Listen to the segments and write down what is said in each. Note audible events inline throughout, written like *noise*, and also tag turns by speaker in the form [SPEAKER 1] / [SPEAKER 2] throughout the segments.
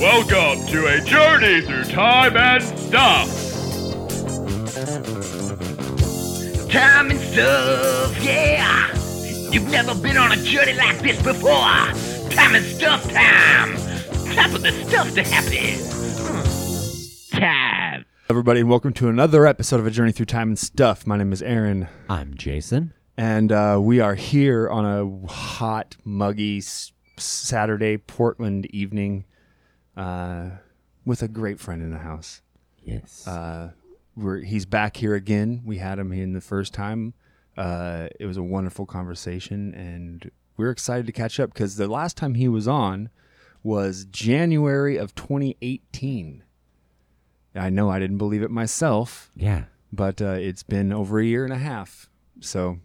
[SPEAKER 1] Welcome to a journey through time and stuff.
[SPEAKER 2] Time and stuff, yeah. You've never been on a journey like this before. Time and stuff time. Time for the stuff to happen. Hmm. Time.
[SPEAKER 3] Everybody, and welcome to another episode of A Journey Through Time and Stuff. My name is Aaron,
[SPEAKER 4] I'm Jason.
[SPEAKER 3] and uh, we are here on a hot, muggy s- Saturday Portland evening uh, with a great friend in the house. Uh,
[SPEAKER 4] Yes.
[SPEAKER 3] We're, he's back here again. We had him in the first time. Uh, it was a wonderful conversation, and we're excited to catch up because the last time he was on was January of 2018. I know I didn't believe it myself.
[SPEAKER 4] yeah.
[SPEAKER 3] but uh, it's been over a year and a half. So,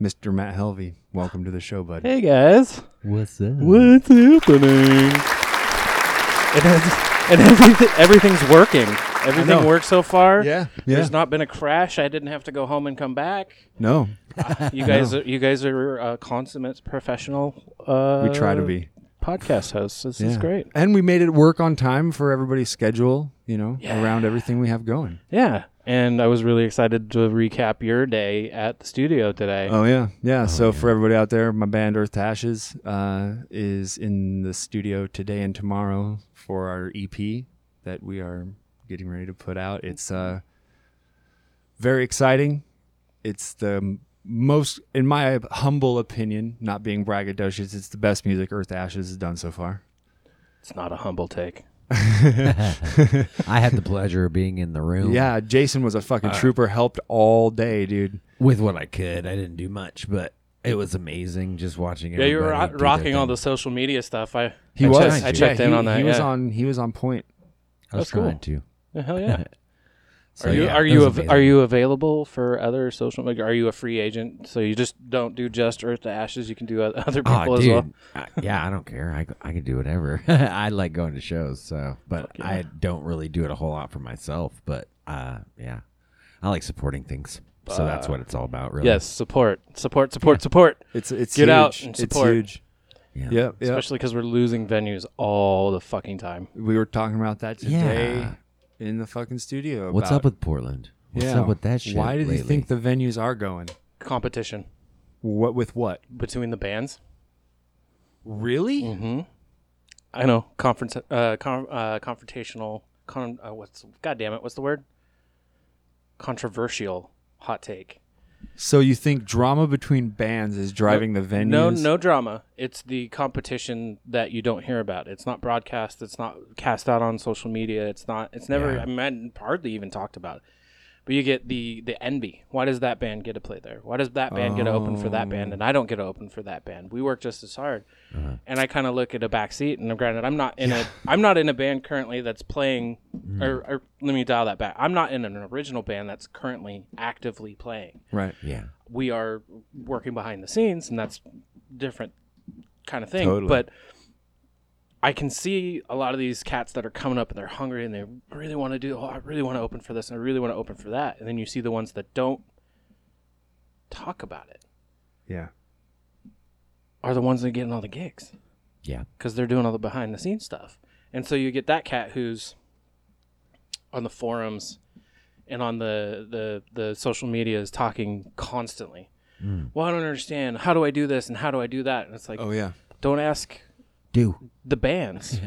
[SPEAKER 3] Mr. Matt Helvey, welcome to the show, bud.
[SPEAKER 5] Hey guys,
[SPEAKER 4] What's up?
[SPEAKER 5] what's happening? It has, and everything, everything's working. Everything
[SPEAKER 3] know.
[SPEAKER 5] worked so far.
[SPEAKER 3] Yeah, yeah.
[SPEAKER 5] There's not been a crash. I didn't have to go home and come back.
[SPEAKER 3] *laughs* No,
[SPEAKER 5] You guys, are, you guys are uh, consummate professional. Uh,
[SPEAKER 3] we try to be.
[SPEAKER 5] podcast hosts. This is
[SPEAKER 3] Yeah.
[SPEAKER 5] great.
[SPEAKER 3] And we made it work on time for everybody's schedule, you know, around everything we have going.
[SPEAKER 5] Yeah, and I was really excited to recap your day at the studio today.
[SPEAKER 3] Oh, yeah. Yeah. so, for everybody out there, my band Earth to Ashes uh, is in the studio today and tomorrow for our EP that we are getting ready to put out. It's uh, very exciting. it's the most, in my humble opinion, not being braggadocious, it's the best music Earth to Ashes has done so far.
[SPEAKER 5] It's not a humble take.
[SPEAKER 4] I had the pleasure of being in the room.
[SPEAKER 3] Yeah, Jason was a fucking trooper, helped all day, dude.
[SPEAKER 4] With what I could. I didn't do much, but it was amazing just watching
[SPEAKER 5] Yeah, you were
[SPEAKER 4] everybody
[SPEAKER 5] ro-
[SPEAKER 4] do their
[SPEAKER 5] rocking all
[SPEAKER 4] thing.
[SPEAKER 5] the social media stuff. I
[SPEAKER 3] He
[SPEAKER 5] I
[SPEAKER 3] was.
[SPEAKER 5] checked- I
[SPEAKER 3] Yeah,
[SPEAKER 5] checked in
[SPEAKER 3] he-
[SPEAKER 5] on that.
[SPEAKER 3] He was
[SPEAKER 5] yeah.
[SPEAKER 3] on. He was on point.
[SPEAKER 4] I was
[SPEAKER 5] That's cool.
[SPEAKER 4] trying to.
[SPEAKER 5] Yeah, Hell yeah.
[SPEAKER 4] So,
[SPEAKER 5] are you
[SPEAKER 4] yeah,
[SPEAKER 5] are
[SPEAKER 4] it
[SPEAKER 5] you
[SPEAKER 4] was
[SPEAKER 5] av-
[SPEAKER 4] amazing.
[SPEAKER 5] are you available for other social? Like, are you a free agent? So you just don't do just Earth to Ashes. You can do o- *laughs* other
[SPEAKER 4] Ah,
[SPEAKER 5] people as
[SPEAKER 4] dude.
[SPEAKER 5] well.
[SPEAKER 4] I- yeah, I don't care. I, I can do whatever. *laughs* I like going to shows, so but I don't really do it a whole lot for myself. But uh, yeah, I like supporting things, so that's what it's all about, really.
[SPEAKER 5] Uh, Yes, support, support, support, support.
[SPEAKER 3] It's it's
[SPEAKER 5] Get
[SPEAKER 3] huge.
[SPEAKER 5] out and
[SPEAKER 3] it's
[SPEAKER 5] support.
[SPEAKER 3] huge.
[SPEAKER 4] Yeah.
[SPEAKER 3] Yep, yep.
[SPEAKER 5] Especially because we're losing venues all the fucking time.
[SPEAKER 3] We were talking about that today
[SPEAKER 4] Yeah.
[SPEAKER 3] in the fucking studio.
[SPEAKER 4] What's
[SPEAKER 3] about-
[SPEAKER 4] up with Portland? What's
[SPEAKER 3] Yeah.
[SPEAKER 4] up with that shit?
[SPEAKER 3] Why do
[SPEAKER 4] lately?
[SPEAKER 3] you think the venues are going?
[SPEAKER 5] Competition
[SPEAKER 3] What with what?
[SPEAKER 5] between the bands.
[SPEAKER 3] Really?
[SPEAKER 5] I know conference, uh, con- uh, confrontational. Con- uh, what's God damn it? What's the word? Controversial hot take.
[SPEAKER 3] So you think drama between bands is driving the venues?
[SPEAKER 5] No, no drama. It's the competition that you don't hear about. It's not broadcast. It's not cast out on social media. It's not. It's never. I mean, I hardly even talked about it. But you get the the envy. Why does that band get to play there? Why does that band get to open for that band, and I don't get to open for that band? We work just as hard. And I kind of look at a back seat, and granted, I'm not in a I'm not in a band currently that's playing. Or, or let me dial that back. I'm not in an original band that's currently actively playing
[SPEAKER 3] Right.
[SPEAKER 4] Yeah.
[SPEAKER 5] we are working behind the scenes and that's different kind of thing
[SPEAKER 3] Totally.
[SPEAKER 5] but i can see a lot of these cats that are coming up and they're hungry and they really want to do oh i really want to open for this and i really want to open for that and then you see the ones that don't talk about it
[SPEAKER 3] Yeah.
[SPEAKER 5] are the ones that are getting all the gigs
[SPEAKER 4] Yeah.
[SPEAKER 5] because they're doing all the behind the scenes stuff. And so you get that cat who's on the forums and on the the, the social media is talking constantly. Well, I don't understand. How do I do this and how do I do that? And it's like,
[SPEAKER 3] Oh yeah.
[SPEAKER 5] don't ask
[SPEAKER 4] Do.
[SPEAKER 5] the *laughs* bands.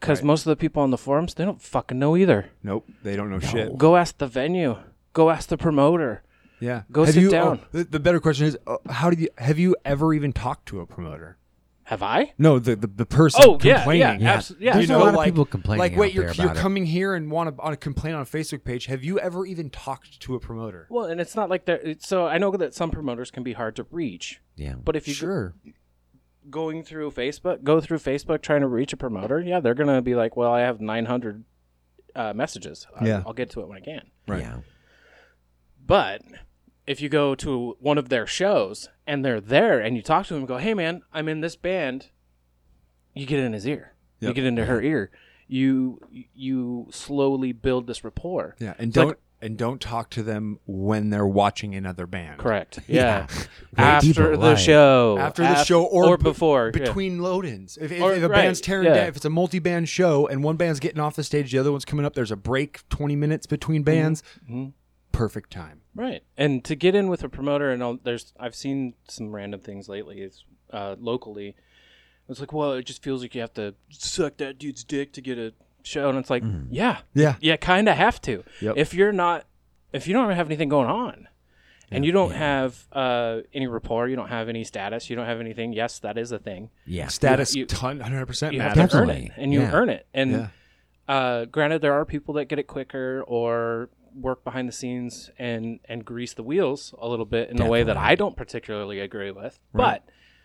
[SPEAKER 5] Because most of the people on the forums, they don't fucking know either.
[SPEAKER 3] Nope. They don't know shit.
[SPEAKER 5] Go ask the venue. Go ask the promoter.
[SPEAKER 3] Yeah.
[SPEAKER 5] Go
[SPEAKER 3] Have
[SPEAKER 5] sit
[SPEAKER 3] you-
[SPEAKER 5] down.
[SPEAKER 3] oh, the- the better question is, uh, how do you have you ever even talked to a promoter?
[SPEAKER 5] Have I?
[SPEAKER 3] No, the the, the person
[SPEAKER 5] Oh, yeah,
[SPEAKER 3] complaining.
[SPEAKER 5] yeah, Yeah. abso- yeah.
[SPEAKER 4] There's
[SPEAKER 5] You
[SPEAKER 4] a
[SPEAKER 5] know,
[SPEAKER 4] lot of people complaining.
[SPEAKER 3] Like,
[SPEAKER 4] out
[SPEAKER 3] wait,
[SPEAKER 4] there
[SPEAKER 3] you're, you're
[SPEAKER 4] about it.
[SPEAKER 3] coming here and want to on a complaint on a Facebook page. Have you ever even talked to a promoter?
[SPEAKER 5] Well, and it's not like they're. it's- So I know that some promoters can be hard to reach.
[SPEAKER 4] Yeah.
[SPEAKER 5] But if you go-
[SPEAKER 3] Sure.
[SPEAKER 5] going through Facebook, go through Facebook trying to reach a promoter, yeah, they're going to be like, well, I have 900 uh, messages. I,
[SPEAKER 3] Yeah.
[SPEAKER 5] I'll get to it when I can.
[SPEAKER 3] Right.
[SPEAKER 4] Yeah.
[SPEAKER 5] But if you go to one of their shows and they're there and you talk to them and go, hey, man, I'm in this band, you get in his ear. You
[SPEAKER 3] Yep.
[SPEAKER 5] get into her ear. You you slowly build this rapport.
[SPEAKER 3] Yeah, and
[SPEAKER 5] It's like,
[SPEAKER 3] don't- and don't talk to them when they're watching another band.
[SPEAKER 5] Correct. Yeah.
[SPEAKER 4] Wait, people
[SPEAKER 5] After the
[SPEAKER 4] lie.
[SPEAKER 5] show.
[SPEAKER 3] After the
[SPEAKER 5] Af-
[SPEAKER 3] show or,
[SPEAKER 5] or
[SPEAKER 3] b-
[SPEAKER 5] before. yeah.
[SPEAKER 3] between load-ins. If, if,
[SPEAKER 5] Or-
[SPEAKER 3] if a
[SPEAKER 5] right,
[SPEAKER 3] band's tearing
[SPEAKER 5] yeah.
[SPEAKER 3] down, if it's a multi-band show and one band's getting off the stage, the other one's coming up. There's a break, twenty minutes between
[SPEAKER 5] Mm-hmm.
[SPEAKER 3] bands. Perfect time.
[SPEAKER 5] Right, and to get in with a promoter, and all, there's I've seen some random things lately. It's uh, locally, it's like, well, it just feels like you have to suck that dude's dick to get a show, and it's like, yeah,
[SPEAKER 3] Mm-hmm. Yeah.
[SPEAKER 5] you kind of have to.
[SPEAKER 3] Yep.
[SPEAKER 5] If you're not, if you don't have anything going on, and you don't have uh, any rapport, you don't have any status, you don't have anything. Yes, that is a thing.
[SPEAKER 4] Yeah.
[SPEAKER 3] Status,
[SPEAKER 5] you-
[SPEAKER 3] ton, hundred percent
[SPEAKER 5] You
[SPEAKER 3] matters.
[SPEAKER 5] have to earn it,
[SPEAKER 4] Definitely,
[SPEAKER 5] and you
[SPEAKER 4] yeah.
[SPEAKER 5] earn it. And
[SPEAKER 3] Yeah.
[SPEAKER 5] uh, granted, there are people that get it quicker or work behind the scenes and and grease the wheels a little bit in a way that I don't particularly agree with.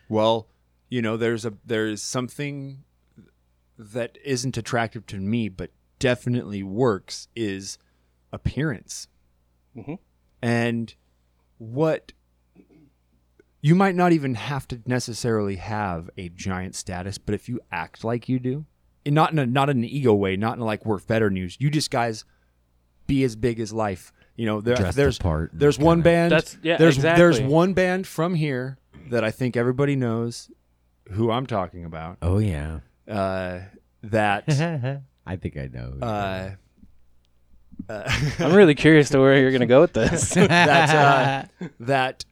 [SPEAKER 3] well you know there's a there's something that isn't attractive to me but definitely works is appearance
[SPEAKER 5] Mhm.
[SPEAKER 3] and what you might not even have to necessarily have a giant status but if you act like you do and not in a not in an ego way not in like we're better news you just guys be as big as life you know there,
[SPEAKER 4] Dress the
[SPEAKER 3] there's
[SPEAKER 4] part and
[SPEAKER 3] there's one
[SPEAKER 4] kinda-
[SPEAKER 3] band
[SPEAKER 5] That's- yeah,
[SPEAKER 3] there's there's
[SPEAKER 5] exactly.
[SPEAKER 3] one band from here that I think everybody knows who I'm talking about.
[SPEAKER 4] Oh yeah.
[SPEAKER 3] Uh,
[SPEAKER 5] *laughs*
[SPEAKER 3] that
[SPEAKER 4] I think I know.
[SPEAKER 3] uh, *laughs*
[SPEAKER 5] But I'm really curious to where you're going to go with this.
[SPEAKER 3] that
[SPEAKER 5] *laughs*
[SPEAKER 3] uh, that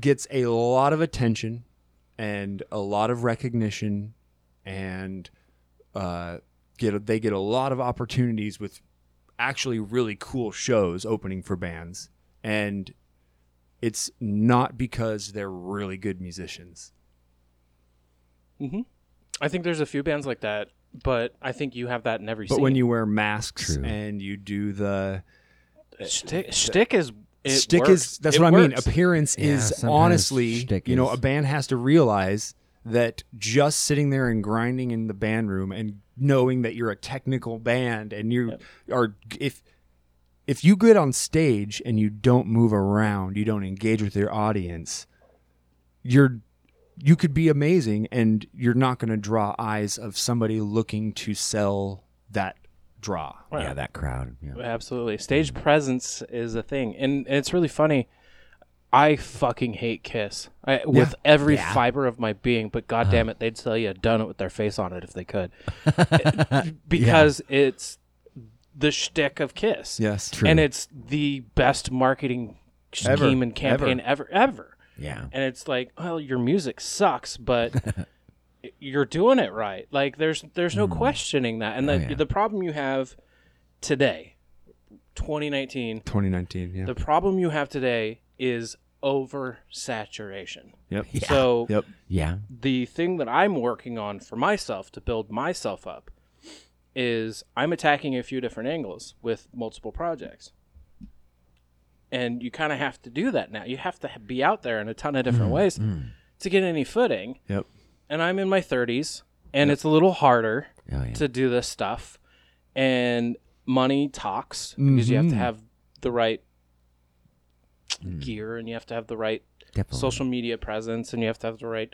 [SPEAKER 3] gets a lot of attention and a lot of recognition, and uh, get they get a lot of opportunities with actually really cool shows opening for bands, and it's not because they're really good musicians.
[SPEAKER 5] I think there's a few bands like that, but I think you have that in every.
[SPEAKER 3] But
[SPEAKER 5] scene.
[SPEAKER 3] when you wear masks
[SPEAKER 4] True.
[SPEAKER 3] and you do the
[SPEAKER 5] stick, stick Uh, is it
[SPEAKER 3] stick
[SPEAKER 5] works.
[SPEAKER 3] is that's
[SPEAKER 5] It
[SPEAKER 3] what I mean.
[SPEAKER 5] works.
[SPEAKER 3] Appearance
[SPEAKER 4] Yeah,
[SPEAKER 3] is
[SPEAKER 4] sometimes
[SPEAKER 3] honestly,
[SPEAKER 4] shtick
[SPEAKER 3] you know,
[SPEAKER 4] is-
[SPEAKER 3] a band has to realize that just sitting there and grinding in the band room and knowing that you're a technical band and you are if if you get on stage and you don't move around, you don't engage with your audience, you're you could be amazing and you're not going to draw eyes of somebody looking to sell that draw.
[SPEAKER 4] *laughs* yeah, that crowd. Yeah.
[SPEAKER 5] Absolutely. Stage presence is a thing. And and it's really funny. I fucking hate Kiss I, with every fiber of my being, but
[SPEAKER 3] Uh-huh.
[SPEAKER 5] god damn it, they'd sell you a donut with their face on it if
[SPEAKER 3] *laughs*
[SPEAKER 5] they could. because it's the shtick of Kiss.
[SPEAKER 3] Yes.
[SPEAKER 5] And it's the best marketing scheme
[SPEAKER 3] Ever.
[SPEAKER 5] and campaign ever. ever.
[SPEAKER 4] Yeah.
[SPEAKER 5] And it's like, well, your music sucks, but you're doing it right. Like there's there's no questioning that. And the
[SPEAKER 4] yeah.
[SPEAKER 5] the problem you have today, 2019,
[SPEAKER 3] 2019, yeah.
[SPEAKER 5] the problem you have today is oversaturation.
[SPEAKER 3] Yep.
[SPEAKER 5] So
[SPEAKER 3] Yep.
[SPEAKER 4] Yeah.
[SPEAKER 5] the thing that I'm working on for myself to build myself up is I'm attacking a few different angles with multiple projects. And you kind of have to do that now. You have to be out there in a ton of different ways to get any footing.
[SPEAKER 3] Yep.
[SPEAKER 5] And I'm in my 30s and it's a little harder
[SPEAKER 4] Oh, yeah.
[SPEAKER 5] to do this stuff. And money talks because you have to have the right gear and you have to have the right
[SPEAKER 4] Definitely.
[SPEAKER 5] social media presence and you have to have the right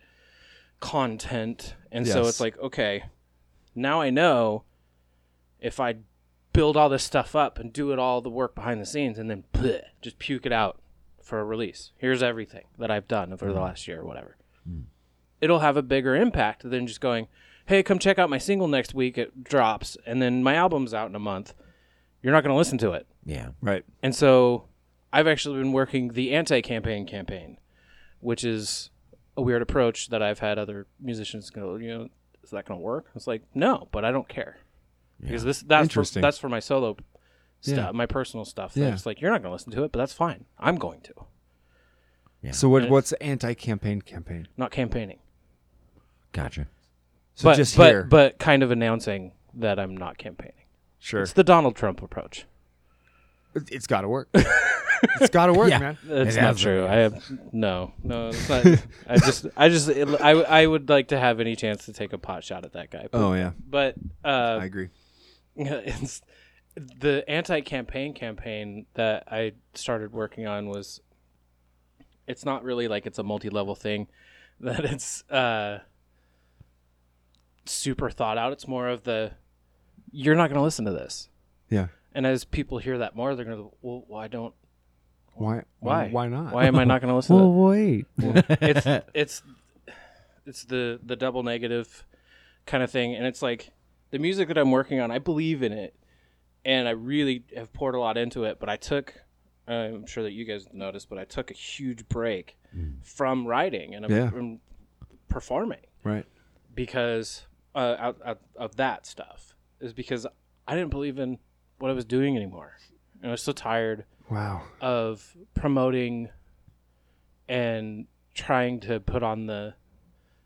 [SPEAKER 5] content. And so
[SPEAKER 3] Yes.
[SPEAKER 5] it's like, okay, now I know if I build all this stuff up and do it all the work behind the scenes and then bleh, just puke it out for a release. Here's everything that I've done over the last year or whatever. It'll have a bigger impact than just going, hey, come check out my single next week. It drops and then my album's out in a month. You're not going to listen to it.
[SPEAKER 4] yeah.
[SPEAKER 3] Right.
[SPEAKER 5] And so I've actually been working the anti campaign campaign, which is a weird approach that I've had other musicians go, you know, is that going to work? It's like, no, but I don't care. Because this that's for,
[SPEAKER 3] Interesting.
[SPEAKER 5] that's for my solo stuff, my personal stuff.
[SPEAKER 3] Yeah.
[SPEAKER 5] Yeah. It's like, you're not going to listen to it, but that's fine. I'm going to.
[SPEAKER 3] So what, what's the anti-campaign campaign?
[SPEAKER 5] Not campaigning.
[SPEAKER 4] Gotcha.
[SPEAKER 3] So
[SPEAKER 5] but,
[SPEAKER 3] just
[SPEAKER 5] but,
[SPEAKER 3] here,
[SPEAKER 5] but kind of announcing that I'm not campaigning.
[SPEAKER 3] sure,
[SPEAKER 5] It's the Donald Trump approach.
[SPEAKER 3] it's got to work. it's got to
[SPEAKER 5] *laughs*
[SPEAKER 3] work, man.
[SPEAKER 5] That's
[SPEAKER 4] It
[SPEAKER 5] not
[SPEAKER 4] hasn't,
[SPEAKER 5] true. I have no, no. It's not, I just, I just, I, I would like to have any chance to take a pot shot at that guy. But,
[SPEAKER 3] Oh yeah,
[SPEAKER 5] but
[SPEAKER 3] I
[SPEAKER 5] uh,
[SPEAKER 3] agree.
[SPEAKER 5] *laughs* it's, the anti-campaign campaign that I started working on was, it's not really like it's a multi-level thing, *laughs* that it's uh, super thought out. It's more of the, you're not going to listen to this
[SPEAKER 3] Yeah,
[SPEAKER 5] And as people hear that more, they're gonna go, well, why don't
[SPEAKER 3] Why?
[SPEAKER 5] why
[SPEAKER 3] Why not?
[SPEAKER 5] Why am I not gonna listen to
[SPEAKER 4] Well, *laughs*
[SPEAKER 5] that?
[SPEAKER 4] wait.
[SPEAKER 5] it's it's it's the the double negative kind of thing and it's like the music that i'm working on i believe in it and i really have poured a lot into it but i took i'm sure that you guys noticed but i took a huge break from writing and I'm,
[SPEAKER 3] Yeah.
[SPEAKER 5] I'm performing
[SPEAKER 3] right.
[SPEAKER 5] because uh, out, out of that stuff is because i didn't believe in what i was doing anymore and i was so tired
[SPEAKER 3] Wow.
[SPEAKER 5] of promoting and trying to put on the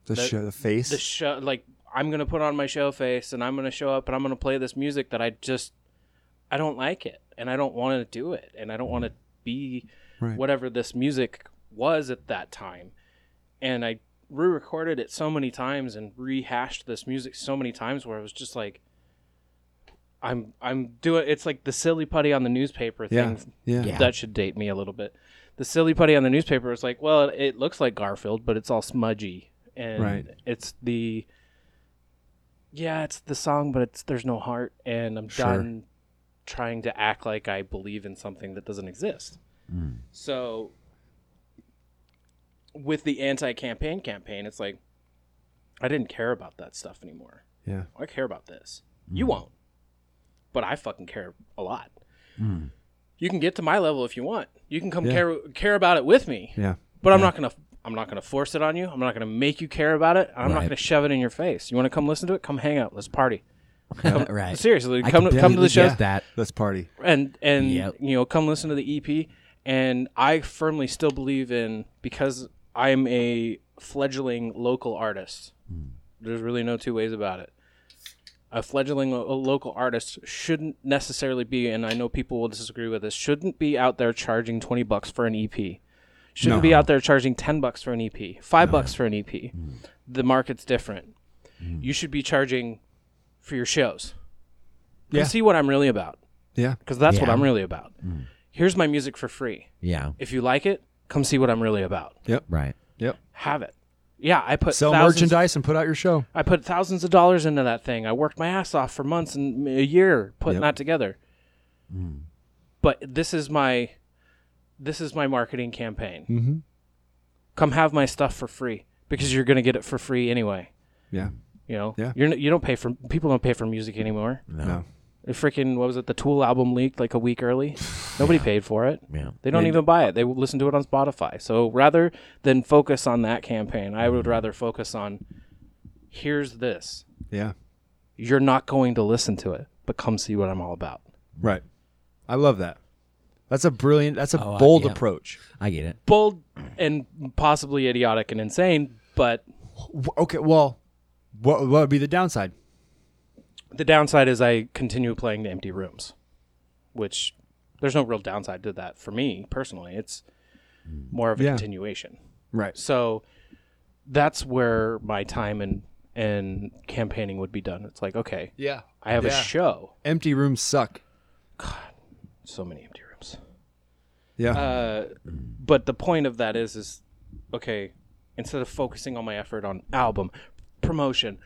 [SPEAKER 3] The, show, the face.
[SPEAKER 5] the show like I'm gonna put on my show face and I'm gonna show up and I'm gonna play this music that I just I don't like it and I don't want to do it and I don't want to be
[SPEAKER 3] Right.
[SPEAKER 5] whatever this music was at that time and I re-recorded it so many times and rehashed this music so many times where I was just like I'm I'm doing it's like the silly putty on the newspaper
[SPEAKER 3] yeah.
[SPEAKER 5] thing
[SPEAKER 3] Yeah.
[SPEAKER 4] Yeah.
[SPEAKER 5] that should date me a little bit. The silly putty on the newspaper was like, well, it, it looks like Garfield, but it's all smudgy, and
[SPEAKER 3] Right.
[SPEAKER 5] it's the yeah, it's the song, but it's there's no heart, and I'm
[SPEAKER 3] Sure.
[SPEAKER 5] done trying to act like I believe in something that doesn't exist.
[SPEAKER 3] Hmm.
[SPEAKER 5] So with the anti-campaign campaign, it's like I didn't care about that stuff anymore.
[SPEAKER 3] Yeah.
[SPEAKER 5] I care about this. You won't. But I fucking care a lot.
[SPEAKER 4] Hmm.
[SPEAKER 5] You can get to my level if you want. You can come care care about it with me.
[SPEAKER 3] Yeah.
[SPEAKER 5] But I'm not gonna I'm not gonna force it on you. I'm not gonna make you care about it. I'm not
[SPEAKER 4] Right.
[SPEAKER 5] gonna shove it in your face. You want to come listen to it? Come hang out. Let's party. Come-
[SPEAKER 4] right.
[SPEAKER 5] Seriously,
[SPEAKER 4] I
[SPEAKER 5] come to, come to
[SPEAKER 4] completely
[SPEAKER 5] the shows
[SPEAKER 4] get that.
[SPEAKER 3] Let's party.
[SPEAKER 5] and and
[SPEAKER 4] Yep.
[SPEAKER 5] you know come listen to the EP. And I firmly still believe in because I'm a fledgling local artist. There's really no two ways about it. A fledgling lo- a local artist shouldn't necessarily be, and I know people will disagree with this, shouldn't be out there charging twenty bucks for an EP. Shouldn't be out there charging ten bucks for an EP, five bucks for an EP. The market's different. You should be charging for your shows. Come
[SPEAKER 3] Yeah.
[SPEAKER 5] see what I'm really about
[SPEAKER 3] Yeah. Mm.
[SPEAKER 5] because that's what
[SPEAKER 4] Yeah.
[SPEAKER 5] I'm really about. Here's my music for free.
[SPEAKER 4] Yeah.
[SPEAKER 5] If you like it, come see what I'm really about.
[SPEAKER 4] Right.
[SPEAKER 3] Yep.
[SPEAKER 5] Have it. Yeah, I put
[SPEAKER 3] Sell
[SPEAKER 5] thousands,
[SPEAKER 3] merchandise and put out your show.
[SPEAKER 5] I put thousands of dollars into that thing. I worked my ass off for months and a year
[SPEAKER 3] Yep. Mm.
[SPEAKER 5] putting that together. But this is my this is my marketing campaign.
[SPEAKER 3] Mhm.
[SPEAKER 5] Come have my stuff for free because you're going to get it for free anyway.
[SPEAKER 3] Yeah.
[SPEAKER 5] You know,
[SPEAKER 3] Yeah.
[SPEAKER 5] you're n- you don't pay for people don't pay for music anymore.
[SPEAKER 4] No.
[SPEAKER 3] No.
[SPEAKER 5] The freaking what was it? The Tool album leaked like a week early. Nobody paid for it.
[SPEAKER 4] Yeah.
[SPEAKER 5] They don't even buy it. They will listen to it on Spotify. So rather than focus on that campaign, I
[SPEAKER 4] Mm-hmm.
[SPEAKER 5] would rather focus on here's this.
[SPEAKER 3] Yeah.
[SPEAKER 5] You're not going to listen to it, but come see what I'm all about.
[SPEAKER 3] Right. I love that. That's a brilliant. That's a
[SPEAKER 4] Oh, I-
[SPEAKER 3] bold
[SPEAKER 4] yeah.
[SPEAKER 3] approach.
[SPEAKER 4] I get it.
[SPEAKER 5] Bold and possibly idiotic and insane, but
[SPEAKER 3] W- Okay. Well, what, what would be the downside?
[SPEAKER 5] the downside is I continue playing the empty rooms, which there's no real downside to that for me personally. It's
[SPEAKER 4] Mm.
[SPEAKER 5] more of a
[SPEAKER 3] Yeah.
[SPEAKER 5] continuation.
[SPEAKER 3] Right.
[SPEAKER 5] So that's where my time and and campaigning would be done. It's like, okay,
[SPEAKER 3] Yeah.
[SPEAKER 5] I have
[SPEAKER 3] Yeah.
[SPEAKER 5] a show.
[SPEAKER 3] Empty rooms suck.
[SPEAKER 5] so many empty rooms.
[SPEAKER 3] Yeah.
[SPEAKER 5] Uh, but the point of that is, is okay. Instead of focusing all my effort on album promotion,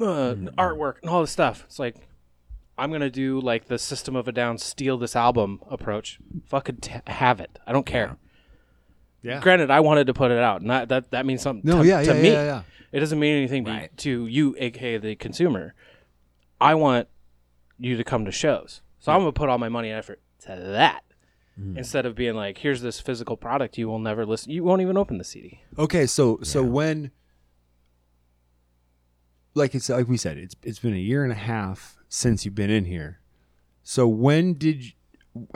[SPEAKER 5] uh,
[SPEAKER 3] Mm-hmm.
[SPEAKER 5] artwork, and all this stuff, it's like I'm gonna do like the System of a Down steal this album approach. Fucking t- have it. I don't care.
[SPEAKER 3] Yeah.
[SPEAKER 5] Granted, I wanted to put it out, and that that, that means something
[SPEAKER 3] No,
[SPEAKER 5] to,
[SPEAKER 3] yeah,
[SPEAKER 5] to
[SPEAKER 3] yeah,
[SPEAKER 5] me.
[SPEAKER 3] yeah, yeah.
[SPEAKER 5] It doesn't mean anything to,
[SPEAKER 4] Right.
[SPEAKER 5] to you, aka the consumer. I want you to come to shows, so I'm gonna put all my money and effort to that instead of being like, "Here's this physical product you will never listen, you won't even open the CD."
[SPEAKER 3] Okay, so so when like it's like we said, it's it's been a year and a half since you've been in here. So when did you,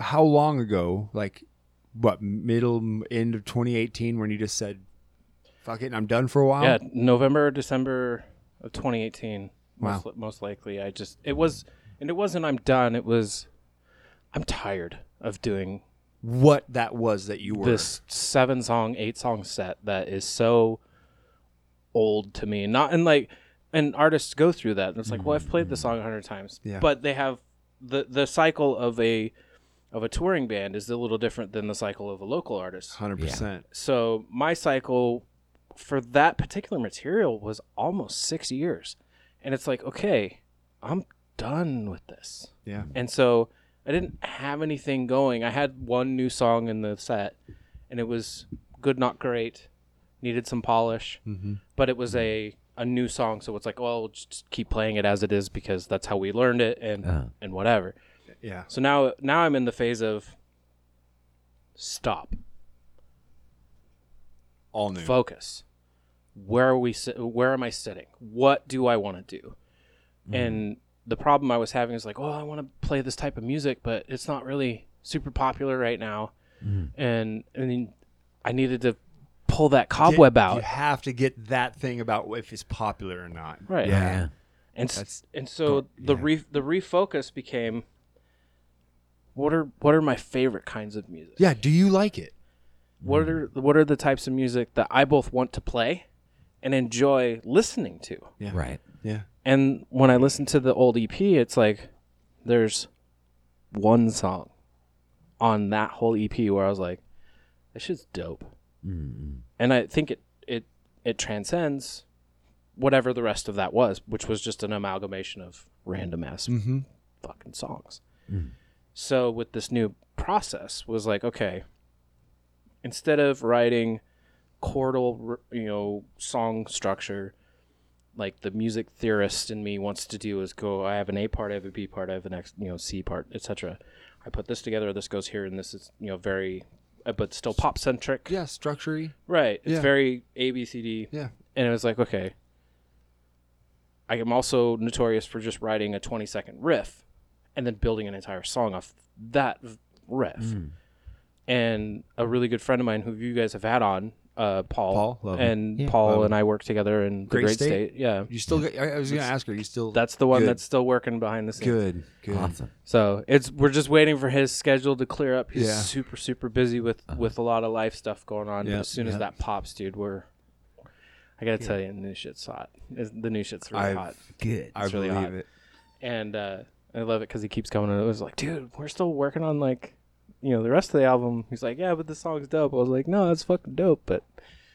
[SPEAKER 3] how long ago, like what middle m- end of 2018 when you just said fuck it and I'm done for a while?
[SPEAKER 5] Yeah, November, December of 2018,
[SPEAKER 3] Wow.
[SPEAKER 5] most, most likely. I just it was, and it wasn't. I'm done. It was, I'm tired of doing
[SPEAKER 3] What that was that you were
[SPEAKER 5] this seven song, eight song set that is so old to me. Not and like and artists go through that. And it's like, well, I've played the song a hundred times.
[SPEAKER 3] Yeah.
[SPEAKER 5] But they have the the cycle of a of a touring band is a little different than the cycle of a local artist.
[SPEAKER 3] 100%.
[SPEAKER 5] So my cycle for that particular material was almost six years. And it's like, okay, I'm done with this.
[SPEAKER 3] Yeah.
[SPEAKER 5] And so I didn't have anything going. I had one new song in the set, and it was good, not great. Needed some polish, but it was a a new song, so it's like, well, we'll just keep playing it as it is because that's how we learned it, and and whatever.
[SPEAKER 3] Yeah.
[SPEAKER 5] So now now I'm in the phase of stop,
[SPEAKER 6] All new.
[SPEAKER 5] focus. Where are we? si- Where am I sitting? What do I want to do?
[SPEAKER 3] Mm-hmm.
[SPEAKER 5] And the problem I was having is like, well, I want to play this type of music, but it's not really super popular right now,
[SPEAKER 3] Mm-hmm.
[SPEAKER 5] and and then I needed to pull that cobweb
[SPEAKER 3] You
[SPEAKER 5] out.
[SPEAKER 3] have to get that thing about if it's popular or not.
[SPEAKER 5] Right.
[SPEAKER 4] Yeah.
[SPEAKER 5] And s-
[SPEAKER 3] That's-
[SPEAKER 5] and so the re- the refocus became what are what are my favorite kinds of music?
[SPEAKER 3] Yeah. Do you like it?
[SPEAKER 5] What are what are the types of music that I both want to play and enjoy listening to?
[SPEAKER 4] Right.
[SPEAKER 3] Yeah.
[SPEAKER 5] And when I listen to the old EP, it's like there's one song on that whole EP where I was like, "This shit's dope," and I think it it it transcends whatever the rest of that was, which was just an amalgamation of random ass fucking songs. So with this new process, was like, okay, instead of writing chordal, r- you know, song structure like the music theorist in me wants to do is go i have an a part i have a b part i have an x you know c part etc i put this together this goes here and this is you know very uh, but still pop centric
[SPEAKER 3] Yeah. Structure.
[SPEAKER 5] right it's
[SPEAKER 3] Yeah.
[SPEAKER 5] very a b c d
[SPEAKER 3] Yeah.
[SPEAKER 5] and it was like okay i am also notorious for just writing a 20 second riff and then building an entire song off that v- riff
[SPEAKER 3] Mm.
[SPEAKER 5] and a really good friend of mine who you guys have had on uh, paul,
[SPEAKER 3] Paul, love him.
[SPEAKER 5] and paul and i work together in
[SPEAKER 3] Great
[SPEAKER 5] the great
[SPEAKER 3] State?
[SPEAKER 5] state yeah
[SPEAKER 3] You still. Got, I, I was gonna ask her. You still.
[SPEAKER 5] that's the one
[SPEAKER 3] Good.
[SPEAKER 5] that's still working behind the scenes.
[SPEAKER 3] good. Good.
[SPEAKER 4] Awesome.
[SPEAKER 5] So it's we're just waiting for his schedule to clear up. He's
[SPEAKER 3] Yeah.
[SPEAKER 5] super super busy with with a lot of life stuff going on. But
[SPEAKER 3] Yeah,
[SPEAKER 5] as soon as
[SPEAKER 3] yeah.
[SPEAKER 5] that pops, dude, we're I gotta tell you, the new shit's hot. It's- The new shit's really
[SPEAKER 3] I've-
[SPEAKER 5] hot,
[SPEAKER 4] Good.
[SPEAKER 3] I
[SPEAKER 5] really
[SPEAKER 3] believe
[SPEAKER 5] hot.
[SPEAKER 3] it.
[SPEAKER 5] and uh, I love it because he keeps coming. And it was like, dude, we're still working on like you know the rest of the album. He's like, yeah, but this song's dope. I was like, no, that's fucking dope, but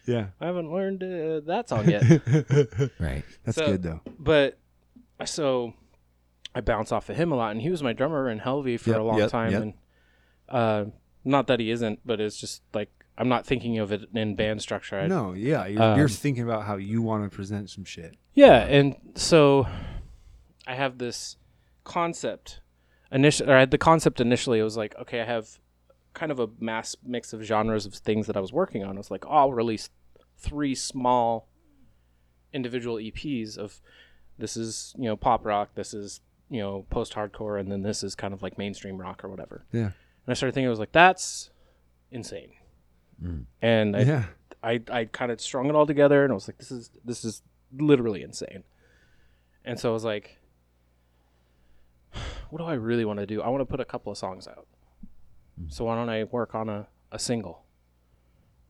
[SPEAKER 3] Yeah.
[SPEAKER 5] I haven't learned uh, that song yet.
[SPEAKER 4] Right.
[SPEAKER 3] That's
[SPEAKER 5] So-
[SPEAKER 3] good though.
[SPEAKER 5] but so I bounce off of him a lot, and he was my drummer in Helvey for
[SPEAKER 3] Yep,
[SPEAKER 5] a long
[SPEAKER 3] yep,
[SPEAKER 5] time,
[SPEAKER 3] yep.
[SPEAKER 5] and uh, not that he isn't, but it's just like I'm not thinking of it in band structure. I,
[SPEAKER 3] No. Yeah. You're,
[SPEAKER 5] Um,
[SPEAKER 3] you're thinking about how you want to present some shit.
[SPEAKER 5] Yeah, and so I have this concept. Initially, or I had the concept initially. It was like, okay, I have kind of a mass mix of genres of things that I was working on. I was like, oh, I'll release three small individual EPs of this is you know pop rock, this is you know post hardcore, and then this is kind of like mainstream rock or whatever.
[SPEAKER 3] Yeah.
[SPEAKER 5] And I started thinking, I was like, that's insane. And I,
[SPEAKER 3] Mm. Yeah.
[SPEAKER 5] I, I kind of strung it all together and I was like, this is this is literally insane. And so I was like, *sighs* what do I really want to do? I want to put a couple of songs out. So why don't I work on a, a single?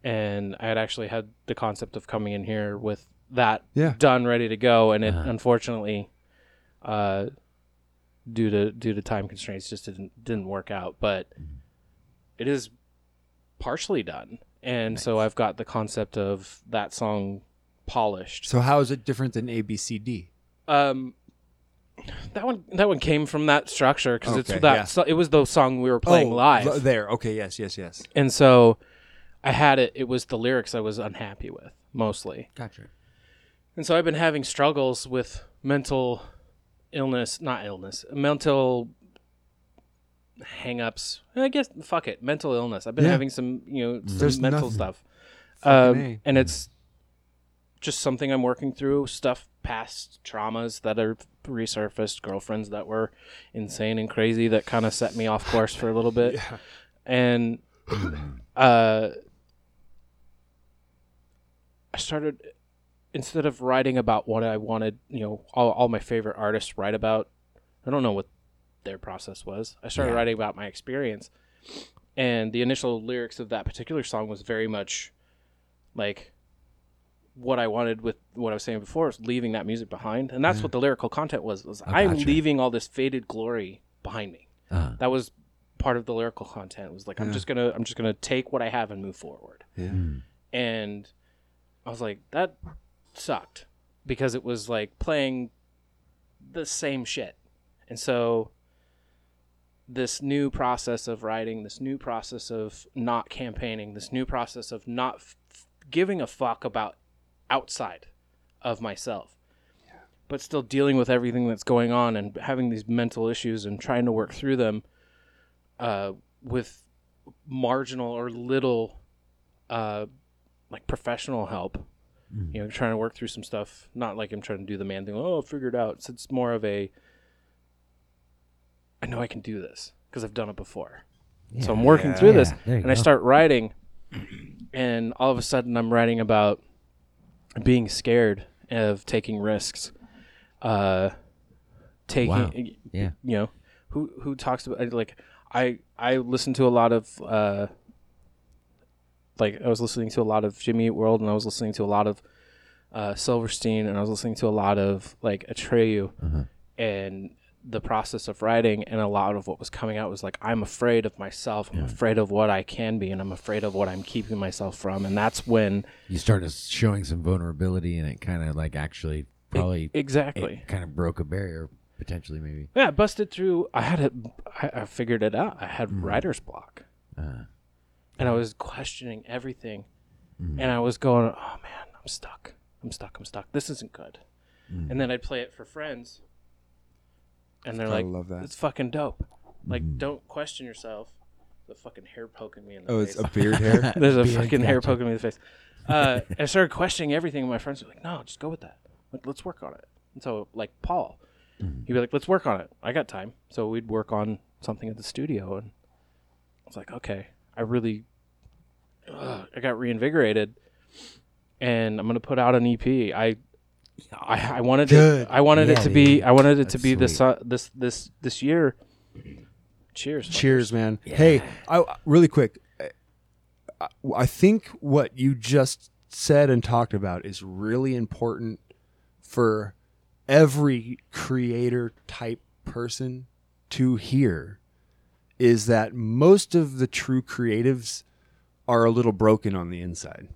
[SPEAKER 5] And I had actually had the concept of coming in here with that
[SPEAKER 3] Yeah.
[SPEAKER 5] done, ready to go, and it
[SPEAKER 3] Uh-huh.
[SPEAKER 5] unfortunately, uh, due to due to time constraints, just didn't didn't work out. But it is partially done, and so I've got the concept of that song polished.
[SPEAKER 3] So how is it different than A B C D?
[SPEAKER 5] Um, that one that one came from that structure because
[SPEAKER 3] Okay,
[SPEAKER 5] it's that
[SPEAKER 3] yeah.
[SPEAKER 5] so, it was the song we were playing
[SPEAKER 3] Oh,
[SPEAKER 5] live,
[SPEAKER 3] lo- There. Okay. Yes. Yes. Yes.
[SPEAKER 5] and so I had it. It was the lyrics I was unhappy with mostly.
[SPEAKER 4] Gotcha.
[SPEAKER 5] And so I've been having struggles with mental illness, not illness, mental hangups. I guess fuck it, mental illness. I've been
[SPEAKER 3] Yeah.
[SPEAKER 5] having some, you know, some
[SPEAKER 3] There's
[SPEAKER 5] mental
[SPEAKER 3] nothing.
[SPEAKER 5] stuff.
[SPEAKER 3] Fucking
[SPEAKER 5] Um,
[SPEAKER 3] A.
[SPEAKER 5] and it's just something I'm working through, stuff past traumas that are resurfaced, girlfriends that were insane and crazy that kind of set me off course for a
[SPEAKER 3] *laughs*
[SPEAKER 5] little bit. And
[SPEAKER 3] *clears throat*
[SPEAKER 5] uh I started instead of writing about what I wanted, you know, all, all my favorite artists write about. I don't know what their process was. I started writing about my experience, and the initial lyrics of that particular song was very much like what I wanted with what I was saying before, is leaving that music behind, and that's what the lyrical content was. was I'm
[SPEAKER 4] gotcha.
[SPEAKER 5] leaving all this faded glory behind me.
[SPEAKER 4] Uh-huh.
[SPEAKER 5] That was part of the lyrical content. It was like I'm just gonna I'm just gonna take what I have and move forward
[SPEAKER 3] Yeah.
[SPEAKER 5] and I was like, that sucked because it was like playing the same shit. And so this new process of writing, this new process of not campaigning, this new process of not f- giving a fuck about outside of myself, but still dealing with everything that's going on and having these mental issues and trying to work through them uh, with marginal or little uh, like professional help.
[SPEAKER 4] Mm-hmm.
[SPEAKER 5] You know, trying to work through some stuff. Not like I'm trying to do the man thing. Oh, I'll figure it out. It's, it's more of a I know I can do this because I've done it before. so I'm working through this,
[SPEAKER 4] Yeah, there you
[SPEAKER 5] and I
[SPEAKER 4] go.
[SPEAKER 5] start writing, and all of a sudden I'm writing about being scared of taking risks, uh, taking
[SPEAKER 4] Wow. Yeah.
[SPEAKER 5] you know, who who talks about like I I listen to a lot of uh, like I was listening to a lot of Jimmy Eat World, and I was listening to a lot of uh, Silverstein, and I was listening to a lot of like Atreyu, and the process of writing and a lot of what was coming out was like i'm afraid of myself i'm afraid of what i can be and i'm afraid of what i'm keeping myself from and that's when
[SPEAKER 4] You started showing some vulnerability, and it kind of like actually
[SPEAKER 5] E,
[SPEAKER 4] probably
[SPEAKER 5] exactly
[SPEAKER 4] kind of broke a barrier potentially maybe.
[SPEAKER 5] yeah i busted through i had it i, I figured it out i had
[SPEAKER 3] Mm-hmm.
[SPEAKER 5] writer's block
[SPEAKER 3] Uh-huh.
[SPEAKER 5] and i was questioning everything
[SPEAKER 3] Mm-hmm.
[SPEAKER 5] and i was going oh man i'm stuck i'm stuck i'm stuck this isn't good
[SPEAKER 3] Mm-hmm.
[SPEAKER 5] and then i'd play it for friends and they're
[SPEAKER 3] Gotta
[SPEAKER 5] like
[SPEAKER 3] love that. Mm-hmm.
[SPEAKER 5] it's fucking dope like don't question yourself the fucking hair poking me in the
[SPEAKER 3] Oh,
[SPEAKER 5] face
[SPEAKER 3] it's a beard
[SPEAKER 5] *laughs*
[SPEAKER 3] hair.
[SPEAKER 5] There's a fucking hair poking me in the face. Uh, and I started questioning everything. And my friends were like, no, just go with that. Like, let's work on it. And so, like, Paul,
[SPEAKER 4] Mm-hmm.
[SPEAKER 5] he'd be like, let's work on it. I got time. So we'd work on something at the studio. And I was like, okay, I really, ugh, I got reinvigorated. And I'm going to put out an EP. I, I, I wanted
[SPEAKER 4] Good.
[SPEAKER 5] it. I wanted
[SPEAKER 4] Yeah,
[SPEAKER 5] it to be.
[SPEAKER 4] dude.
[SPEAKER 5] I wanted it to
[SPEAKER 4] That's
[SPEAKER 5] be this.
[SPEAKER 4] sweet.
[SPEAKER 5] Uh, this. This. This year. Cheers.
[SPEAKER 3] Cheers, man. Hey, I, really quick. I, I think what you just said and talked about is really important for every creator type person to hear is that most of the true creatives are a little broken on the inside.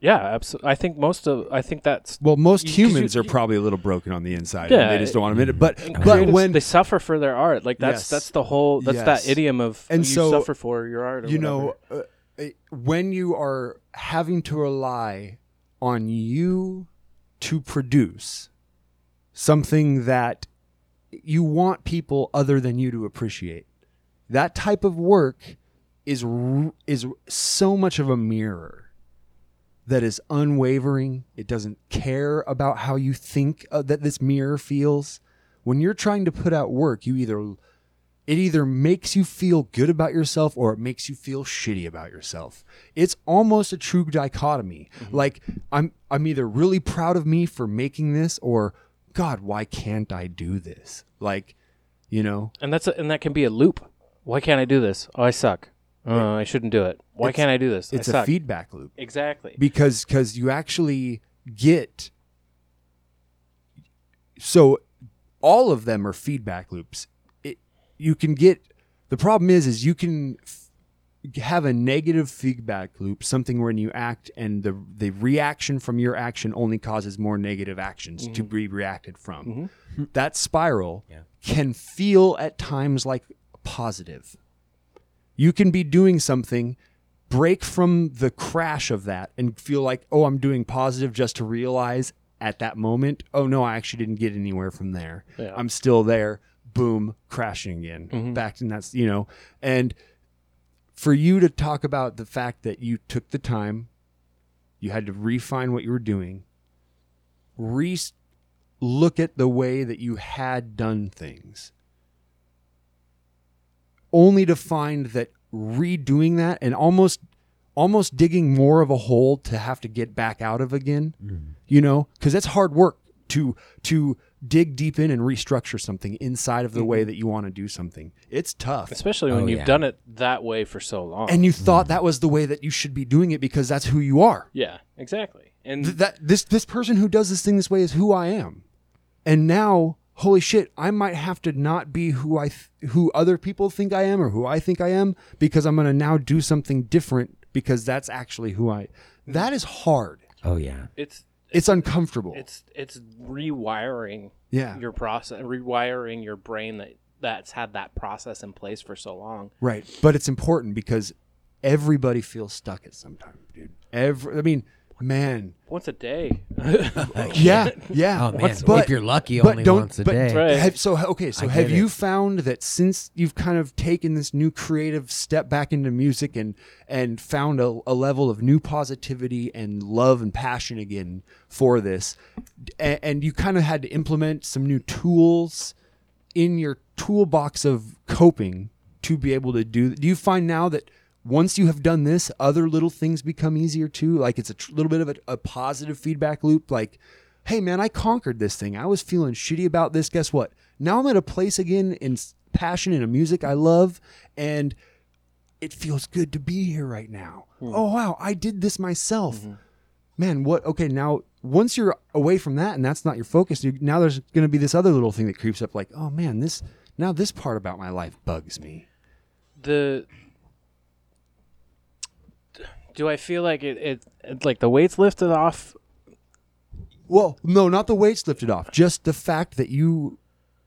[SPEAKER 5] Yeah, absolutely. I think most of. I think that's
[SPEAKER 3] Well, most
[SPEAKER 5] you-
[SPEAKER 3] humans are probably a little broken on the inside.
[SPEAKER 5] Yeah,
[SPEAKER 3] and they just don't want to admit it. But but
[SPEAKER 5] creatives,
[SPEAKER 3] when
[SPEAKER 5] they suffer for their art like that's
[SPEAKER 3] Yes.
[SPEAKER 5] that's the whole that's
[SPEAKER 3] Yes.
[SPEAKER 5] that idiom of
[SPEAKER 3] And
[SPEAKER 5] you
[SPEAKER 3] so,
[SPEAKER 5] suffer for your art or
[SPEAKER 3] you
[SPEAKER 5] whatever.
[SPEAKER 3] know uh, it- when you are having to rely on you to produce something that you want people other than you to appreciate that type of work is r- is so much of a mirror that is unwavering it doesn't care about how you think uh, that this mirror feels when you're trying to put out work you either it either makes you feel good about yourself or it makes you feel shitty about yourself. It's almost a true dichotomy.
[SPEAKER 5] Mm-hmm.
[SPEAKER 3] Like I'm I'm either really proud of me for making this or god, why can't I do this? Like, you know,
[SPEAKER 5] and that's a, and that can be a loop why can't i do this oh i suck uh, i shouldn't do it why
[SPEAKER 3] It's-
[SPEAKER 5] can't i do this
[SPEAKER 3] it's
[SPEAKER 5] I
[SPEAKER 3] a
[SPEAKER 5] suck.
[SPEAKER 3] feedback loop
[SPEAKER 5] exactly
[SPEAKER 3] because cuz you actually get so all of them are feedback loops. It, you can get the problem is is you can f- have a negative feedback loop, something when you act and the the reaction from your action only causes more negative actions to be reacted from. That spiral can feel at times like positive. You can be doing something break from the crash of that and feel like, oh, I'm doing positive just to realize at that moment, oh no, I actually didn't get anywhere from there.
[SPEAKER 5] Yeah.
[SPEAKER 3] I'm still there. Boom, crashing again. Back and that's you know, and for you to talk about the fact that you took the time, you had to refine what you were doing, re look at the way that you had done things only to find that redoing that and almost almost digging more of a hole to have to get back out of again you know because that's hard work to to dig deep in and restructure something inside of the way that you want to do something it's tough
[SPEAKER 5] especially when
[SPEAKER 4] Oh,
[SPEAKER 5] you've
[SPEAKER 4] yeah.
[SPEAKER 5] done it that way for so long
[SPEAKER 3] and you thought that was the way that you should be doing it because that's who you are
[SPEAKER 5] yeah exactly and
[SPEAKER 3] Th- that this this person who does this thing this way is who I am, and now holy shit, I might have to not be who I th- who other people think I am or who I think I am because I'm gonna now do something different because that's actually who I. That is hard.
[SPEAKER 4] Oh yeah.
[SPEAKER 5] it's
[SPEAKER 3] It's uncomfortable.
[SPEAKER 5] it's it's rewiring
[SPEAKER 3] yeah,
[SPEAKER 5] your process rewiring your brain that that's had that process in place for so long.
[SPEAKER 3] Right. But it's important because everybody feels stuck at some time, dude. Every, I mean, man.
[SPEAKER 5] Once
[SPEAKER 3] *laughs*
[SPEAKER 5] a day.
[SPEAKER 3] Yeah. Yeah.
[SPEAKER 4] Oh man,
[SPEAKER 3] What's-
[SPEAKER 4] if you're lucky,
[SPEAKER 3] but
[SPEAKER 4] only
[SPEAKER 3] don't-
[SPEAKER 4] once a
[SPEAKER 3] but-
[SPEAKER 4] day.
[SPEAKER 5] Right.
[SPEAKER 3] Have, so okay, so
[SPEAKER 4] I
[SPEAKER 3] have
[SPEAKER 4] get
[SPEAKER 3] you
[SPEAKER 4] it.
[SPEAKER 3] found that since you've kind of taken this new creative step back into music and and found a, a level of new positivity and love and passion again for this, and, and you kind of had to implement some new tools in your toolbox of coping to be able to do? Do you find now that once you have done this, other little things become easier too? Like it's a tr- little bit of a, a positive feedback loop. Like, hey man, I conquered this thing. I was feeling shitty about this. Guess what? Now I'm at a place again in s- passion and a music I love, and it feels good to be here right now. Oh wow, I did this myself. Man, what? Okay, now once you're away from that and that's not your focus, you, now there's going to be this other little thing that creeps up. Like, oh man, this now this part about my life bugs me.
[SPEAKER 5] the do I feel like it, it, it like the weights lifted off?
[SPEAKER 3] Well, no, not the weights lifted off. Just the fact that you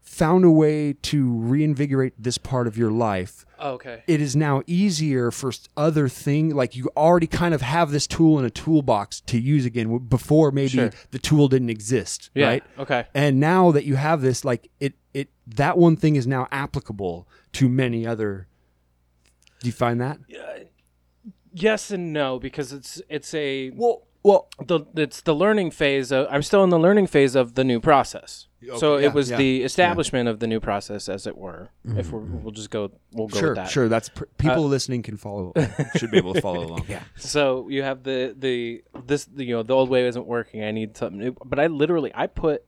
[SPEAKER 3] found a way to reinvigorate this part of your life.
[SPEAKER 5] Oh, okay.
[SPEAKER 3] It is now easier for s- other thing like you already kind of have this tool in a toolbox to use again w- before maybe
[SPEAKER 5] Sure.
[SPEAKER 3] the tool didn't exist,
[SPEAKER 5] Yeah.
[SPEAKER 3] right?
[SPEAKER 5] Okay.
[SPEAKER 3] And now that you have this like it it that one thing is now applicable to many other Do you find that?
[SPEAKER 5] Yes and no because it's it's a
[SPEAKER 3] Well, well,
[SPEAKER 5] the it's the learning phase. Of, I'm still in the learning phase of the new process. so
[SPEAKER 3] yeah,
[SPEAKER 5] it was
[SPEAKER 3] yeah, Mm-hmm.
[SPEAKER 5] the establishment of the new process, as it were. If we're, we'll just go, we'll go
[SPEAKER 3] sure,
[SPEAKER 5] with that.
[SPEAKER 3] sure. That's pr- people listening can *laughs* follow. should be able to follow along. yeah.
[SPEAKER 5] So you have the the this the, you know the old way isn't working. I need something new. But I literally I put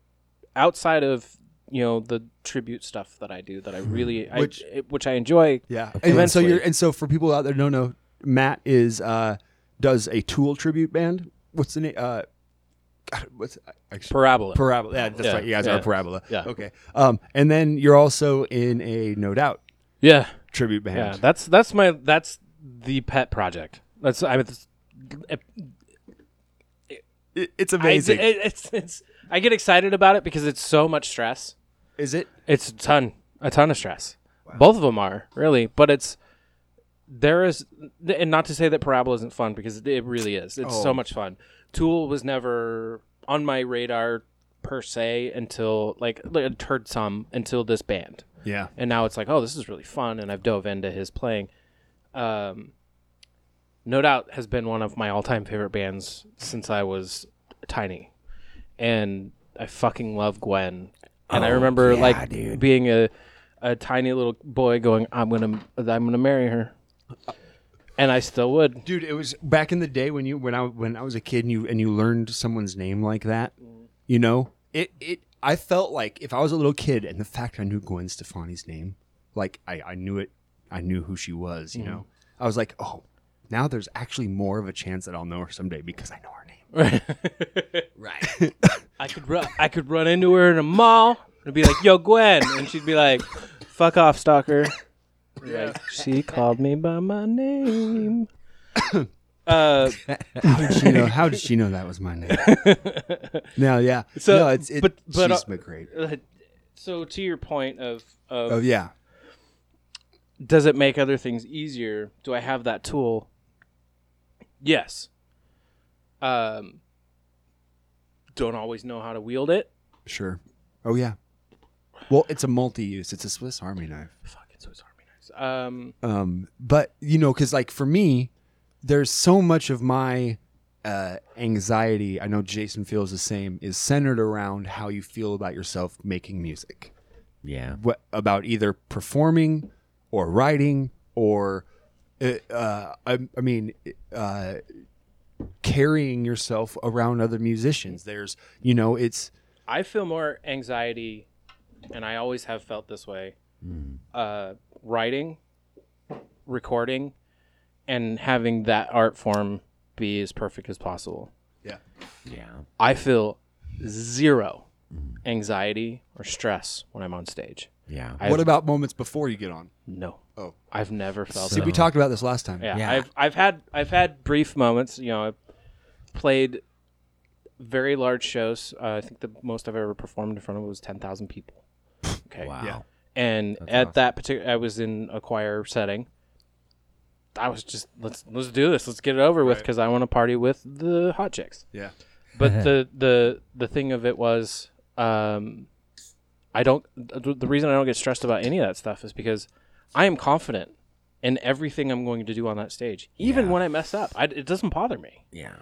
[SPEAKER 5] outside of you know the tribute stuff that I do that I really
[SPEAKER 3] Hmm. Which-
[SPEAKER 5] I, it- which I enjoy.
[SPEAKER 3] *laughs* Yeah. And, so
[SPEAKER 5] Eventually.
[SPEAKER 3] you're and so for people out there don't know, Matt is uh does a Tool tribute band. What's the name? Uh, God, what's I- I-
[SPEAKER 5] Parabola.
[SPEAKER 3] Parabola. Yeah, that's right. You guys
[SPEAKER 5] yeah.
[SPEAKER 3] are Parabola.
[SPEAKER 5] Yeah.
[SPEAKER 3] Okay. Um, and then you're also in a No Doubt
[SPEAKER 5] yeah,
[SPEAKER 3] tribute band.
[SPEAKER 5] yeah. That's that's my that's the pet project. That's I mean, it's,
[SPEAKER 3] It- it's
[SPEAKER 5] I,
[SPEAKER 3] amazing.
[SPEAKER 5] it- it's it's I get excited about it because it's so much stress.
[SPEAKER 3] is it?
[SPEAKER 5] It's a ton, a ton of stress. Both of them are really, but it's there is, and not to say that Parabola isn't fun because it really is. It's so much fun. Tool was never on my radar per se until like like, I'd heard some until this band,
[SPEAKER 3] Yeah.
[SPEAKER 5] and now it's like oh this is really fun, and I've dove into his playing. Um, no doubt has been one of my all-time favorite bands since I was tiny, and I fucking love Gwen. And I remember like being a a tiny little boy going, "I'm gonna, I'm gonna marry her," and I still would. *laughs*
[SPEAKER 3] dude it was back in the day when you when i when i was a kid and you and you learned someone's name like that
[SPEAKER 5] Mm.
[SPEAKER 3] you know it it i felt like if i was a little kid and the fact i knew gwen stefani's name like i i knew it i knew who she was you
[SPEAKER 5] Mm.
[SPEAKER 3] know i was like oh now there's actually more of a chance that i'll know her someday because i know her name
[SPEAKER 5] I could run, I could run into her in a mall and be like, "Yo, Gwen," and she'd be like, "Fuck off, stalker." Like, she called me by my name. *coughs* uh,
[SPEAKER 3] how *laughs* did she know how did she know that was my
[SPEAKER 5] *laughs*
[SPEAKER 3] name no yeah
[SPEAKER 5] So,
[SPEAKER 3] no it's it,
[SPEAKER 5] but- but,
[SPEAKER 3] she's
[SPEAKER 5] uh,
[SPEAKER 3] been great
[SPEAKER 5] so to your point of of
[SPEAKER 3] oh yeah
[SPEAKER 5] does it make other things easier? Do I have that tool? Yes. Um, don't always know how to wield it.
[SPEAKER 3] sure oh yeah well it's a multi-use it's a swiss army knife
[SPEAKER 5] Fucking Swiss Army knives. Um,
[SPEAKER 3] um but you know because like for me there's so much of my uh anxiety i know jason feels the same is centered around how you feel about yourself making music
[SPEAKER 4] Yeah.
[SPEAKER 3] what about either performing or writing or uh, uh I, I mean uh carrying yourself around other musicians there's you know it's
[SPEAKER 5] I feel more anxiety, and I always have felt this way.
[SPEAKER 4] Hmm.
[SPEAKER 5] Uh, writing, recording, and having that art form be as perfect as possible.
[SPEAKER 3] yeah
[SPEAKER 4] Yeah.
[SPEAKER 5] I feel zero
[SPEAKER 4] Hmm.
[SPEAKER 5] anxiety or stress when I'm on stage.
[SPEAKER 4] Yeah.
[SPEAKER 5] I-
[SPEAKER 3] what about moments before you get on
[SPEAKER 5] No.
[SPEAKER 3] Oh.
[SPEAKER 5] I've never felt
[SPEAKER 3] see
[SPEAKER 5] that.
[SPEAKER 3] we talked about this last time
[SPEAKER 5] Yeah,
[SPEAKER 4] Yeah.
[SPEAKER 5] I've I've had I've had brief moments. You know, I've played
[SPEAKER 4] *laughs*
[SPEAKER 5] very large shows. Uh, I think the most I've ever performed in front of was ten thousand people. Okay,
[SPEAKER 4] Wow.
[SPEAKER 5] and at that particular, I was in a choir setting. I was just let's let's do this, let's get it over with because I want to party with the hot chicks.
[SPEAKER 3] Yeah.
[SPEAKER 5] But the the the thing of it was, um, I don't. th- The reason I don't get stressed about any of that stuff is because I am confident in everything I'm going to do on that stage, even when I mess up. I, it doesn't bother me
[SPEAKER 4] Yeah.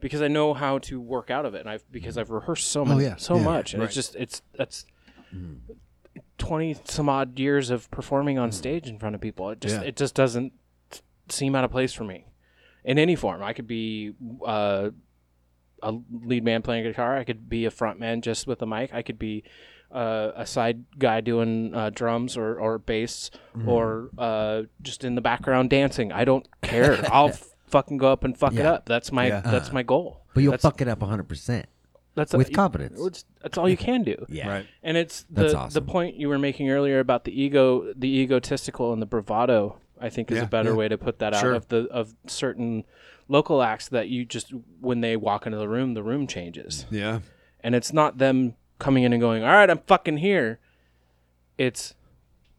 [SPEAKER 5] because I know how to work out of it, and I've because I've rehearsed so much,
[SPEAKER 3] Oh, yeah, Mm-hmm.
[SPEAKER 5] so
[SPEAKER 3] yeah,
[SPEAKER 5] much, and it's just it's that's twenty some odd years of performing on stage in front of people. It just
[SPEAKER 3] Mm-hmm. Yeah.
[SPEAKER 5] it just doesn't seem out of place for me in any form. I could be uh, a lead man playing guitar. I could be a front man just with a mic. I could be uh, a side guy doing uh, drums or, or bass
[SPEAKER 4] Mm-hmm.
[SPEAKER 5] or uh, just in the background dancing. I don't
[SPEAKER 4] *laughs*
[SPEAKER 5] care. I'll f- fucking go up and fuck it
[SPEAKER 4] Yeah.
[SPEAKER 5] up. That's my
[SPEAKER 3] Yeah.
[SPEAKER 5] that's my goal.
[SPEAKER 4] But you'll
[SPEAKER 5] that's,
[SPEAKER 4] fuck it up 100%.
[SPEAKER 5] that's
[SPEAKER 4] with confidence.
[SPEAKER 5] It's, that's all you can do.
[SPEAKER 4] Yeah.
[SPEAKER 3] Right.
[SPEAKER 5] And it's the
[SPEAKER 4] That's awesome.
[SPEAKER 5] the point you were making earlier about the ego, the egotistical and the bravado. I think is a
[SPEAKER 3] Yeah,
[SPEAKER 5] better
[SPEAKER 3] yeah.
[SPEAKER 5] way to put that
[SPEAKER 3] Sure.
[SPEAKER 5] out of the of certain local acts that you just when they walk into the room, the room changes,
[SPEAKER 3] Yeah.
[SPEAKER 5] and it's not them coming in and going, "All right, I'm fucking here." It's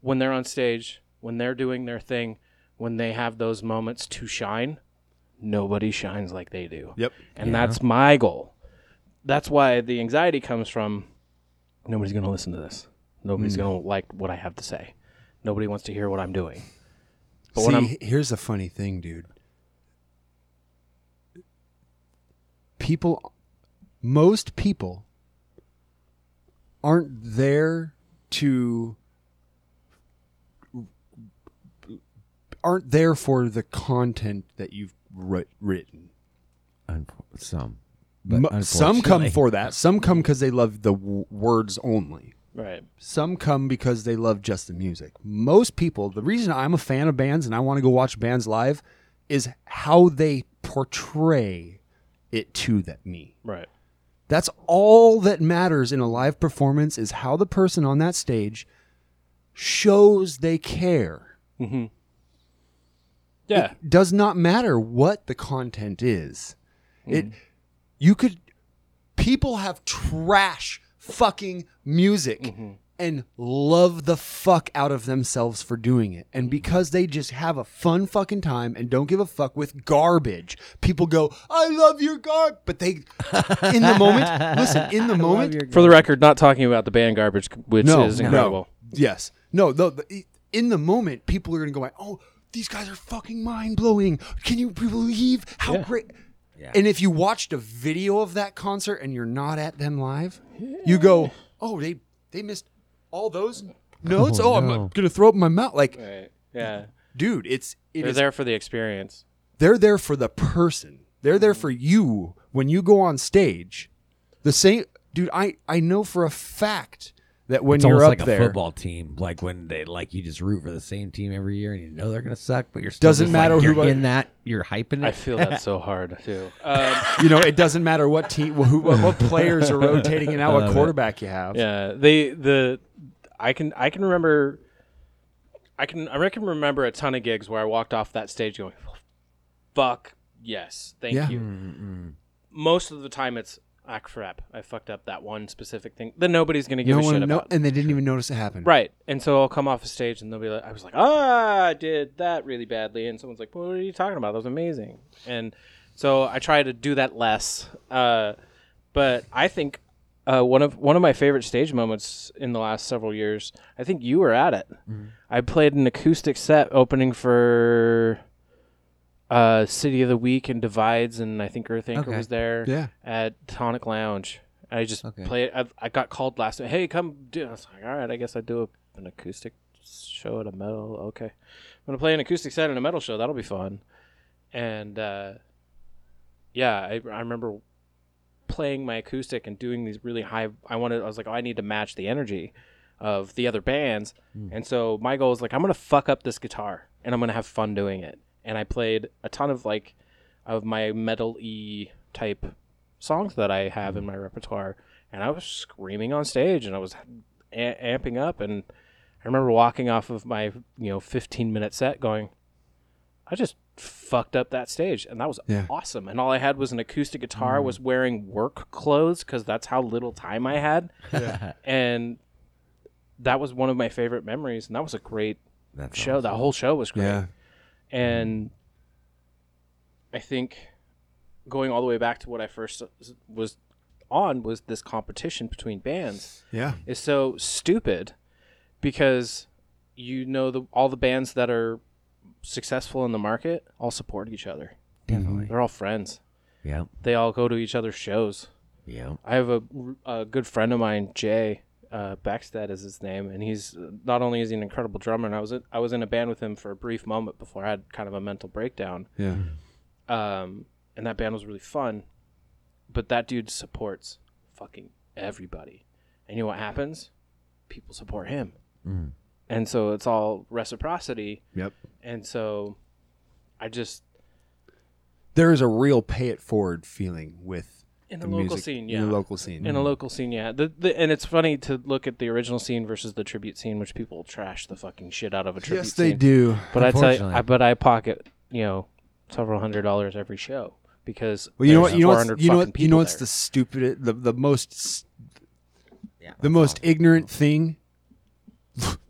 [SPEAKER 5] when they're on stage, when they're doing their thing, when they have those moments to shine. Nobody shines like they do
[SPEAKER 3] Yep.
[SPEAKER 5] and that's my goal. That's why the anxiety comes from nobody's going to listen to this. Nobody's
[SPEAKER 3] Hmm.
[SPEAKER 5] going to like what I have to say. Nobody wants to hear what I'm doing. But when
[SPEAKER 3] See,
[SPEAKER 5] I'm
[SPEAKER 3] he- here's the funny thing, dude. People, most people aren't there to, aren't there for the content that you've writ- written.
[SPEAKER 4] Unfo- some.
[SPEAKER 3] Mo- some come
[SPEAKER 4] unfortunately-
[SPEAKER 3] for that. Some come because they love the w- words only.
[SPEAKER 5] right,
[SPEAKER 3] Some come because they love just the music. Most people, the reason I'm a fan of bands and I want to go watch bands live is how they portray it to that me.
[SPEAKER 5] right,
[SPEAKER 3] That's all that matters in a live performance is how the person on that stage shows they care.
[SPEAKER 5] yeah,
[SPEAKER 3] Does not matter what the content is. It you could people have trash fucking music and love the fuck out of themselves for doing it. And because they just have a fun fucking time and don't give a fuck with garbage, people go, I love your garbage. But they, in the moment, listen, in the moment,
[SPEAKER 5] For the record, not talking about the band garbage, which
[SPEAKER 3] no,
[SPEAKER 5] is incredible.
[SPEAKER 3] No. Yes. No, no, the, in the moment, people are going to go, like, oh, these guys are fucking mind blowing. Can you believe how great? And if you watched a video of that concert and you're not at them live, you go, oh, they, they missed all those notes. Oh, I'm
[SPEAKER 4] no.
[SPEAKER 3] going to throw up in my mouth. Like,
[SPEAKER 5] Right, yeah,
[SPEAKER 3] dude, it's, it
[SPEAKER 5] they're
[SPEAKER 3] is
[SPEAKER 5] there for the experience.
[SPEAKER 3] they're there for the person. They're there for you when you go on stage. The same dude, I I know for a fact that when
[SPEAKER 4] It's
[SPEAKER 3] you're
[SPEAKER 4] almost
[SPEAKER 3] up
[SPEAKER 4] like a
[SPEAKER 3] there,
[SPEAKER 4] football team, like when they like you just root for the same team every year, and you know they're gonna suck, but you're still
[SPEAKER 3] Doesn't
[SPEAKER 4] just,
[SPEAKER 3] matter
[SPEAKER 4] like,
[SPEAKER 3] who
[SPEAKER 4] you're
[SPEAKER 3] I-
[SPEAKER 4] in that you're hyping it.
[SPEAKER 5] *laughs* I feel that so hard *laughs* too. Um,
[SPEAKER 3] you know, it doesn't matter what team, who, what, what players
[SPEAKER 5] *laughs*
[SPEAKER 3] are rotating and how a quarterback you have.
[SPEAKER 5] Yeah, they the I can I can remember I can I can remember a ton of gigs where I walked off that stage going, "Fuck yes, thank
[SPEAKER 3] Yeah. Mm-hmm,
[SPEAKER 5] you." Most of the time, it's ah crap, I fucked up that one specific thing that nobody's gonna give
[SPEAKER 3] No
[SPEAKER 5] a shit
[SPEAKER 3] one, no,
[SPEAKER 5] about.
[SPEAKER 3] and they didn't even notice it happened.
[SPEAKER 5] Right, and so I'll come off the stage and they'll be like, "I was like, ah, I did that really badly," and someone's like, "What are you talking about? That was amazing." And so I try to do that less, uh, but I think uh, one of one of my favorite stage moments in the last several years. I think you were at it. I played an acoustic set opening for uh, City of the Week and Divides, and I think Earth Anchor
[SPEAKER 4] Okay.
[SPEAKER 5] was there
[SPEAKER 3] Yeah.
[SPEAKER 5] at Tonic Lounge. I just
[SPEAKER 4] Okay.
[SPEAKER 5] play. I, I got called last night. Hey, come do. I was like, all right, I guess I do a, an acoustic show at a metal. Okay, I'm gonna play an acoustic set at a metal show. That'll be fun. And uh, yeah, I, I remember playing my acoustic and doing these really high. I wanted. I was like, oh, I need to match the energy of the other bands. And so my goal is like, I'm gonna fuck up this guitar and I'm gonna have fun doing it. And I played a ton of like of my metal e type songs that I have in my repertoire, and I was screaming on stage, and I was a- amping up, and I remember walking off of my you know 15 minute set going, I just fucked up that stage, and that was
[SPEAKER 3] Yeah.
[SPEAKER 5] awesome. And all I had was an acoustic guitar, was wearing work clothes because that's how little time I had, *laughs* and that was one of my favorite memories, and that was a great
[SPEAKER 4] That's
[SPEAKER 5] show.
[SPEAKER 4] awesome.
[SPEAKER 5] That whole show was great.
[SPEAKER 3] Yeah.
[SPEAKER 5] And I think going all the way back to what I first s- was on was this competition between bands
[SPEAKER 3] Yeah.
[SPEAKER 5] is so stupid because you know the all the bands that are successful in the market all support each other.
[SPEAKER 4] Definitely.
[SPEAKER 5] They're all friends.
[SPEAKER 4] Yeah.
[SPEAKER 5] They all go to each other's shows.
[SPEAKER 4] Yeah.
[SPEAKER 5] I have a, a good friend of mine, Jay uh, Backstead is his name, and he's not only is he an incredible drummer, and I was I was in a band with him for a brief moment before I had kind of a mental breakdown,
[SPEAKER 3] Yeah.
[SPEAKER 5] um, and that band was really fun, but that dude supports fucking everybody, and you know what happens? People support him,
[SPEAKER 3] Mm.
[SPEAKER 5] and so it's all reciprocity,
[SPEAKER 3] Yep.
[SPEAKER 5] and so I just
[SPEAKER 3] There is a real pay it forward feeling with
[SPEAKER 5] in the,
[SPEAKER 3] the,
[SPEAKER 5] local
[SPEAKER 3] music
[SPEAKER 5] scene, yeah,
[SPEAKER 3] in the local scene.
[SPEAKER 5] in a local scene yeah the, the, and it's funny to look at the original scene versus the tribute scene which people trash the fucking shit out of a tribute
[SPEAKER 3] Hmm. yes, they
[SPEAKER 5] scene.
[SPEAKER 3] do.
[SPEAKER 5] but i tell you
[SPEAKER 4] Unfortunately.
[SPEAKER 5] I, but i pocket you know several hundred dollars every show because
[SPEAKER 3] Well, you know
[SPEAKER 5] there's
[SPEAKER 3] what? You know what's,
[SPEAKER 5] 400
[SPEAKER 3] you know
[SPEAKER 5] fucking
[SPEAKER 3] what? You know
[SPEAKER 5] people
[SPEAKER 3] what's
[SPEAKER 5] there.
[SPEAKER 3] the stupid, the the most, s- the most ignorant thing. *laughs*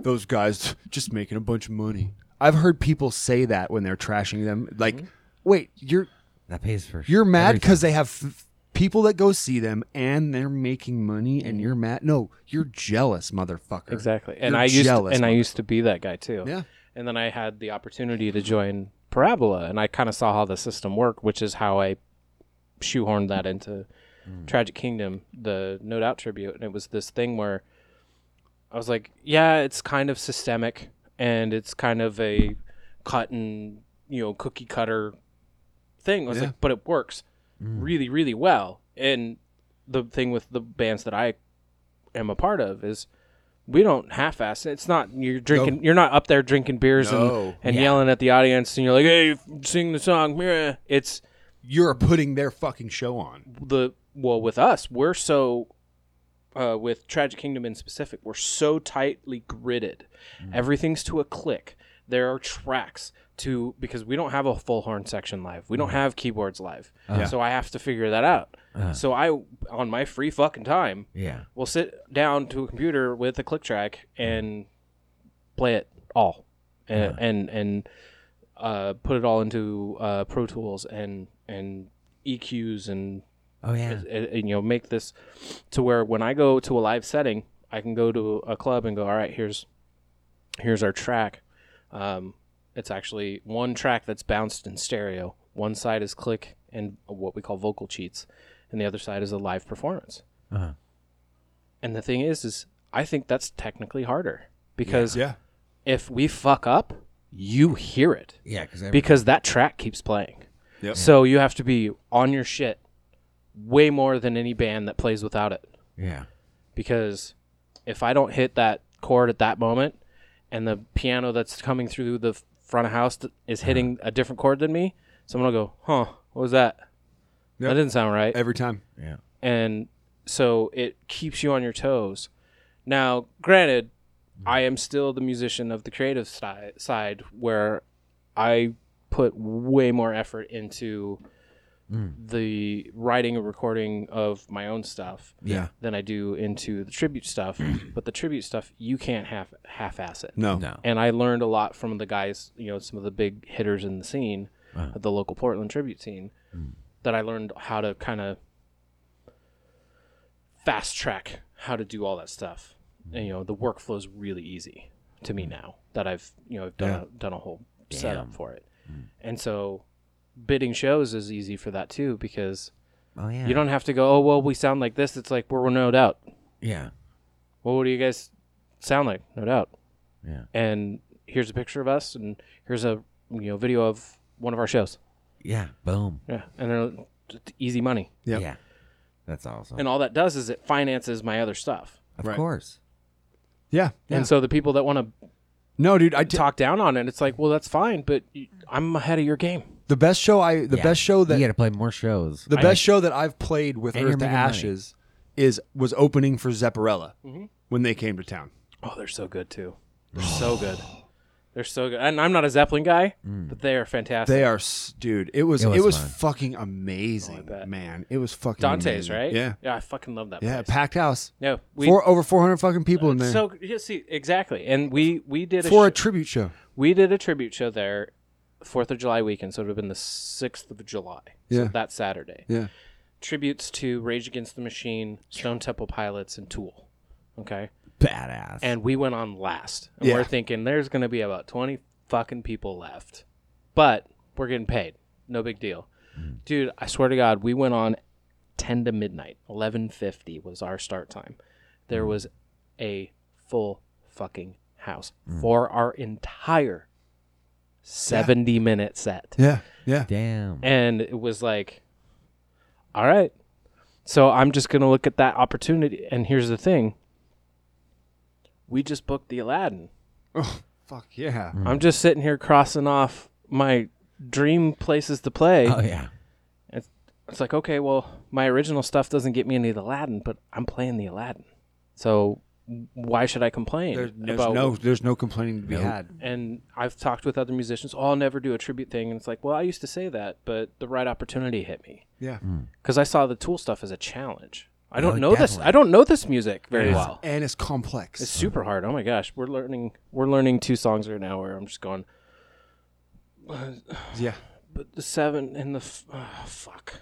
[SPEAKER 3] Those guys just making a bunch of money. I've heard people say that when they're trashing them. Like,
[SPEAKER 5] Mm-hmm.
[SPEAKER 3] wait, you're
[SPEAKER 4] That pays for.
[SPEAKER 3] you're mad
[SPEAKER 4] everything.
[SPEAKER 3] because they have f- people that go see them and they're making money,
[SPEAKER 4] Mm.
[SPEAKER 3] and you're mad. No, you're jealous, motherfucker.
[SPEAKER 5] exactly and
[SPEAKER 3] You're
[SPEAKER 5] i used
[SPEAKER 3] jealous,
[SPEAKER 5] and i
[SPEAKER 3] mother-
[SPEAKER 5] used to be that guy too
[SPEAKER 3] Yeah.
[SPEAKER 5] and then i had the opportunity to join parabola and i kind of saw how the system worked which is how i shoehorned
[SPEAKER 3] Mm.
[SPEAKER 5] that into Tragic Kingdom, the No Doubt tribute, and it was this thing where I was like, yeah, it's kind of systemic and it's kind of a cut and you know cookie cutter thing. I was
[SPEAKER 3] Yeah. Mm.
[SPEAKER 5] like, but it works really, really well. And the thing with the bands that I am a part of is we don't half-ass it. It's not you're drinking. You're not up there drinking beers
[SPEAKER 3] No.
[SPEAKER 5] and, and yelling at the audience, and you're like, "Hey, f- sing the song." meh. It's
[SPEAKER 3] You're putting their fucking show on.
[SPEAKER 5] the well with us we're so uh, with tragic kingdom in specific we're so tightly gridded everything's to a click there are tracks to because we don't have a full horn section live we don't have keyboards live so i have to figure that out so i on my free fucking time
[SPEAKER 4] Uh, Yeah.
[SPEAKER 5] will sit down to a computer with a click track and play it all and and, and uh, put it all into uh, pro tools and and eqs and
[SPEAKER 4] Oh yeah.
[SPEAKER 5] and, and, eh, you know make this to where when I go to a live setting, I can go to a club and go, all right, here's here's our track. Um, it's actually one track that's bounced in stereo. One side is click and what we call vocal cheats, and the other side is a live performance.
[SPEAKER 4] Uh-huh.
[SPEAKER 5] And the thing is, is I think that's technically harder because
[SPEAKER 3] Yeah.
[SPEAKER 5] if we fuck up, you hear it
[SPEAKER 4] Yeah. Because
[SPEAKER 5] because that track keeps playing.
[SPEAKER 3] Yep.
[SPEAKER 5] So you have to be on your shit way more than any band that plays without it.
[SPEAKER 4] yeah.
[SPEAKER 5] Because if I don't hit that chord at that moment and the piano that's coming through the front of house th- is hitting
[SPEAKER 3] Uh-huh.
[SPEAKER 5] a different chord than me, someone will go, huh, what was that?
[SPEAKER 3] Yep.
[SPEAKER 5] That didn't sound right
[SPEAKER 3] Every time.
[SPEAKER 4] Yeah.
[SPEAKER 5] and so it keeps you on your toes. Now, granted, I am still the musician of the creative si- side where I put way more effort into the writing and recording of my own stuff
[SPEAKER 4] Yeah.
[SPEAKER 5] than I do into the tribute stuff. but the tribute stuff, you can't half half ass it.
[SPEAKER 3] No.
[SPEAKER 4] No.
[SPEAKER 5] And I learned a lot from the guys, you know, some of the big hitters in the scene, at the local Portland tribute scene, that I learned how to kind of fast track how to do all that stuff. And you know, the workflow's really easy to me now that I've you know I've done a, done a whole setup for it. And so, bidding shows is easy for that too because
[SPEAKER 4] Oh yeah.
[SPEAKER 5] you don't have to go. Oh well, we sound like this. It's like we're no doubt.
[SPEAKER 4] Yeah.
[SPEAKER 5] Well, what do you guys sound like? No doubt
[SPEAKER 4] Yeah.
[SPEAKER 5] and here's a picture of us and here's a you know video of one of our shows
[SPEAKER 4] Yeah. Boom.
[SPEAKER 5] yeah and they're it's easy money
[SPEAKER 3] Yep.
[SPEAKER 4] Yeah. That's awesome.
[SPEAKER 5] and all that does is it finances my other stuff
[SPEAKER 4] of
[SPEAKER 3] Right.
[SPEAKER 4] course.
[SPEAKER 3] Yeah.
[SPEAKER 5] and so the people that want to
[SPEAKER 3] No, dude. I t-
[SPEAKER 5] talk down on it it's like well that's fine but y- i'm ahead of your game
[SPEAKER 3] the best show I the
[SPEAKER 4] Yeah.
[SPEAKER 3] best show that
[SPEAKER 4] you got to play more shows.
[SPEAKER 3] The best show that I've played with
[SPEAKER 4] And you're
[SPEAKER 3] Earth to
[SPEAKER 4] making money.
[SPEAKER 3] Ashes is was opening
[SPEAKER 5] Mm-hmm.
[SPEAKER 3] for Zepparella when they came to town. *sighs*
[SPEAKER 5] oh they're so good too they're so good They're so good. And I'm not a Zeppelin guy,
[SPEAKER 3] Mm.
[SPEAKER 5] but they are fantastic.
[SPEAKER 3] They are, s- dude. It was
[SPEAKER 4] It
[SPEAKER 3] it
[SPEAKER 4] was
[SPEAKER 3] was,
[SPEAKER 4] fun.
[SPEAKER 3] fucking amazing,
[SPEAKER 5] Oh, bet.
[SPEAKER 3] man. It was fucking
[SPEAKER 5] Dante's,
[SPEAKER 3] amazing.
[SPEAKER 5] right?
[SPEAKER 3] Yeah,
[SPEAKER 5] Yeah, I fucking love that.
[SPEAKER 3] yeah.
[SPEAKER 5] place.
[SPEAKER 3] Packed house.
[SPEAKER 5] no, we Uh,
[SPEAKER 3] Four over four hundred fucking people in there
[SPEAKER 5] so yeah, see exactly. And we we did a,
[SPEAKER 3] for a
[SPEAKER 5] sh-
[SPEAKER 3] tribute show.
[SPEAKER 5] we did a tribute show there, Fourth of July weekend. So it would have been the sixth of July.
[SPEAKER 3] Yeah.
[SPEAKER 5] so that Saturday.
[SPEAKER 3] Yeah,
[SPEAKER 5] Tributes to Rage Against the Machine, Stone Temple Pilots, and Tool. Okay,
[SPEAKER 4] Badass.
[SPEAKER 5] and we went on last. And
[SPEAKER 3] Yeah.
[SPEAKER 5] we're thinking there's going to be about 20 fucking people left. But we're getting paid. No big deal. Dude, I swear to God, we went on 10 to midnight. 11:50 was our start time. There was a full fucking house for our entire 70 minute set
[SPEAKER 3] yeah, yeah.
[SPEAKER 4] damn.
[SPEAKER 5] and it was like all right so i'm just going to look at that opportunity and here's the thing we just booked the aladdin
[SPEAKER 3] Oh, Fuck yeah.
[SPEAKER 5] i'm just sitting here crossing off my dream places to play
[SPEAKER 3] Uh,
[SPEAKER 4] Oh yeah.
[SPEAKER 5] it's like okay well my original stuff doesn't get me any of the aladdin but i'm playing the aladdin so why should i complain
[SPEAKER 3] There's, there's
[SPEAKER 5] about
[SPEAKER 3] no, there's no complaining to be had.
[SPEAKER 5] and I've talked with other musicians. Oh, I'll never do a tribute thing. And it's like, well, I used to say that, but the right opportunity hit me.
[SPEAKER 3] Yeah. Mm.
[SPEAKER 5] because I saw the Tool stuff as a challenge. I don't
[SPEAKER 4] Oh,
[SPEAKER 5] know this.
[SPEAKER 4] definitely.
[SPEAKER 5] I don't know this music very well.
[SPEAKER 3] And it's complex.
[SPEAKER 5] It's super hard. Oh my gosh, we're learning. We're learning two songs right now. Where I'm just going,
[SPEAKER 3] yeah.
[SPEAKER 5] but the seven and the f- ah, fuck.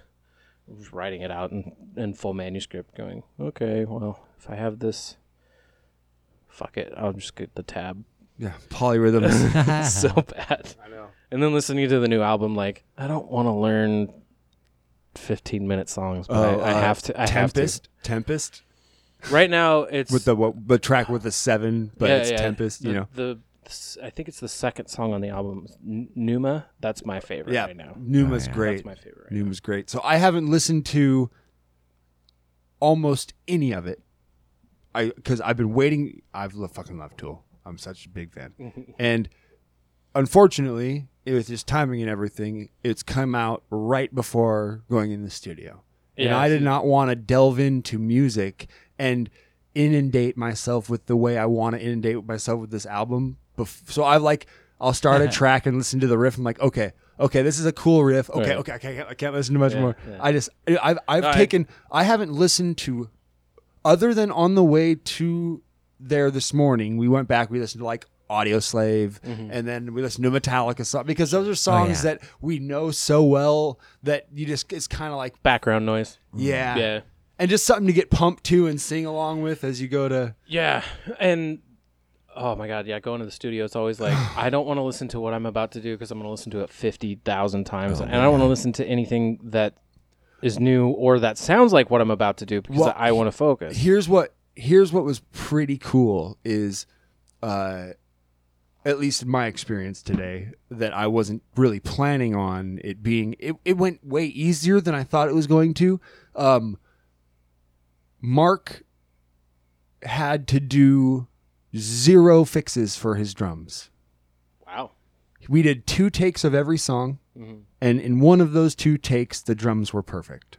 [SPEAKER 5] I'm just writing it out in, in full manuscript. Going, okay, well, if I have this, fuck it. I'll just get the tab. *laughs*
[SPEAKER 3] Yeah. *laughs* Polyrhythms. *laughs*
[SPEAKER 5] so bad. I know. And then listening to the new album, like I don't want to learn fifteen minute songs, but
[SPEAKER 3] Oh,
[SPEAKER 5] I, I
[SPEAKER 3] uh,
[SPEAKER 5] have to. I
[SPEAKER 3] Tempest. Tempest.
[SPEAKER 5] have to. Right now, it's
[SPEAKER 3] With the what, the track with the seven, but it's Tempest.
[SPEAKER 5] The,
[SPEAKER 3] you know.
[SPEAKER 5] the s- I think it's the second song on the album, N- Numa. That's my favorite
[SPEAKER 3] yeah.
[SPEAKER 5] right now. Oh,
[SPEAKER 3] Numa's
[SPEAKER 5] That's
[SPEAKER 3] great.
[SPEAKER 5] my favorite. Right
[SPEAKER 3] Numa's great. So I haven't listened to almost any of it. I because I've been waiting. I've lo- fucking loved Tool. I'm such a big
[SPEAKER 5] *laughs*
[SPEAKER 3] fan, and unfortunately, it was just timing and everything. It's come out right before going in the studio, and
[SPEAKER 5] Yeah,
[SPEAKER 3] I
[SPEAKER 5] I
[SPEAKER 3] did not want to delve into music and inundate myself with the way I want to inundate myself with this album. Bef- so I like I'll start
[SPEAKER 5] *laughs*
[SPEAKER 3] a track and listen to the riff. I'm like, okay, okay, this is a cool riff. Okay,
[SPEAKER 5] Right.
[SPEAKER 3] okay, I can't, I can't listen to much
[SPEAKER 5] Yeah,
[SPEAKER 3] more.
[SPEAKER 5] yeah.
[SPEAKER 3] I just I've I've
[SPEAKER 5] All right.
[SPEAKER 3] taken I haven't listened to other than on the way to there this morning, we went back, we listened to like Audio Slave, and then we listened to Metallica song because those are songs
[SPEAKER 4] yeah.
[SPEAKER 3] that we know so well that you just it's kind of like
[SPEAKER 5] Background noise.
[SPEAKER 3] yeah.
[SPEAKER 5] Yeah.
[SPEAKER 3] and just something to get pumped to and sing along with as you go to
[SPEAKER 5] Yeah, and oh my god, yeah, going to the studio, it's
[SPEAKER 3] *sighs*
[SPEAKER 5] always like I don't want to listen to what I'm about to do because I'm going to listen to it fifty thousand
[SPEAKER 3] Oh,
[SPEAKER 5] times, and I don't want to listen to anything that is new or that sounds like what I'm about to do because
[SPEAKER 3] Well,
[SPEAKER 5] I want to focus.
[SPEAKER 3] here's what here's what was pretty cool is uh at least in my experience today that I wasn't really planning on it being it, it went way easier than I thought it was going to um Mark had to do zero fixes for his drums
[SPEAKER 5] wow.
[SPEAKER 3] we did two takes of every song and in one of those two takes the drums were perfect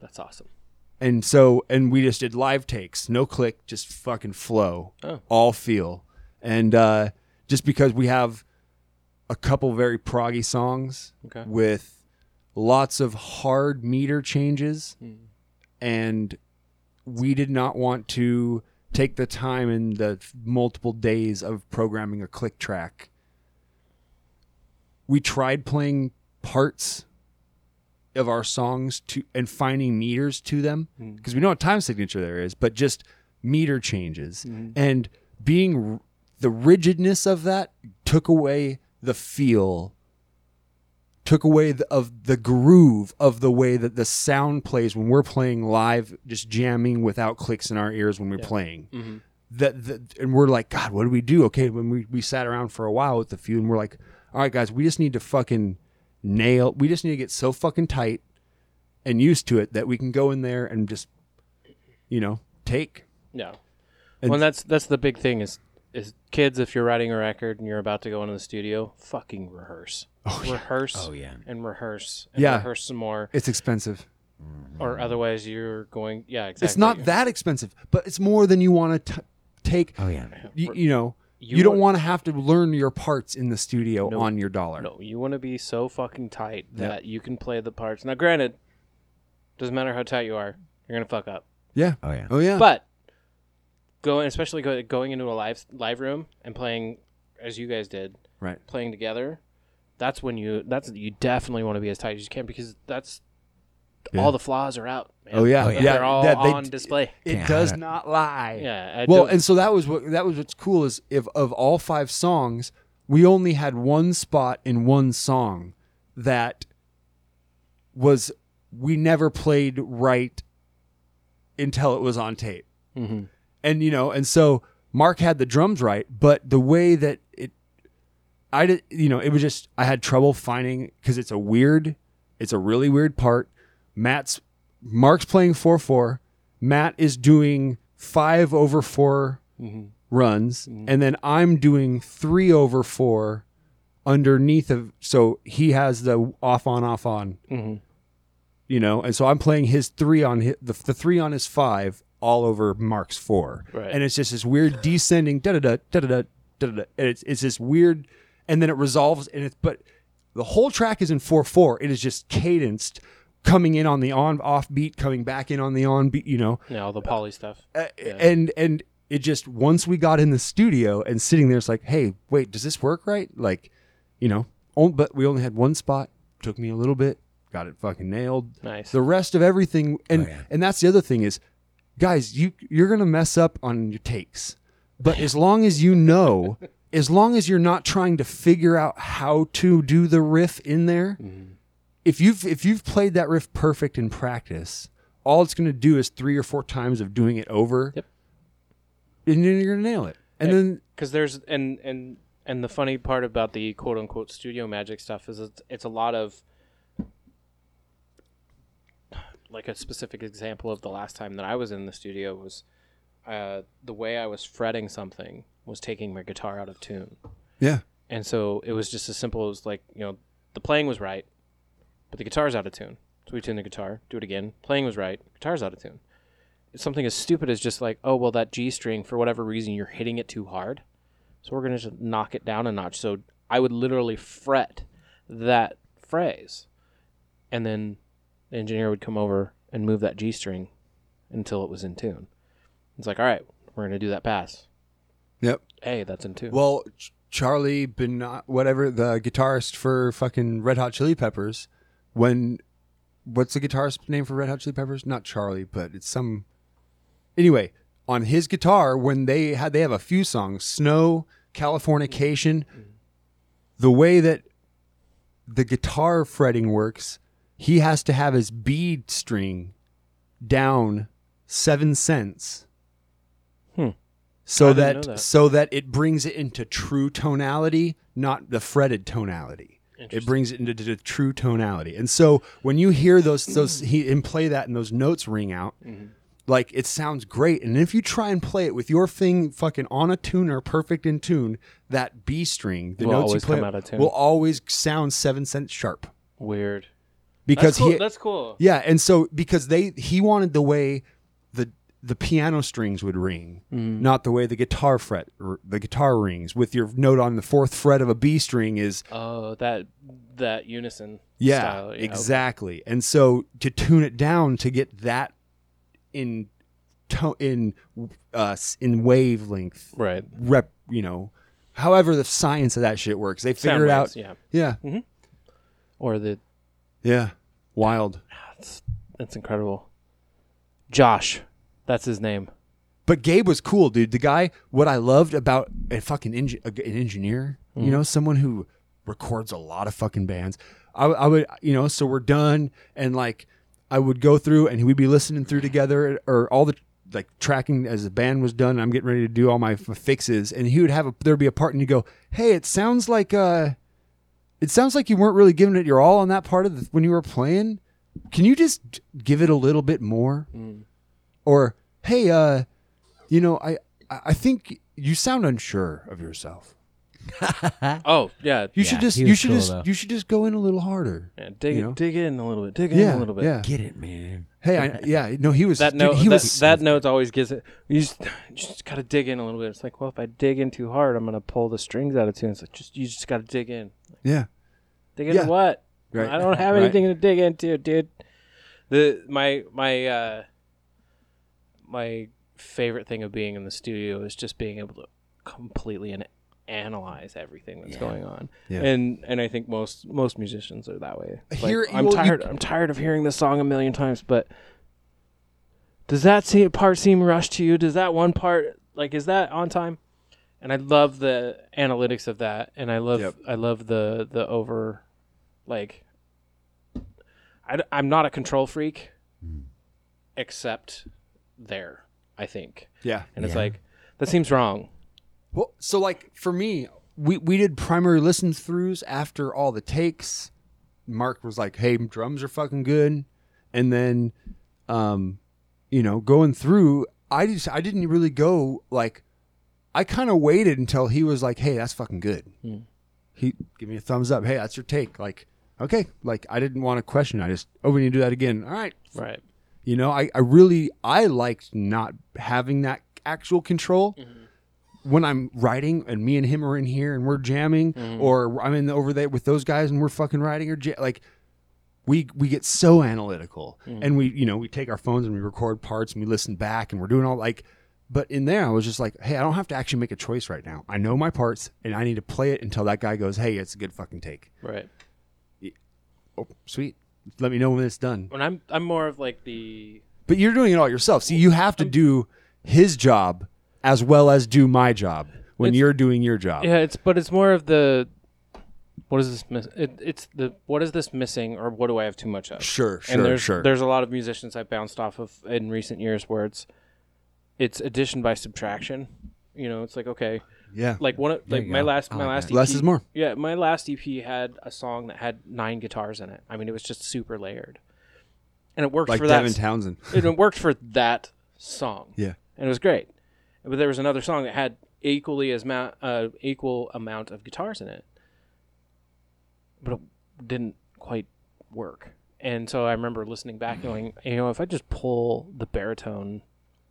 [SPEAKER 5] That's awesome.
[SPEAKER 3] and so and we just did live takes no click just fucking flow
[SPEAKER 5] Oh.
[SPEAKER 3] all feel and uh just because we have a couple very proggy songs
[SPEAKER 5] Okay.
[SPEAKER 3] with lots of hard meter changes
[SPEAKER 5] Hmm.
[SPEAKER 3] and we did not want to take the time and the multiple days of programming a click track we tried playing parts of our songs to and finding meters to them because we know what time signature there is, but just meter changes and being r- the rigidness of that took away the feel, took away the, of the groove of the way that the sound plays when we're playing live, just jamming without clicks in our ears when we're playing. That, that and we're like, God, what do we do? Okay, when we we sat around for a while with the few, and we're like, all right, guys, we just need to fucking nail. We just need to get so fucking tight and used to it that we can go in there and just you know take
[SPEAKER 5] Yeah. well, and that's that's the big thing is is kids. If you're writing a record and you're about to go into the studio, fucking rehearse, rehearse,
[SPEAKER 4] Oh, yeah.
[SPEAKER 5] and rehearse, and
[SPEAKER 3] Yeah.
[SPEAKER 5] rehearse some more,
[SPEAKER 3] it's expensive
[SPEAKER 5] or otherwise you're going. Yeah, exactly.
[SPEAKER 3] it's not that expensive but it's more than you want to take
[SPEAKER 4] Oh yeah.
[SPEAKER 3] you, you know You, don't want to have to learn your parts in the studio on your dollar.
[SPEAKER 5] No, you want to be so fucking tight that you can play the parts. Now, granted, doesn't matter how tight you are, you're gonna fuck up.
[SPEAKER 3] Yeah.
[SPEAKER 4] Oh yeah.
[SPEAKER 3] Oh yeah.
[SPEAKER 5] But going, especially go, going into a live live room and playing as you guys did,
[SPEAKER 3] right.
[SPEAKER 5] playing together. That's when you. That's you definitely want to be as tight as you can because that's all the flaws are out. Man.
[SPEAKER 3] Oh yeah.
[SPEAKER 4] Oh,
[SPEAKER 3] yeah.
[SPEAKER 5] they're all
[SPEAKER 3] That- they-
[SPEAKER 5] on display.
[SPEAKER 3] It
[SPEAKER 4] Yeah.
[SPEAKER 3] does not lie.
[SPEAKER 5] Yeah. I
[SPEAKER 3] well,
[SPEAKER 5] don't-
[SPEAKER 3] and so that was what that was what's cool is if of all five songs, we only had one spot in one song that was we never played right until it was on tape. And you know, and so Mark had the drums right, but the way that it I did, you know, it was just I had trouble finding because it's a weird, it's a really weird part. Matt's Mark's playing four four. Matt is doing five over 4 runs, and then I'm doing three over four underneath of. So he has the off on off on. You know, and so I'm playing his three on his, the, the three on his five all over Mark's four,
[SPEAKER 5] Right.
[SPEAKER 3] and it's just this weird descending da da da da da da da. And it's it's this weird, and then it resolves, and it's but the whole track is in four four. It is just cadenced, coming in on the on off beat, coming back in on the on beat. You know,
[SPEAKER 5] yeah, all the poly stuff.
[SPEAKER 3] uh, and and it just once we got in the studio and sitting there, it's like, hey, wait, does this work right? Like, you know, on, but we only had one spot. Took me a little bit, got it fucking nailed.
[SPEAKER 5] Nice.
[SPEAKER 3] The rest of everything, and
[SPEAKER 4] yeah.
[SPEAKER 3] and that's the other thing is, guys, you you're gonna mess up on your takes, but as long as you know. As long as you're not trying to figure out how to do the riff in there, if you've if you've played that riff perfect in practice, all it's going to do is three or four times of doing it over,
[SPEAKER 5] Yep.
[SPEAKER 3] and then you're going to nail it. And then
[SPEAKER 5] because there's and and and the funny part about the quote unquote studio magic stuff is it's, it's a lot of like a specific example of the last time that I was in the studio was uh, the way I was fretting something was taking my guitar out of tune,
[SPEAKER 3] yeah,
[SPEAKER 5] and so it was just as simple as like you know the playing was right, but the guitar's out of tune. So we tune the guitar, do it again. Playing was right, guitar's out of tune. It's something as stupid as just like, oh well, that G string for whatever reason you're hitting it too hard, so we're gonna just knock it down a notch. So I would literally fret that phrase, and then the engineer would come over and move that G string until it was in tune. It's like, all right, we're gonna do that pass.
[SPEAKER 3] yep.
[SPEAKER 5] Hey, that's in tune.
[SPEAKER 3] Well, Ch- Charlie Benot, whatever the guitarist for fucking Red Hot Chili Peppers, when what's the guitarist name for Red Hot Chili Peppers? Not Charlie, but it's some. Anyway, on his guitar, when they had they have a few songs, Snow, Californication, the way that the guitar fretting works, he has to have his bead string down seven cents.
[SPEAKER 5] Hmm. I
[SPEAKER 3] So
[SPEAKER 5] didn't
[SPEAKER 3] that,
[SPEAKER 5] know that.
[SPEAKER 3] so that it brings it into true tonality, not the fretted tonality. It brings it into the true tonality. And so when you hear those those he and play that and those notes ring out, like it sounds great. And if you try and play it with your thing fucking on a tuner, perfect in tune, that B string, the
[SPEAKER 5] Will
[SPEAKER 3] notes
[SPEAKER 5] always
[SPEAKER 3] you play
[SPEAKER 5] come out of tune.
[SPEAKER 3] will always sound seven cents sharp
[SPEAKER 5] Weird.
[SPEAKER 3] because
[SPEAKER 5] that's cool.
[SPEAKER 3] he
[SPEAKER 5] that's cool.
[SPEAKER 3] yeah, and so because they he wanted the way the the piano strings would ring,
[SPEAKER 5] Mm.
[SPEAKER 3] not the way the guitar fret r- the guitar rings. With your note on the fourth fret of a B string is
[SPEAKER 5] Oh, that that unison.
[SPEAKER 3] yeah,
[SPEAKER 5] style, you know.
[SPEAKER 3] exactly. And so to tune it down to get that in to, in uh, s- in wavelength
[SPEAKER 5] Right.
[SPEAKER 3] rep, you know, however the science of that shit works, they
[SPEAKER 5] Sound
[SPEAKER 3] figured out.
[SPEAKER 5] waves, Yeah. Mm-hmm.
[SPEAKER 3] yeah,
[SPEAKER 5] Or the
[SPEAKER 3] yeah, wild.
[SPEAKER 5] that's incredible. Josh, that's his name.
[SPEAKER 3] But Gabe was cool, dude. The guy, what I loved about a fucking eng- a- an engineer, you know, someone who records a lot of fucking bands. I, I would, you know, so we're done, and like I would go through, and we'd be listening through together, or all the like tracking as the band was done. I'm getting ready to do all my f- fixes, and he would have a, there'd be a part, and you go, "Hey, it sounds like uh, it sounds like you weren't really giving it your all on that part of the, when you were playing. Can you just give it a little bit more?" Or, "Hey, uh." you know, I I I think you sound unsure of yourself.
[SPEAKER 5] Oh yeah,
[SPEAKER 3] You
[SPEAKER 5] yeah,
[SPEAKER 3] should just
[SPEAKER 4] he
[SPEAKER 3] you
[SPEAKER 4] was
[SPEAKER 3] should
[SPEAKER 4] cool,
[SPEAKER 3] just
[SPEAKER 4] though.
[SPEAKER 3] you should just go in a little harder.
[SPEAKER 5] dig
[SPEAKER 3] you know?
[SPEAKER 5] dig in a little bit, dig in
[SPEAKER 3] Yeah,
[SPEAKER 5] a little bit.
[SPEAKER 3] yeah.
[SPEAKER 4] Get it, man.
[SPEAKER 3] Hey, I, yeah, no, he was
[SPEAKER 5] That
[SPEAKER 3] dude,
[SPEAKER 5] note,
[SPEAKER 3] He
[SPEAKER 5] that,
[SPEAKER 3] was
[SPEAKER 5] that note always gives it. You just, you just gotta dig in a little bit. It's like, well, if I dig in too hard, I'm gonna pull the strings out of tune. It's like, just you just gotta dig in.
[SPEAKER 3] yeah.
[SPEAKER 5] Dig into
[SPEAKER 3] Yeah.
[SPEAKER 5] what?
[SPEAKER 3] Right.
[SPEAKER 5] I don't have
[SPEAKER 3] Right.
[SPEAKER 5] anything to dig into, dude. The my my uh my favorite thing of being in the studio is just being able to completely and analyze everything that's going on.
[SPEAKER 3] Yeah.
[SPEAKER 5] And and I think most most musicians are that way. It's like,
[SPEAKER 3] Here-
[SPEAKER 5] I'm
[SPEAKER 3] well, you-
[SPEAKER 5] tired I'm tired of hearing this song a million times, but does that se- part seem rushed to you? Does that one part like is that on time? And I love the analytics of that, and I love
[SPEAKER 3] Yep.
[SPEAKER 5] I love the the over, like. I, am not a control freak,
[SPEAKER 3] Mm-hmm.
[SPEAKER 5] except there. I think,
[SPEAKER 3] Yeah.
[SPEAKER 5] and it's like that seems wrong.
[SPEAKER 3] Well, so like for me, we we did primary listen throughs after all the takes. Mark was like, "Hey, drums are fucking good," and then, um, you know, going through, I just I didn't really go like, I kind of waited until he was like, "Hey, that's fucking good." He give me a thumbs up. Hey, that's your take. Like, okay, like I didn't want to question. I just, oh, we need to do that again. All right,
[SPEAKER 5] Right.
[SPEAKER 3] you know, I, I really I liked not having that actual control when I'm writing and me and him are in here and we're jamming or I'm in over there with those guys and we're fucking writing or ja- like we we get so analytical and we you know we take our phones and we record parts and we listen back and we're doing all like but in there I was just like hey I don't have to actually make a choice right now I know my parts and I need to play it until that guy goes hey it's a good fucking take
[SPEAKER 5] Right.
[SPEAKER 3] oh sweet let me know when it's done
[SPEAKER 5] When I'm I'm more of like the
[SPEAKER 3] but you're doing it all yourself. See, you have to do his job as well as do my job when
[SPEAKER 5] It's-
[SPEAKER 3] you're doing your job.
[SPEAKER 5] yeah. It's but it's more of the what is this miss? It, it's the what is this missing or what do I have too much of?
[SPEAKER 3] Sure,
[SPEAKER 5] and
[SPEAKER 3] sure,
[SPEAKER 5] there's
[SPEAKER 3] sure.
[SPEAKER 5] there's a lot of musicians I've bounced off of in recent years where it's it's addition by subtraction. You know, it's like okay,
[SPEAKER 3] yeah.
[SPEAKER 5] like one of like
[SPEAKER 4] you
[SPEAKER 5] my
[SPEAKER 4] go.
[SPEAKER 5] last
[SPEAKER 4] I
[SPEAKER 5] my
[SPEAKER 4] like
[SPEAKER 5] last
[SPEAKER 4] that.
[SPEAKER 5] EP,
[SPEAKER 3] Less is more.
[SPEAKER 5] Yeah, my last EP had a song that had nine guitars in it. I mean, it was just super layered, and it worked
[SPEAKER 3] Like
[SPEAKER 5] for
[SPEAKER 3] Devin
[SPEAKER 5] that. *laughs*
[SPEAKER 3] Townsend.
[SPEAKER 5] it worked for that song.
[SPEAKER 3] Yeah.
[SPEAKER 5] and it was great. But there was another song that had equally as ma- uh, equal amount of guitars in it, but it didn't quite work. And so I remember listening back, going, you know, if I just pull the baritone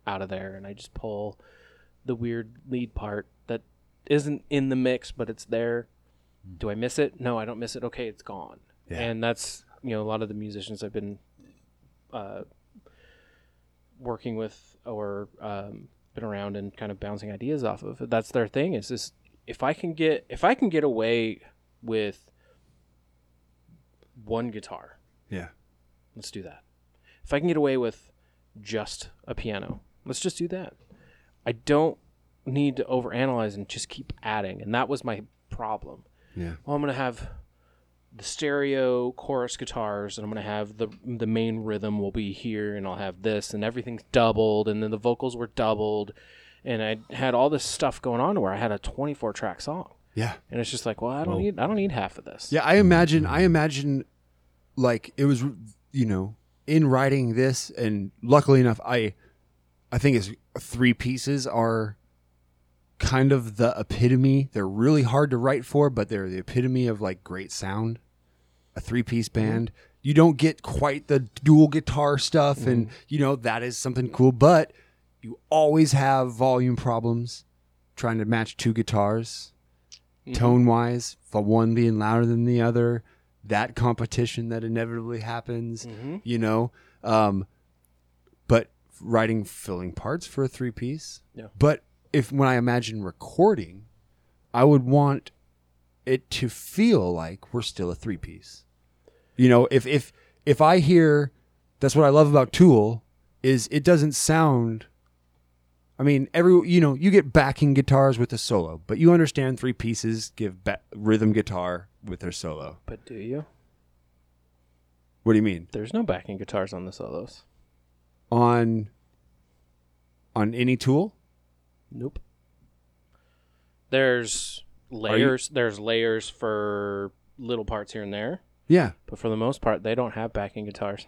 [SPEAKER 5] out of there and I just pull the weird lead part that isn't in the mix but it's there, do I miss it? No, I don't miss it. Okay, it's gone. And that's you know a lot of the musicians I've been uh, working with or um, been around and kind of bouncing ideas off of. That's their thing. Is this if I can get if I can get away with one guitar,
[SPEAKER 3] Yeah.
[SPEAKER 5] let's do that. If I can get away with just a piano, let's just do that. I don't need to overanalyze and just keep adding, and that was my problem.
[SPEAKER 3] Yeah.
[SPEAKER 5] Well, I'm gonna have the stereo chorus guitars and I'm going to have the the main rhythm will be here and I'll have this and everything's doubled and then the vocals were doubled and I had all this stuff going on where I had a 24 track song
[SPEAKER 3] Yeah.
[SPEAKER 5] and it's just like well I don't need I don't need half of this
[SPEAKER 3] Yeah, I imagine I imagine like it was you know, in writing this and luckily enough I I think it's three pieces are kind of the epitome. They're really hard to write for, but they're the epitome of like great sound. A three-piece band. You don't get quite the dual guitar stuff and you know that is something cool, but you always have volume problems trying to match two guitars tone wise, for one being louder than the other, that competition that inevitably happens, you know. Um, but writing filling parts for a three piece.
[SPEAKER 5] Yeah.
[SPEAKER 3] But if when I imagine recording, I would want it to feel like we're still a three piece. You know, if if if I hear that's what I love about Tool is it doesn't sound I mean, every you know, you get backing guitars with a solo, but you understand three pieces give ba- rhythm guitar with their solo.
[SPEAKER 5] but do you
[SPEAKER 3] What do you mean?
[SPEAKER 5] there's no backing guitars on the solos
[SPEAKER 3] On on any tool?
[SPEAKER 5] nope there's layers there's layers for little parts here and there
[SPEAKER 3] Yeah.
[SPEAKER 5] but for the most part they don't have backing guitars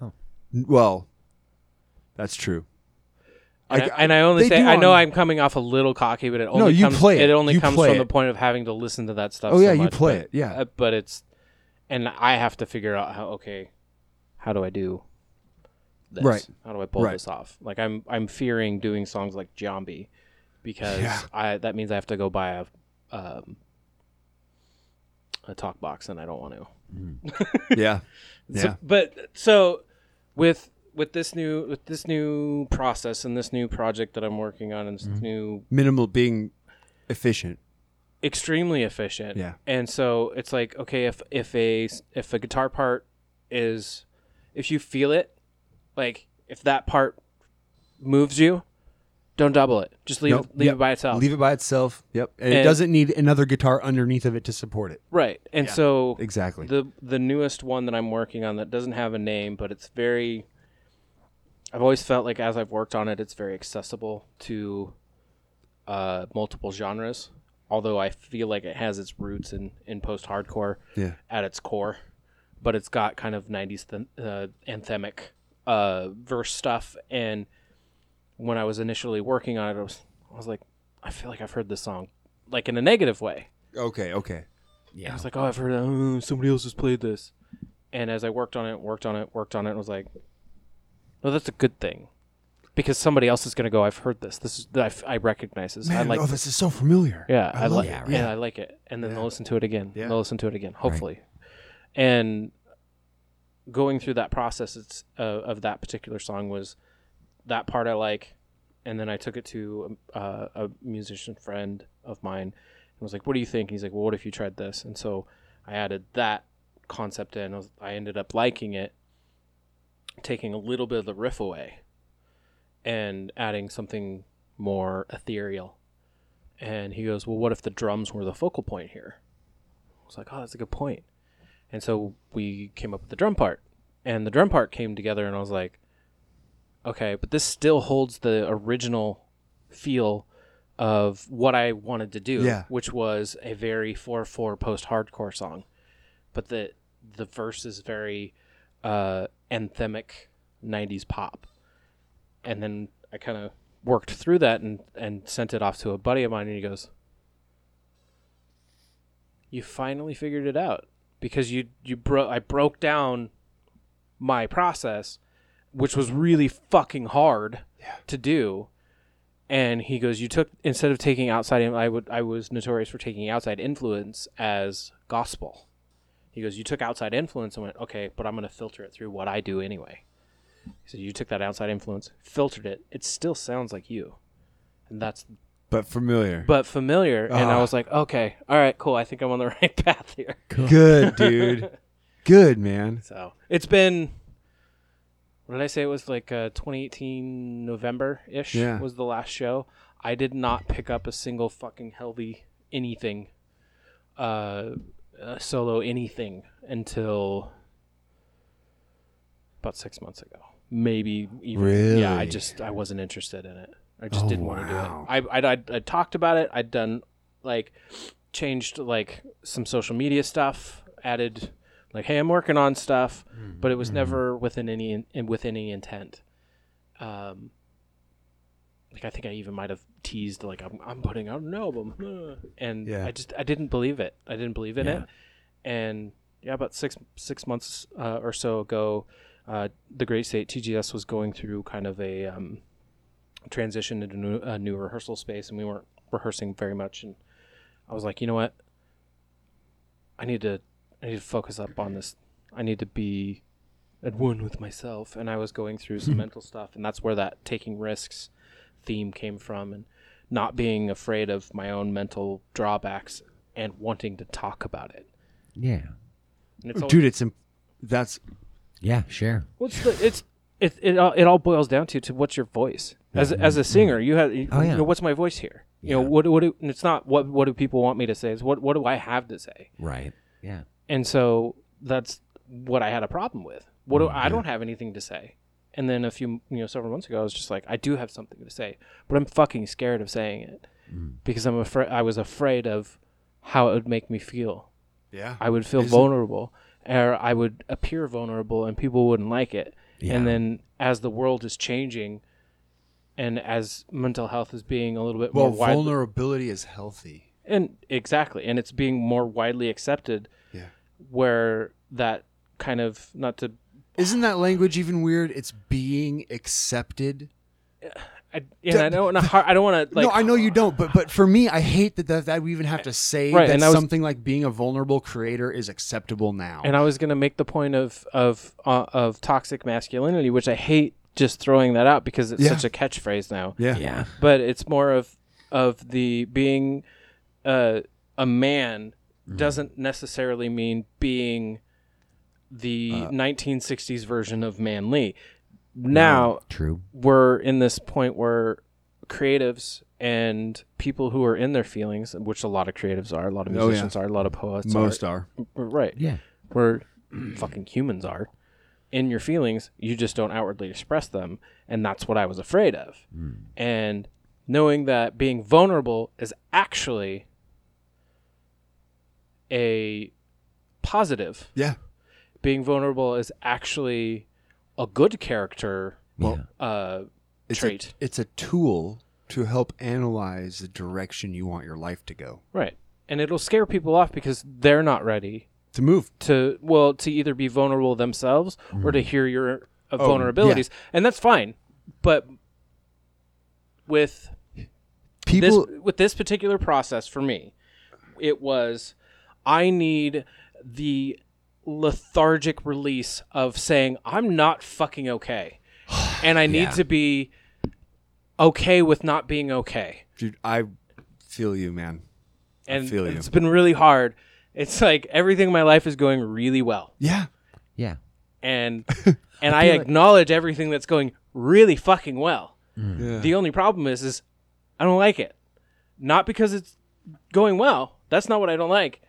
[SPEAKER 5] *laughs*
[SPEAKER 3] Well, that's true.
[SPEAKER 5] And I,
[SPEAKER 6] I-
[SPEAKER 5] and I only
[SPEAKER 6] they
[SPEAKER 5] say
[SPEAKER 6] do
[SPEAKER 5] I know
[SPEAKER 6] on-
[SPEAKER 5] I'm coming off a little cocky, but it only
[SPEAKER 6] you
[SPEAKER 5] comes,
[SPEAKER 6] play it.
[SPEAKER 5] only
[SPEAKER 6] You
[SPEAKER 5] comes
[SPEAKER 6] play
[SPEAKER 5] from
[SPEAKER 6] it.
[SPEAKER 5] the point of having to listen to that stuff.
[SPEAKER 6] Oh,
[SPEAKER 5] so
[SPEAKER 6] yeah, you
[SPEAKER 5] much,
[SPEAKER 6] play
[SPEAKER 5] but-
[SPEAKER 6] it, yeah.
[SPEAKER 5] uh, but it's and I have to figure out how. Okay, how do I do this?
[SPEAKER 6] Right.
[SPEAKER 5] How do I pull
[SPEAKER 6] Right.
[SPEAKER 5] this off? Like I'm I'm fearing doing songs like Jambi because
[SPEAKER 6] Yeah.
[SPEAKER 5] I that means I have to go buy a um, a talk box and I don't want to.
[SPEAKER 6] yeah,
[SPEAKER 5] So-
[SPEAKER 6] Yeah.
[SPEAKER 5] but so with with this new with this new process and this new project that I'm working on and this
[SPEAKER 6] Mm-hmm.
[SPEAKER 5] new
[SPEAKER 6] minimal being efficient.
[SPEAKER 5] extremely efficient.
[SPEAKER 6] Yeah.
[SPEAKER 5] And so it's like okay if if a s- if a guitar part is if you feel it like if that part moves you don't double it. Just leave
[SPEAKER 6] Nope.
[SPEAKER 5] it, leave
[SPEAKER 6] Yep.
[SPEAKER 5] it by itself.
[SPEAKER 6] Leave it by itself. Yep, and, it
[SPEAKER 5] And-
[SPEAKER 6] doesn't need another guitar underneath of it to support it.
[SPEAKER 5] Right. And so
[SPEAKER 6] Exactly.
[SPEAKER 5] the the newest one that I'm working on that doesn't have a name, but it's very. I've always felt like as I've worked on it, it's very accessible to uh, multiple genres. Although I feel like it has its roots in in post hardcore
[SPEAKER 6] Yeah.
[SPEAKER 5] at its core, but it's got kind of '90s th- uh, anthemic uh, verse stuff. And when I was initially working on it, I was I was like, I feel like I've heard this song, like in a negative way.
[SPEAKER 6] Okay. Okay.
[SPEAKER 5] I was like, oh, I've heard that. Oh, somebody else has played this. And as I worked on it, worked on it, worked on it, I was like, no, that's a good thing. Because somebody else is going to go, I've heard this. This is, I, I recognize this. I
[SPEAKER 6] Man,
[SPEAKER 5] like
[SPEAKER 6] oh, this is so familiar.
[SPEAKER 5] yeah, I, like it.
[SPEAKER 6] love it.
[SPEAKER 5] Yeah, I like it. And then they'll listen to it again.
[SPEAKER 6] Yeah.
[SPEAKER 5] They'll listen to it again, hopefully. And going through that process it's, uh, of that particular song was that part I like. And then I took it to uh, a musician friend of mine and was like, what do you think? And he's like, well, what if you tried this? And so I added that concept in. I, was, I ended up liking it, taking a little bit of the riff away and adding something more ethereal and he goes, "Well, what if the drums were the focal point here?" I was like, "Oh, that's a good point." And so we came up with the drum part, and the drum part came together, and I was like, "Okay, but this still holds the original feel of what I wanted to do,
[SPEAKER 6] Yeah.
[SPEAKER 5] which was a very four-four post-hardcore song, but the the verse is very uh, anthemic '90s pop." and then I kind of worked through that and and sent it off to a buddy of mine, and he goes, "You finally figured it out because you you bro I broke down my process, which was really fucking hard to do." And he goes, "You took instead of taking outside, in- I would I was notorious for taking outside influence as gospel." He goes, "You took outside influence and went, okay, but I'm going to filter it through what I do anyway." So you took that outside influence, filtered it. It still sounds like you, and that's
[SPEAKER 6] But familiar.
[SPEAKER 5] but familiar. And I
[SPEAKER 6] Ah.
[SPEAKER 5] was like, okay, all right, cool. I think I'm on the *laughs* right path here.
[SPEAKER 3] *laughs*
[SPEAKER 6] Good, dude. Good, man.
[SPEAKER 5] So it's been. What did I say? It was like uh, 2018 November ish
[SPEAKER 6] Yeah.
[SPEAKER 5] was the last show. I did not pick up a single fucking healthy anything, uh, uh, solo anything until about six months ago. Maybe even yeah. I
[SPEAKER 6] Really?
[SPEAKER 5] just I wasn't interested in it. I just
[SPEAKER 6] Oh,
[SPEAKER 5] didn't want
[SPEAKER 6] wow.
[SPEAKER 5] to do it. I I I talked about it. I'd done like changed like some social media stuff, added like hey, I'm working on stuff,
[SPEAKER 6] Mm.
[SPEAKER 5] but it
[SPEAKER 6] Mm-hmm.
[SPEAKER 5] was never within any in, with any intent. Um like I think I even might have teased like I'm I'm putting out an album. *laughs* uh, And
[SPEAKER 6] Yeah.
[SPEAKER 5] I just I didn't believe it. I didn't believe in
[SPEAKER 4] Yeah.
[SPEAKER 5] it. And yeah, about 6 6 months uh, or so ago, uh, the Great State TGS was going through kind of a um, transition into new, a new rehearsal space, and we weren't rehearsing very much. And I was like, you know what? I need to I need to focus up on this. I need to be at one with myself. And I was going through
[SPEAKER 4] *laughs*
[SPEAKER 5] some mental stuff, and that's where that taking risks theme came from, and not being afraid of my own mental drawbacks and wanting to talk about it.
[SPEAKER 4] Yeah.
[SPEAKER 5] And it's always-
[SPEAKER 6] Dude, it's imp- that's
[SPEAKER 4] Yeah, sure.
[SPEAKER 5] What's the it's it it all, it all boils down to to what's your voice as as a singer you have you,
[SPEAKER 4] Mm-hmm. Oh, yeah.
[SPEAKER 5] know what's my voice here you know what what do, and it's not what what do people want me to say it's what what do I have to say
[SPEAKER 4] Right. Yeah.
[SPEAKER 5] and so that's what I had a problem with what do, I don't have anything to say and then a few you know several months ago I was just like I do have something to say but I'm fucking scared of saying it because I'm afraid I was afraid of how it would make me feel
[SPEAKER 6] yeah.
[SPEAKER 5] I would feel vulnerable, or I would appear vulnerable, and people wouldn't like it.
[SPEAKER 4] Yeah.
[SPEAKER 5] And then as the world is changing, and as mental health is being a little bit
[SPEAKER 3] Well,
[SPEAKER 5] more widely
[SPEAKER 3] vulnerability is healthy.
[SPEAKER 5] and exactly and it's being more widely accepted
[SPEAKER 3] Yeah.
[SPEAKER 5] where that kind of not to
[SPEAKER 3] Isn't that language even weird? It's being accepted.
[SPEAKER 5] I, and I don't want to I don't want to like
[SPEAKER 3] no, I know you don't, but but for me, I hate that that, that we even have to say
[SPEAKER 5] Right,
[SPEAKER 3] that
[SPEAKER 5] and I was-
[SPEAKER 3] something like being a vulnerable creator is acceptable now.
[SPEAKER 5] and I was gonna make the point of of uh, of toxic masculinity, which I hate just throwing that out because it's
[SPEAKER 3] Yeah.
[SPEAKER 5] such a catchphrase now.
[SPEAKER 3] yeah.
[SPEAKER 4] Yeah.
[SPEAKER 5] But it's more of of the being uh, a man
[SPEAKER 3] Mm-hmm.
[SPEAKER 5] doesn't necessarily mean being the
[SPEAKER 3] Uh.
[SPEAKER 5] 1960s version of Man Lee. Now
[SPEAKER 4] True.
[SPEAKER 5] we're in this point where creatives and people who are in their feelings, which a lot of creatives are, a lot of
[SPEAKER 3] Oh, yeah.
[SPEAKER 5] musicians are, a lot of poets
[SPEAKER 3] most
[SPEAKER 5] are,
[SPEAKER 3] are.
[SPEAKER 5] right?
[SPEAKER 4] Yeah.
[SPEAKER 5] where *clears throat* fucking humans are in your feelings you just don't outwardly express them and that's what i was afraid of
[SPEAKER 3] Hmm.
[SPEAKER 5] and knowing that being vulnerable is actually a positive
[SPEAKER 3] Yeah.
[SPEAKER 5] being vulnerable is actually a good character
[SPEAKER 3] Well,
[SPEAKER 5] uh,
[SPEAKER 3] it's
[SPEAKER 5] trait
[SPEAKER 3] A, it's a tool to help analyze the direction you want your life to go.
[SPEAKER 5] right and it'll scare people off because they're not ready
[SPEAKER 3] To move.
[SPEAKER 5] to well to either be vulnerable themselves or to hear your uh, vulnerabilities and that's fine but with
[SPEAKER 3] People
[SPEAKER 5] this with this particular process for me it was i need the lethargic release of saying i'm not fucking okay and i need
[SPEAKER 4] Yeah.
[SPEAKER 5] to be okay with not being okay
[SPEAKER 3] dude, I feel you, man.
[SPEAKER 5] and
[SPEAKER 3] feel you.
[SPEAKER 5] it's been really hard it's like everything in my life is going really well
[SPEAKER 3] Yeah.
[SPEAKER 4] Yeah.
[SPEAKER 3] *laughs*
[SPEAKER 5] and and I, acknowledge everything that's going really fucking well. The only problem is is I don't like it. Not because it's going well. That's not what I don't like.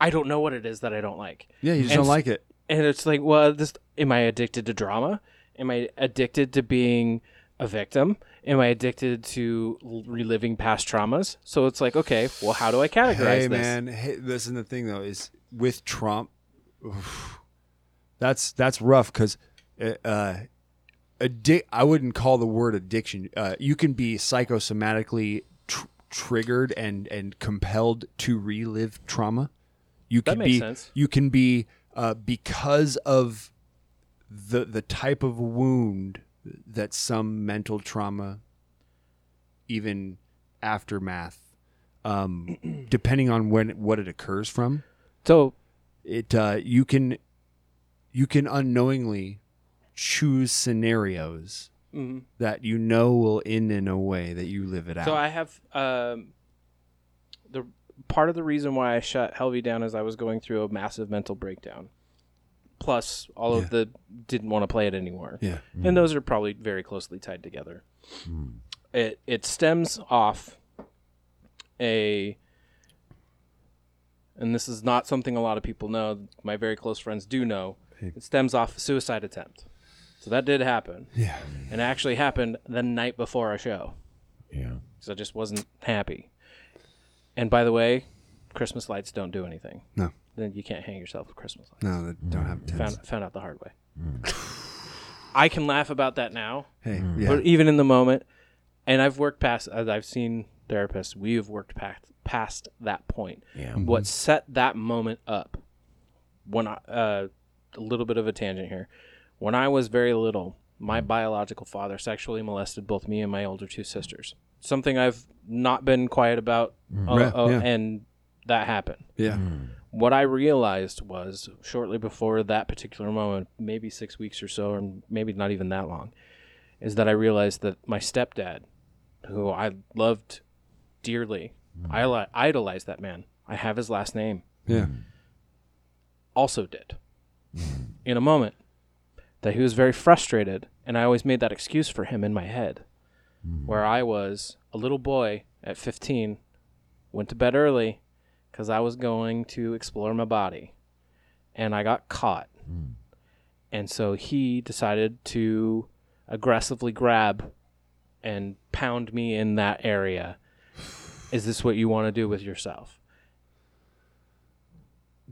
[SPEAKER 5] I don't know what it is that I don't like.
[SPEAKER 3] Yeah, you just
[SPEAKER 5] And
[SPEAKER 3] don't
[SPEAKER 5] s-
[SPEAKER 3] like it.
[SPEAKER 5] And it's like, well, this am I addicted to drama? Am I addicted to being a victim? Am I addicted to l- reliving past traumas? So it's like, okay, well, how do I categorize
[SPEAKER 3] Hey
[SPEAKER 5] this?
[SPEAKER 3] man, hey, listen. The thing though is with Trump, oof, that's that's rough because uh, addic- I wouldn't call the word addiction. Uh, you can be psychosomatically tr- triggered and and compelled to relive trauma. You
[SPEAKER 5] That
[SPEAKER 3] can
[SPEAKER 5] makes
[SPEAKER 3] be
[SPEAKER 5] sense.
[SPEAKER 3] you can be uh, because of the the type of wound that some mental trauma even aftermath um, *clears throat* depending on when what it occurs from
[SPEAKER 5] So
[SPEAKER 3] it uh, you can you can unknowingly choose scenarios
[SPEAKER 5] Mhm.
[SPEAKER 3] that you know will end in a way that you live it out
[SPEAKER 5] So I have um, the part of the reason why I shut Helvey down is I was going through a massive mental breakdown. Plus, all of the didn't want to play it anymore.
[SPEAKER 3] yeah Hmm.
[SPEAKER 5] And those are probably very closely tied together. It it stems off a and this is not something a lot of people know, my very close friends do know. It stems off a suicide attempt. So that did happen.
[SPEAKER 3] yeah
[SPEAKER 5] And it actually happened the night before a show
[SPEAKER 4] Yeah.
[SPEAKER 5] because I just wasn't happy. And by the way, Christmas lights don't do anything.
[SPEAKER 3] No.
[SPEAKER 5] Then you can't hang yourself with Christmas lights.
[SPEAKER 3] no Mm. that don't have to
[SPEAKER 5] Found, found out the hard way. I can laugh about that now,
[SPEAKER 3] hey yeah
[SPEAKER 5] but even in the moment, and I've worked past, as I've seen therapists, we have worked past, past that point.
[SPEAKER 4] Yeah.
[SPEAKER 5] What set that moment up when I, uh, a little bit of a tangent here. When I was very little, my biological father sexually molested both me and my older two sisters. Something I've not been quiet about, uh,
[SPEAKER 3] Right,
[SPEAKER 5] uh,
[SPEAKER 3] yeah.
[SPEAKER 5] and that happened.
[SPEAKER 3] yeah
[SPEAKER 5] What I realized was shortly before that particular moment, maybe six weeks or so, and maybe not even that long, is that I realized that my stepdad, who I loved dearly, I li- idolized that man. I have his last name
[SPEAKER 3] yeah
[SPEAKER 5] also did in a moment that he was very frustrated and i always made that excuse for him in my head where i was a little boy at 15 went to bed early because i was going to explore my body and i got caught and so he decided to aggressively grab and pound me in that area is this what you want to do with yourself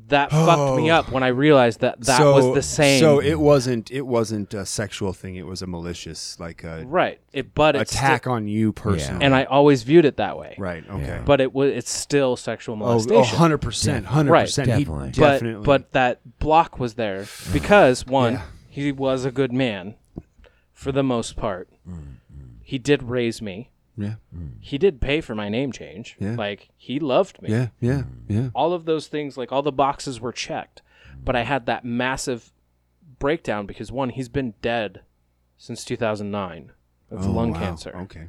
[SPEAKER 5] that fucked me
[SPEAKER 3] Oh.
[SPEAKER 5] up when I realized that that
[SPEAKER 3] so,
[SPEAKER 5] was the same.
[SPEAKER 3] So it wasn't it wasn't a sexual thing. It was a malicious like a
[SPEAKER 5] right. It but it's still-
[SPEAKER 3] attack on you personally.
[SPEAKER 5] and I always viewed it that way.
[SPEAKER 3] right okay.
[SPEAKER 5] But it was it's still sexual
[SPEAKER 3] Oh,
[SPEAKER 5] molestation.
[SPEAKER 3] oh, 100%. 100%.
[SPEAKER 4] Right.
[SPEAKER 3] He
[SPEAKER 4] Definitely.
[SPEAKER 5] but
[SPEAKER 3] definitely.
[SPEAKER 5] but that block was there
[SPEAKER 3] *sighs*
[SPEAKER 5] because one
[SPEAKER 3] Yeah.
[SPEAKER 5] he was a good man for the most part
[SPEAKER 3] Mm-hmm.
[SPEAKER 5] he did raise me
[SPEAKER 3] yeah.
[SPEAKER 5] he did pay for my name change
[SPEAKER 3] Yeah.
[SPEAKER 5] like he loved me
[SPEAKER 3] Yeah. Yeah. Yeah.
[SPEAKER 5] all of those things like all the boxes were checked but i had that massive breakdown because one he's been dead since 2009 of
[SPEAKER 3] Oh,
[SPEAKER 5] lung
[SPEAKER 3] wow.
[SPEAKER 5] cancer
[SPEAKER 3] Okay.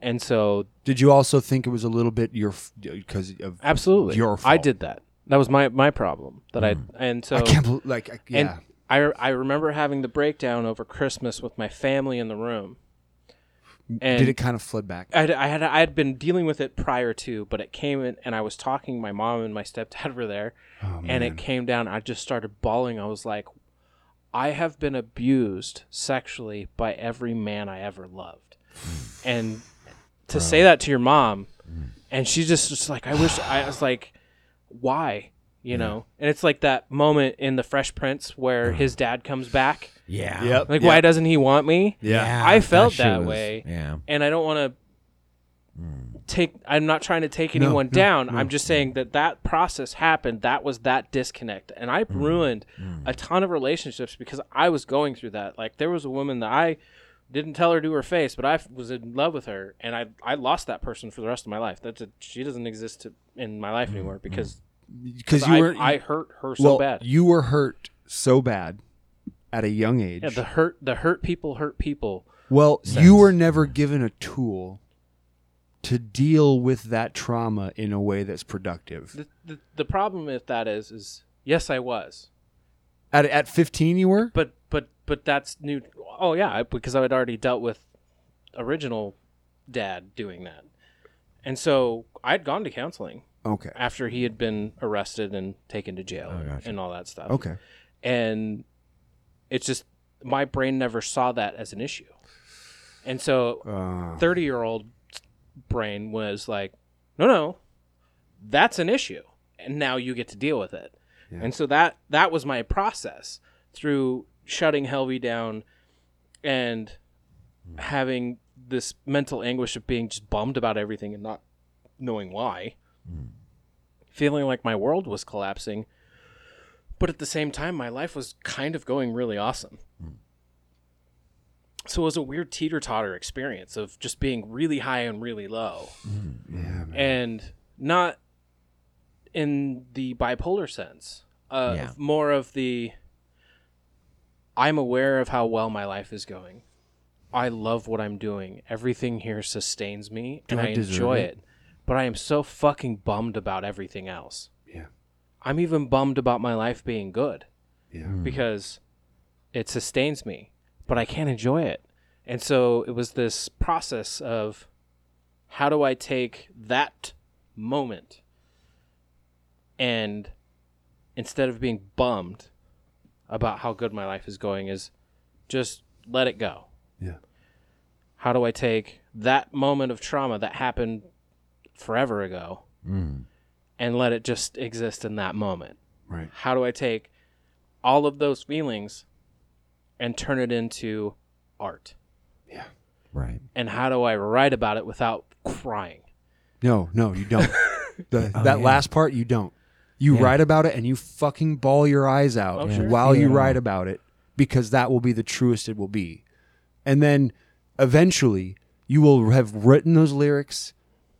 [SPEAKER 5] and so
[SPEAKER 3] Did you also think it was a little bit your because of
[SPEAKER 5] absolutely
[SPEAKER 3] Your
[SPEAKER 5] i
[SPEAKER 3] fault. Hmm.
[SPEAKER 5] did that that was my my problem that i and so
[SPEAKER 3] I can't believe, like I, yeah
[SPEAKER 5] And I, I remember having the breakdown over Christmas with my family in the room. And
[SPEAKER 3] did it kind of flood back?
[SPEAKER 5] I'd, I had I had been dealing with it prior to, but it came in, and I was talking. My mom and my stepdad *laughs* were there, and it came down. I just started bawling. I was like, "I have been abused sexually by every man I ever loved," and to say that to your mom, and she just just like, "I wish." I was like, "Why?" You know, and it's like that moment in The Fresh Prince where his dad comes back.
[SPEAKER 4] Yeah.
[SPEAKER 5] Like, why doesn't he want me?
[SPEAKER 3] Yeah.
[SPEAKER 5] I felt
[SPEAKER 4] shit
[SPEAKER 5] that
[SPEAKER 4] was-
[SPEAKER 5] way.
[SPEAKER 4] Yeah.
[SPEAKER 5] and I don't want
[SPEAKER 3] Hmm.
[SPEAKER 5] to take. I'm not trying to take anyone down. I'm just saying that that process happened. That was that disconnect, and I
[SPEAKER 3] Hmm.
[SPEAKER 5] ruined a ton of relationships because I was going through that. Like there was a woman that I didn't tell her to her face, but I f- was in love with her, and I I lost that person for the rest of my life. That's a, she doesn't exist to, in my life anymore because
[SPEAKER 3] Hmm, Because you
[SPEAKER 5] I,
[SPEAKER 3] were
[SPEAKER 5] I hurt her so
[SPEAKER 3] well,
[SPEAKER 5] bad.
[SPEAKER 3] You were hurt so bad at a young age.
[SPEAKER 5] yeah, the hurt the hurt people hurt people.
[SPEAKER 3] well, you were never given a tool to deal with that trauma in a way that's productive.
[SPEAKER 5] The, the, the problem with that is is yes, I was.
[SPEAKER 3] At at 15 you were?
[SPEAKER 5] but but but that's new oh yeah I- because i had already dealt with original dad doing that and so i'd gone to counseling
[SPEAKER 3] Okay.
[SPEAKER 5] after he had been arrested and taken to jail and all that stuff
[SPEAKER 3] Okay.
[SPEAKER 5] and it's just my brain never saw that as an issue and so
[SPEAKER 3] Uh,
[SPEAKER 5] 30 year old brain was like, no, no, that's an issue. And now you get to deal with it. And so that, that was my process through shutting Helvey down and having this mental anguish of being just bummed about everything and not knowing why, feeling like my world was collapsing. But at the same time, my life was kind of going really awesome so it was a weird teeter totter experience of just being really high and really low, and not in the bipolar sense. Uh,
[SPEAKER 4] Yeah.
[SPEAKER 5] More of the I'm aware of how well my life is going. I love what I'm doing. Everything here sustains me, and
[SPEAKER 3] I
[SPEAKER 5] I,
[SPEAKER 3] deserve
[SPEAKER 5] enjoy
[SPEAKER 3] it?
[SPEAKER 5] it. But I am so fucking bummed about everything else.
[SPEAKER 3] Yeah.
[SPEAKER 5] I'm even bummed about my life being good
[SPEAKER 3] yeah.
[SPEAKER 5] because it sustains me, but I can't enjoy it. And so it was this process of how do I take that moment and instead of being bummed about how good my life is going is just let it go.
[SPEAKER 3] Yeah.
[SPEAKER 5] How do I take that moment of trauma that happened forever ago
[SPEAKER 3] Mm.
[SPEAKER 5] and let it just exist in that moment?
[SPEAKER 3] Right.
[SPEAKER 5] How do I take all of those feelings and turn it into art?
[SPEAKER 4] Right.
[SPEAKER 5] And how do I write about it without crying?
[SPEAKER 3] No, no, you don't. the, that last part, you don't. You write about it and you fucking bawl your eyes out
[SPEAKER 5] sure.
[SPEAKER 3] while you write about it because that will be the truest it will be. And then eventually you will have written those lyrics,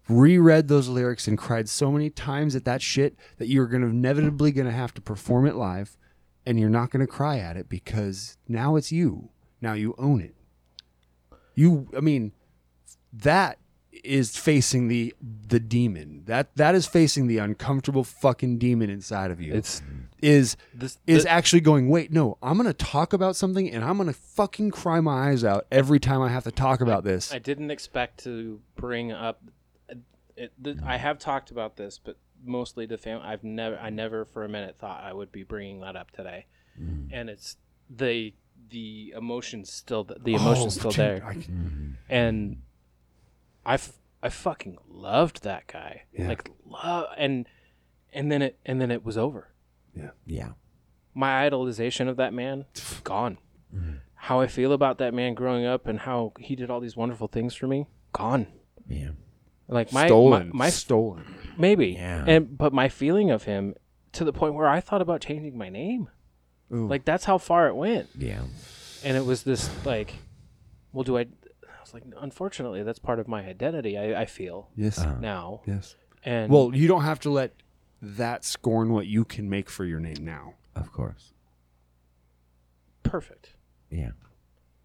[SPEAKER 3] reread those lyrics, and cried so many times at that shit that you're going to inevitably going to have to perform it live and you're not going to cry at it because now it's you. Now you own it. You, I mean, that is facing the the demon. That that is facing the uncomfortable fucking demon inside of you. It's is
[SPEAKER 5] This-
[SPEAKER 3] is
[SPEAKER 5] thi-
[SPEAKER 3] actually going, wait, no, I'm gonna talk about something and I'm gonna fucking cry my eyes out every time I have to talk about this.
[SPEAKER 5] I didn't expect to bring up. uh, It, th- I have talked about this, but mostly the family. I've never, I never for a minute thought I would be bringing that up today, and it's the the emotion's still th- the emotion's still there,
[SPEAKER 3] Oh, I-
[SPEAKER 5] and I f- I fucking loved that guy, like love, and and then it and then it was over.
[SPEAKER 4] Yeah.
[SPEAKER 5] my idolization of that man gone. How I feel about that man growing up and how he did all these wonderful things for me gone.
[SPEAKER 4] Yeah.
[SPEAKER 5] Like my
[SPEAKER 3] stolen.
[SPEAKER 5] my, my
[SPEAKER 3] stolen.
[SPEAKER 5] maybe
[SPEAKER 4] Yeah.
[SPEAKER 5] and but my feeling of him to the point where I thought about changing my name. Like that's how far it went,
[SPEAKER 4] Yeah.
[SPEAKER 5] and it was this like, well, do I? I was like, unfortunately, that's part of my identity. I, I feel
[SPEAKER 3] Yes.
[SPEAKER 5] now,
[SPEAKER 3] Yes.
[SPEAKER 5] and
[SPEAKER 3] Well, you don't have to let that scorn what you can make for your name now.
[SPEAKER 4] Of course.
[SPEAKER 5] perfect.
[SPEAKER 4] Yeah.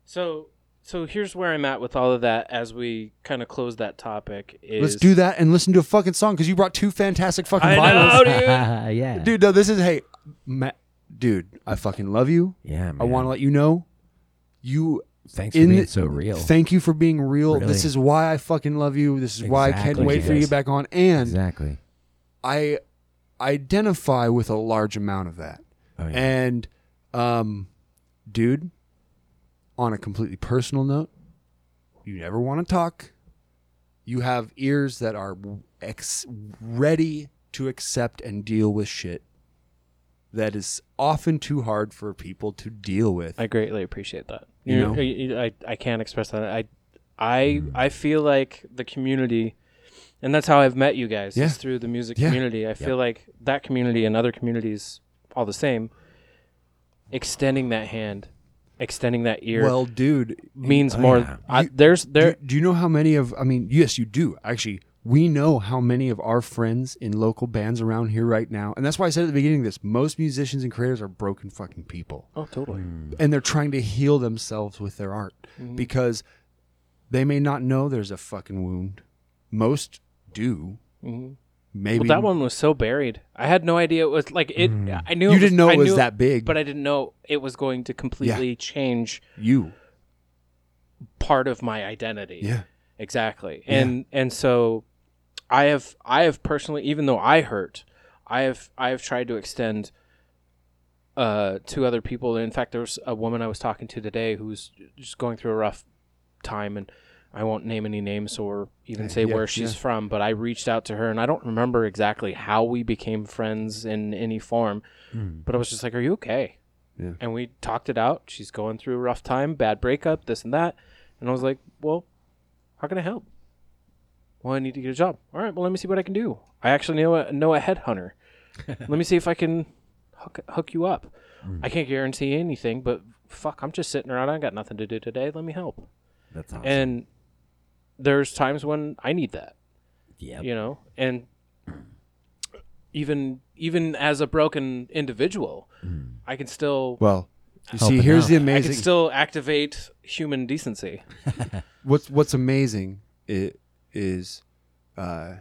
[SPEAKER 5] So so here's where I'm at with all of that as we kind of close that topic. Is
[SPEAKER 3] Let's do that and listen to a fucking song because you brought two fantastic fucking
[SPEAKER 5] I
[SPEAKER 3] vinyls.
[SPEAKER 5] know,
[SPEAKER 4] *laughs*
[SPEAKER 5] dude.
[SPEAKER 4] yeah.
[SPEAKER 3] Dude, no, this is hey, ma- dude, I fucking love you.
[SPEAKER 4] Yeah. Man.
[SPEAKER 3] I want to let you know you
[SPEAKER 4] Thanks for
[SPEAKER 3] in
[SPEAKER 4] being so real.
[SPEAKER 3] Thank you for being real.
[SPEAKER 4] Really.
[SPEAKER 3] This is why I fucking love you. This is why I can't
[SPEAKER 4] Exactly.
[SPEAKER 3] wait for you to get back on. And
[SPEAKER 4] exactly.
[SPEAKER 3] I identify with a large amount of that.
[SPEAKER 4] Oh, yeah.
[SPEAKER 3] And, um, dude, on a completely personal note, you never want to talk. You have ears that are ex- ready to accept and deal with shit that is often too hard for people to deal with.
[SPEAKER 5] I greatly appreciate that. uh,
[SPEAKER 3] You
[SPEAKER 5] You
[SPEAKER 3] know? Hmm.
[SPEAKER 5] know, I, I can't express that. I, I, I feel like the community, and that's how I've met you guys
[SPEAKER 3] Yeah.
[SPEAKER 5] is through the music
[SPEAKER 3] Yeah.
[SPEAKER 5] community. I feel like that community and other communities, all the same, extending that hand, extending that ear
[SPEAKER 3] well, dude,
[SPEAKER 5] means more.
[SPEAKER 4] yeah.
[SPEAKER 5] I, there's there.
[SPEAKER 3] do, do you know how many of i mean yes you do actually we know how many of our friends in local bands around here right now and that's why i said at the beginning of this most musicians and creators are broken fucking people
[SPEAKER 5] oh, totally.
[SPEAKER 3] and they're trying to heal themselves with their art
[SPEAKER 5] Mm-hmm.
[SPEAKER 3] because they may not know there's a fucking wound most do maybe
[SPEAKER 5] Mm-hmm. Well, that one was so buried. I had no idea it was like it. I knew
[SPEAKER 3] Hmm. You
[SPEAKER 5] it was-
[SPEAKER 3] didn't know
[SPEAKER 5] I
[SPEAKER 3] it was
[SPEAKER 5] knew
[SPEAKER 3] that big.
[SPEAKER 5] but I didn't know it was going to completely change
[SPEAKER 3] you
[SPEAKER 5] part of my identity.
[SPEAKER 3] yeah
[SPEAKER 5] exactly and and so i have i have personally even though i hurt i have i have tried to extend uh to other people in fact there was a woman i was talking to today who's just going through a rough time and i won't name any names or even say where she's from but i reached out to her and i don't remember exactly how we became friends in any form but i was just like are you okay and we talked it out she's going through a rough time bad breakup this and that and i was like well how can I help? Well, I need to get a job. All right, well, let me see what I can do. I actually know a, know a headhunter. let me see if I can hook, hook you up. I can't guarantee anything, but fuck, I'm just sitting around. I got nothing to do today. Let me help.
[SPEAKER 4] That's awesome.
[SPEAKER 5] And there's times when I need that,
[SPEAKER 4] yeah.
[SPEAKER 5] you know? And *clears throat* even even as a broken individual, I can still
[SPEAKER 3] well you see
[SPEAKER 4] Helping
[SPEAKER 3] here's
[SPEAKER 4] out.
[SPEAKER 3] the
[SPEAKER 5] I
[SPEAKER 3] amazing
[SPEAKER 5] can still activate human decency.
[SPEAKER 3] what's what's amazing i- is uh,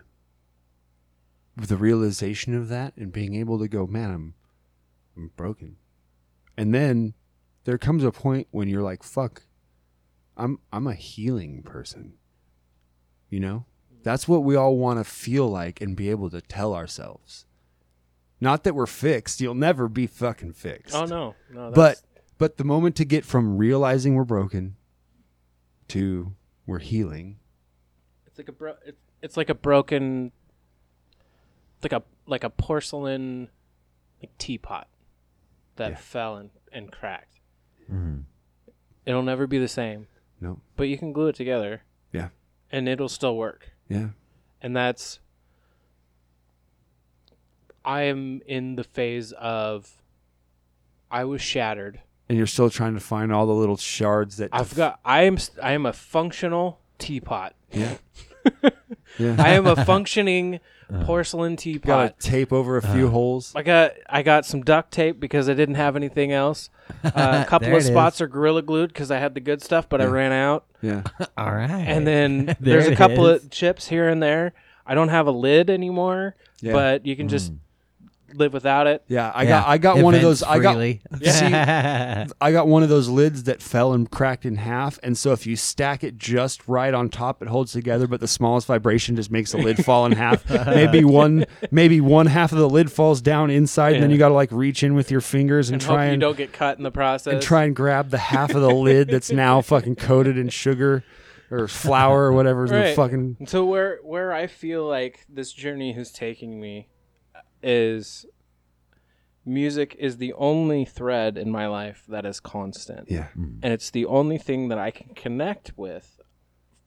[SPEAKER 3] the realization of that and being able to go, man, I'm I'm broken, and then there comes a point when you're like, fuck, I'm I'm a healing person, you know. That's what we all want to feel like and be able to tell ourselves. Not that we're fixed. You'll never be fucking fixed.
[SPEAKER 5] Oh no. No, that's
[SPEAKER 3] But but the moment to get from realizing we're broken to we're healing.
[SPEAKER 5] It's like a bro. It's, it's like a broken, like a like a porcelain, like teapot, that fell and, and cracked. It'll never be the same,
[SPEAKER 3] No.
[SPEAKER 5] but you can glue it together,
[SPEAKER 3] Yeah.
[SPEAKER 5] and it'll still work.
[SPEAKER 3] Yeah.
[SPEAKER 5] And that's. I am in the phase of. I was shattered.
[SPEAKER 3] And you're still trying to find all the little shards that
[SPEAKER 5] I've got. I am. s- I am a functional teapot. *laughs*
[SPEAKER 3] Yeah.
[SPEAKER 5] I am
[SPEAKER 3] *laughs*
[SPEAKER 5] a functioning porcelain teapot.
[SPEAKER 3] Uh-huh. got to tape over a
[SPEAKER 4] Uh.
[SPEAKER 3] few holes.
[SPEAKER 5] I got I got some duct tape because I didn't have
[SPEAKER 3] *laughs*
[SPEAKER 5] anything else. Uh, a couple
[SPEAKER 4] There
[SPEAKER 5] of
[SPEAKER 4] it
[SPEAKER 5] spots are gorilla glued because I had the good stuff, but I ran out.
[SPEAKER 3] Yeah.
[SPEAKER 5] *laughs*
[SPEAKER 4] All right.
[SPEAKER 3] *laughs*
[SPEAKER 5] And then
[SPEAKER 4] There
[SPEAKER 5] there's a
[SPEAKER 4] it
[SPEAKER 5] couple
[SPEAKER 4] is.
[SPEAKER 5] of chips here and there. I don't have a lid anymore,
[SPEAKER 3] Yeah. Mm.
[SPEAKER 5] but you can just live without it.
[SPEAKER 3] Yeah, I
[SPEAKER 4] Yeah.
[SPEAKER 3] got I got one of
[SPEAKER 4] Events
[SPEAKER 3] those I got
[SPEAKER 4] freely.
[SPEAKER 3] *laughs*
[SPEAKER 4] *laughs* Uh,
[SPEAKER 3] See, I got one of those lids that fell and cracked in half and so if you stack it just right on top it holds together but the smallest vibration just makes the lid fall in
[SPEAKER 4] *laughs*
[SPEAKER 3] half. maybe one maybe one half of the lid falls down inside and then you got to like reach in with your fingers and,
[SPEAKER 5] And
[SPEAKER 3] try
[SPEAKER 5] hope you
[SPEAKER 3] and
[SPEAKER 5] don't get cut in the process.
[SPEAKER 3] and try and grab the half of the lid that's
[SPEAKER 5] *laughs*
[SPEAKER 3] now fucking coated in sugar or flour or whatever the
[SPEAKER 5] Right.
[SPEAKER 3] fucking
[SPEAKER 5] And so where where I feel like this journey is taking me is music is the only thread in my life that is constant.
[SPEAKER 3] Yeah.
[SPEAKER 5] And it's the only thing that I can connect with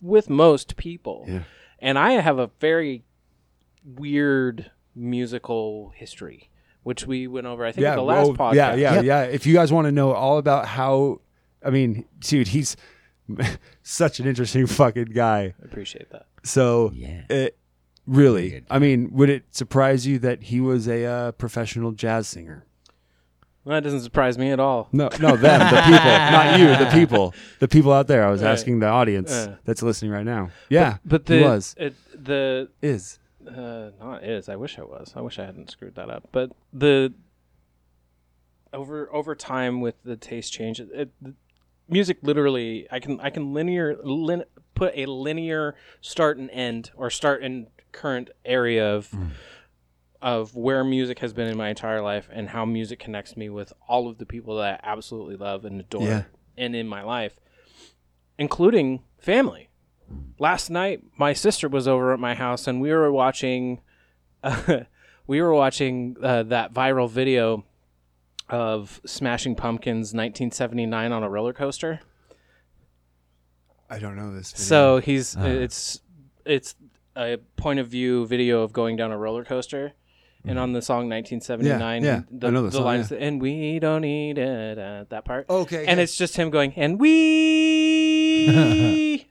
[SPEAKER 5] with most people.
[SPEAKER 3] Yeah.
[SPEAKER 5] And I have a very weird musical history, which we went over I think
[SPEAKER 3] yeah,
[SPEAKER 5] in the last
[SPEAKER 3] well,
[SPEAKER 5] podcast.
[SPEAKER 3] Yeah, yeah, yeah. If you guys want to know all about how, I mean, dude, he's *laughs* such an interesting fucking guy.
[SPEAKER 5] I appreciate that.
[SPEAKER 3] So,
[SPEAKER 4] Yeah.
[SPEAKER 3] it, really, I mean, would it surprise you that he was a uh, professional jazz singer?
[SPEAKER 5] Well, that doesn't surprise me at all.
[SPEAKER 3] No, no, them, *laughs* the people, not you, the people, the people out there. I was
[SPEAKER 5] Right.
[SPEAKER 3] asking the audience
[SPEAKER 5] Uh.
[SPEAKER 3] that's listening right now. Yeah,
[SPEAKER 5] But
[SPEAKER 3] he
[SPEAKER 5] the
[SPEAKER 3] was
[SPEAKER 5] it, the
[SPEAKER 3] is
[SPEAKER 5] uh, not is. I wish I was. I wish I hadn't screwed that up. But the over over time with the taste change, it, it, the music literally. I can I can linear lin, put a linear start and end or start and current area of. Of where music has been in my entire life and how music connects me with all of the people that I absolutely love and adore
[SPEAKER 3] Yeah.
[SPEAKER 5] and in my life, including family last night my sister was over at my house and we were watching *laughs* we were watching uh, that viral video of smashing pumpkins 1979 on a roller coaster
[SPEAKER 3] I don't know this.
[SPEAKER 5] so he's
[SPEAKER 3] Uh-huh.
[SPEAKER 5] it's it's a point of view video of going down a roller coaster and on the song 1979
[SPEAKER 3] Mm-hmm. Yeah, yeah.
[SPEAKER 5] the,
[SPEAKER 3] I know the song,
[SPEAKER 5] lines and we don't need it uh, that part
[SPEAKER 3] Okay,
[SPEAKER 5] and
[SPEAKER 3] yeah.
[SPEAKER 5] it's just him going and
[SPEAKER 3] *laughs*
[SPEAKER 5] we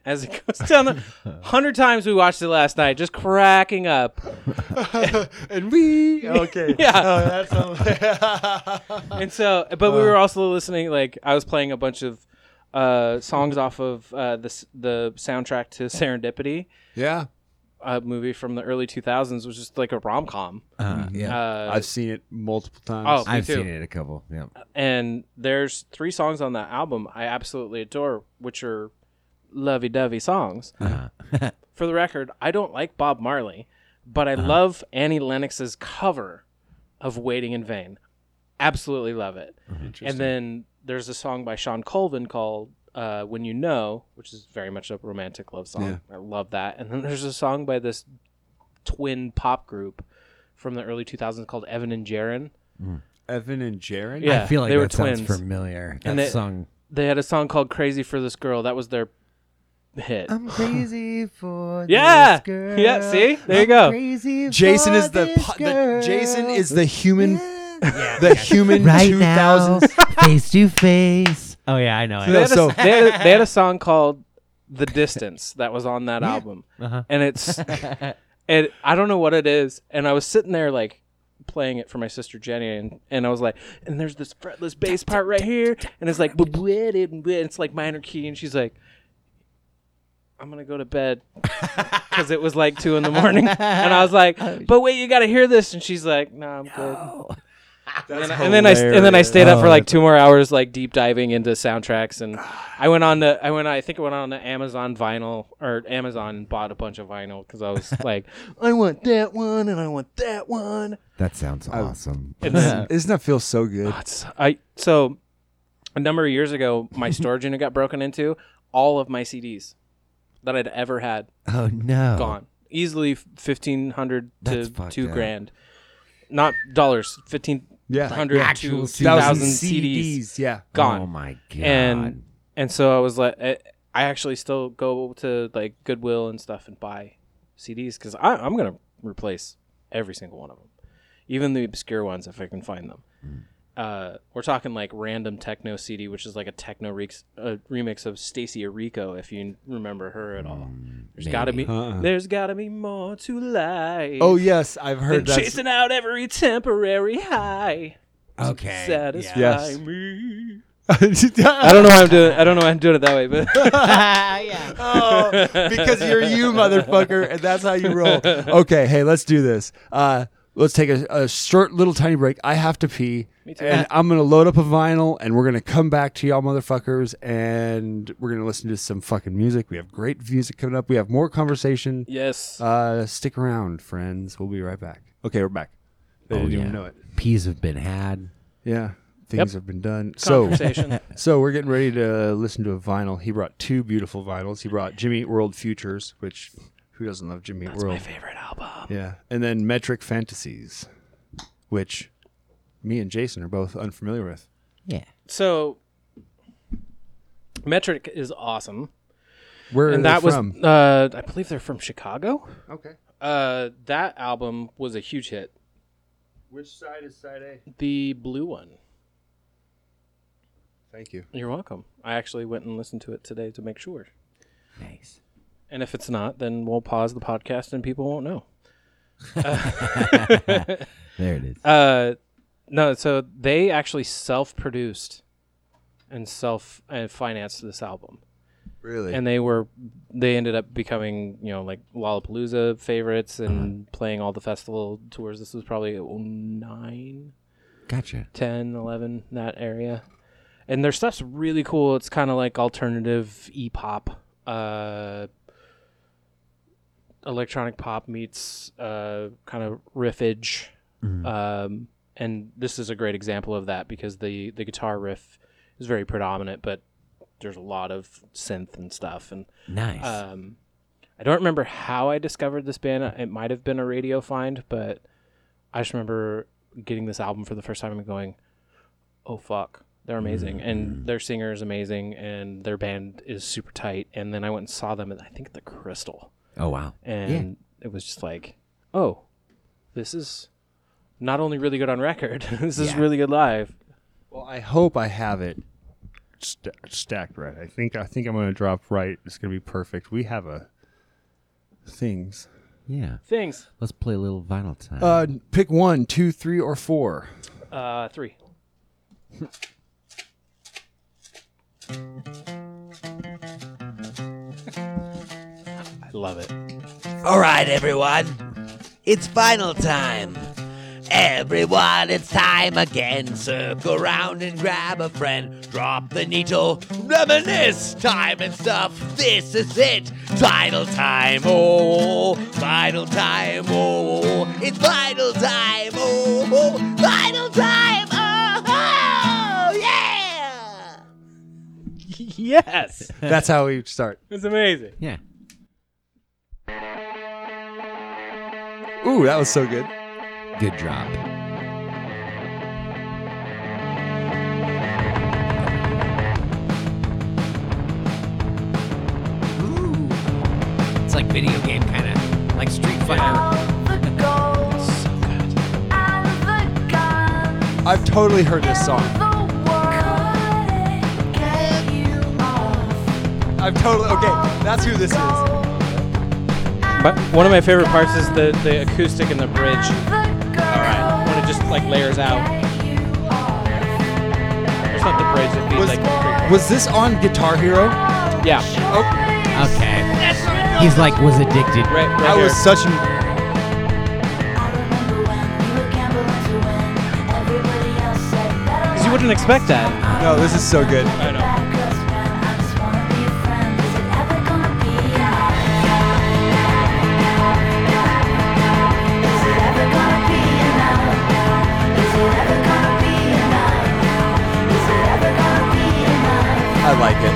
[SPEAKER 5] as it goes down the 100 times we watched it last night just cracking up
[SPEAKER 3] and we okay.
[SPEAKER 5] *laughs* yeah
[SPEAKER 3] that's
[SPEAKER 5] and so but we were also listening like i was playing a bunch of uh, songs off of uh, the, s- the soundtrack to *laughs* serendipity
[SPEAKER 3] yeah.
[SPEAKER 5] a movie from the early 2000s was just like a rom-com
[SPEAKER 4] Uh, yeah.
[SPEAKER 5] uh,
[SPEAKER 3] I've seen it multiple times.
[SPEAKER 5] oh, me
[SPEAKER 4] I've
[SPEAKER 5] too.
[SPEAKER 4] seen it a couple. Yeah.
[SPEAKER 5] and there's three songs on that album i absolutely adore which are lovey-dovey songs
[SPEAKER 4] Uh-huh. *laughs*
[SPEAKER 5] for the record i don't like bob marley but i
[SPEAKER 4] Uh-huh.
[SPEAKER 5] love annie lennox's cover of waiting in vain absolutely love it
[SPEAKER 4] Mm-hmm.
[SPEAKER 5] and then there's a song by sean colvin called uh, when you know which is very much a romantic love song i love that and then there's a song by this twin pop group from the early 2000s called evan and jaren
[SPEAKER 3] Evan and Jaron.
[SPEAKER 5] Yeah,
[SPEAKER 4] I feel like
[SPEAKER 5] they
[SPEAKER 4] that
[SPEAKER 5] were
[SPEAKER 4] sounds
[SPEAKER 5] twins.
[SPEAKER 4] familiar. That
[SPEAKER 5] And they-
[SPEAKER 4] song.
[SPEAKER 5] They had a song called "Crazy for This Girl." That was their hit.
[SPEAKER 4] I'm crazy for
[SPEAKER 5] yeah, yeah. See, there you go.
[SPEAKER 4] Crazy
[SPEAKER 3] Jason is the, po- the Jason is the human *laughs* the human
[SPEAKER 4] right
[SPEAKER 3] 2000s.
[SPEAKER 5] *laughs*
[SPEAKER 4] now, *laughs* face to face. Oh yeah, I know it.
[SPEAKER 5] They had, a,
[SPEAKER 3] so-
[SPEAKER 5] they, had a, they had a song called "The Distance" that was on that album, and it's and I don't know what it is. And I was sitting there like playing it for my sister Jenny, and, and I was like, and there's this fretless bass part right here,
[SPEAKER 4] *laughs*
[SPEAKER 5] and it's like, "Bwah, bwah, dee, bwah," and it's like minor key, and she's like, I'm gonna go to bed because it was like two in the morning, and I was like, but wait, you gotta hear this, and she's like, no, I'm good. And then, and then I and then I stayed up for like two more hours, like deep diving into soundtracks, and I went on to I went I think I went on to Amazon vinyl or Amazon and bought a bunch of vinyl because I was like, I want that one and I want that one.
[SPEAKER 4] That sounds awesome.
[SPEAKER 5] And then
[SPEAKER 3] *laughs* Doesn't that feel so good?
[SPEAKER 5] it's- I so a number of years ago, my storage unit got broken into. All of my CDs that I'd ever had
[SPEAKER 4] Oh no.
[SPEAKER 5] gone. Easily fifteen hundred
[SPEAKER 4] That's
[SPEAKER 5] to
[SPEAKER 4] fucked
[SPEAKER 5] two
[SPEAKER 4] up.
[SPEAKER 5] grand, not dollars. Fifteen
[SPEAKER 3] Yeah.
[SPEAKER 5] hundred
[SPEAKER 4] Like
[SPEAKER 5] to
[SPEAKER 4] actual CDs.
[SPEAKER 5] two thousand CDs
[SPEAKER 3] Yeah.
[SPEAKER 5] gone.
[SPEAKER 4] Oh my god.
[SPEAKER 5] and and so I was like, I, I actually still go to like Goodwill and stuff and buy CDs because I'm gonna replace every single one of them, even the obscure ones if I can find them.
[SPEAKER 4] Hmm.
[SPEAKER 5] Uh, we're talking like random techno CD, which is like a techno reeks a remix of Stacy Arico, if you remember her at
[SPEAKER 4] Hmm.
[SPEAKER 5] all. There's gotta be, there's gotta be more to life.
[SPEAKER 3] Oh yes, I've
[SPEAKER 5] than
[SPEAKER 3] heard that.
[SPEAKER 5] chasing out every temporary high.
[SPEAKER 4] okay.
[SPEAKER 5] Satisfy
[SPEAKER 3] Yes.
[SPEAKER 5] me. I
[SPEAKER 3] *laughs*
[SPEAKER 5] *laughs*
[SPEAKER 3] I
[SPEAKER 5] don't know why I'm doing. I don't know why I'm doing it that way, but
[SPEAKER 3] because you're *laughs* you, motherfucker, and that's how you roll. Okay, hey, let's do this. Uh, let's take a, a short little tiny break. I have to pee. Me
[SPEAKER 5] too.
[SPEAKER 3] And I'm gonna load up a vinyl, and we're gonna come back to y'all motherfuckers, and we're gonna listen to some fucking music. We have great music coming up. We have more conversation.
[SPEAKER 5] *laughs* yes,
[SPEAKER 3] Uh, stick around, friends. We'll be right back. Okay, we're back. They
[SPEAKER 4] Oh,
[SPEAKER 3] didn't
[SPEAKER 4] yeah.
[SPEAKER 3] even know it.
[SPEAKER 4] Peas have been had.
[SPEAKER 3] Yeah, things have been done. So,
[SPEAKER 5] conversation. *laughs*
[SPEAKER 3] so we're getting ready to listen to a vinyl. He brought two beautiful vinyls. He brought Jimmy Eat World Futures, which who doesn't love Jimmy Eat World?
[SPEAKER 5] favorite album.
[SPEAKER 3] Yeah, and then Metric Fantasies, which
[SPEAKER 6] me and Jason are both unfamiliar with.
[SPEAKER 5] So Metric is awesome.
[SPEAKER 6] Where
[SPEAKER 5] and
[SPEAKER 6] are they
[SPEAKER 5] that was
[SPEAKER 6] from?
[SPEAKER 5] uh I believe they're from Chicago.
[SPEAKER 6] okay.
[SPEAKER 5] Uh that album was a huge hit.
[SPEAKER 6] Which side is side A?
[SPEAKER 5] The blue one.
[SPEAKER 6] Thank you.
[SPEAKER 5] You're welcome. I actually went and listened to it today to make sure.
[SPEAKER 4] Nice.
[SPEAKER 5] And if it's not, then we'll pause the podcast and people won't know.
[SPEAKER 4] There it is.
[SPEAKER 5] Uh, no, so they actually self-produced and self and financed this album,
[SPEAKER 6] Really?
[SPEAKER 5] and they were they ended up becoming you know like Lollapalooza favorites and playing all the festival tours. This was probably 09,
[SPEAKER 4] Gotcha.
[SPEAKER 5] 10, 11, that area. And their stuff's really cool. It's kind of like alternative e pop, uh, electronic pop meets uh, kind of riffage. Um, and this is a great example of that because the, the guitar riff is very predominant, but there's a lot of synth and stuff. And
[SPEAKER 4] Nice.
[SPEAKER 5] um, I don't remember how I discovered this band. It might have been a radio find, but I just remember getting this album for the first time and going, "Oh fuck, they're amazing!" And their singer is amazing, and their band is super tight. And then I went and saw them at I think the Crystal,
[SPEAKER 4] oh wow.
[SPEAKER 5] and it was just like, "Oh, this is not only really good on record, *laughs* this is really good live."
[SPEAKER 6] well, I hope I have it sta stacked right. I think I think I'm going to drop right. It's going to be perfect. We have a things.
[SPEAKER 4] Yeah.
[SPEAKER 5] Things
[SPEAKER 4] Let's play a little vinyl time.
[SPEAKER 6] Uh, pick one, two, three, or four.
[SPEAKER 5] uh, three. I love it.
[SPEAKER 2] All right, everyone. It's final time. Everyone, it's time again. Circle round and grab a friend. Drop the needle. Reminisce. Time and stuff. This is it. Final time. Oh, final time. Oh, it's final time. Oh, oh, final time. Oh, oh yeah.
[SPEAKER 5] *laughs* Yes,
[SPEAKER 6] That's how we start.
[SPEAKER 5] it's amazing.
[SPEAKER 4] yeah.
[SPEAKER 6] Ooh, that was so good.
[SPEAKER 4] Good drop.
[SPEAKER 2] It's like video game kind of, like Street Fighter.
[SPEAKER 6] I've totally heard this song. I've totally okay. That's who this is.
[SPEAKER 5] But one of my favorite parts is the, the acoustic and the bridge. All right, when it just like layers out. It's not the bridge; it'd be
[SPEAKER 6] Was-
[SPEAKER 5] like the
[SPEAKER 6] Was this on Guitar Hero?
[SPEAKER 5] bridge. yeah,
[SPEAKER 4] Okay. He's like was addicted.
[SPEAKER 5] right, right
[SPEAKER 6] I
[SPEAKER 5] here.
[SPEAKER 6] was such an
[SPEAKER 5] Because you wouldn't expect that.
[SPEAKER 6] no. This is so good.
[SPEAKER 5] I know.
[SPEAKER 6] I like it.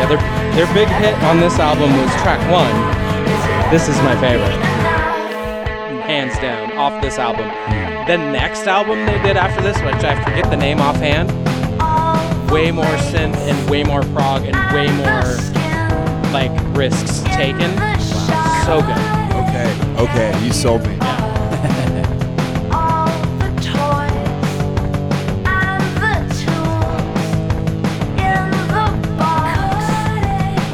[SPEAKER 5] Yeah, their their big hit on this album was track one. This is my favorite, hands down, off this album. The next album they did after this, which I forget the name offhand, way more synth and way more prog and way more like risks taken. So good.
[SPEAKER 6] Okay, okay, you sold me.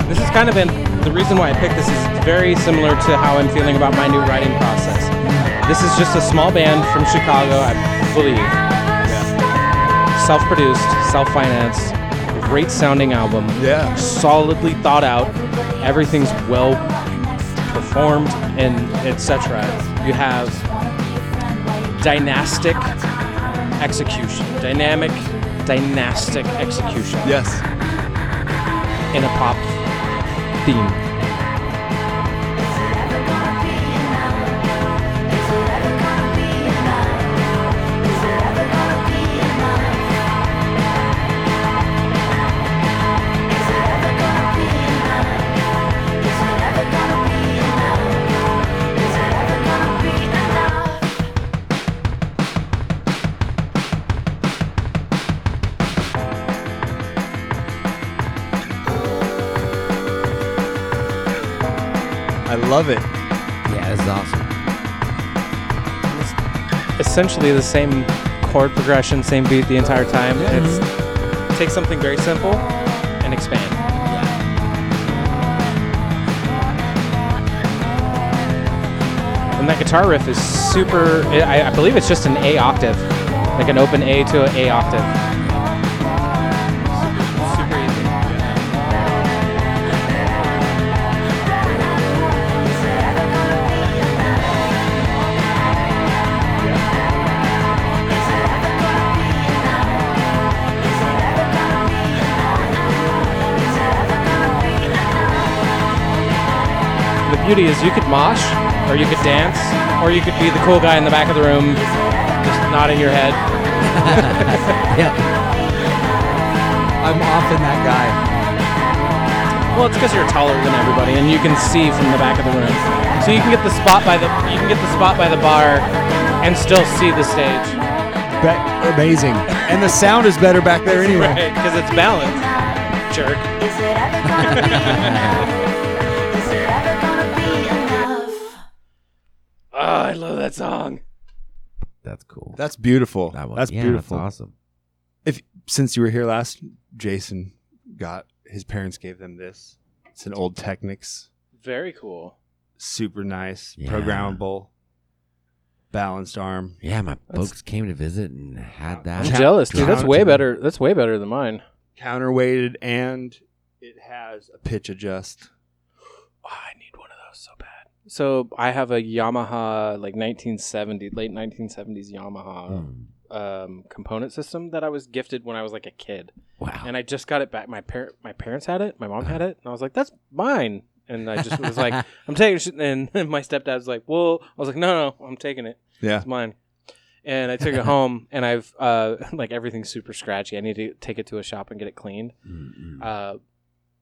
[SPEAKER 5] This has kind of been the reason why I picked this is very similar to how I'm feeling about my new writing process. This is just a small band from Chicago, I believe. Self-produced, self-financed, great sounding album.
[SPEAKER 6] Yeah.
[SPEAKER 5] solidly thought out. Everything's well performed and etc. You have dynastic execution, dynamic, dynastic execution
[SPEAKER 6] Yes.
[SPEAKER 5] in a pop theme.
[SPEAKER 7] Is
[SPEAKER 8] love it.
[SPEAKER 4] Yeah, this is awesome.
[SPEAKER 5] essentially the same chord progression, same beat the entire time. It's take something very simple and expand. And that guitar riff is super. I, I believe it's just an A octave, like an open A to an A octave. Super easy. The beauty is you could mosh, or you could dance, or you could be the cool guy in the back of the room, just nodding your head.
[SPEAKER 4] Yep. I'm often that guy.
[SPEAKER 5] Well, it's because you're taller than everybody, and you can see from the back of the room. So you can get the spot by the you can get the spot by the bar, and still see the stage.
[SPEAKER 3] Ba- amazing. And the sound is better back there anyway.
[SPEAKER 5] *laughs* Right, because it's balanced. Jerk.
[SPEAKER 7] Is it ever gonna be enough? Is it ever gonna be enough?
[SPEAKER 5] Oh, I love that song.
[SPEAKER 4] That's cool.
[SPEAKER 3] That's beautiful.
[SPEAKER 4] That one-
[SPEAKER 3] that's
[SPEAKER 4] yeah,
[SPEAKER 3] beautiful.
[SPEAKER 4] That's awesome.
[SPEAKER 3] If since you were here last, Jason got his parents gave them this. It's an old Technics,
[SPEAKER 5] Very cool.
[SPEAKER 3] super nice,
[SPEAKER 4] Yeah.
[SPEAKER 3] programmable, balanced arm.
[SPEAKER 4] Yeah, my folks came to visit and had
[SPEAKER 5] I'm
[SPEAKER 4] that.
[SPEAKER 5] jealous, dude. That's way
[SPEAKER 4] Counterpoint.
[SPEAKER 5] better. That's way better than mine.
[SPEAKER 3] counterweighted and it has a pitch adjust.
[SPEAKER 5] Oh, I need one of those so bad. So I have a Yamaha, like 1970, late 1970s Yamaha
[SPEAKER 4] Mm.
[SPEAKER 5] um, component system that I was gifted when I was like a kid,
[SPEAKER 4] Wow.
[SPEAKER 5] Oh. and I just got it back. My par- my parents had it, my mom had it, and I was like, "That's mine." And I just was like, "I'm taking," it. and *laughs* then my stepdad's like, "Well," I was like, "No, no, I'm taking it.
[SPEAKER 3] Yeah.
[SPEAKER 5] It's mine." And I took it home, and I've uh, like everything's super scratchy. I need to take it to a shop and get it cleaned.
[SPEAKER 4] Mm-mm.
[SPEAKER 5] Uh,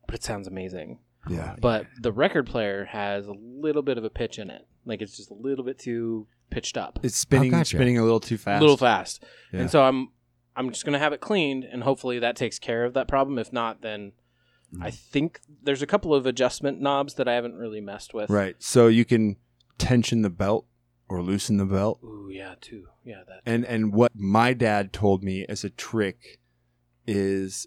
[SPEAKER 5] but it sounds amazing
[SPEAKER 3] Yeah.
[SPEAKER 5] but the record player has a little bit of a pitch in it. Like it's just a little bit too pitched up,
[SPEAKER 3] It's spinning
[SPEAKER 4] Oh, gotcha.
[SPEAKER 3] spinning a little too fast.
[SPEAKER 5] a little fast.
[SPEAKER 3] Yeah.
[SPEAKER 5] And so I'm I'm just gonna have it cleaned, and hopefully that takes care of that problem. If not, then
[SPEAKER 3] Mm-hmm.
[SPEAKER 5] I think there's a couple of adjustment knobs that I haven't really messed with.
[SPEAKER 3] Right. So you can tension the belt or loosen the belt.
[SPEAKER 5] Ooh, yeah, too. Yeah, that.
[SPEAKER 3] And and what my dad told me as a trick is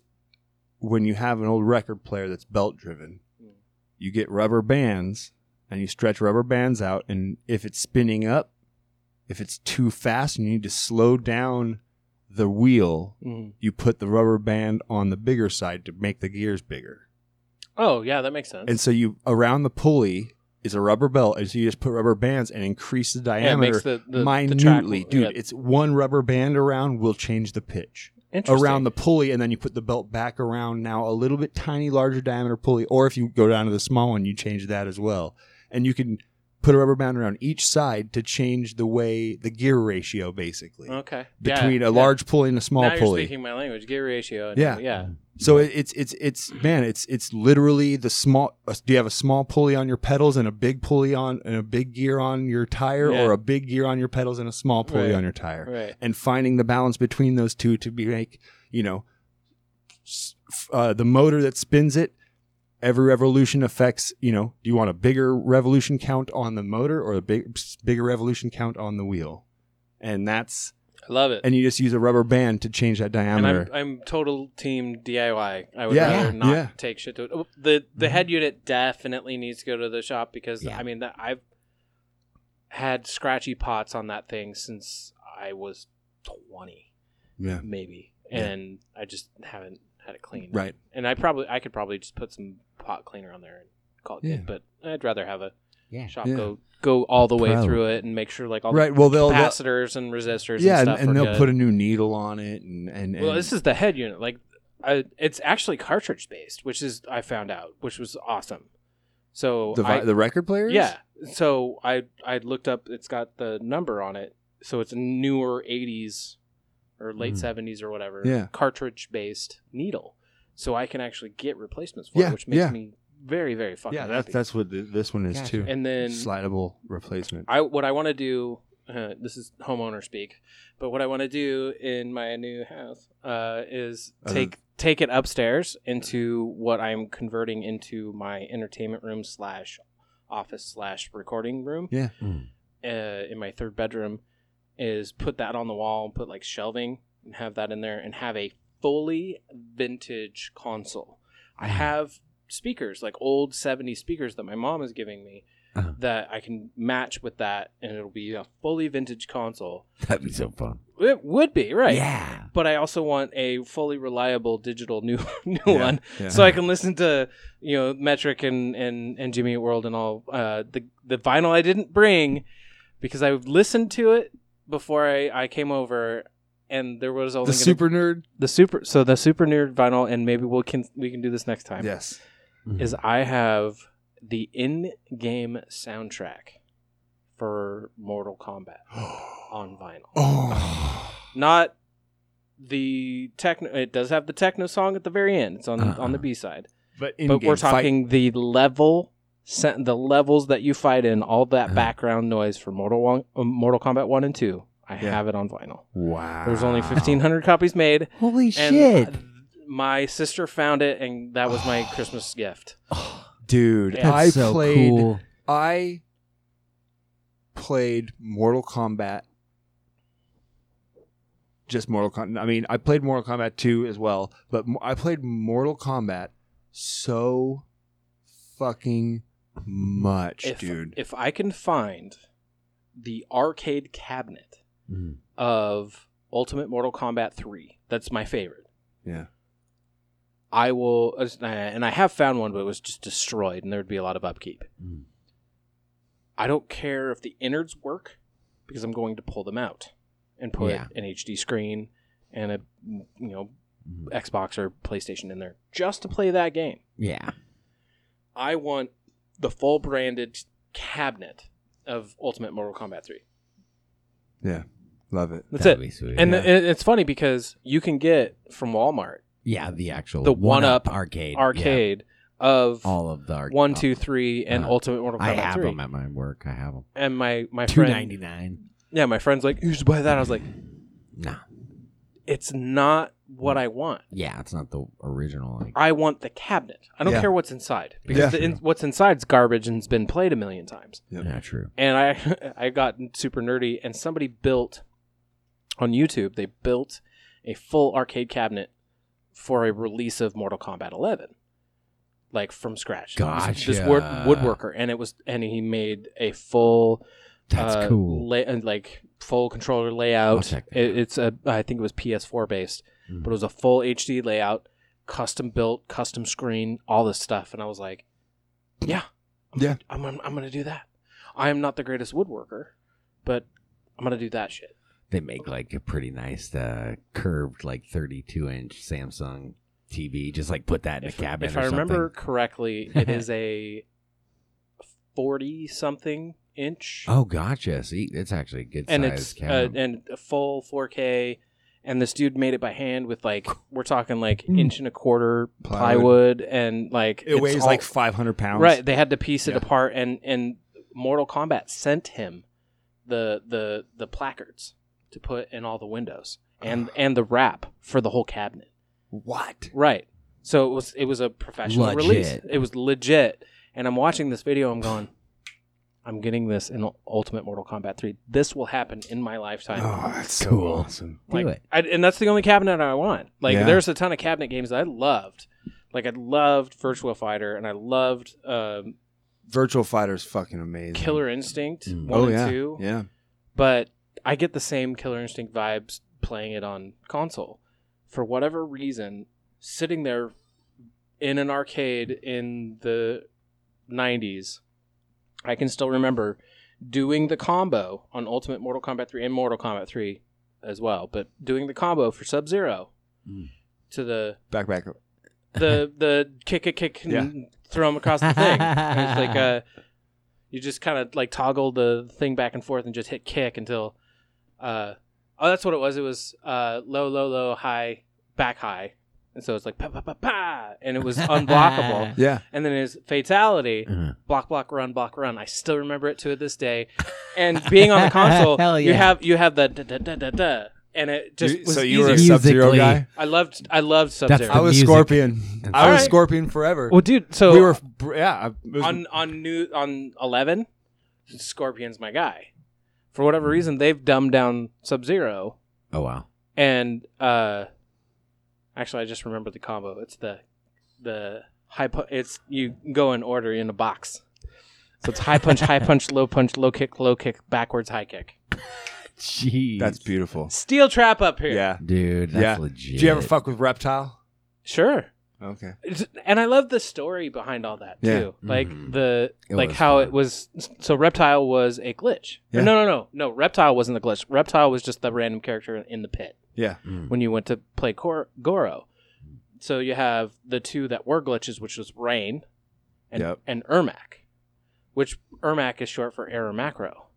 [SPEAKER 3] when you have an old record player that's belt driven,
[SPEAKER 5] Mm.
[SPEAKER 3] you get rubber bands and you stretch rubber bands out and if it's spinning up, if it's too fast and you need to slow down the wheel,
[SPEAKER 5] Mhm.
[SPEAKER 3] you put the rubber band on the bigger side to make the gears bigger.
[SPEAKER 5] Oh, yeah, that makes sense.
[SPEAKER 3] And so you around the pulley is a rubber belt, and so you just put rubber bands and increase the
[SPEAKER 5] Yeah, it
[SPEAKER 3] diameter
[SPEAKER 5] makes the, the, the track-
[SPEAKER 3] minutely, dude.
[SPEAKER 5] yeah.
[SPEAKER 3] It's one rubber band around will change the pitch
[SPEAKER 5] Interesting.
[SPEAKER 3] around the pulley, and then you put the belt back around now a little bit tiny larger diameter pulley, or if you go down to the small one, you change that as well, and you can put a rubber band around each side to change the way the gear ratio basically
[SPEAKER 5] okay Uh, Yeah,
[SPEAKER 3] between
[SPEAKER 5] yeah.
[SPEAKER 3] a large pulley and a small
[SPEAKER 5] now
[SPEAKER 3] pulley.
[SPEAKER 5] You're speaking my language. Gear ratio. And
[SPEAKER 3] Yeah.
[SPEAKER 5] yeah.
[SPEAKER 3] So it, it's it's it's man, it's it's literally the small. uh, Do you have a small pulley on your pedals and a big pulley on and a big gear on your tire,
[SPEAKER 5] Yeah.
[SPEAKER 3] or a big gear on your pedals and a small pulley
[SPEAKER 5] Right.
[SPEAKER 3] on your tire?
[SPEAKER 5] Right.
[SPEAKER 3] And finding the balance between those two to be make you know s- f- uh, the motor that spins it. Every revolution affects you know. Do you want a bigger revolution count on the motor or a big s- bigger revolution count on the wheel? And that's
[SPEAKER 5] I love it.
[SPEAKER 3] and you just use a rubber band to change that
[SPEAKER 5] and
[SPEAKER 3] diameter.
[SPEAKER 5] I'm, I'm total team DIY. I would
[SPEAKER 3] Yeah.
[SPEAKER 5] rather
[SPEAKER 3] Yeah.
[SPEAKER 5] not
[SPEAKER 3] Yeah. Mm-hmm.
[SPEAKER 5] take shit to it. Oh, The the head unit definitely needs to go to the shop because
[SPEAKER 4] Yeah.
[SPEAKER 5] I mean that I've had scratchy pots on that thing since I was 20,
[SPEAKER 3] yeah.
[SPEAKER 5] maybe,
[SPEAKER 3] Yeah.
[SPEAKER 5] and I just haven't had it cleaned.
[SPEAKER 3] Right.
[SPEAKER 5] And I probably I could probably just put some pot cleaner on there and call it
[SPEAKER 3] Yeah.
[SPEAKER 5] good, but I'd rather have a
[SPEAKER 4] Yeah.
[SPEAKER 5] shop
[SPEAKER 3] Yeah.
[SPEAKER 5] go go all the way
[SPEAKER 4] Pro.
[SPEAKER 5] through it and make sure like all
[SPEAKER 3] Right.
[SPEAKER 5] the
[SPEAKER 3] Well, they'll, they'll
[SPEAKER 5] capacitors and resistors.
[SPEAKER 3] yeah, and,
[SPEAKER 5] and, stuff
[SPEAKER 3] and
[SPEAKER 5] are
[SPEAKER 3] they'll
[SPEAKER 5] good.
[SPEAKER 3] put a new needle on it, and and, and
[SPEAKER 5] Well, this is the head unit. Like, I, it's actually cartridge based, which is I found out, which was awesome. So
[SPEAKER 3] the, vi
[SPEAKER 5] I,
[SPEAKER 3] the record players.
[SPEAKER 5] yeah, so I I looked up. It's got the number on it, so it's a newer '80s or late
[SPEAKER 4] Mhm.
[SPEAKER 5] '70s or whatever
[SPEAKER 3] Mm. Yeah.
[SPEAKER 5] cartridge based needle. So I can actually get replacements for
[SPEAKER 3] Yeah,
[SPEAKER 5] it, which makes
[SPEAKER 3] yeah.
[SPEAKER 5] me very very fucking
[SPEAKER 3] yeah, that's
[SPEAKER 5] happy.
[SPEAKER 3] that's what th- this one is
[SPEAKER 4] Gotcha.
[SPEAKER 3] too.
[SPEAKER 5] and then
[SPEAKER 3] Slidable replacement.
[SPEAKER 5] I what I want to do. Uh, this is homeowner speak, but what I want to do in my new house uh, is
[SPEAKER 3] Other-
[SPEAKER 5] take take it upstairs into what I'm converting into my entertainment room slash office slash recording room
[SPEAKER 6] Yeah.
[SPEAKER 5] uh, in my third bedroom is put that on the wall and put like shelving and have that in there and have a fully vintage console. I
[SPEAKER 4] Mm.
[SPEAKER 5] have speakers, like old 70s speakers that my mom is giving me
[SPEAKER 4] Uh-huh.
[SPEAKER 5] that I can match with that and it'll be a fully vintage console.
[SPEAKER 4] That'd be so fun.
[SPEAKER 5] It would be, right?
[SPEAKER 4] Yeah.
[SPEAKER 5] But I also want a fully reliable digital new *laughs* new
[SPEAKER 6] Yeah,
[SPEAKER 5] one,
[SPEAKER 6] yeah.
[SPEAKER 5] so I can listen to you know Metric and and, and Jimmy Eat World and all uh, the the vinyl I didn't bring because I listened to it before I, I came over, and there was only
[SPEAKER 6] The
[SPEAKER 5] gonna-
[SPEAKER 6] super nerd.
[SPEAKER 5] the super so the super nerd vinyl, and maybe we'll can we can do this next time.
[SPEAKER 6] Yes.
[SPEAKER 5] is I have the in game soundtrack for Mortal
[SPEAKER 6] *gasps*
[SPEAKER 5] Kombat on vinyl
[SPEAKER 6] Oh.
[SPEAKER 5] not the techno. It does have the techno song at the very end. It's on
[SPEAKER 4] Uh-uh.
[SPEAKER 5] on the B side.
[SPEAKER 6] But,
[SPEAKER 5] But we're
[SPEAKER 6] Uh-huh. in-game fight.
[SPEAKER 5] talking the level, sen- the levels that you fight in, all that
[SPEAKER 4] Uh-huh.
[SPEAKER 5] background noise for Mortal one, uh, Mortal Kombat one and two. I
[SPEAKER 6] Yeah.
[SPEAKER 5] have it on vinyl.
[SPEAKER 6] Wow.
[SPEAKER 5] There's only fifteen hundred copies made.
[SPEAKER 4] Holy
[SPEAKER 5] And
[SPEAKER 4] shit.
[SPEAKER 5] uh, my sister found it, and that was
[SPEAKER 6] *sighs*
[SPEAKER 5] my Christmas gift.
[SPEAKER 6] Dude,
[SPEAKER 5] That's
[SPEAKER 6] I
[SPEAKER 4] so
[SPEAKER 6] played.
[SPEAKER 4] cool.
[SPEAKER 6] I played Mortal Kombat. Just Mortal Kombat. I mean, I played Mortal Kombat 2 as well, but mo- I played Mortal Kombat so fucking much,
[SPEAKER 5] If,
[SPEAKER 6] dude.
[SPEAKER 5] if I can find the arcade cabinet
[SPEAKER 4] Mm.
[SPEAKER 5] of Ultimate Mortal Kombat 3. That's my favorite.
[SPEAKER 6] Yeah.
[SPEAKER 5] I will, uh, and I have found one, but it was just destroyed, and there would be a lot of upkeep.
[SPEAKER 4] Mm.
[SPEAKER 5] I don't care if the innards work because I'm going to pull them out and put
[SPEAKER 4] Yeah.
[SPEAKER 5] an HD screen and a you know
[SPEAKER 4] Hmm.
[SPEAKER 5] Xbox or PlayStation in there just to play that game.
[SPEAKER 4] Yeah.
[SPEAKER 5] I want the full branded cabinet of Ultimate Mortal Kombat 3.
[SPEAKER 6] Yeah. Love it.
[SPEAKER 5] That's
[SPEAKER 4] That'd
[SPEAKER 5] it.
[SPEAKER 4] be sweet.
[SPEAKER 5] And
[SPEAKER 4] yeah.
[SPEAKER 5] it- it's funny because you can get from Walmart
[SPEAKER 4] Yeah, the actual
[SPEAKER 5] the
[SPEAKER 4] one up
[SPEAKER 5] one-up
[SPEAKER 4] arcade. yeah.
[SPEAKER 5] arcade of
[SPEAKER 4] All of the arcade.
[SPEAKER 5] one, two, three, and
[SPEAKER 4] Uh,
[SPEAKER 5] Ultimate Mortal Kombat
[SPEAKER 4] I have
[SPEAKER 5] three.
[SPEAKER 4] them at my work. I have them.
[SPEAKER 5] and my my
[SPEAKER 4] Two
[SPEAKER 5] friend,
[SPEAKER 4] ninety nine.
[SPEAKER 5] yeah, my friend's like, "You should buy that." I was like,
[SPEAKER 4] Nah.
[SPEAKER 5] "It's not what I want.
[SPEAKER 4] Yeah, it's not the original. Like,
[SPEAKER 5] I want the cabinet. I don't
[SPEAKER 6] Yeah.
[SPEAKER 5] care what's inside because the in, what's inside's garbage and's been played a million times."
[SPEAKER 4] yeah, true.
[SPEAKER 5] And I *laughs* I got super nerdy, and somebody built on YouTube. They built a full arcade cabinet for a release of Mortal Kombat 11. Like from scratch, This- This wood,
[SPEAKER 4] Gotcha.
[SPEAKER 5] woodworker, and it was, and he made a full
[SPEAKER 4] That's
[SPEAKER 5] uh,
[SPEAKER 4] cool.
[SPEAKER 5] lay- uh, like full controller layout.
[SPEAKER 4] check that
[SPEAKER 5] It, it's a I think it was PS4 based,
[SPEAKER 4] Mm-hmm.
[SPEAKER 5] but it was a full HD layout, custom built, custom screen, all this stuff. And I was like, yeah, I'm,
[SPEAKER 6] Yeah.
[SPEAKER 5] I'm, I'm, I'm gonna do that. I am not the greatest woodworker, but I'm gonna do that shit.
[SPEAKER 4] they make like a pretty nice uh, curved, like thirty-two inch Samsung TV. Just like put that in
[SPEAKER 5] if
[SPEAKER 4] a cabinet.
[SPEAKER 5] if
[SPEAKER 4] or
[SPEAKER 5] I
[SPEAKER 4] something.
[SPEAKER 5] remember correctly, it is a *laughs* forty something inch.
[SPEAKER 4] *laughs* Oh, gotcha. See, it's actually a good
[SPEAKER 5] and
[SPEAKER 4] size
[SPEAKER 5] it's uh,
[SPEAKER 4] cabinet.
[SPEAKER 5] and a full 4K. And this dude made it by hand with
[SPEAKER 6] *laughs*
[SPEAKER 5] like we're talking like inch and a quarter plywood,
[SPEAKER 6] Plywood.
[SPEAKER 5] and like
[SPEAKER 6] It
[SPEAKER 5] it's
[SPEAKER 6] weighs
[SPEAKER 5] all-
[SPEAKER 6] like 500 pounds.
[SPEAKER 5] right. They had to piece it
[SPEAKER 6] Yeah.
[SPEAKER 5] apart, and and Mortal Kombat sent him the the the placards to put in all the windows
[SPEAKER 6] *sighs*
[SPEAKER 5] and and the wrap for the whole cabinet.
[SPEAKER 6] What?
[SPEAKER 5] Right. So it was it was a professional release.
[SPEAKER 4] Legit.
[SPEAKER 5] It was legit. And I'm watching this video. I'm going. I'm getting this in Ultimate Mortal Kombat 3. This will happen in my lifetime.
[SPEAKER 6] Oh, that's
[SPEAKER 4] Cool.
[SPEAKER 6] so awesome.
[SPEAKER 4] Do
[SPEAKER 5] like,
[SPEAKER 4] it.
[SPEAKER 5] I, and that's the only cabinet I want. Like,
[SPEAKER 6] Yeah.
[SPEAKER 5] there's a ton of cabinet games that I loved. Like, I loved Virtual Fighter, and I loved um,
[SPEAKER 6] Virtual Fighter's fucking amazing.
[SPEAKER 5] Killer Instinct
[SPEAKER 4] Mm.
[SPEAKER 5] one
[SPEAKER 6] oh,
[SPEAKER 5] and
[SPEAKER 6] yeah.
[SPEAKER 5] two.
[SPEAKER 6] Yeah.
[SPEAKER 5] But I get the same Killer Instinct vibes playing it on console. For whatever reason, sitting there in an arcade in the 90s, I can still remember doing the combo on Ultimate Mortal Kombat 3 and Mortal Kombat 3 as well, but doing the combo for Sub Zero
[SPEAKER 4] Mm.
[SPEAKER 5] to the
[SPEAKER 6] Back, back.
[SPEAKER 5] the the kick a kick and
[SPEAKER 6] Yeah.
[SPEAKER 5] throw him across the thing. And it's
[SPEAKER 9] *laughs*
[SPEAKER 5] like uh, you just kind of like toggle the thing back and forth and just hit kick until. Uh, oh, that's what it was. It was uh, low, low, low, high, back high, and so it's like pa pa pa pa, and it
[SPEAKER 9] *laughs*
[SPEAKER 5] was unblockable.
[SPEAKER 6] Yeah.
[SPEAKER 5] and then his fatality,
[SPEAKER 4] Uh-huh.
[SPEAKER 5] block, block, run, block, run. I
[SPEAKER 9] *laughs*
[SPEAKER 5] still remember it to this day. And being on the console,
[SPEAKER 4] Hell
[SPEAKER 5] you
[SPEAKER 4] yeah.
[SPEAKER 5] have you have the da da da da da. and it just
[SPEAKER 9] You-
[SPEAKER 5] was
[SPEAKER 9] so you were a
[SPEAKER 5] easier.
[SPEAKER 9] Sub Zero
[SPEAKER 4] musically-
[SPEAKER 9] guy.
[SPEAKER 5] I loved I loved Sub Zero.
[SPEAKER 9] I was
[SPEAKER 4] music.
[SPEAKER 9] Scorpion. I was
[SPEAKER 5] Alright.
[SPEAKER 9] Scorpion forever.
[SPEAKER 5] well, dude. So
[SPEAKER 9] we were, br- yeah. I- it was-
[SPEAKER 5] on on new on eleven, Scorpion's my guy. For whatever reason, they've dumbed down Sub Zero
[SPEAKER 4] Oh wow.
[SPEAKER 5] and uh actually i just remembered the combo it's the the high pu- it's you go in order in a box so it's high punch high punch low punch low kick low kick backwards high kick
[SPEAKER 4] Jeez.
[SPEAKER 9] that's beautiful.
[SPEAKER 5] steel trap up here
[SPEAKER 9] Yeah.
[SPEAKER 4] dude. That's
[SPEAKER 9] Yeah.
[SPEAKER 4] legit.
[SPEAKER 9] Did you ever fuck with Reptile?
[SPEAKER 5] sure
[SPEAKER 9] Okay.
[SPEAKER 5] It's- and i love the story behind all that too
[SPEAKER 9] Yeah.
[SPEAKER 5] like
[SPEAKER 4] Mhm.
[SPEAKER 5] the
[SPEAKER 4] It
[SPEAKER 5] like
[SPEAKER 4] was
[SPEAKER 5] how
[SPEAKER 4] fun.
[SPEAKER 5] it was so reptile was a glitch
[SPEAKER 9] Yeah.
[SPEAKER 5] no no no no reptile wasn't the glitch reptile was just the random character in the pit
[SPEAKER 9] Yeah.
[SPEAKER 5] when you went to play Cor- Goro. So you have the two that were glitches, which was Rain and,
[SPEAKER 9] Yep.
[SPEAKER 5] and Ermac, which Ermac is short for error macro.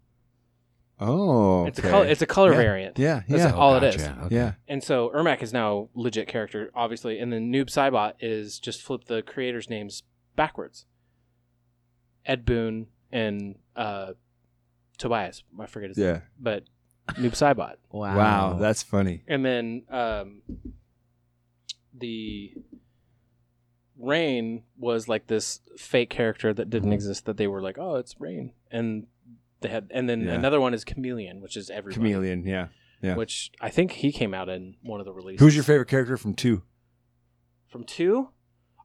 [SPEAKER 9] Oh.
[SPEAKER 5] It's a color. It's a color
[SPEAKER 9] Yeah.
[SPEAKER 5] variant.
[SPEAKER 9] yeah.
[SPEAKER 5] That's
[SPEAKER 9] Yeah.
[SPEAKER 5] all it is.
[SPEAKER 4] gotcha. Okay.
[SPEAKER 9] Yeah.
[SPEAKER 5] And so Ermac is now legit character, obviously, and then Noob Saibot is just flip the creators' names backwards. Ed Boon and uh, Tobias, I forget his name,
[SPEAKER 9] Yeah.
[SPEAKER 5] but Noob Saibot.
[SPEAKER 4] Wow.
[SPEAKER 9] Wow. That's funny.
[SPEAKER 5] and then um, the rain was like this fake character that
[SPEAKER 9] Mm-hmm.
[SPEAKER 5] didn't exist that they were like oh it's rain and they had and then
[SPEAKER 9] Yeah.
[SPEAKER 5] another one is chameleon which is everybody
[SPEAKER 9] Chameleon. Yeah. yeah.
[SPEAKER 5] which i think he came out in one of the releases
[SPEAKER 9] Who's your favorite character from two?
[SPEAKER 5] from two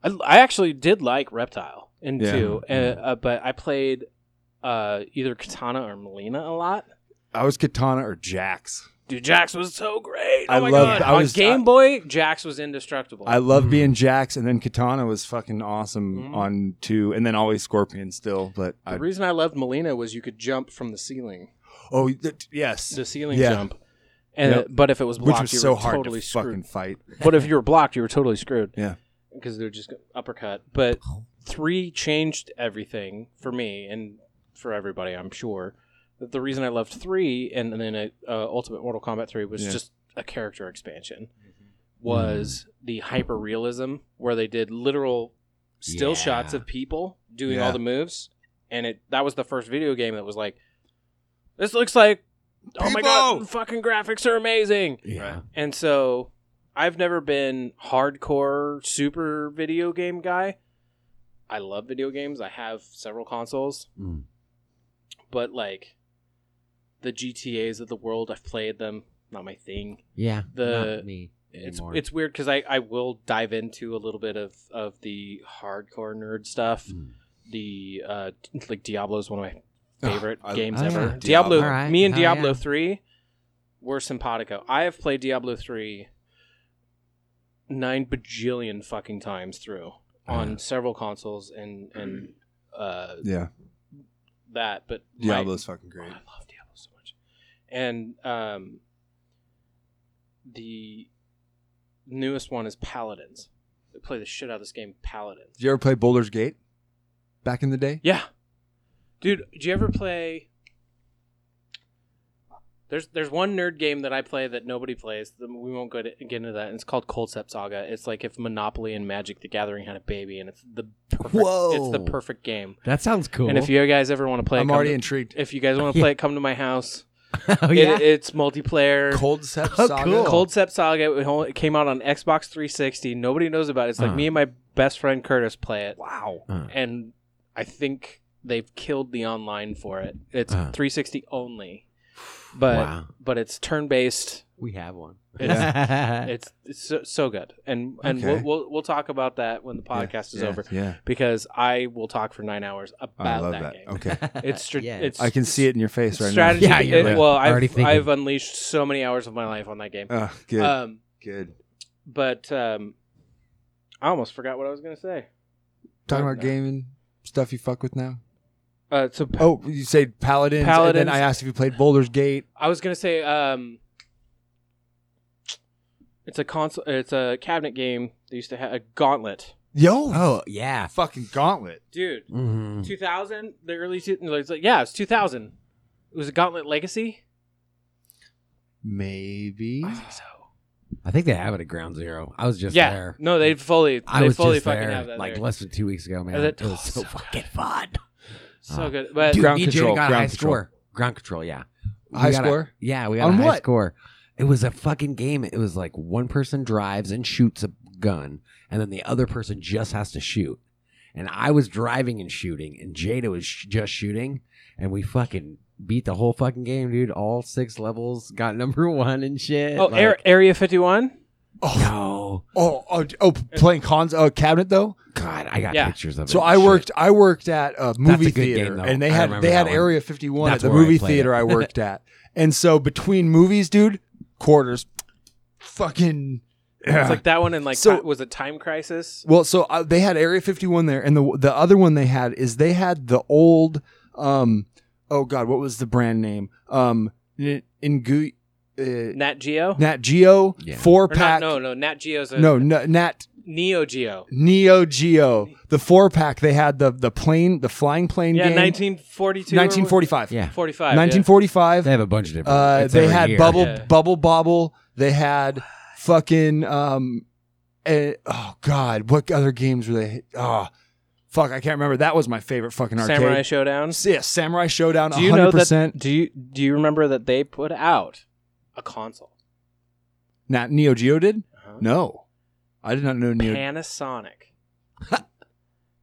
[SPEAKER 5] i, I actually did like reptile in
[SPEAKER 9] Yeah. Mm-hmm.
[SPEAKER 5] two uh, uh, but i played uh, either katana or melina a lot
[SPEAKER 9] I was Katana or Jax.
[SPEAKER 5] Dude, Jax was so great. Oh
[SPEAKER 9] I
[SPEAKER 5] my
[SPEAKER 9] loved-
[SPEAKER 5] god!
[SPEAKER 9] I
[SPEAKER 5] On
[SPEAKER 9] was-
[SPEAKER 5] Game
[SPEAKER 9] I-
[SPEAKER 5] Boy, Jax was indestructible.
[SPEAKER 9] I love being Jax, and then Katana was fucking awesome
[SPEAKER 5] Mhm.
[SPEAKER 9] on two, and then always Scorpion still. But
[SPEAKER 5] The
[SPEAKER 9] I,
[SPEAKER 5] reason I loved Molina was you could jump from the ceiling,
[SPEAKER 9] oh th- yes,
[SPEAKER 5] the ceiling
[SPEAKER 9] Yeah.
[SPEAKER 5] jump, and
[SPEAKER 9] Yep.
[SPEAKER 5] but if it was
[SPEAKER 9] which
[SPEAKER 5] blocked,
[SPEAKER 9] was
[SPEAKER 5] you
[SPEAKER 9] so
[SPEAKER 5] were
[SPEAKER 9] hard
[SPEAKER 5] totally
[SPEAKER 9] to
[SPEAKER 5] screwed.
[SPEAKER 9] fucking fight.
[SPEAKER 5] But if you were blocked, you were totally screwed.
[SPEAKER 9] Yeah.
[SPEAKER 5] because they were just uppercut. But
[SPEAKER 9] Oh.
[SPEAKER 5] three changed everything for me and for everybody, I'm sure. But the reason I loved three and, and then uh, uh, Ultimate Mortal Kombat three was
[SPEAKER 9] Yeah. Mm-hmm.
[SPEAKER 5] just a character expansion. Was the hyper realism where they did literal still
[SPEAKER 4] Yeah.
[SPEAKER 5] shots of people doing all
[SPEAKER 9] Yeah.
[SPEAKER 5] the moves, and it that was the first video game that was like, this looks like, oh my god,
[SPEAKER 9] People!
[SPEAKER 5] fucking graphics are amazing.
[SPEAKER 4] Yeah.
[SPEAKER 5] And so I've never been hardcore super video game guy. I love video games. I have several consoles,
[SPEAKER 4] Mm.
[SPEAKER 5] but like the GTAs of the world, I've played them. Not my thing.
[SPEAKER 4] Yeah.
[SPEAKER 5] The-
[SPEAKER 4] Not me
[SPEAKER 5] It's
[SPEAKER 4] anymore.
[SPEAKER 5] it's weird because I, I will dive into a little bit of, of the hardcore nerd stuff.
[SPEAKER 9] Hmm.
[SPEAKER 4] Mm.
[SPEAKER 5] The uh, like Diablo is one of my
[SPEAKER 9] Ugh,
[SPEAKER 5] favorite
[SPEAKER 9] I-
[SPEAKER 5] games
[SPEAKER 4] oh,
[SPEAKER 5] ever.
[SPEAKER 4] yeah.
[SPEAKER 5] Diablo,
[SPEAKER 4] All right.
[SPEAKER 5] me and
[SPEAKER 4] Hell
[SPEAKER 5] Diablo
[SPEAKER 4] yeah.
[SPEAKER 5] three were simpatico. I have played Diablo three nine bajillion fucking times through on
[SPEAKER 9] Uh-huh.
[SPEAKER 4] Yeah.
[SPEAKER 5] several consoles and and uh,
[SPEAKER 9] Yeah,
[SPEAKER 5] that. But my-
[SPEAKER 9] Diablo's fucking great.
[SPEAKER 5] I love Diablo so much. And um, the newest one is Paladins. They play the shit out of this game, Paladins.
[SPEAKER 9] Did you ever play Boulder's Gate back in the day?
[SPEAKER 5] Yeah, dude. Do you ever play? There's there's one nerd game that I play that nobody plays. that We won't go to, get into that. And it's called Concept Saga. It's like if Monopoly and Magic the Gathering had a baby, and it's the perfect, it's the
[SPEAKER 4] Whoa.
[SPEAKER 5] perfect game.
[SPEAKER 4] that sounds cool.
[SPEAKER 5] And if you guys ever want to play, it,
[SPEAKER 9] I'm
[SPEAKER 5] come
[SPEAKER 9] already
[SPEAKER 5] to-
[SPEAKER 9] intrigued.
[SPEAKER 5] if you guys
[SPEAKER 9] *laughs*
[SPEAKER 5] want to
[SPEAKER 4] Yeah.
[SPEAKER 5] play, it, come to my house.
[SPEAKER 4] *laughs* oh,
[SPEAKER 5] It-
[SPEAKER 4] yeah.
[SPEAKER 5] it's multiplayer. Cold,
[SPEAKER 9] Cold Set
[SPEAKER 5] *laughs*
[SPEAKER 4] Oh,
[SPEAKER 9] Saga.
[SPEAKER 4] cool.
[SPEAKER 5] Step Saga. It only- it came out on Xbox 360. Nobody knows about it. It's like
[SPEAKER 4] Uh-huh.
[SPEAKER 5] me and my best friend Curtis play
[SPEAKER 9] *laughs*
[SPEAKER 5] it,
[SPEAKER 9] Wow.
[SPEAKER 4] Uh,
[SPEAKER 5] and I think they've killed the online for it. It's
[SPEAKER 4] Uh-huh.
[SPEAKER 5] 360 only, but
[SPEAKER 4] wow.
[SPEAKER 5] but it's turn based.
[SPEAKER 4] We have one.
[SPEAKER 5] *laughs* It's, it's so, so good, and and
[SPEAKER 9] Okay.
[SPEAKER 5] we'll, we'll we'll talk about that when the podcast is
[SPEAKER 9] Yeah,
[SPEAKER 5] over
[SPEAKER 9] Yeah,
[SPEAKER 5] because I will talk for nine hours
[SPEAKER 9] I
[SPEAKER 5] about
[SPEAKER 9] love
[SPEAKER 5] that,
[SPEAKER 9] that.
[SPEAKER 5] game.
[SPEAKER 9] Okay,
[SPEAKER 5] *laughs* It's str-
[SPEAKER 4] Yeah.
[SPEAKER 5] it's
[SPEAKER 9] I can see it in your face right
[SPEAKER 5] strategy.
[SPEAKER 4] Yeah, you're
[SPEAKER 5] it-
[SPEAKER 4] right.
[SPEAKER 5] well,
[SPEAKER 4] Already
[SPEAKER 5] I've
[SPEAKER 4] thinking.
[SPEAKER 5] I've unleashed so many hours of my life on that game.
[SPEAKER 9] now. *laughs* Oh, good,
[SPEAKER 5] Um,
[SPEAKER 9] good.
[SPEAKER 5] but um, I almost forgot what I was gonna say.
[SPEAKER 9] Talking about
[SPEAKER 5] no.
[SPEAKER 9] gaming stuff you fuck with now.
[SPEAKER 5] Uh, so pa-
[SPEAKER 9] Oh, you say Paladins, and
[SPEAKER 5] Paladins.
[SPEAKER 9] then I asked if you played Boulder's Gate.
[SPEAKER 5] I was gonna say um, it's a console. It's a cabinet game. They used to have a Gauntlet,
[SPEAKER 9] Yo,
[SPEAKER 4] oh yeah.
[SPEAKER 9] fucking Gauntlet.
[SPEAKER 5] dude.
[SPEAKER 4] Mhm.
[SPEAKER 5] Two thousand, the early two. no, It's like yeah, it's two thousand. It was a Gauntlet Legacy.
[SPEAKER 9] Maybe.
[SPEAKER 4] I think they have it at Ground Zero. I was just
[SPEAKER 5] yeah,
[SPEAKER 4] there.
[SPEAKER 5] no, they fully,
[SPEAKER 4] I
[SPEAKER 5] they
[SPEAKER 4] was
[SPEAKER 5] fully
[SPEAKER 4] just
[SPEAKER 5] fucking
[SPEAKER 4] there
[SPEAKER 5] have that.
[SPEAKER 4] like
[SPEAKER 5] there.
[SPEAKER 4] less than two weeks ago, man.
[SPEAKER 5] And
[SPEAKER 4] It
[SPEAKER 5] that-
[SPEAKER 4] was
[SPEAKER 5] oh, *laughs*
[SPEAKER 4] so
[SPEAKER 5] so
[SPEAKER 4] fucking fun.
[SPEAKER 5] so
[SPEAKER 4] Ah.
[SPEAKER 5] good, but
[SPEAKER 4] Dude,
[SPEAKER 9] Ground
[SPEAKER 4] me and Jay
[SPEAKER 9] control,
[SPEAKER 4] got a
[SPEAKER 9] ground
[SPEAKER 4] high
[SPEAKER 9] control.
[SPEAKER 4] score. Ground control, yeah. We
[SPEAKER 9] High
[SPEAKER 4] got a-
[SPEAKER 9] score?
[SPEAKER 4] yeah, we got
[SPEAKER 9] On
[SPEAKER 4] a high
[SPEAKER 9] what?
[SPEAKER 4] score. It was a fucking game. It was like one person drives and shoots a gun, and then the other person just has to shoot. And I was driving and shooting, and Jada was sh- just shooting, and we fucking beat the whole fucking game, dude. All six levels, got *laughs* number one and shit.
[SPEAKER 5] Oh,
[SPEAKER 4] like,
[SPEAKER 5] Ar- Area 51?
[SPEAKER 4] no,
[SPEAKER 6] Oh, oh, oh playing cons uh, cabinet though.
[SPEAKER 4] God, I got
[SPEAKER 5] Yeah.
[SPEAKER 4] pictures of it.
[SPEAKER 6] So
[SPEAKER 4] and
[SPEAKER 6] I
[SPEAKER 4] shit.
[SPEAKER 6] worked. I worked at a movie
[SPEAKER 4] good
[SPEAKER 6] theater,
[SPEAKER 4] game, though.
[SPEAKER 6] and they
[SPEAKER 4] I
[SPEAKER 6] had
[SPEAKER 4] remember
[SPEAKER 6] they had
[SPEAKER 4] that one.
[SPEAKER 6] Area 51
[SPEAKER 4] That's
[SPEAKER 6] at the
[SPEAKER 4] where I
[SPEAKER 6] movie
[SPEAKER 4] played *laughs*
[SPEAKER 6] theater
[SPEAKER 4] it.
[SPEAKER 6] I worked at, and so between movies, dude, quarters, fucking.
[SPEAKER 5] It's like that one in like,
[SPEAKER 6] So-
[SPEAKER 5] ti- was it Time Crisis?
[SPEAKER 6] Well, so uh, they had Area 51 there, and the the other one they had is they had the old, um, oh god, what was the brand name? Um, N- Ingu, uh,
[SPEAKER 5] Nat Geo?
[SPEAKER 6] Nat Geo
[SPEAKER 4] Yeah.
[SPEAKER 6] four
[SPEAKER 5] Or not,
[SPEAKER 6] pack.
[SPEAKER 5] no, no, Nat Geo's a
[SPEAKER 6] no, no, Nat
[SPEAKER 5] Neo Geo.
[SPEAKER 6] Neo Geo. The four pack they had the the plane, the flying plane
[SPEAKER 5] Yeah,
[SPEAKER 6] game.
[SPEAKER 5] 1942.
[SPEAKER 6] 1945.
[SPEAKER 4] Yeah,
[SPEAKER 5] 45. yeah.
[SPEAKER 6] 1945.
[SPEAKER 4] they have a bunch of different.
[SPEAKER 6] Uh,
[SPEAKER 4] it's
[SPEAKER 6] they
[SPEAKER 4] every
[SPEAKER 6] had
[SPEAKER 4] year.
[SPEAKER 6] bubble
[SPEAKER 5] Yeah.
[SPEAKER 6] bubble bobble. They had fucking um, eh, oh god, what other games were they? Oh, fuck, I can't remember. That was my favorite fucking arcade.
[SPEAKER 5] Samurai Showdown.
[SPEAKER 6] yeah, Samurai Showdown.
[SPEAKER 5] Do you
[SPEAKER 6] 100%.
[SPEAKER 5] know that? Do you do you remember that they put out a console?
[SPEAKER 6] Not Neo Geo did.
[SPEAKER 5] Uh-huh.
[SPEAKER 6] No, I did not know Neo.
[SPEAKER 5] Panasonic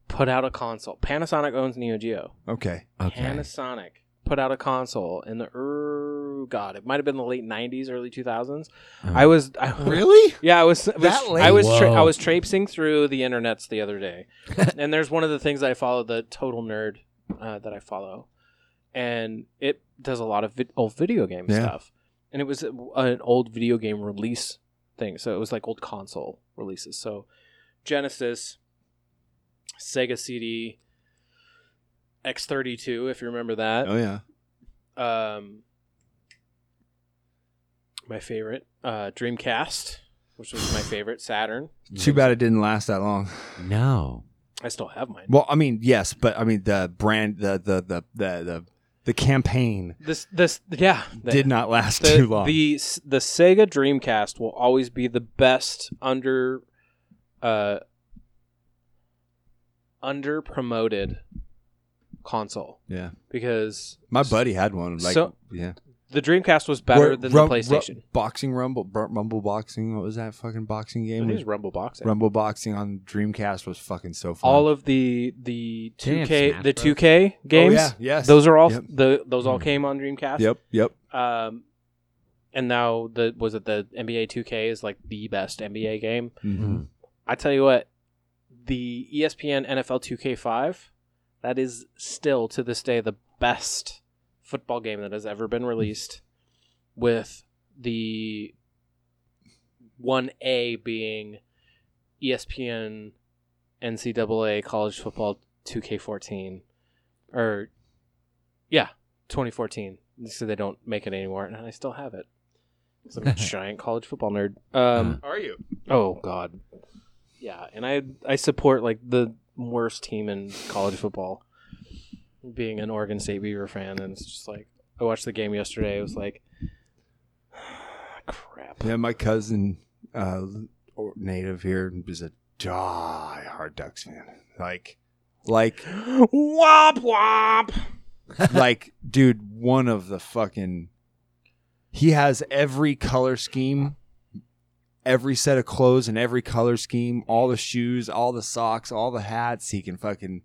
[SPEAKER 5] put out a console. Panasonic owns Neo Geo.
[SPEAKER 6] okay,
[SPEAKER 4] Okay.
[SPEAKER 5] Panasonic put out a console in the er, God, it might have been the late '90s, early 2000s. I was I,
[SPEAKER 6] Oh. really?
[SPEAKER 5] *laughs* Yeah, I was, I was-
[SPEAKER 6] That late?
[SPEAKER 5] I was tra-
[SPEAKER 4] Whoa.
[SPEAKER 5] I was traipsing through the internets the other
[SPEAKER 6] *laughs*
[SPEAKER 5] day, and there's one of the things I follow the total nerd uh, that I follow, and it does a lot of vid- old video game
[SPEAKER 6] Yeah.
[SPEAKER 5] stuff, and it was a- an old video game release thing, so it was like old console releases, so Genesis, Sega CD, X32, if you remember that,
[SPEAKER 6] Oh yeah.
[SPEAKER 5] um, my favorite uh, Dreamcast, which was my favorite Saturn.
[SPEAKER 6] Too bad it didn't last that long.
[SPEAKER 4] No.
[SPEAKER 5] I still have mine.
[SPEAKER 6] Well, I mean, yes, but I mean the brand, the the the the the, the campaign
[SPEAKER 5] This this yeah the-
[SPEAKER 6] did not last
[SPEAKER 5] the,
[SPEAKER 6] too long.
[SPEAKER 5] The s- the Sega Dreamcast will always be the best under uh under promoted console
[SPEAKER 6] yeah,
[SPEAKER 5] because
[SPEAKER 6] my buddy had one. Like,
[SPEAKER 5] So-
[SPEAKER 6] yeah.
[SPEAKER 5] the Dreamcast was better
[SPEAKER 6] Ru-
[SPEAKER 5] than
[SPEAKER 6] rum-
[SPEAKER 5] the
[SPEAKER 6] ru-
[SPEAKER 5] PlayStation.
[SPEAKER 6] boxing Rumble, br- Rumble Boxing. What was that fucking boxing game?
[SPEAKER 5] it
[SPEAKER 6] With
[SPEAKER 5] is Rumble Boxing.
[SPEAKER 6] Rumble Boxing on Dreamcast was fucking so fun. Oh,
[SPEAKER 5] all of the the
[SPEAKER 4] They
[SPEAKER 5] two
[SPEAKER 4] have
[SPEAKER 5] K
[SPEAKER 4] Smash
[SPEAKER 5] the
[SPEAKER 4] Bros. Hmm.
[SPEAKER 5] two K games.
[SPEAKER 6] yeah, yes.
[SPEAKER 5] Those are all
[SPEAKER 6] Yep.
[SPEAKER 5] the those all came on Dreamcast.
[SPEAKER 6] yep, yep.
[SPEAKER 5] Um, and now the was it the NBA two K is like the best NBA game.
[SPEAKER 6] Mm-hmm.
[SPEAKER 4] Mhm.
[SPEAKER 5] I tell you what, the E ESPN NFL two K five, that is still to this day the best football game that has ever been released, with the one A being E ESPN NCAA college football 2K14 or yeah 2014 so they don't make it anymore and I still have it 'Cause I'm a giant college football nerd um are you oh god yeah and I I support like the worst team in college football being an Oregon State Beaver fan and it's just like I watched the game yesterday it was like *sighs* crap
[SPEAKER 6] Yeah, my cousin, uh, or- native here, is a die-hard Ducks fan. Like, like,
[SPEAKER 5] *gasps* womp womp *laughs*
[SPEAKER 6] like, dude, one of the fucking. He has every color scheme, every set of clothes, and every color scheme. All the shoes, all the socks, all the hats. He can fucking.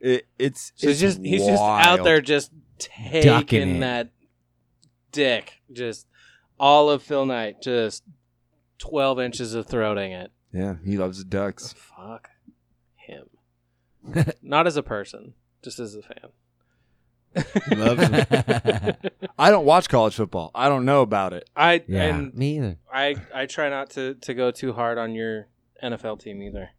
[SPEAKER 6] It, it's
[SPEAKER 5] So he's
[SPEAKER 6] it's
[SPEAKER 5] just he's just out
[SPEAKER 6] wild.
[SPEAKER 5] there just
[SPEAKER 4] Ducking
[SPEAKER 5] taking
[SPEAKER 4] it.
[SPEAKER 5] that dick, just all of Phil Knight, just twelve inches of throating it.
[SPEAKER 6] Yeah, he loves the ducks.
[SPEAKER 5] Fuck
[SPEAKER 4] *laughs*
[SPEAKER 5] him. Not as a person, just as a fan. *laughs*
[SPEAKER 6] I don't watch college football. I don't know about it.
[SPEAKER 5] I
[SPEAKER 4] yeah.
[SPEAKER 5] and
[SPEAKER 4] Me either.
[SPEAKER 5] I I try not to to go too hard on your NFL team either.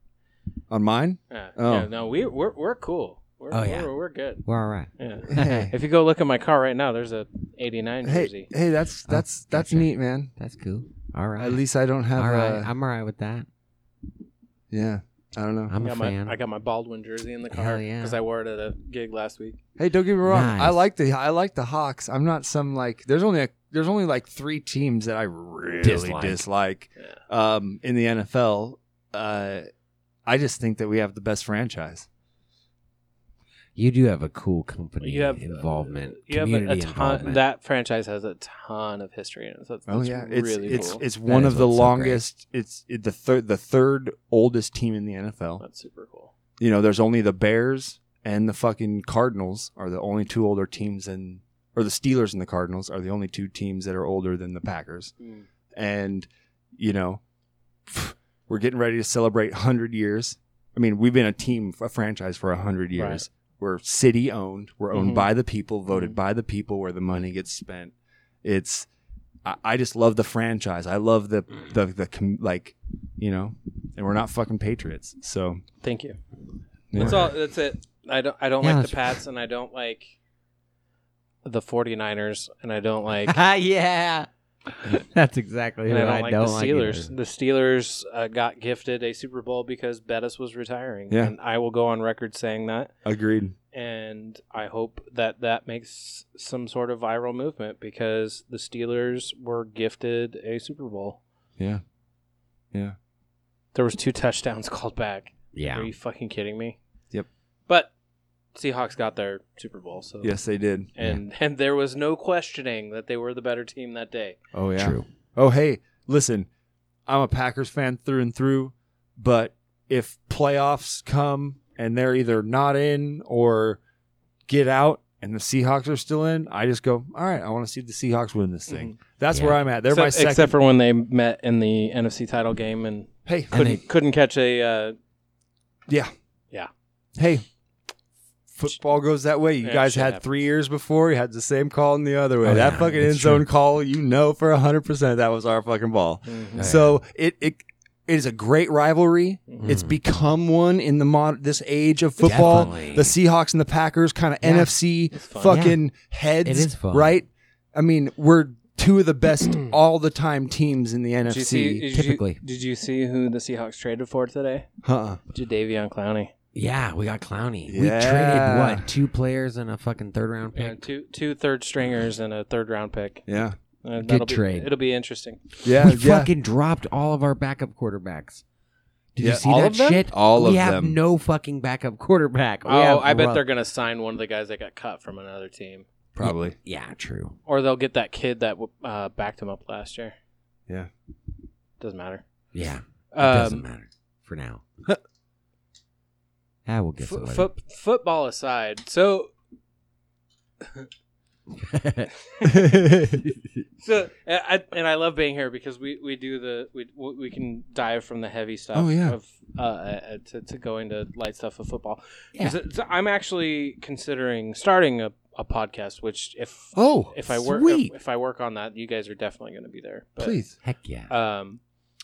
[SPEAKER 6] On mine?
[SPEAKER 5] Yeah,
[SPEAKER 6] Oh.
[SPEAKER 5] yeah, no, we we're we're cool. We're,
[SPEAKER 4] Oh,
[SPEAKER 5] we're,
[SPEAKER 4] yeah.
[SPEAKER 5] we're good.
[SPEAKER 4] We're all right.
[SPEAKER 5] Yeah. *laughs*
[SPEAKER 6] Hey.
[SPEAKER 5] If you go look at my car right now, there's a '89 jersey.
[SPEAKER 6] Hey, hey, that's that's that's
[SPEAKER 4] Oh, gotcha.
[SPEAKER 6] neat, man.
[SPEAKER 4] That's cool. All right.
[SPEAKER 6] At least I don't have
[SPEAKER 4] all right.
[SPEAKER 6] a
[SPEAKER 4] I'm all right with that.
[SPEAKER 6] yeah. I don't know.
[SPEAKER 4] I'm
[SPEAKER 5] I
[SPEAKER 4] a
[SPEAKER 5] got
[SPEAKER 4] fan.
[SPEAKER 5] my I got my Baldwin jersey in the
[SPEAKER 4] Hell
[SPEAKER 5] car
[SPEAKER 4] yeah.
[SPEAKER 5] because I wore it at a gig last week.
[SPEAKER 6] Hey, don't get me wrong. I
[SPEAKER 4] Nice.
[SPEAKER 6] like the I like the Hawks. I'm not some like there's only a, there's only like three teams that I really dislike,
[SPEAKER 4] Dislike.
[SPEAKER 6] um, in the NFL. Uh, I just think that we have the best franchise.
[SPEAKER 4] You do have a cool company
[SPEAKER 5] You have, uh,
[SPEAKER 4] involvement.
[SPEAKER 5] You have a, a
[SPEAKER 4] community
[SPEAKER 5] ton.
[SPEAKER 4] involvement.
[SPEAKER 5] That franchise has a ton of history in it. So it's,
[SPEAKER 6] Oh
[SPEAKER 5] it's
[SPEAKER 6] yeah, it's
[SPEAKER 5] really
[SPEAKER 6] it's
[SPEAKER 5] cool.
[SPEAKER 6] it's one
[SPEAKER 4] is
[SPEAKER 6] of the
[SPEAKER 4] what's so great.
[SPEAKER 6] longest. it's it, the third the third oldest team in the NFL.
[SPEAKER 5] That's super cool.
[SPEAKER 6] you know, there's only the Bears and the fucking Cardinals are the only two older teams and or the Steelers and the Cardinals are the only two teams that are older than the Packers.
[SPEAKER 5] Mm.
[SPEAKER 6] And you know, *sighs* we're getting ready to celebrate 100 years. I mean, we've been a team, a franchise for 100 years.
[SPEAKER 5] Right.
[SPEAKER 6] We're city owned. We're owned
[SPEAKER 5] Mhm.
[SPEAKER 6] by the people, voted
[SPEAKER 5] Mhm.
[SPEAKER 6] by the people where the money gets spent. It's I, I just love the franchise. I love the the the com- like, you know, and we're not fucking patriots. So,
[SPEAKER 5] Thank you.
[SPEAKER 6] Yeah.
[SPEAKER 5] That's all. That's it. I don't. I don't
[SPEAKER 4] Yeah,
[SPEAKER 5] like the
[SPEAKER 4] that's-
[SPEAKER 5] Pats, and I don't like the 49ers, and I
[SPEAKER 3] *laughs*
[SPEAKER 5] don't like. *laughs*
[SPEAKER 4] yeah. That's exactly
[SPEAKER 5] And
[SPEAKER 4] what
[SPEAKER 5] I don't like the
[SPEAKER 4] either.
[SPEAKER 5] Steelers. the Steelers uh, got gifted a Super Bowl because Bettis was retiring,
[SPEAKER 6] Yeah.
[SPEAKER 5] and I will go on record saying that.
[SPEAKER 6] agreed.
[SPEAKER 5] and I hope that that makes some sort of viral movement because the Steelers were gifted a Super Bowl.
[SPEAKER 6] Yeah. Yeah.
[SPEAKER 5] There was two touchdowns *laughs* called back. Are
[SPEAKER 4] Yeah.
[SPEAKER 5] you fucking kidding me?
[SPEAKER 6] Yep.
[SPEAKER 5] But Seahawks got their Super Bowl, so
[SPEAKER 6] Yes, they did.
[SPEAKER 5] and *laughs* and there was no questioning that they were the better team that day.
[SPEAKER 6] Oh yeah.
[SPEAKER 4] True.
[SPEAKER 6] Oh hey, listen, I'm a Packers fan through and through, but if playoffs come and they're either not in or get out and the Seahawks are still in, I just go, all right, I want to see the Seahawks win this thing. That's
[SPEAKER 4] Yeah.
[SPEAKER 6] where I'm at. They're
[SPEAKER 5] except,
[SPEAKER 6] my second.
[SPEAKER 5] except for when they met in the NFC title game and
[SPEAKER 6] hey,
[SPEAKER 5] couldn't couldn't catch a uh,
[SPEAKER 6] yeah,
[SPEAKER 5] Yeah.
[SPEAKER 6] Hey, football goes that way. You
[SPEAKER 5] Yeah,
[SPEAKER 6] guys
[SPEAKER 5] shit
[SPEAKER 6] had
[SPEAKER 5] happens.
[SPEAKER 6] three years before. You had the same call in the other way.
[SPEAKER 4] Oh,
[SPEAKER 6] that
[SPEAKER 4] yeah,
[SPEAKER 6] fucking
[SPEAKER 4] it's
[SPEAKER 6] end zone call, you know for hundred percent that was our fucking ball.
[SPEAKER 4] Mm-hmm. Oh, Yeah.
[SPEAKER 6] So it it it is a great rivalry. It's
[SPEAKER 4] Mhm.
[SPEAKER 6] become one in the mod this age of football.
[SPEAKER 4] Definitely.
[SPEAKER 6] The Seahawks and the Packers, kind of
[SPEAKER 4] Yeah.
[SPEAKER 6] NFC
[SPEAKER 5] fun.
[SPEAKER 6] fucking heads,
[SPEAKER 4] It is fun. Mm.
[SPEAKER 6] right? I mean, we're two of the best all the time teams in the
[SPEAKER 5] Did you
[SPEAKER 6] NFC.
[SPEAKER 5] see, did
[SPEAKER 4] typically.
[SPEAKER 5] you, did you see who the Seahawks traded for today?
[SPEAKER 6] huh?
[SPEAKER 5] Jadavion Clowney.
[SPEAKER 4] yeah, we got Clowney.
[SPEAKER 6] Yeah.
[SPEAKER 4] We traded what two players and a fucking third round
[SPEAKER 5] Yeah,
[SPEAKER 4] pick.
[SPEAKER 5] Uh, two two third stringers and a third round pick.
[SPEAKER 6] Yeah,
[SPEAKER 5] Uh,
[SPEAKER 4] Good
[SPEAKER 5] that'll be-
[SPEAKER 4] trade.
[SPEAKER 5] It'll be interesting.
[SPEAKER 6] yeah,
[SPEAKER 4] we
[SPEAKER 6] yeah. *laughs*
[SPEAKER 4] fucking dropped all of our backup quarterbacks. Did
[SPEAKER 6] Yeah,
[SPEAKER 4] you see
[SPEAKER 6] all
[SPEAKER 4] that
[SPEAKER 6] of them?
[SPEAKER 4] shit?
[SPEAKER 6] All
[SPEAKER 4] we
[SPEAKER 6] of
[SPEAKER 4] have
[SPEAKER 6] them.
[SPEAKER 4] no fucking backup quarterback. We have
[SPEAKER 5] oh, I bet
[SPEAKER 4] Ru-
[SPEAKER 5] they're gonna sign one of the guys that got cut from another team,
[SPEAKER 6] Probably.
[SPEAKER 4] Yeah, true.
[SPEAKER 5] or they'll get that kid that uh, backed him up last year.
[SPEAKER 6] Yeah.
[SPEAKER 5] doesn't matter.
[SPEAKER 4] Yeah, it doesn't
[SPEAKER 5] Um,
[SPEAKER 4] matter for
[SPEAKER 5] *laughs*
[SPEAKER 4] now. I will get
[SPEAKER 5] f-
[SPEAKER 4] to it later.
[SPEAKER 5] foot football aside, so so and I, and I love being here because we, we do the we we can dive from the heavy stuff
[SPEAKER 6] Oh, yeah.
[SPEAKER 5] of uh, uh, to to go into light stuff of football.
[SPEAKER 4] Yeah.
[SPEAKER 5] So, so I'm actually considering starting a, a podcast, which if
[SPEAKER 6] *laughs* Oh,
[SPEAKER 5] if I work
[SPEAKER 6] sweet.
[SPEAKER 5] if, if I work on that, you guys are definitely going to be there. But,
[SPEAKER 6] please.
[SPEAKER 4] *laughs* Heck yeah.
[SPEAKER 5] um,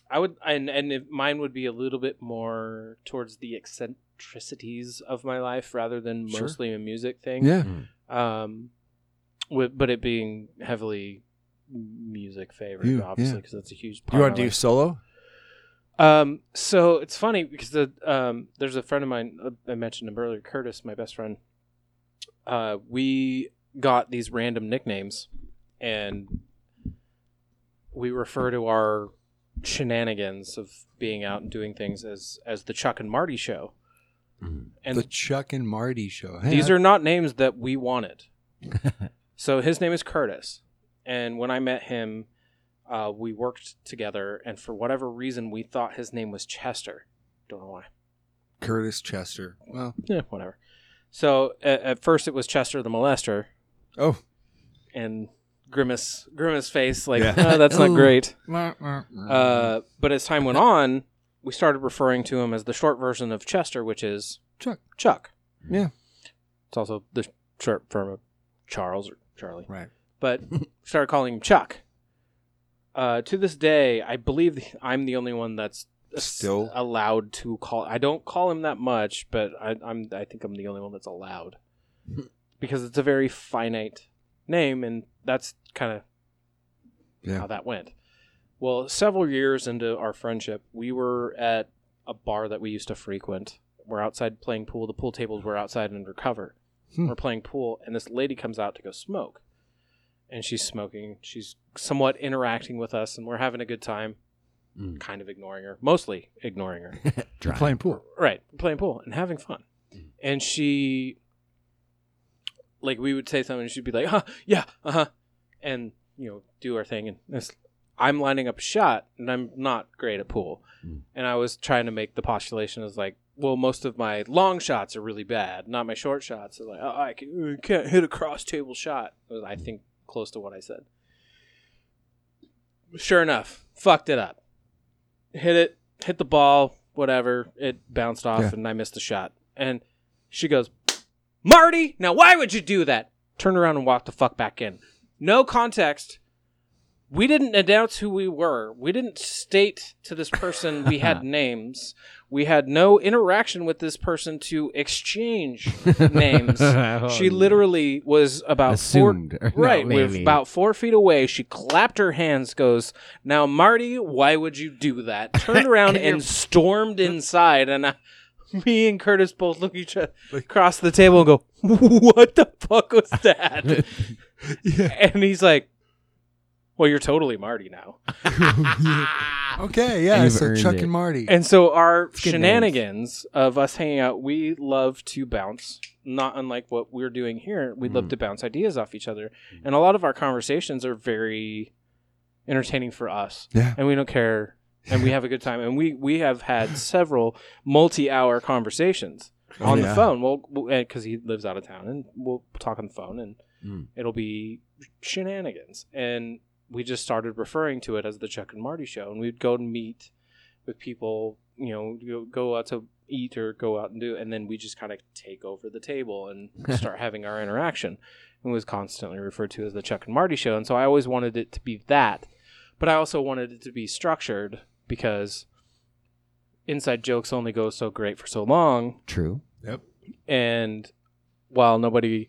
[SPEAKER 5] I would and and if mine would be a little bit more towards the eccentricities of my life rather than
[SPEAKER 6] Sure.
[SPEAKER 5] mostly a music thing.
[SPEAKER 6] Yeah,
[SPEAKER 4] Mm.
[SPEAKER 5] Um, with, but it being heavily music favored,
[SPEAKER 6] You-
[SPEAKER 5] obviously,
[SPEAKER 6] yeah.
[SPEAKER 5] because that's a huge part.
[SPEAKER 6] you want
[SPEAKER 5] of
[SPEAKER 6] to
[SPEAKER 5] my
[SPEAKER 6] do
[SPEAKER 5] life.
[SPEAKER 6] solo?
[SPEAKER 5] Um, so it's funny because the um, there's a friend of mine uh, I mentioned him earlier, Curtis, my best friend. Uh, we got these random nicknames, and we refer to our shenanigans of being out and doing things as as the Chuck and Marty show. And
[SPEAKER 6] Mm-hmm. The Chuck and Marty show. Hey,
[SPEAKER 5] these
[SPEAKER 6] I-
[SPEAKER 5] are not names that we wanted. *laughs* so his name is Curtis, and when I met him, uh, we worked together, and for whatever reason, we thought his name was Chester. Don't know why.
[SPEAKER 6] Curtis Chester. Well,
[SPEAKER 5] Yeah, whatever. So at, at first, it was Chester the molester,
[SPEAKER 6] oh,
[SPEAKER 5] and grimace, grimace face, like
[SPEAKER 6] Yeah.
[SPEAKER 5] *laughs* "Oh,
[SPEAKER 6] *laughs*
[SPEAKER 5] that's not
[SPEAKER 6] Ooh.
[SPEAKER 5] great.
[SPEAKER 6] Mm-hmm.
[SPEAKER 5] Uh, but as time went on, we started referring to him as the short version of Chester, which is
[SPEAKER 6] Chuck.
[SPEAKER 5] Chuck.
[SPEAKER 6] Yeah.
[SPEAKER 5] It's also the short form of Charles or Charlie.
[SPEAKER 6] Right. *laughs*
[SPEAKER 5] But started calling him Chuck. Uh, to this day, I believe I'm the only one that's s-
[SPEAKER 6] Still?
[SPEAKER 5] allowed to call. I don't call him that much, but I, I'm I think I'm the only one that's
[SPEAKER 6] *laughs*
[SPEAKER 5] allowed because it's a very finite name, and that's kind of
[SPEAKER 6] Yeah.
[SPEAKER 5] how that went. Well, several years into our friendship, we were at a bar that we used to frequent. We're outside playing pool. The pool tables were outside under cover.
[SPEAKER 6] Hmm.
[SPEAKER 5] We're playing pool, and this lady comes out to go smoke. And she's smoking. She's somewhat interacting with us, and we're having a good time,
[SPEAKER 6] Hmm.
[SPEAKER 4] Mm.
[SPEAKER 5] kind of ignoring her, mostly ignoring her.
[SPEAKER 4] Dry.
[SPEAKER 6] playing pool.
[SPEAKER 5] right, playing pool and having fun. And she like we would say something and she'd be like, huh, yeah, uh huh. And, you know, do our thing. And it's, I'm lining up a shot and I'm not great at pool. And I was trying to make the postulation as like, well, most of my long shots are really bad, not my short shots. It's like, oh, I can, not hit a cross table shot. It was, I think, close to what I said. Sure enough, fucked it up. Hit it, hit the ball, whatever. It bounced off and I missed the shot. And she goes, Marty, now why would you do that? Turn around and walk the fuck back in. No context. We didn't announce who we were. We didn't state to this person we had names. We had no interaction with this person to exchange
[SPEAKER 4] *laughs*
[SPEAKER 5] names. she
[SPEAKER 4] Oh,
[SPEAKER 5] literally was about
[SPEAKER 4] Assumed.
[SPEAKER 5] four
[SPEAKER 4] No,
[SPEAKER 5] right, we
[SPEAKER 4] maybe.
[SPEAKER 5] about four feet away. She clapped her hands, goes, "Now, Marty, why would you do that?" Turned around and stormed inside, and I, *laughs* me and Curtis both look each other across the table and go, *laughs* "What the fuck was that?" And he's like, "Well, you're totally Marty now." Ah.
[SPEAKER 9] Okay, yeah.
[SPEAKER 4] You've
[SPEAKER 9] So
[SPEAKER 4] earned
[SPEAKER 9] Chuck
[SPEAKER 4] it.
[SPEAKER 9] and Marty.
[SPEAKER 5] And so our
[SPEAKER 4] good
[SPEAKER 5] shenanigans of us hanging out, we love to bounce, not unlike what we're doing here. We love to bounce ideas off each other, and a lot of our conversations are very entertaining for us.
[SPEAKER 9] Yeah.
[SPEAKER 5] and we don't care, and we have a good time, and we we have had several multi-hour conversations on the phone. Well, because he lives out of town, and we'll talk on the phone, and
[SPEAKER 4] Mm.
[SPEAKER 5] it'll be shenanigans. And we just started referring to it as the Chuck and Marty show, and we'd go and meet with people, you know, go, go out to eat or go out and do, and then we just kind of take over the table and start having our interaction. It was constantly referred to as the Chuck and Marty show, and so I always wanted it to be that, but I also wanted it to be structured because inside jokes only go so great for so long,
[SPEAKER 4] True.
[SPEAKER 5] and while nobody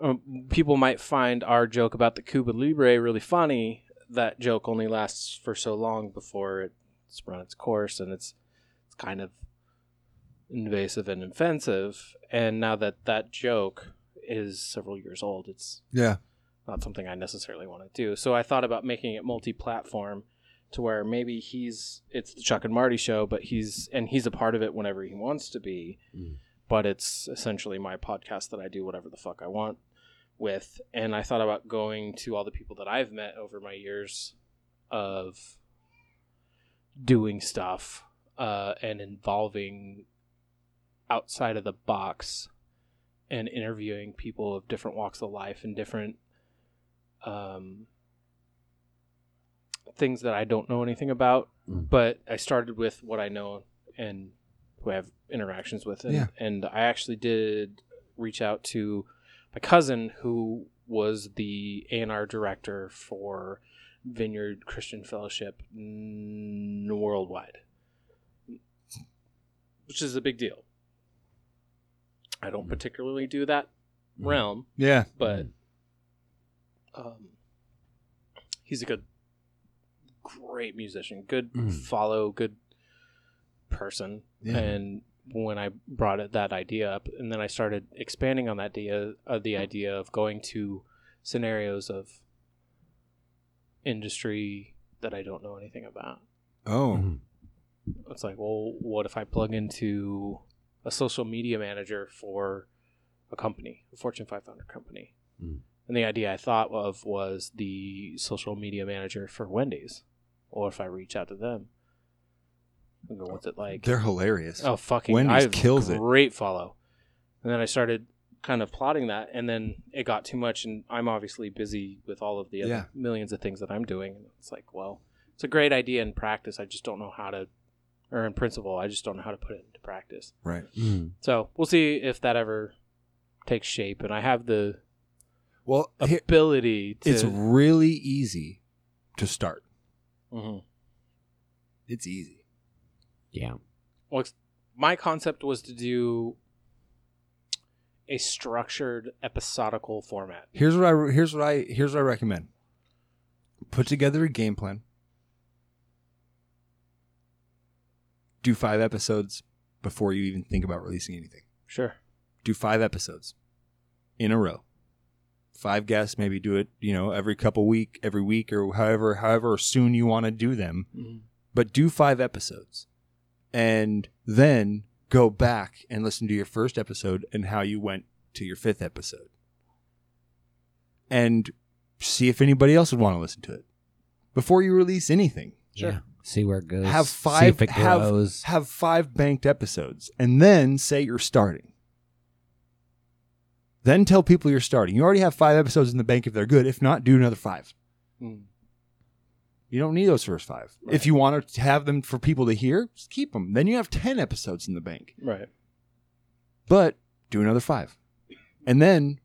[SPEAKER 5] um, people might find our joke about the cuba libre really funny that joke only lasts for so long before it's run its course and it's it's kind of invasive and offensive and now that that joke is several years old it's
[SPEAKER 9] Yeah.
[SPEAKER 5] not something i necessarily want to do so i thought about making it multi-platform to where maybe he's it's the chuck and marty show but he's and he's a part of it whenever he wants to be but it's essentially my podcast that I do whatever the fuck I want with. And I thought about going to all the people that I've met over my years of doing stuff uh, and involving outside of the box and interviewing people of different walks of life and different um, things that I don't know anything about.
[SPEAKER 4] Mm.
[SPEAKER 5] But I started with what I know and who I have interactions with. And,
[SPEAKER 9] Yeah.
[SPEAKER 5] and I actually did reach out to my cousin who was the A&R director for Vineyard Christian Fellowship mm, worldwide, which is a big deal. I don't particularly do that realm,
[SPEAKER 9] Yeah.
[SPEAKER 5] but um, he's a good, great musician, good follow, good person.
[SPEAKER 9] Yeah.
[SPEAKER 5] And when I brought it, that idea up, and then I started expanding on that idea, uh, the idea of going to scenarios of industry that I don't know anything about.
[SPEAKER 9] Oh.
[SPEAKER 5] It's like, well, what if I plug into a social media manager for a company, a Fortune 500 company?
[SPEAKER 4] Mm.
[SPEAKER 5] And the idea I thought of was the social media manager for Wendy's. Or if I reach out to them, I go, what's it like?
[SPEAKER 9] They're hilarious.
[SPEAKER 5] Oh fucking
[SPEAKER 9] Wendy's
[SPEAKER 5] I've
[SPEAKER 9] kills it.
[SPEAKER 5] Great follow. And then I started kind of plotting that, and then it got too much, and I'm obviously busy with all of the other
[SPEAKER 9] Yeah.
[SPEAKER 5] millions of things that I'm doing. And it's like, well, it's a great idea in practice. I just don't know how to, or in principle, I just don't know how to put it into practice.
[SPEAKER 9] Right.
[SPEAKER 5] So we'll see if that ever takes shape, and I have the
[SPEAKER 9] Well, here,
[SPEAKER 5] ability to.
[SPEAKER 9] it's really easy to start.
[SPEAKER 5] Mhm.
[SPEAKER 9] It's easy.
[SPEAKER 4] Yeah.
[SPEAKER 5] Well, it's- my concept was to do a structured episodical format.
[SPEAKER 9] Here's what I here's what I here's what I recommend. Put together a game plan. Do 5 episodes before you even think about releasing anything.
[SPEAKER 5] Sure.
[SPEAKER 9] do five episodes in a row five guests maybe do it you know every couple week every week or however however soon you want to do them but do five episodes and then go back and listen to your first episode and how you went to your fifth episode
[SPEAKER 6] and see if anybody else would want to listen to it before you release anything.
[SPEAKER 4] Sure. Yeah. See where it goes.
[SPEAKER 6] Have
[SPEAKER 4] See
[SPEAKER 6] five
[SPEAKER 4] if it
[SPEAKER 6] have,
[SPEAKER 4] grows.
[SPEAKER 6] have five banked episodes and then say you're starting. Then tell people you're starting. You already have five episodes in the bank if they're good. If not, do another five.
[SPEAKER 5] Mm.
[SPEAKER 6] You don't need those first five. If you want to have them for people to hear, just keep them. Then you have 10 episodes in the bank.
[SPEAKER 5] Right.
[SPEAKER 6] but do another five. And then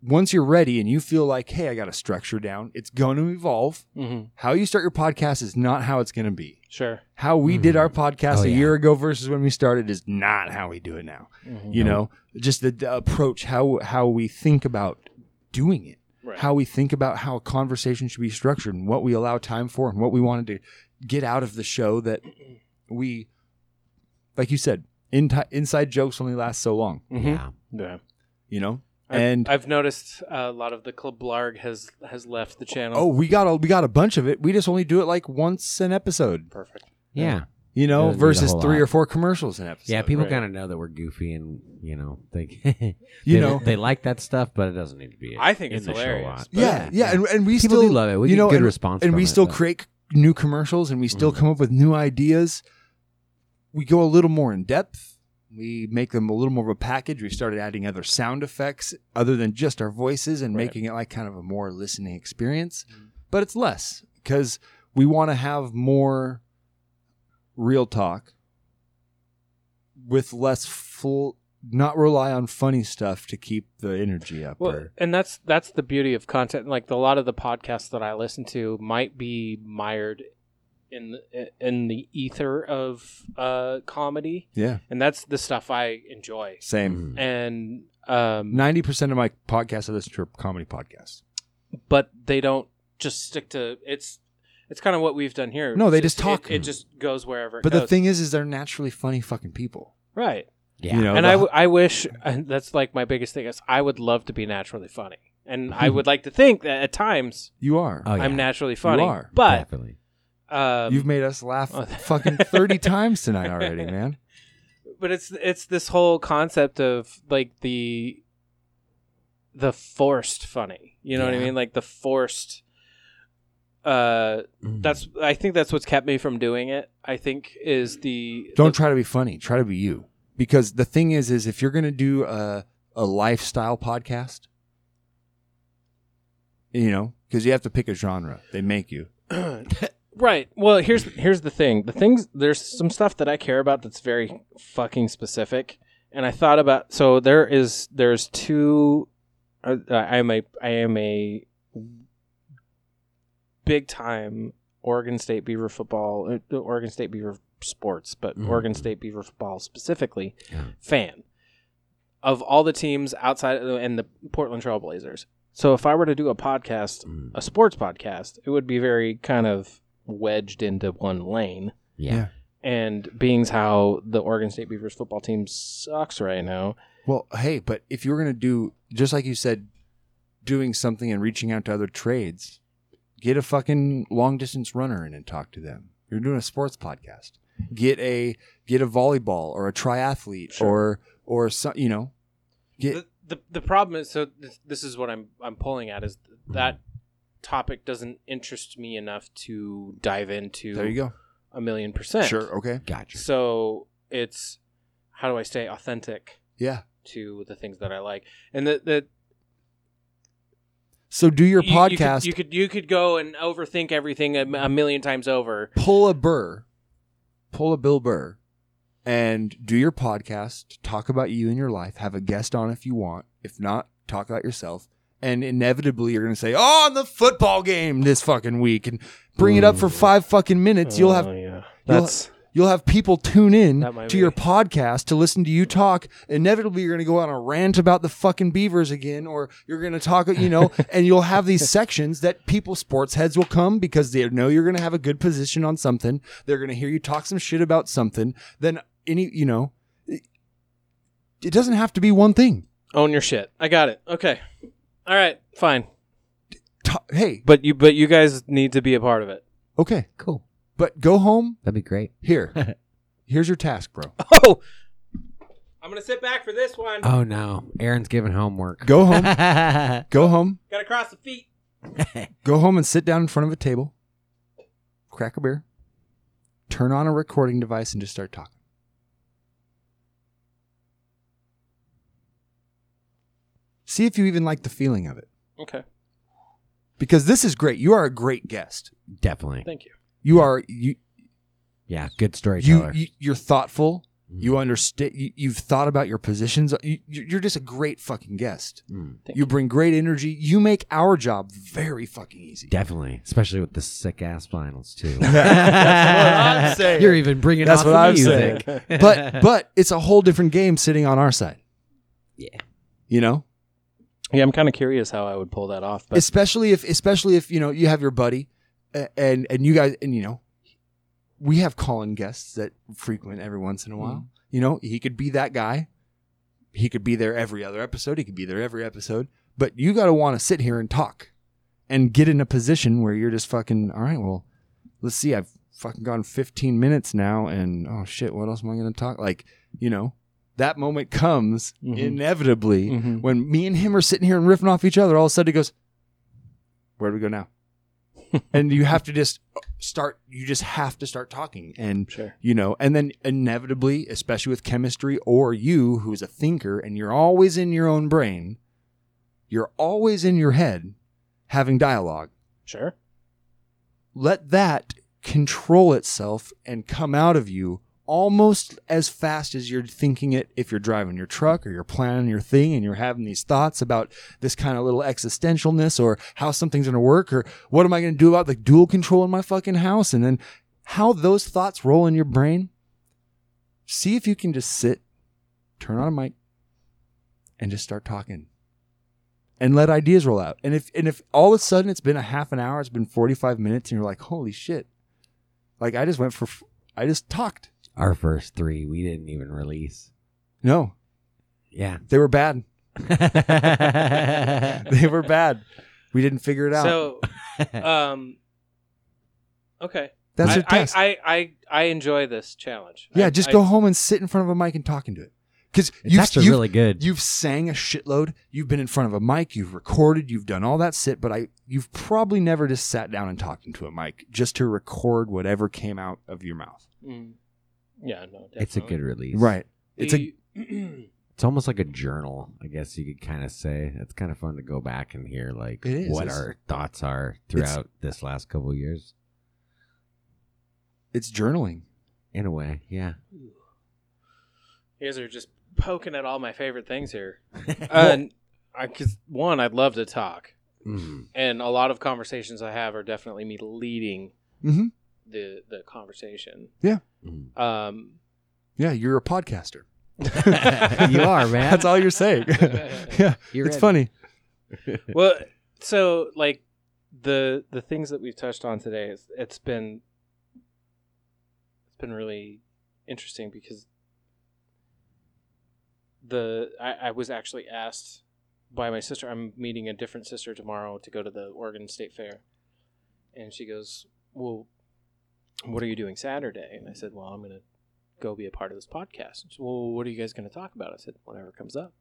[SPEAKER 6] once you're ready and you feel like, hey, I got a structure down, it's going to evolve.
[SPEAKER 5] Mm-hmm.
[SPEAKER 6] How you start your podcast is not how it's going to be.
[SPEAKER 5] Sure.
[SPEAKER 6] How we did our podcast
[SPEAKER 4] Oh,
[SPEAKER 6] a
[SPEAKER 4] yeah.
[SPEAKER 6] year ago versus when we started is not how we do it now.
[SPEAKER 4] Mm-hmm.
[SPEAKER 6] You know, just the, the approach, how how we think about doing it,
[SPEAKER 5] Right.
[SPEAKER 6] how we think about how a conversation should be structured, and what we allow time for, and what we wanted to get out of the show that we, like you said, inti- inside jokes only last so long
[SPEAKER 4] Yeah.
[SPEAKER 5] Yeah.
[SPEAKER 6] you know
[SPEAKER 5] I've-
[SPEAKER 6] and
[SPEAKER 5] I've noticed a lot of the club blarg has has left the channel.
[SPEAKER 6] oh we got a we got a bunch of it we just only do it like once an episode
[SPEAKER 5] perfect.
[SPEAKER 4] Yeah.
[SPEAKER 6] you know
[SPEAKER 4] Doesn't need a
[SPEAKER 6] versus
[SPEAKER 4] whole
[SPEAKER 6] three
[SPEAKER 4] lot.
[SPEAKER 6] or four commercials an episode
[SPEAKER 4] Yeah, people
[SPEAKER 5] right.
[SPEAKER 4] kind of know that we're goofy and, you know, they *laughs*
[SPEAKER 6] You
[SPEAKER 4] they-
[SPEAKER 6] know.
[SPEAKER 4] they like that stuff, but it doesn't need to be
[SPEAKER 5] I think
[SPEAKER 4] in
[SPEAKER 5] it's
[SPEAKER 4] the show a
[SPEAKER 5] hilarious,
[SPEAKER 4] lot.
[SPEAKER 5] but-
[SPEAKER 6] yeah, yeah, And, and we
[SPEAKER 4] People
[SPEAKER 6] still
[SPEAKER 4] do love it. We
[SPEAKER 6] you
[SPEAKER 4] get
[SPEAKER 6] know,
[SPEAKER 4] good
[SPEAKER 6] and,
[SPEAKER 4] response
[SPEAKER 6] and
[SPEAKER 4] from
[SPEAKER 6] we
[SPEAKER 4] it,
[SPEAKER 6] still
[SPEAKER 4] but-
[SPEAKER 6] create new commercials, and we still
[SPEAKER 5] Mm-hmm.
[SPEAKER 6] come up with new ideas. We go a little more in depth. We make them a little more of a package. We started adding other sound effects other than just our voices and
[SPEAKER 5] Right. Mm-hmm.
[SPEAKER 6] making it like kind of a more listening experience, but it's less because we want to have more real talk with less full, not rely on funny stuff to keep the energy up.
[SPEAKER 5] Well,
[SPEAKER 6] or,
[SPEAKER 5] and that's that's the beauty of content. Like the, a lot of the podcasts that I listen to might be mired in the, in the ether of uh, comedy,
[SPEAKER 6] yeah,
[SPEAKER 5] and that's the stuff I enjoy.
[SPEAKER 6] same.
[SPEAKER 5] Mm. And um,
[SPEAKER 6] Ninety percent of my podcasts I listen to are comedy podcasts.
[SPEAKER 5] but they don't just stick to it's. It's kind of what we've done here.
[SPEAKER 6] No, they
[SPEAKER 5] It's-
[SPEAKER 6] just talk.
[SPEAKER 5] It, it just goes wherever. It
[SPEAKER 6] But the
[SPEAKER 5] goes.
[SPEAKER 6] thing is, is they're naturally funny fucking people.
[SPEAKER 5] right?
[SPEAKER 4] Yeah.
[SPEAKER 6] You know,
[SPEAKER 5] and
[SPEAKER 6] the-
[SPEAKER 5] I, w- I wish and that's like my biggest thing is I would love to be naturally funny, and I would like to think that at times
[SPEAKER 6] Hmm. you are.
[SPEAKER 4] Oh, yeah.
[SPEAKER 5] I'm naturally funny.
[SPEAKER 6] are,
[SPEAKER 5] but
[SPEAKER 4] Definitely.
[SPEAKER 5] um,
[SPEAKER 6] You've made us laugh
[SPEAKER 5] Oh.
[SPEAKER 6] fucking thirty
[SPEAKER 5] *laughs*
[SPEAKER 6] times tonight already, man.
[SPEAKER 5] but it's it's this whole concept of like the the forced funny. You know what I
[SPEAKER 4] Yeah.
[SPEAKER 5] mean? Like the forced. Uh,
[SPEAKER 6] Mm.
[SPEAKER 5] that's I think that's what's kept me from doing it. I think is the
[SPEAKER 6] Don't
[SPEAKER 5] the-
[SPEAKER 6] try to be funny. Try to be you. Because the thing is, is if you're gonna do a a lifestyle podcast, you know, because you have to pick a genre. They make you.
[SPEAKER 5] right. Well, here's here's the thing. The things there's some stuff that I care about that's very fucking specific, and I thought about so there is there's two. Uh, I am a I am a big time Oregon State Beaver football, uh, Oregon State Beaver sports, but
[SPEAKER 4] Mhm.
[SPEAKER 5] Oregon State Beaver football specifically
[SPEAKER 4] Yeah.
[SPEAKER 5] fan of all the teams outside and the Portland Trailblazers. So if I were to do a podcast,
[SPEAKER 4] Mm.
[SPEAKER 5] a sports podcast, it would be very kind of wedged into one lane.
[SPEAKER 4] Yeah.
[SPEAKER 6] Yeah.
[SPEAKER 5] And being's how the Oregon State Beavers football team sucks right now.
[SPEAKER 6] Well, hey, but if you're gonna do just like you said, doing something and reaching out to other trades, get a fucking long distance runner in and talk to them. You're doing a sports podcast. Get a get a volleyball or a triathlete or or some, you know, get
[SPEAKER 5] The, the, the problem is so this, this is what I'm I'm pulling at is that topic doesn't interest me enough to dive into
[SPEAKER 6] there you go.
[SPEAKER 5] a million percent.
[SPEAKER 6] Sure, okay,
[SPEAKER 4] Gotcha.
[SPEAKER 5] So it's how do I stay authentic
[SPEAKER 6] yeah.
[SPEAKER 5] to the things that I like? And the, the
[SPEAKER 6] So do your
[SPEAKER 5] you- you could-
[SPEAKER 6] podcast.
[SPEAKER 5] you could, you could go and overthink everything a, a million times over.
[SPEAKER 6] pull a Burr, pull a Bill Burr, and do your podcast. Talk about you and your life. Have a guest on if you want. If not, talk about yourself. And inevitably, you're going to say, "Oh, on the football game this fucking week," and bring it up for five fucking minutes. You'll have
[SPEAKER 5] Oh, yeah.
[SPEAKER 6] That's- you'll have people tune in
[SPEAKER 5] That might
[SPEAKER 6] to
[SPEAKER 5] be.
[SPEAKER 6] your podcast to listen to you talk. Inevitably, you're going to go on a rant about the fucking Beavers again, or you're going to talk,
[SPEAKER 5] *laughs*
[SPEAKER 6] you know, and you'll have these sections that people, sports heads, will come because they know you're going to have a good position on something. They're going to hear you talk some shit about something. Then any, you know, it- it doesn't have to be one thing.
[SPEAKER 5] own your shit. I got it. Okay. All right. Fine.
[SPEAKER 6] Ta- hey,
[SPEAKER 5] But you but you guys need to be a part of it.
[SPEAKER 6] okay,
[SPEAKER 4] Cool.
[SPEAKER 6] but go home
[SPEAKER 5] *laughs*
[SPEAKER 4] That'd be great.
[SPEAKER 6] here. Here's your task, bro.
[SPEAKER 5] Oh.
[SPEAKER 10] I'm gonna sit back for this one.
[SPEAKER 4] Oh no, Aaron's giving homework.
[SPEAKER 6] Go home.
[SPEAKER 5] *laughs*
[SPEAKER 6] go home.
[SPEAKER 10] Gotta cross the feet.
[SPEAKER 6] Go home and sit down in front of a table. Crack a beer. Turn on a recording device and just start talking. See if you even like the feeling of it.
[SPEAKER 5] Okay.
[SPEAKER 6] Because this is great. You are a great guest.
[SPEAKER 4] Definitely.
[SPEAKER 5] Thank you.
[SPEAKER 6] You are you
[SPEAKER 4] Yeah, good
[SPEAKER 6] you,
[SPEAKER 4] storyteller.
[SPEAKER 6] you you're thoughtful. You understand. You, you've thought about your positions. You, you're just a great fucking guest.
[SPEAKER 4] Mm.
[SPEAKER 5] Thank
[SPEAKER 6] you bring great energy. You make our job very fucking easy.
[SPEAKER 4] Definitely, especially with the sick ass finals too.
[SPEAKER 6] That's what I'm saying.
[SPEAKER 4] You're even bringing
[SPEAKER 6] That's
[SPEAKER 4] out
[SPEAKER 6] what
[SPEAKER 4] the
[SPEAKER 6] I'm
[SPEAKER 4] music.
[SPEAKER 6] But but it's a whole different game sitting on our side.
[SPEAKER 4] Yeah.
[SPEAKER 6] You know,
[SPEAKER 5] Yeah, I'm kind of curious how I would pull that off, but
[SPEAKER 6] especially if especially if you know you have your buddy, a- and and you guys and you know, we have calling guests that frequent every once in a while. You know, he could be that guy. He could be there every other episode. He could be there every episode. But you got to want to sit here and talk, and get in a position where you're just fucking. All right, well, let's see. I've fucking gone 15 minutes now, and oh shit, what else am I gonna talk? Like, you know, that moment comes
[SPEAKER 5] Mhm.
[SPEAKER 6] inevitably
[SPEAKER 5] Mhm.
[SPEAKER 6] when me and him are sitting here and riffing off each other, all of a sudden he goes, Where do we go now? and you have to just start, you just have to start talking. And,
[SPEAKER 5] Sure.
[SPEAKER 6] you know, and then inevitably, especially with chemistry or you who's a thinker and you're always in your own brain, you're always in your head having dialogue.
[SPEAKER 5] sure.
[SPEAKER 6] Let that control itself and come out of you almost as fast as you're thinking it if you're driving your truck or you're planning your thing and you're having these thoughts about this kind of little existentialness or how something's going to work or what am I going to do about the dual control in my fucking house and then how those thoughts roll in your brain. See if you can just sit, turn on a mic, and just start talking. And let ideas roll out. And if and if all of a sudden it's been a half an hour, it's been 45 minutes, and you're like, holy shit. Like I just went for f- I just talked.
[SPEAKER 4] Our first three, we didn't even release.
[SPEAKER 6] No,
[SPEAKER 4] *laughs* Yeah.
[SPEAKER 6] they were bad. *laughs* They were bad. We didn't figure it out. *laughs*
[SPEAKER 5] So, um, okay.
[SPEAKER 6] That's
[SPEAKER 5] I,
[SPEAKER 6] your test.
[SPEAKER 5] I, I, I, I enjoy this challenge.
[SPEAKER 6] yeah,
[SPEAKER 5] I-
[SPEAKER 6] just
[SPEAKER 5] I-
[SPEAKER 6] go home and sit in front of a mic and talk into it. Because
[SPEAKER 4] it's
[SPEAKER 6] you've,
[SPEAKER 4] actually
[SPEAKER 6] you've-
[SPEAKER 4] really good.
[SPEAKER 6] you've sang a shitload. You've been in front of a mic. You've recorded. You've done all that shit. But I, you've probably never just sat down and talked into a mic just to record whatever came out of your mouth.
[SPEAKER 5] Mm. yeah, no, definitely.
[SPEAKER 4] it's a good release.
[SPEAKER 6] It's a
[SPEAKER 5] *clears throat* a.
[SPEAKER 4] It's almost like a journal, I guess you could kind of say. It's kind of fun to go back and hear like
[SPEAKER 6] It is.
[SPEAKER 4] what
[SPEAKER 6] It's-
[SPEAKER 4] our thoughts are throughout this last couple of years.
[SPEAKER 6] it's journaling.
[SPEAKER 4] In a way, yeah.
[SPEAKER 5] You guys are just poking at all my favorite things
[SPEAKER 6] *laughs*
[SPEAKER 5] here. And I, cause one, I'd love to talk,
[SPEAKER 6] Mm-hmm.
[SPEAKER 4] Mm.
[SPEAKER 5] and a lot of conversations I have are definitely me leading
[SPEAKER 6] Mm-hmm.
[SPEAKER 5] the the conversation.
[SPEAKER 6] Yeah.
[SPEAKER 4] Mm.
[SPEAKER 5] Um.
[SPEAKER 6] Yeah, you're a podcaster. *laughs*
[SPEAKER 4] you are, man.
[SPEAKER 6] That's all you're *laughs* saying. yeah,
[SPEAKER 4] You're
[SPEAKER 6] it's
[SPEAKER 4] in.
[SPEAKER 6] funny.
[SPEAKER 5] well, so like the the things that we've touched on today, it's, it's been it's been really interesting because the I, I was actually asked by my sister. I'm meeting a different sister tomorrow to go to the Oregon State Fair, and she goes, "Well, what are you doing Saturday?" And I said, "Well, I'm gonna." Go be a part of this podcast. And she, well, what are you guys going to talk about? I said, whatever comes up.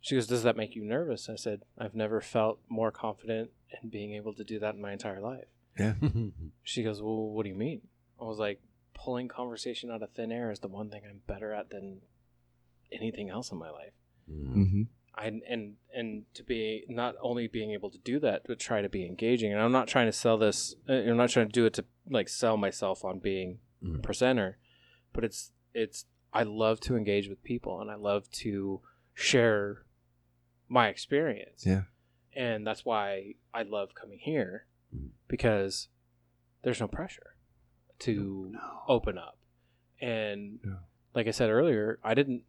[SPEAKER 5] She goes, Does that make you nervous? I said, I've never felt more confident in being able to do that in my entire life.
[SPEAKER 6] *laughs* Mm-hmm.
[SPEAKER 5] She goes, Well, what do you mean? I was like, Pulling conversation out of thin air is the one thing I'm better at than anything else in my life.
[SPEAKER 4] Mm.
[SPEAKER 6] Mm-hmm.
[SPEAKER 5] I, and and to be not only being able to do that, but try to be engaging. And I'm not trying to sell this. uh, I'm not trying to do it to like sell myself on being a
[SPEAKER 4] Mm.
[SPEAKER 5] presenter, but it's it's I love to engage with people and I love to share my experience.
[SPEAKER 6] Yeah.
[SPEAKER 5] and that's why I love coming here
[SPEAKER 4] Mm.
[SPEAKER 5] because there's no pressure to open up. And
[SPEAKER 6] No.
[SPEAKER 5] like I said earlier, I didn't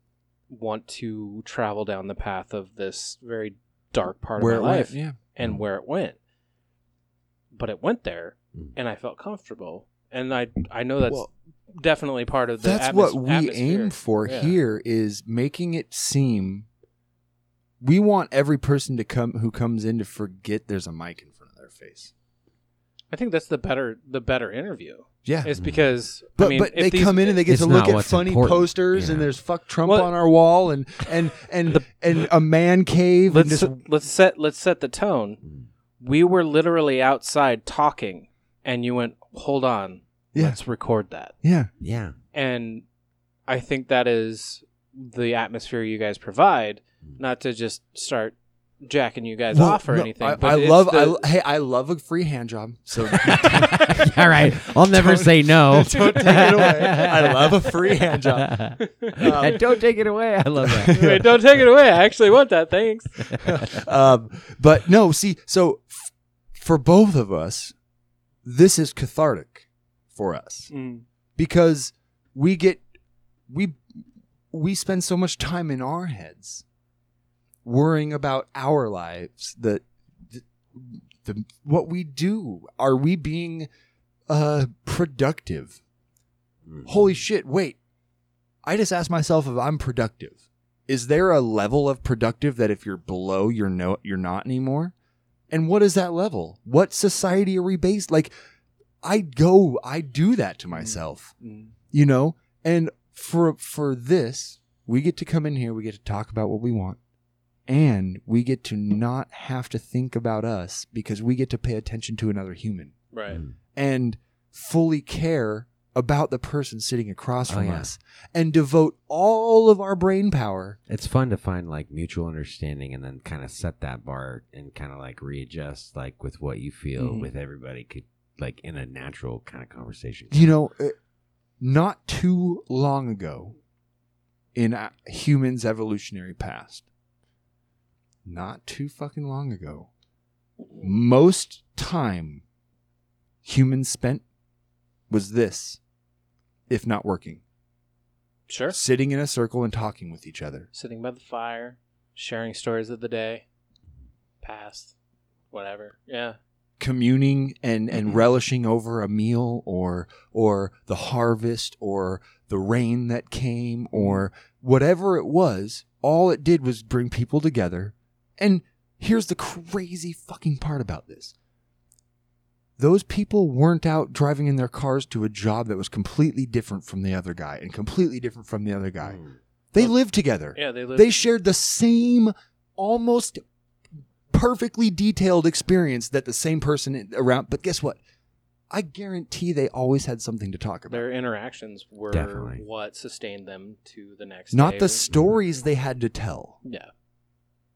[SPEAKER 5] want to travel down the path of this very dark part of my life
[SPEAKER 6] yeah.
[SPEAKER 5] and where it went. But it went there
[SPEAKER 4] Mm.
[SPEAKER 5] and I felt comfortable. And I I know that's
[SPEAKER 6] Well,
[SPEAKER 5] definitely part of the
[SPEAKER 6] That's
[SPEAKER 5] atmos-
[SPEAKER 6] what we
[SPEAKER 5] atmosphere.
[SPEAKER 6] aim for
[SPEAKER 5] Yeah.
[SPEAKER 6] here is making it seem we want every person to come who comes in to forget there's a mic in front of their face.
[SPEAKER 5] I think that's the better the better interview.
[SPEAKER 6] Yeah.
[SPEAKER 5] It's because
[SPEAKER 6] But
[SPEAKER 5] I mean,
[SPEAKER 6] but
[SPEAKER 5] if
[SPEAKER 6] they
[SPEAKER 5] these-
[SPEAKER 6] come in and they get
[SPEAKER 4] It's
[SPEAKER 6] to
[SPEAKER 4] not
[SPEAKER 6] look at
[SPEAKER 4] what's
[SPEAKER 6] funny
[SPEAKER 4] important.
[SPEAKER 6] posters
[SPEAKER 4] Yeah.
[SPEAKER 6] and there's fuck Trump
[SPEAKER 5] Well-
[SPEAKER 6] on our wall and and and and a man cave and
[SPEAKER 5] let's
[SPEAKER 6] just
[SPEAKER 5] se- let's set let's set the
[SPEAKER 6] Mm.
[SPEAKER 5] tone. We were literally outside talking, and you went, "Hold on,
[SPEAKER 6] Yeah.
[SPEAKER 5] let's record that."
[SPEAKER 6] yeah
[SPEAKER 4] *laughs* Yeah.
[SPEAKER 5] and I think that is the atmosphere you guys provide. Not to just start jacking you guys
[SPEAKER 6] Hmm. Well,
[SPEAKER 5] off or
[SPEAKER 6] no,
[SPEAKER 5] anything.
[SPEAKER 6] I,
[SPEAKER 5] but
[SPEAKER 6] I
[SPEAKER 5] it's
[SPEAKER 6] love
[SPEAKER 5] the-
[SPEAKER 6] I, hey I love a free hand job so
[SPEAKER 4] All right. I'll never say *laughs* no.
[SPEAKER 6] don't take it away *laughs*
[SPEAKER 4] *laughs*
[SPEAKER 6] I love a free hand job
[SPEAKER 4] Um, And don't take it away. I love that.
[SPEAKER 5] *laughs* Wait, don't take it away. I actually want that.
[SPEAKER 6] *laughs*
[SPEAKER 5] Thanks.
[SPEAKER 6] um, but no, see, so f- for both of us, this is cathartic for us
[SPEAKER 5] Mm,
[SPEAKER 6] because we get we we spend so much time in our heads worrying about our lives that the, the what we do are we being uh productive holy shit wait i just asked myself if i'm productive is there a level of productive that if you're below you're no you're not anymore and what is that level what society are we based like i go i do that to myself
[SPEAKER 5] mm.
[SPEAKER 6] you know and for for this we get to come in here we get to talk about what we want and we get to not have to think about us because we get to pay attention to another human
[SPEAKER 5] Right.
[SPEAKER 6] Hmm. and fully care about the person sitting across
[SPEAKER 4] Oh,
[SPEAKER 6] from
[SPEAKER 4] yeah.
[SPEAKER 6] us and devote all of our brain power
[SPEAKER 4] It's fun to find like mutual understanding and then kind of set that bar and kind of like readjust like with what you feel
[SPEAKER 5] Mhm.
[SPEAKER 4] with everybody could like in a natural kind of conversation. *laughs*
[SPEAKER 6] you know uh, not too long ago in uh, humans evolutionary past not too fucking long ago most time humans spent was this if not working
[SPEAKER 5] Sure.
[SPEAKER 6] sitting in a circle and talking with each other
[SPEAKER 5] Sitting by the fire, sharing stories of the day, past, whatever. Yeah.
[SPEAKER 6] communing and and relishing over a meal or or the harvest or the rain that came or whatever it was all it did was bring people together and here's the crazy fucking part about this those people weren't out driving in their cars to a job that was completely different from the other guy and completely different from the other
[SPEAKER 4] Mm.
[SPEAKER 6] guy
[SPEAKER 5] Mm.
[SPEAKER 6] they lived together
[SPEAKER 5] Yeah. They live.
[SPEAKER 6] they shared the same almost perfectly detailed experience that the same person around but guess what i guarantee they always had something to talk about
[SPEAKER 5] their interactions were
[SPEAKER 4] Definitely.
[SPEAKER 5] what sustained them to the next.
[SPEAKER 6] not
[SPEAKER 5] day.
[SPEAKER 6] the stories they had to tell
[SPEAKER 5] Yeah.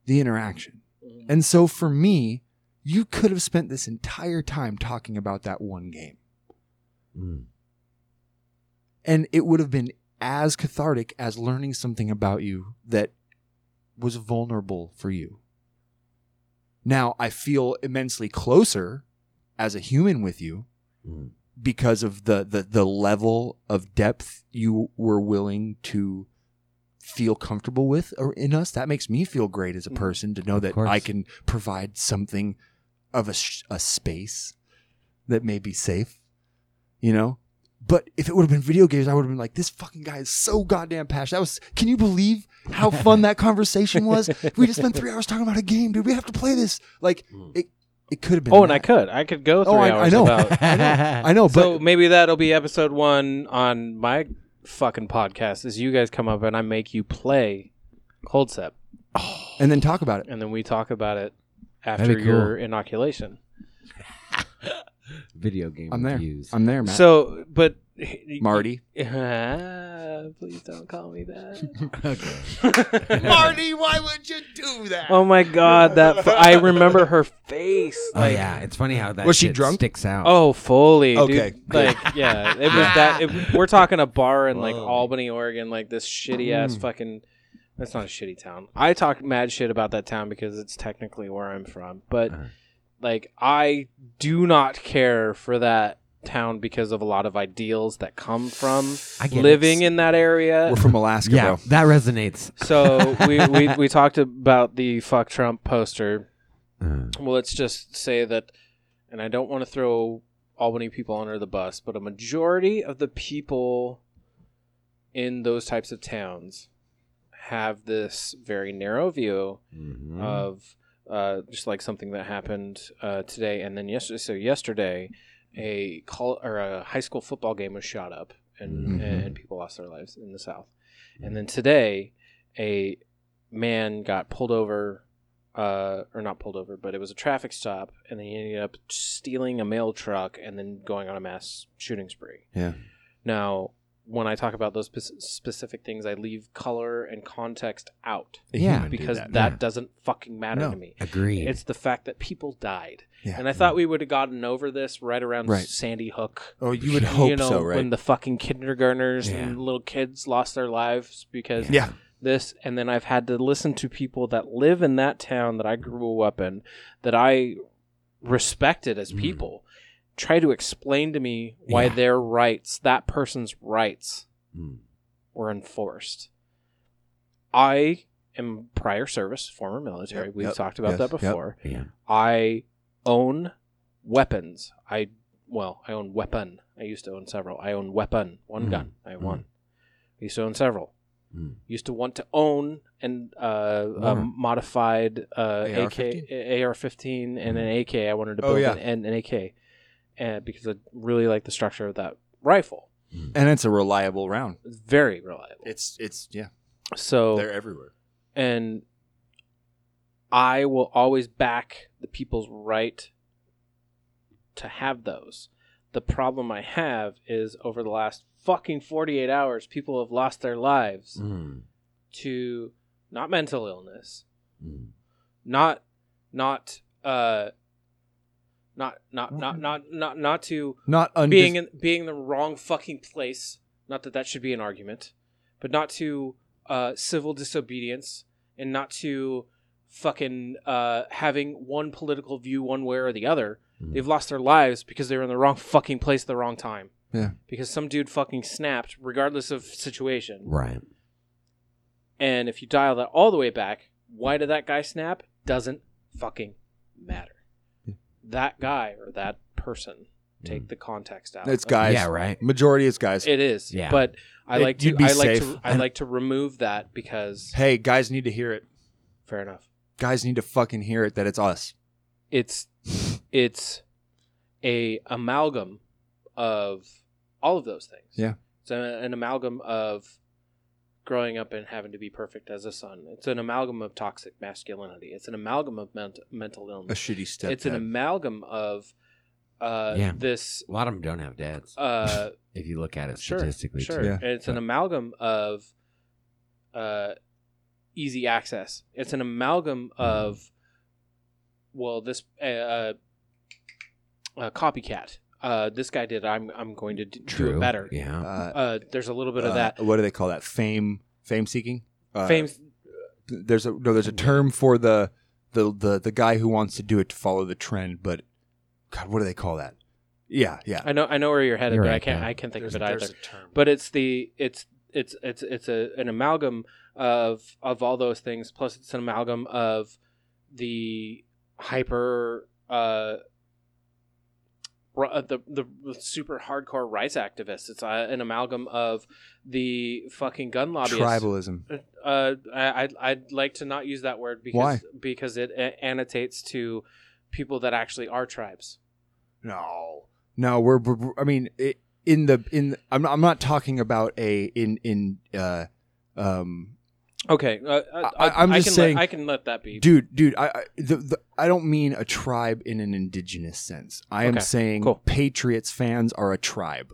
[SPEAKER 6] the interaction
[SPEAKER 5] Mm-hmm.
[SPEAKER 6] and so for me you could have spent this entire time talking about that one game
[SPEAKER 4] Mm.
[SPEAKER 6] and it would have been as cathartic as learning something about you that was vulnerable for you. Now I feel immensely closer as a human with you
[SPEAKER 4] Mm.
[SPEAKER 6] because of the the, the level of depth you were willing to feel comfortable with or in us. That makes me feel great as a
[SPEAKER 5] Mhm.
[SPEAKER 6] person to know that
[SPEAKER 4] course.
[SPEAKER 6] I can provide something of a, sh- a space that may be safe, you know? But if it would have been video games, I would have been like, this fucking guy is so goddamn passionate. That was, can you believe how fun that conversation was? We just spent three hours talking about a game, dude. We have to play this. Like,
[SPEAKER 4] *laughs*
[SPEAKER 5] Mm.
[SPEAKER 6] it, it could have been.
[SPEAKER 5] Oh, and I
[SPEAKER 6] that.
[SPEAKER 5] could. I could go three
[SPEAKER 6] Oh, I,
[SPEAKER 5] hours
[SPEAKER 6] I know.
[SPEAKER 5] about
[SPEAKER 6] I know. *laughs* I know,
[SPEAKER 4] Oh,
[SPEAKER 6] but
[SPEAKER 5] so maybe that'll be episode one on my fucking podcast. Is you guys come up and I make you play Cold Step,
[SPEAKER 6] and then talk about it.
[SPEAKER 5] and then we talk about it after
[SPEAKER 4] That'd be
[SPEAKER 5] your inoculation.
[SPEAKER 4] Video game
[SPEAKER 6] I'm there.
[SPEAKER 4] reviews. *laughs*
[SPEAKER 6] I'm there, man.
[SPEAKER 5] So, but
[SPEAKER 6] Marty.
[SPEAKER 5] *laughs* Ah, please don't call me that,
[SPEAKER 4] *laughs* okay.
[SPEAKER 6] Marty, why would you do
[SPEAKER 5] *laughs*
[SPEAKER 6] that?
[SPEAKER 5] Oh my god, that fu- I remember her face.
[SPEAKER 4] Oh
[SPEAKER 5] like,
[SPEAKER 4] yeah, it's funny how that
[SPEAKER 6] Was she
[SPEAKER 4] shit
[SPEAKER 6] drunk?
[SPEAKER 4] sticks out. Uh,
[SPEAKER 5] Oh, fully.
[SPEAKER 6] Okay,
[SPEAKER 5] Dude. Like, yeah, it was that. It, we're talking a bar in like Albany, Oregon, like this shitty ass
[SPEAKER 4] Mm.
[SPEAKER 5] fucking. That's not a shitty town. I talk mad shit about that town because it's technically where I'm from, but
[SPEAKER 4] Uh-huh.
[SPEAKER 5] like I do not care for that town because of a lot of ideals that come from
[SPEAKER 4] I get it.
[SPEAKER 5] living in that area.
[SPEAKER 6] We're from Alaska,
[SPEAKER 4] yeah,
[SPEAKER 6] bro.
[SPEAKER 4] that resonates.
[SPEAKER 5] So we, we we talked about the fuck Trump poster
[SPEAKER 4] Mm.
[SPEAKER 5] well, let's just say that, and I don't want to throw Albany people under the bus, but a majority of the people in those types of towns have this very narrow view
[SPEAKER 4] Mhm.
[SPEAKER 5] of uh, just like something that happened uh, today and then yesterday. So yesterday, a call or a high school football game was shot up, and and people lost their lives in the South. And then today, a man got pulled over, uh, or not pulled over, but it was a traffic stop, and then he ended up stealing a mail truck and then going on a mass shooting spree.
[SPEAKER 9] Yeah.
[SPEAKER 5] Now, when I talk about those spec- specific things, I leave color and context out
[SPEAKER 4] Yeah.
[SPEAKER 9] Human did
[SPEAKER 5] because that,
[SPEAKER 9] that.
[SPEAKER 4] Yeah.
[SPEAKER 5] doesn't fucking matter to me.
[SPEAKER 4] Agreed.
[SPEAKER 5] It's the fact that people died.
[SPEAKER 9] Yeah.
[SPEAKER 5] And I thought we would have gotten over this right around
[SPEAKER 9] Right.
[SPEAKER 5] Sandy Hook.
[SPEAKER 9] Oh, you would hope
[SPEAKER 5] you know,
[SPEAKER 9] so, right?
[SPEAKER 5] When the fucking kindergartners
[SPEAKER 4] Yeah.
[SPEAKER 5] and little kids lost their lives because
[SPEAKER 9] Yeah.
[SPEAKER 5] this and then I've had to listen to people that live in that town that I grew up in that I respected as
[SPEAKER 9] Mm.
[SPEAKER 5] people try to explain to me why
[SPEAKER 4] Yeah.
[SPEAKER 5] their rights, that person's rights
[SPEAKER 4] Mm.
[SPEAKER 5] were enforced. I am prior service, former military.
[SPEAKER 9] Yep,
[SPEAKER 5] We've
[SPEAKER 9] yep,
[SPEAKER 5] talked about
[SPEAKER 9] yes,
[SPEAKER 5] that
[SPEAKER 9] yep.
[SPEAKER 5] before.
[SPEAKER 4] Yeah.
[SPEAKER 5] I own weapons. I well, I own weapon. I used to own several. I own weapon, one
[SPEAKER 4] Mm,
[SPEAKER 5] gun. I have
[SPEAKER 4] mm.
[SPEAKER 5] one. I used to own several.
[SPEAKER 4] Mm.
[SPEAKER 5] Used to want to own and uh,
[SPEAKER 4] More.
[SPEAKER 5] a modified uh,
[SPEAKER 9] AR-15?
[SPEAKER 5] AK, AR-15 and an AK. I wanted to
[SPEAKER 9] Oh,
[SPEAKER 5] build
[SPEAKER 9] yeah.
[SPEAKER 5] an, an AK and because I really like the structure of that rifle.
[SPEAKER 9] and it's a reliable round. Oh.
[SPEAKER 5] It's very reliable.
[SPEAKER 9] It's it's yeah,
[SPEAKER 5] so
[SPEAKER 9] they're everywhere.
[SPEAKER 5] and I will always back the people's right to have those. The problem I have is over the last fucking 48 hours, people have lost their lives
[SPEAKER 4] Mm.
[SPEAKER 5] to not mental illness,
[SPEAKER 4] Mm.
[SPEAKER 5] not, not, uh, not, not, not, not, not, not to
[SPEAKER 9] Not unde-
[SPEAKER 5] being in being in the wrong fucking place. Not that that should be an argument, but not to uh, civil disobedience and not to fucking uh, having one political view one way or the other.
[SPEAKER 9] Mm-hmm.
[SPEAKER 4] Mm.
[SPEAKER 5] They've lost their lives because they were in the wrong fucking place at the wrong time.
[SPEAKER 9] Yeah.
[SPEAKER 5] Because some dude fucking snapped, regardless of situation.
[SPEAKER 4] Right.
[SPEAKER 5] And if you dial that all the way back, why did that guy snap? Doesn't fucking matter. That guy or that person. Take the context out.
[SPEAKER 9] Mm. it's
[SPEAKER 5] of-
[SPEAKER 9] guys.
[SPEAKER 4] Yeah. Right.
[SPEAKER 9] Majority is guys.
[SPEAKER 5] it is.
[SPEAKER 4] Yeah.
[SPEAKER 5] But I
[SPEAKER 9] It-
[SPEAKER 5] like to
[SPEAKER 9] you'd be
[SPEAKER 5] I like
[SPEAKER 9] safe.
[SPEAKER 5] to I like to remove that because
[SPEAKER 9] hey, guys need to hear it.
[SPEAKER 5] fair enough.
[SPEAKER 9] Guys need to fucking hear it that it's us.
[SPEAKER 5] It's it's a amalgam of all of those things.
[SPEAKER 9] Yeah.
[SPEAKER 5] It's an, an amalgam of growing up and having to be perfect as a son. It's an amalgam of toxic masculinity. It's an amalgam of ment- mental
[SPEAKER 9] A
[SPEAKER 5] illness.
[SPEAKER 9] shitty step.
[SPEAKER 5] It's an amalgam of uh
[SPEAKER 4] Yeah.
[SPEAKER 5] this
[SPEAKER 4] A lot of them don't have dads.
[SPEAKER 5] uh
[SPEAKER 4] *laughs* if you look at it
[SPEAKER 5] sure,
[SPEAKER 4] statistically,
[SPEAKER 5] Sure,
[SPEAKER 4] too.
[SPEAKER 9] Yeah.
[SPEAKER 5] it's an amalgam of uh, easy access. It's an amalgam
[SPEAKER 9] Mm-hmm.
[SPEAKER 5] of well, this uh, uh, uh, copycat. Uh, this guy did. I'm I'm going to d- do it better.
[SPEAKER 4] Yeah.
[SPEAKER 9] uh,
[SPEAKER 5] Uh, there's a little bit of
[SPEAKER 9] uh,
[SPEAKER 5] that
[SPEAKER 9] What do they call that? Fame. Fame seeking. Uh,
[SPEAKER 5] fame.
[SPEAKER 9] There's a no. There's a term for the the the the guy who wants to do it to follow the trend, but God, what do they call that? Yeah, yeah.
[SPEAKER 5] I know I know where you're headed,
[SPEAKER 4] You're
[SPEAKER 5] but I
[SPEAKER 4] right,
[SPEAKER 5] can't
[SPEAKER 4] yeah.
[SPEAKER 5] I can't think
[SPEAKER 6] There's-
[SPEAKER 5] of it either.
[SPEAKER 6] there's a term.
[SPEAKER 5] But it's the it's it's it's it's a an amalgam of of all those things. Plus, it's an amalgam of the hyper uh, ri- uh, the the super hardcore rights activists. It's uh, an amalgam of the fucking gun lobbyists.
[SPEAKER 9] Tribalism.
[SPEAKER 5] Uh, I I'd, I'd like to not use that word because
[SPEAKER 9] Why?
[SPEAKER 5] because it a- annotates to people that actually are tribes.
[SPEAKER 9] No, no, we're, we're we're- I mean, it, in the in I'm not, I'm not talking about a in in uh um
[SPEAKER 5] Okay, uh, I,
[SPEAKER 9] I- I'm
[SPEAKER 5] I
[SPEAKER 9] just
[SPEAKER 5] can
[SPEAKER 9] saying-
[SPEAKER 5] let, I can let that be.
[SPEAKER 9] dude dude I I, the, the, I don't mean a tribe in an indigenous sense. I am
[SPEAKER 5] Okay,
[SPEAKER 9] saying
[SPEAKER 5] cool.
[SPEAKER 9] Patriots fans are a tribe.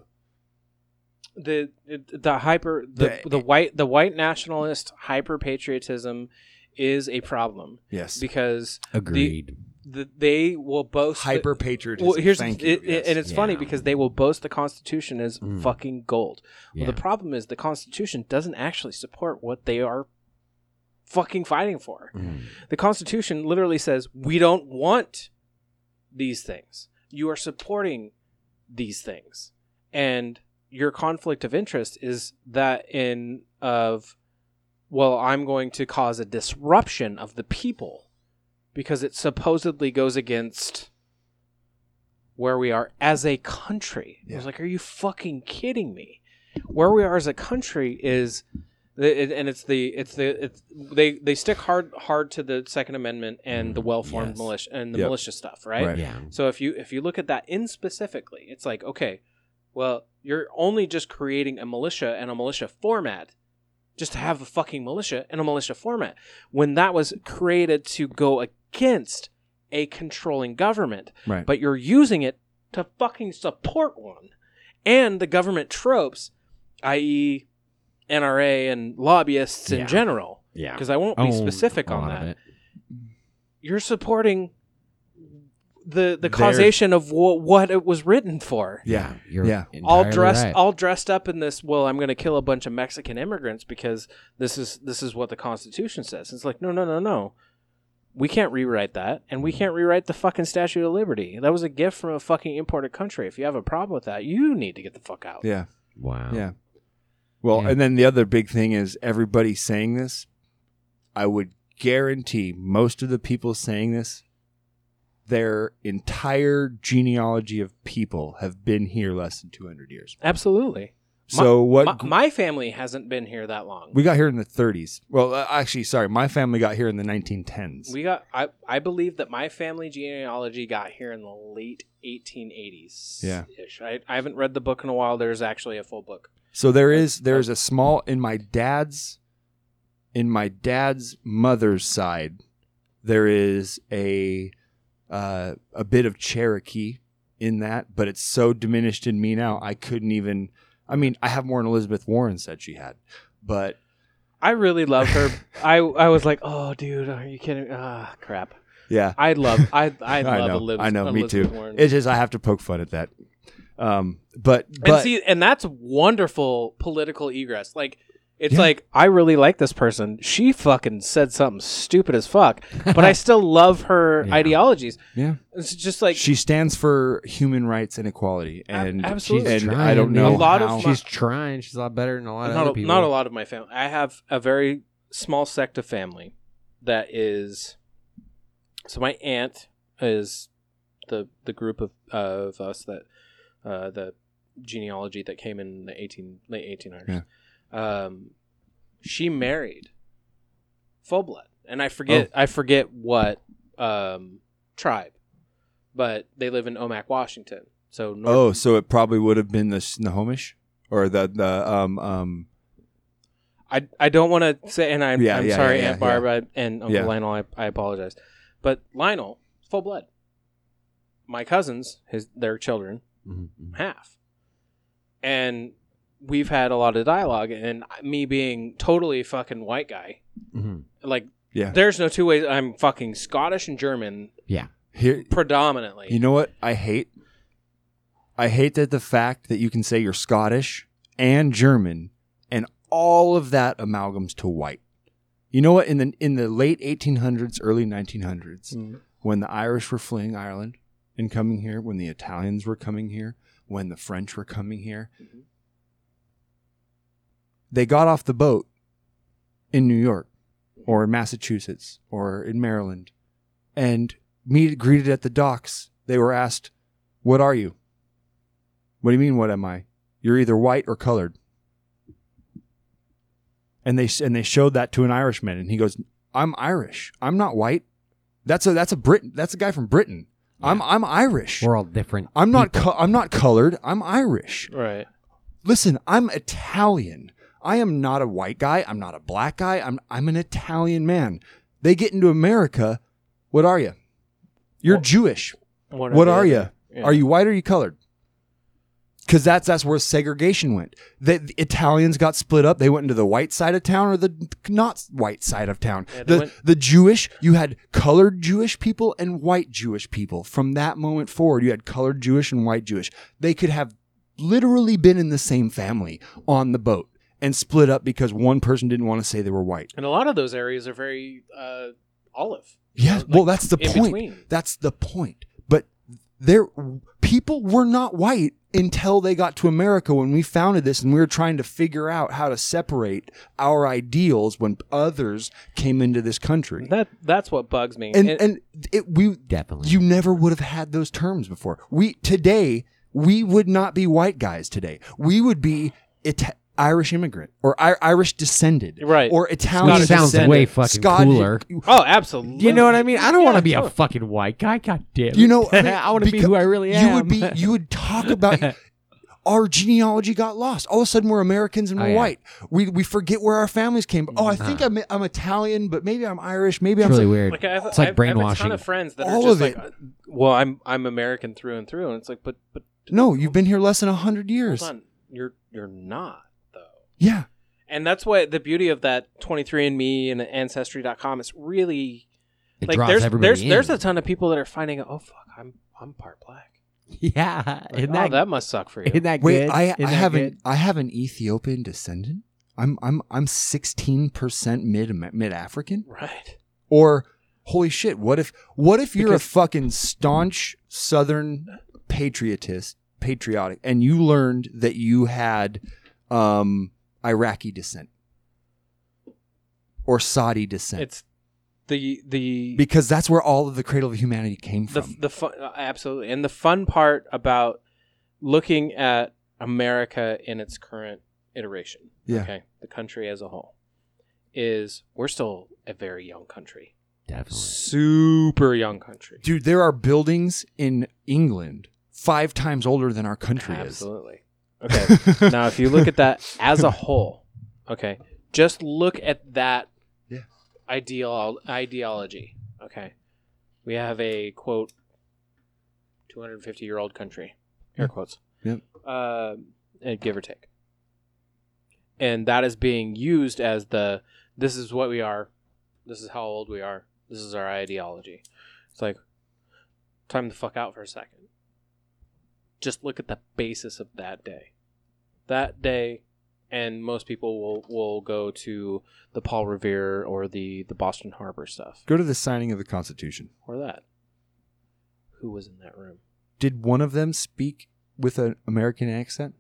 [SPEAKER 5] the the hyper the,
[SPEAKER 9] The-
[SPEAKER 5] the white the white nationalist hyper patriotism is a problem
[SPEAKER 9] Yes,
[SPEAKER 5] because
[SPEAKER 4] Agreed.
[SPEAKER 5] the, they will boast that-
[SPEAKER 9] hyper patriotism.
[SPEAKER 5] well, here's
[SPEAKER 9] Thank
[SPEAKER 5] it,
[SPEAKER 9] you.
[SPEAKER 5] it- and it's funny
[SPEAKER 4] Yeah.
[SPEAKER 5] because they will boast the Constitution is
[SPEAKER 4] Mm.
[SPEAKER 5] fucking gold.
[SPEAKER 4] yeah.
[SPEAKER 5] Well, the problem is the Constitution doesn't actually support what they are fucking fighting for.
[SPEAKER 4] Mm.
[SPEAKER 5] The Constitution literally says we don't want these things. You are supporting these things, and your conflict of interest is that in of well, I'm going to cause a disruption of the people because it supposedly goes against where we are as a country. I was like, are you fucking kidding me? Where we are as a country is It- and it's the it's the it's they they stick hard hard to the Second Amendment and the well formed
[SPEAKER 4] yes.
[SPEAKER 5] militia and the
[SPEAKER 6] Yep.
[SPEAKER 5] militia stuff, right?
[SPEAKER 6] Right.
[SPEAKER 4] Yeah.
[SPEAKER 5] So if you if you look at that in specifically, it's like okay, well you're only just creating a militia and a militia format, just to have a fucking militia and a militia format when that was created to go against a controlling government,
[SPEAKER 3] Right.
[SPEAKER 5] but you're using it to fucking support one, and the government tropes, e, i.e. NRA and lobbyists
[SPEAKER 4] Yeah. Oh,
[SPEAKER 5] in general,
[SPEAKER 4] Yeah.
[SPEAKER 5] because I won't be
[SPEAKER 4] Own
[SPEAKER 5] specific
[SPEAKER 4] a
[SPEAKER 5] on
[SPEAKER 4] lot of it.
[SPEAKER 5] that you're supporting the the causation of wh- what it was written for.
[SPEAKER 4] Yeah. You're
[SPEAKER 6] Yeah.
[SPEAKER 5] all
[SPEAKER 4] entirely
[SPEAKER 5] dressed
[SPEAKER 4] right.
[SPEAKER 5] all dressed up in this, well, I'm going to kill a bunch of Mexican immigrants because this is this is what the constitution says. It's like, no, no, no, no. We can't rewrite that and we can't rewrite the fucking Statue of Liberty. That was a gift from a fucking imported country. If you have a problem with that, you need to get the fuck out.
[SPEAKER 6] Yeah.
[SPEAKER 4] Wow.
[SPEAKER 5] Oh.
[SPEAKER 6] Yeah. Well,
[SPEAKER 4] Yeah.
[SPEAKER 6] and then the other big thing is everybody saying this. I would guarantee most of the people saying this, their entire genealogy of people have been here less than 200 years.
[SPEAKER 5] Absolutely.
[SPEAKER 6] So what?
[SPEAKER 5] My, my family hasn't been here that long.
[SPEAKER 6] we got here in the 30s. Well, uh, actually, sorry, my family got here in the 1910s.
[SPEAKER 5] We got. I I believe that my family genealogy got here in the late 1880s.
[SPEAKER 6] Yeah.
[SPEAKER 5] Ish. I I haven't read the book in a while. There's actually a full book.
[SPEAKER 6] So there is there is a small in my dad's in my dad's mother's side there is a uh, a bit of Cherokee in that, but it's so diminished in me now I couldn't even. I mean, I have more than Elizabeth Warren said she had, but
[SPEAKER 5] I really love
[SPEAKER 6] *laughs*
[SPEAKER 5] her. I I was like, oh, dude, are you kidding? Ah, crap.
[SPEAKER 6] yeah,
[SPEAKER 5] I love. I I love
[SPEAKER 6] know,
[SPEAKER 5] Elizabeth.
[SPEAKER 6] *laughs* I know, me too.
[SPEAKER 5] Elizabeth Warren.
[SPEAKER 6] It's just I have to poke fun at that. Um, but
[SPEAKER 5] and
[SPEAKER 6] but
[SPEAKER 5] see, and that's wonderful political egress. Like. It's like I really like this person. She fucking said something stupid as fuck, but
[SPEAKER 6] *laughs*
[SPEAKER 5] I still love her
[SPEAKER 4] Yeah.
[SPEAKER 5] ideologies.
[SPEAKER 6] Yeah.
[SPEAKER 5] it's just like
[SPEAKER 6] she stands for human rights and equality,
[SPEAKER 5] Ab-
[SPEAKER 6] and
[SPEAKER 5] absolutely.
[SPEAKER 6] and
[SPEAKER 4] Trying,
[SPEAKER 6] I don't
[SPEAKER 4] dude.
[SPEAKER 5] A
[SPEAKER 6] know
[SPEAKER 5] lot of
[SPEAKER 6] how-
[SPEAKER 5] my-
[SPEAKER 4] She's trying. She's a lot better than a lot of
[SPEAKER 5] not
[SPEAKER 4] other
[SPEAKER 5] a,
[SPEAKER 4] people.
[SPEAKER 5] not a lot of my family. I have a very small sect of family that is. So my aunt is the the group of of us that uh, the genealogy that came in the eighteen late eighteen hundreds. Um, she married full blood, and I forget I forget what um, tribe, but they live in Omak, Washington. So north,
[SPEAKER 6] Oh, so it probably would have been the Snohomish or the the um um
[SPEAKER 5] I, I don't want to say, and I'm,
[SPEAKER 6] Yeah,
[SPEAKER 5] I'm
[SPEAKER 6] yeah,
[SPEAKER 5] sorry,
[SPEAKER 6] yeah,
[SPEAKER 5] Aunt
[SPEAKER 6] yeah, yeah.
[SPEAKER 5] Barbara and Uncle
[SPEAKER 6] Yeah.
[SPEAKER 5] Lionel, I, I apologize. But Lionel, full blood. My cousins, his their children,
[SPEAKER 6] Mm-hmm,
[SPEAKER 4] Mhm.
[SPEAKER 5] half. And we've had a lot of dialogue, and me being totally fucking white guy,
[SPEAKER 6] mm-hmm,
[SPEAKER 4] Mhm.
[SPEAKER 5] like,
[SPEAKER 6] Yeah.
[SPEAKER 5] there's no two ways. I'm fucking Scottish and German
[SPEAKER 6] here.
[SPEAKER 5] predominantly.
[SPEAKER 6] You know what I hate? I hate that the fact that you can say you're Scottish and German and all of that amalgams to white. You know what? In the in the late 1800s, early 1900s, when the Irish were fleeing Ireland and coming here, when the Italians were coming here, when the French were coming here, they got off the boat in New York or in Massachusetts or in Maryland and meet, greeted at the docks. They were asked, What are you? What do you mean, what am I? You're either white or colored. And they, s- and they showed that to an Irishman, and he goes, I'm Irish. I'm not white. That's a that's a Brit. That's a guy from Britain. I'm I'm Irish.
[SPEAKER 4] We're all different.
[SPEAKER 6] I'm not
[SPEAKER 4] people.
[SPEAKER 6] co- I'm not colored. I'm Irish.
[SPEAKER 5] right.
[SPEAKER 6] Listen, I'm Italian. I am not a white guy. I'm not a black guy. I'm I'm an Italian man. They get into America. What are you? You're Jewish.
[SPEAKER 5] What,
[SPEAKER 6] What
[SPEAKER 5] the
[SPEAKER 6] are
[SPEAKER 5] other-
[SPEAKER 6] you?
[SPEAKER 5] Yeah.
[SPEAKER 6] Are you white or are you colored? Because that's that's where segregation went. The, the Italians got split up. They went into the white side of town or the not white side of town.
[SPEAKER 5] Yeah, they
[SPEAKER 6] the
[SPEAKER 5] went-
[SPEAKER 6] the Jewish you had colored Jewish people and white Jewish people. From that moment forward, you had colored Jewish and white Jewish. They could have literally been in the same family on the boat and split up because one person didn't want to say they were white.
[SPEAKER 5] And a lot of those areas are very uh, olive.
[SPEAKER 6] Yeah,
[SPEAKER 5] know,
[SPEAKER 6] well,
[SPEAKER 5] like,
[SPEAKER 6] that's the
[SPEAKER 5] in
[SPEAKER 6] point.
[SPEAKER 5] between.
[SPEAKER 6] That's the point. But there, people were not white until they got to America when we founded this, and we were trying to figure out how to separate our ideals when others came into this country.
[SPEAKER 5] That that's what bugs me.
[SPEAKER 6] And and it, we
[SPEAKER 4] Definitely.
[SPEAKER 6] you never would have had those terms before. We today we would not be white guys today. We would be Ita- Irish immigrant or I- Irish descended,
[SPEAKER 5] Right.
[SPEAKER 6] Or Italian.
[SPEAKER 4] Which sounds
[SPEAKER 6] descended,
[SPEAKER 4] way fucking
[SPEAKER 6] Scottish-
[SPEAKER 4] cooler.
[SPEAKER 5] Oh, absolutely.
[SPEAKER 4] You know what I mean? I don't want
[SPEAKER 5] Yeah,
[SPEAKER 4] to be
[SPEAKER 5] sure.
[SPEAKER 4] a fucking white guy. God damn. it.
[SPEAKER 6] You know, I,
[SPEAKER 4] I want to be
[SPEAKER 6] because
[SPEAKER 4] who I really am.
[SPEAKER 6] You would *laughs* be. You would
[SPEAKER 4] *laughs*
[SPEAKER 6] talk about. Our genealogy got lost. All of a sudden, we're Americans and
[SPEAKER 4] Oh,
[SPEAKER 6] we're
[SPEAKER 4] yeah. Uh-huh.
[SPEAKER 6] white. We we forget where our families came. Oh, I think I'm I'm Italian, but maybe I'm Irish. Maybe
[SPEAKER 4] It's
[SPEAKER 6] I'm
[SPEAKER 4] really weird.
[SPEAKER 5] Like I have,
[SPEAKER 4] it's like
[SPEAKER 5] I have, I have a
[SPEAKER 4] brainwashing.
[SPEAKER 5] ton of friends that
[SPEAKER 6] All
[SPEAKER 5] are just
[SPEAKER 6] of
[SPEAKER 5] like,
[SPEAKER 6] it.
[SPEAKER 5] well, I'm I'm American through and through, and it's like, but but
[SPEAKER 6] no. You've been here less than
[SPEAKER 5] hold
[SPEAKER 6] hundred years.
[SPEAKER 5] on, you're you're not though.
[SPEAKER 6] Yeah,
[SPEAKER 5] And that's why the beauty of that 23andMe and Ancestry.com is really
[SPEAKER 4] it
[SPEAKER 5] like
[SPEAKER 4] draws
[SPEAKER 5] there's
[SPEAKER 4] everybody
[SPEAKER 5] there's
[SPEAKER 4] in.
[SPEAKER 5] there's a ton of people that are finding out. Oh fuck, I'm I'm part black.
[SPEAKER 4] yeah. *laughs*
[SPEAKER 5] Like,
[SPEAKER 4] isn't
[SPEAKER 5] oh,
[SPEAKER 4] that,
[SPEAKER 5] that, must suck for you.
[SPEAKER 4] isn't that
[SPEAKER 6] Wait,
[SPEAKER 4] good?
[SPEAKER 6] I,
[SPEAKER 4] Isn't
[SPEAKER 6] I
[SPEAKER 4] that
[SPEAKER 6] have
[SPEAKER 4] good?
[SPEAKER 6] an I have an Ethiopian descendant. I'm I'm I'm 16% mid mid African.
[SPEAKER 5] right.
[SPEAKER 6] Or holy shit, what if what if you're
[SPEAKER 5] Because-
[SPEAKER 6] a fucking staunch Southern patriotist, patriotic, and you learned that you had um, Iraqi descent or Saudi descent?
[SPEAKER 5] It's the the
[SPEAKER 6] because that's where all of the cradle of humanity came
[SPEAKER 5] the
[SPEAKER 6] from.
[SPEAKER 5] the fun, uh, absolutely and the fun part about looking at America in its current iteration,
[SPEAKER 6] Yeah.
[SPEAKER 5] okay, the country as a whole, is we're still a very young country,
[SPEAKER 4] Definitely.
[SPEAKER 5] super young country.
[SPEAKER 6] Dude, there are buildings in England five times older than our country is.
[SPEAKER 5] Absolutely.
[SPEAKER 6] *laughs*
[SPEAKER 5] Okay. *laughs* now, if you look at that as a whole, okay, just look at that
[SPEAKER 6] Yeah.
[SPEAKER 5] ideal ideology. Okay, we have a quote, two hundred fifty year old country, air quotes,
[SPEAKER 6] Yep.
[SPEAKER 5] uh, give or take, and that is being used as the this is what we are, this is how old we are, this is our ideology. It's like time the fuck out for a second just look at the basis of that day. That day, and most people will, will go to the Paul Revere or the, the Boston Harbor stuff
[SPEAKER 6] Go to the signing of the Constitution.
[SPEAKER 5] or that. Who was in that room?
[SPEAKER 6] did one of them speak with an American accent?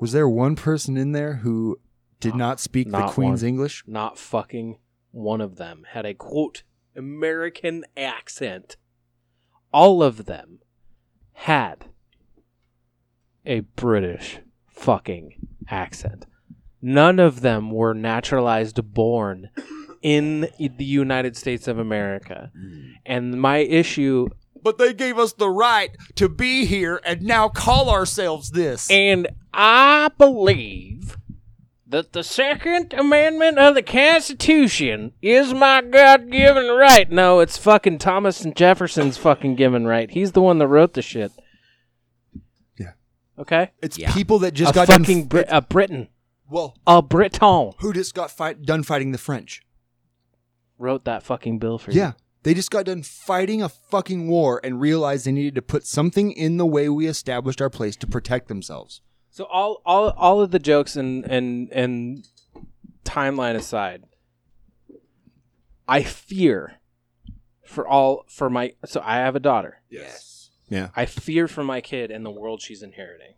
[SPEAKER 6] Was there one person in there who did
[SPEAKER 5] Not-
[SPEAKER 6] not speak the
[SPEAKER 5] not
[SPEAKER 6] Queen's
[SPEAKER 5] one.
[SPEAKER 6] English?
[SPEAKER 5] Not fucking one of them had a quote American accent. All of them had a British fucking accent. None of them were naturalized born in the United States of America.
[SPEAKER 6] Mm.
[SPEAKER 5] And my issue
[SPEAKER 6] But they gave us the right to be here and now call ourselves this.
[SPEAKER 5] And I believe that the Second Amendment of the Constitution is my God given right. No, it's fucking Thomas and Jefferson's fucking given right. He's the one that wrote the shit.
[SPEAKER 6] Yeah.
[SPEAKER 5] Okay?
[SPEAKER 6] it's
[SPEAKER 4] Yeah.
[SPEAKER 6] people that just
[SPEAKER 5] a
[SPEAKER 6] got
[SPEAKER 5] fucking
[SPEAKER 6] done.
[SPEAKER 5] Brit- a Briton.
[SPEAKER 6] well,
[SPEAKER 5] A Briton
[SPEAKER 6] who just got fight, done fighting the French?
[SPEAKER 5] wrote that fucking bill for
[SPEAKER 6] Yeah. They just got done fighting a fucking war and realized they needed to put something in the way we established our place to protect themselves.
[SPEAKER 5] So all all all of the jokes and and and timeline aside, I fear for all for my so I have a daughter.
[SPEAKER 6] Yes. Yeah.
[SPEAKER 5] I fear for my kid and the world she's inheriting.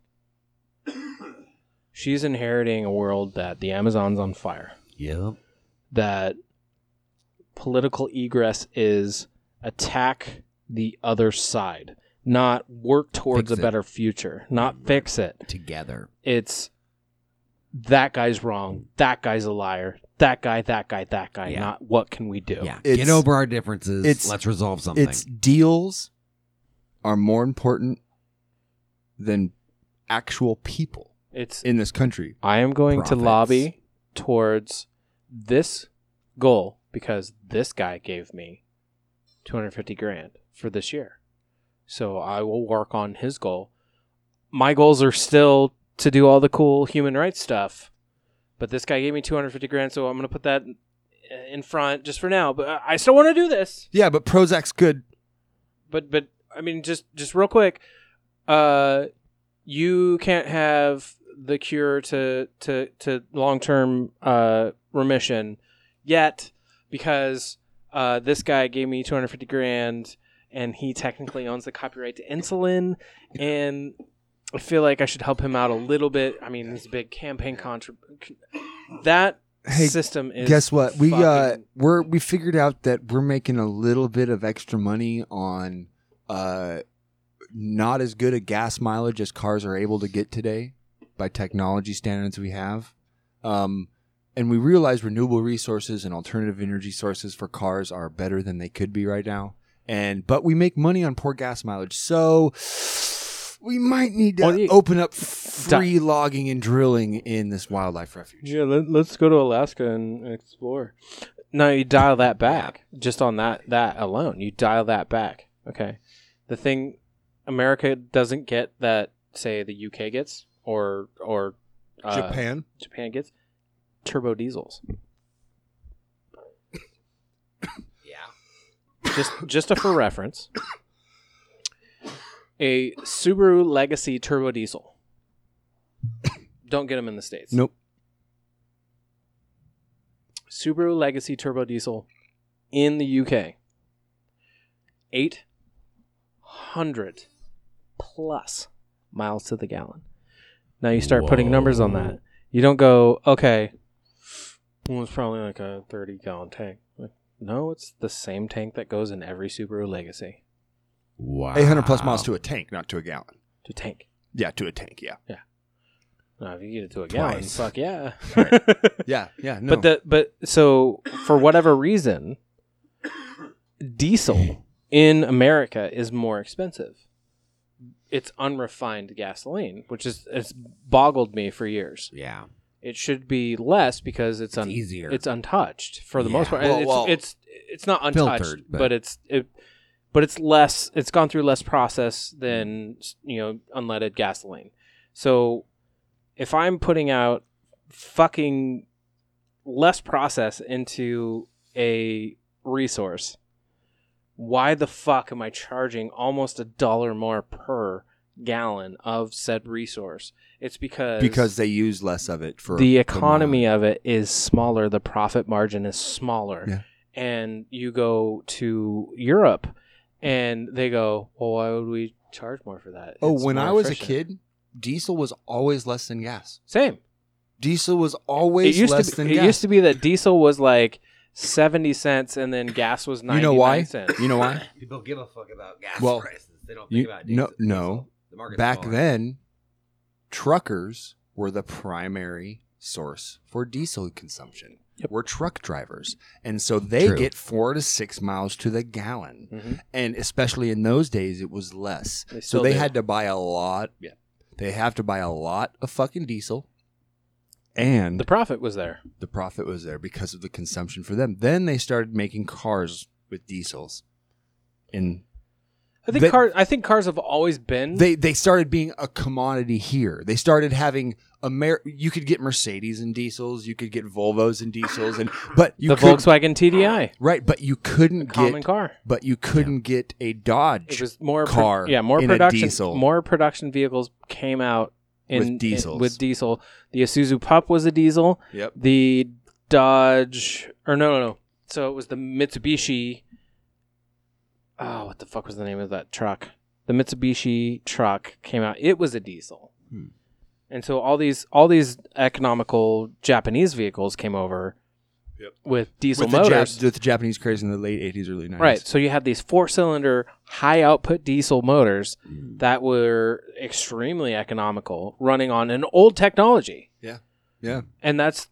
[SPEAKER 5] she's inheriting a world that the Amazon's on fire,
[SPEAKER 4] Yep.
[SPEAKER 5] that political egress is attack the other side, not work towards
[SPEAKER 4] Fix
[SPEAKER 5] a
[SPEAKER 4] it.
[SPEAKER 5] better future, not fix it.
[SPEAKER 4] Together.
[SPEAKER 5] It's that guy's wrong, that guy's a liar, that guy, that guy, that guy,
[SPEAKER 4] Yeah.
[SPEAKER 5] not what can we do.
[SPEAKER 4] Yeah.
[SPEAKER 6] It's-
[SPEAKER 4] Get over our differences.
[SPEAKER 6] it's-
[SPEAKER 4] Let's resolve something.
[SPEAKER 6] It's deals are more important than actual people
[SPEAKER 5] It's
[SPEAKER 6] in this country.
[SPEAKER 5] I am going
[SPEAKER 4] Profits.
[SPEAKER 5] to lobby towards this goal because this guy gave me 250 grand for this year. So I will work on his goal. My goals are still to do all the cool human rights stuff, but this guy gave me 250 grand, so I'm going to put that in front just for now. But I- I still want to do this
[SPEAKER 6] Yeah, but Prozac's good.
[SPEAKER 5] but but I mean just just real quick, uh, you can't have the cure to to to long term uh remission yet because uh this guy gave me 250 grand and he technically owns the copyright to insulin and I feel like I should help him out a little bit. I mean, he's a big campaign contra that
[SPEAKER 6] Hey,
[SPEAKER 5] system is
[SPEAKER 6] Guess what? We uh
[SPEAKER 5] fucking-
[SPEAKER 6] we're we figured out that we're making a little bit of extra money on uh not as good a gas mileage as cars are able to get today. by technology standards we have. Um, and we realize renewable resources and alternative energy sources for cars are better than they could be right now. And but we make money on poor gas mileage, so we might need to
[SPEAKER 5] Well, you-
[SPEAKER 6] open up free logging and drilling in this wildlife refuge.
[SPEAKER 5] Yeah, let, let's go to Alaska and explore. No, you dial that back. Just on that that alone, you dial that back. Okay, the thing America doesn't get that say the UK gets or or uh,
[SPEAKER 9] Japan.
[SPEAKER 5] Japan gets turbo diesels. *coughs* yeah. Just just a for reference. A Subaru Legacy turbo diesel. Don't get them in the states.
[SPEAKER 6] Nope.
[SPEAKER 5] Subaru Legacy turbo diesel in the UK. 800 plus miles to the gallon. Now you start putting numbers on that. You don't go, okay, well, it's probably like a 30 gallon tank. Like, No, it's the same tank that goes in every Subaru Legacy.
[SPEAKER 4] Wow.
[SPEAKER 6] 800 plus miles to a tank, not to a gallon.
[SPEAKER 5] To tank.
[SPEAKER 6] Yeah, to a tank. Yeah,
[SPEAKER 5] Now, if you get it to a gallon,
[SPEAKER 4] Twice.
[SPEAKER 5] fuck yeah. *laughs*
[SPEAKER 6] yeah, yeah. No,
[SPEAKER 5] But the but so for whatever reason, diesel in America is more expensive. It's unrefined gasoline, which is it's boggled me for years.
[SPEAKER 4] Yeah.
[SPEAKER 5] It should be less because it's, un-
[SPEAKER 4] easier.
[SPEAKER 5] Um, It's untouched for the most
[SPEAKER 4] Yeah.
[SPEAKER 5] part.
[SPEAKER 4] Well,
[SPEAKER 5] it's,
[SPEAKER 4] well,
[SPEAKER 5] it's it's not untouched,
[SPEAKER 4] filtered,
[SPEAKER 5] but,
[SPEAKER 4] but-
[SPEAKER 5] it's it, but it's less. It's gone through less process than you know unleaded gasoline. So if I'm putting out fucking less process into a resource, why the fuck am I charging almost a dollar more per gallon of said resource? It's because
[SPEAKER 6] because they use less of it for
[SPEAKER 5] the
[SPEAKER 6] for
[SPEAKER 5] economy
[SPEAKER 6] more.
[SPEAKER 5] of it is smaller the profit margin is smaller
[SPEAKER 6] Yeah.
[SPEAKER 5] and you go to europe and they go well why would we charge more for that
[SPEAKER 6] Oh,
[SPEAKER 5] It's
[SPEAKER 6] when
[SPEAKER 5] more
[SPEAKER 6] I was
[SPEAKER 5] efficient."
[SPEAKER 6] a kid, diesel was always less than gas.
[SPEAKER 5] same
[SPEAKER 6] Diesel was
[SPEAKER 5] it
[SPEAKER 6] always
[SPEAKER 5] used
[SPEAKER 6] less
[SPEAKER 5] to
[SPEAKER 6] than
[SPEAKER 5] be, it
[SPEAKER 6] gas.
[SPEAKER 5] used to be that diesel was like 70 cents and then gas was 99
[SPEAKER 6] you know why?
[SPEAKER 5] cents.
[SPEAKER 6] You know why?
[SPEAKER 4] People give a fuck about gas
[SPEAKER 6] Well,
[SPEAKER 4] prices. They don't
[SPEAKER 6] you- no- no.
[SPEAKER 4] The market's
[SPEAKER 6] Back
[SPEAKER 4] falling.
[SPEAKER 6] then, truckers were the primary source for diesel consumption. Were truck drivers, and so they
[SPEAKER 4] True.
[SPEAKER 6] get four to six miles to the gallon,
[SPEAKER 5] Mhm.
[SPEAKER 6] and especially in those days, it was less.
[SPEAKER 5] They
[SPEAKER 6] so
[SPEAKER 5] still
[SPEAKER 6] they
[SPEAKER 5] do.
[SPEAKER 6] had to buy a lot. Yeah, they have to buy a lot of fucking diesel, and
[SPEAKER 5] the profit was there
[SPEAKER 6] the profit was there because of the consumption for them. Then they started making cars with diesels, and
[SPEAKER 5] i think
[SPEAKER 6] They-
[SPEAKER 5] cars i think cars have always been
[SPEAKER 6] they they started being a commodity here. They started having Amer. You could get Mercedes and diesels. You could get Volvos and diesels, and but you
[SPEAKER 5] the
[SPEAKER 6] could,
[SPEAKER 5] volkswagen tdi
[SPEAKER 6] right, but you couldn't
[SPEAKER 5] common
[SPEAKER 6] get
[SPEAKER 5] car
[SPEAKER 6] but you couldn't get a Dodge.
[SPEAKER 5] it was more pro-
[SPEAKER 6] car
[SPEAKER 5] yeah, more
[SPEAKER 6] in a
[SPEAKER 5] production.
[SPEAKER 6] diesel.
[SPEAKER 5] More production vehicles came out in,
[SPEAKER 6] With
[SPEAKER 5] in-
[SPEAKER 6] diesels.
[SPEAKER 5] with diesel, the Isuzu Pup was a diesel.
[SPEAKER 6] Yep.
[SPEAKER 5] The Dodge, or no, no, no. So it was the Mitsubishi. Oh, what the fuck was the name of that truck? The Mitsubishi truck came out. It was a diesel.
[SPEAKER 6] Hmm.
[SPEAKER 5] And so all these all these economical Japanese vehicles came over with diesel
[SPEAKER 6] with, the Jap-
[SPEAKER 5] motors.
[SPEAKER 6] with the Japanese craze in the late eighties, early nineties.
[SPEAKER 5] Right. So you had these four cylinder, high output diesel motors that were extremely economical, running on an old technology.
[SPEAKER 6] Yeah. Yeah.
[SPEAKER 5] And that's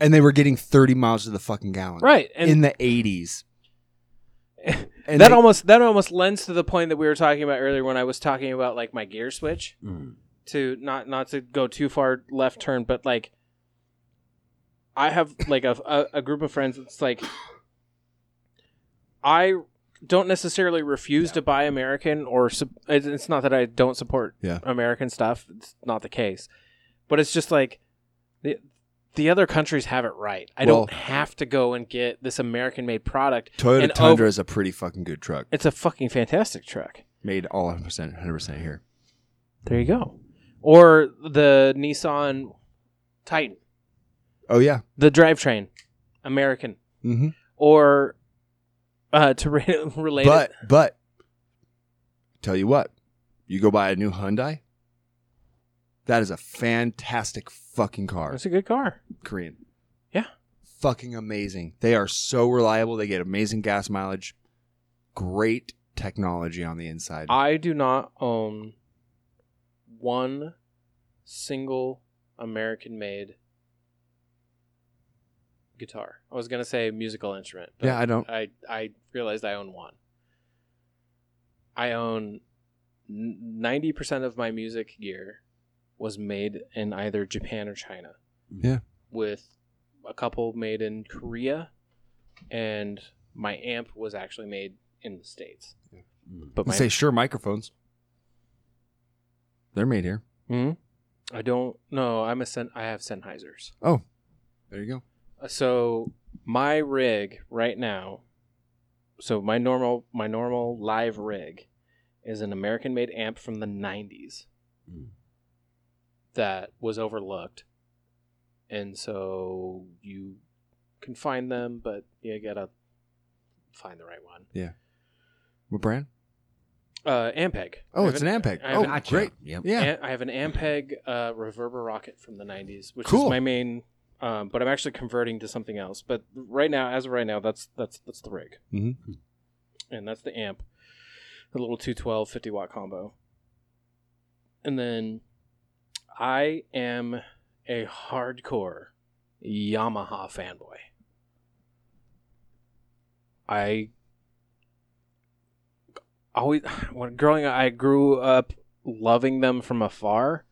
[SPEAKER 6] And they were getting thirty miles to the fucking gallon.
[SPEAKER 5] right. And
[SPEAKER 6] in the
[SPEAKER 5] *laughs*
[SPEAKER 6] eighties.
[SPEAKER 5] that almost that almost lends to the point that we were talking about earlier when I was talking about like my gear switch to not not to go too far left turn, but like I have like a a, a group of friends. It's like I don't necessarily refuse to buy American or sup- it's it's not that I don't support
[SPEAKER 6] Yeah.
[SPEAKER 5] American stuff. It's not the case, but it's just like the the other countries have it right. I
[SPEAKER 6] Well-
[SPEAKER 5] don't have to go and get this American made product.
[SPEAKER 6] Toyota
[SPEAKER 5] and over-
[SPEAKER 6] Tundra is a pretty fucking good truck.
[SPEAKER 5] it's a fucking fantastic truck.
[SPEAKER 6] Made all 100 100% here.
[SPEAKER 5] There you go. Or the Nissan Titan,
[SPEAKER 6] Oh yeah.
[SPEAKER 5] the drivetrain, American.
[SPEAKER 6] Mm-hmm.
[SPEAKER 5] Or uh, to re- *laughs* relate,
[SPEAKER 6] But
[SPEAKER 5] it,
[SPEAKER 6] but tell you what, you go buy a new Hyundai. That is a fantastic fucking car.
[SPEAKER 5] it's a good car.
[SPEAKER 6] Korean.
[SPEAKER 5] Yeah.
[SPEAKER 6] Fucking amazing. They are so reliable. They get amazing gas mileage. Great technology on the inside.
[SPEAKER 5] I do not own one single American made guitar. I was going to say musical instrument.
[SPEAKER 6] Yeah, I don't.
[SPEAKER 5] I, I realized I own one. I own n- 90% of my music gear was made in either Japan or China.
[SPEAKER 6] Yeah.
[SPEAKER 5] With a couple made in Korea, and my amp was actually made in the States. But
[SPEAKER 6] You
[SPEAKER 5] my
[SPEAKER 6] say sure microphones. They're made here.
[SPEAKER 5] Hmm? I don't know. I'm a Sen- I have Sennheisers.
[SPEAKER 6] There you go.
[SPEAKER 5] Uh, So my rig right now, so my normal my normal live rig is an American made amp from the 90s that was overlooked. And so you can find them, but you got to find the right one.
[SPEAKER 6] What brand?
[SPEAKER 5] Uh Ampeg.
[SPEAKER 6] Oh,
[SPEAKER 5] I
[SPEAKER 6] it's an
[SPEAKER 5] have
[SPEAKER 6] Ampeg.
[SPEAKER 5] I have
[SPEAKER 6] Oh,
[SPEAKER 5] an-
[SPEAKER 4] Gotcha.
[SPEAKER 6] great.
[SPEAKER 4] Yep.
[SPEAKER 6] Yeah.
[SPEAKER 5] An- I have an Ampeg uh, Reverber Rocket from the 90s, which
[SPEAKER 6] Cool.
[SPEAKER 5] is my main. Um, but I'm actually converting to something else. But right now, as of right now, that's that's that's the rig,
[SPEAKER 6] Mhm.
[SPEAKER 5] and that's the amp, the little 212 50 watt combo. And then, I am a hardcore Yamaha fanboy. I always when growing up, I grew up loving them from afar,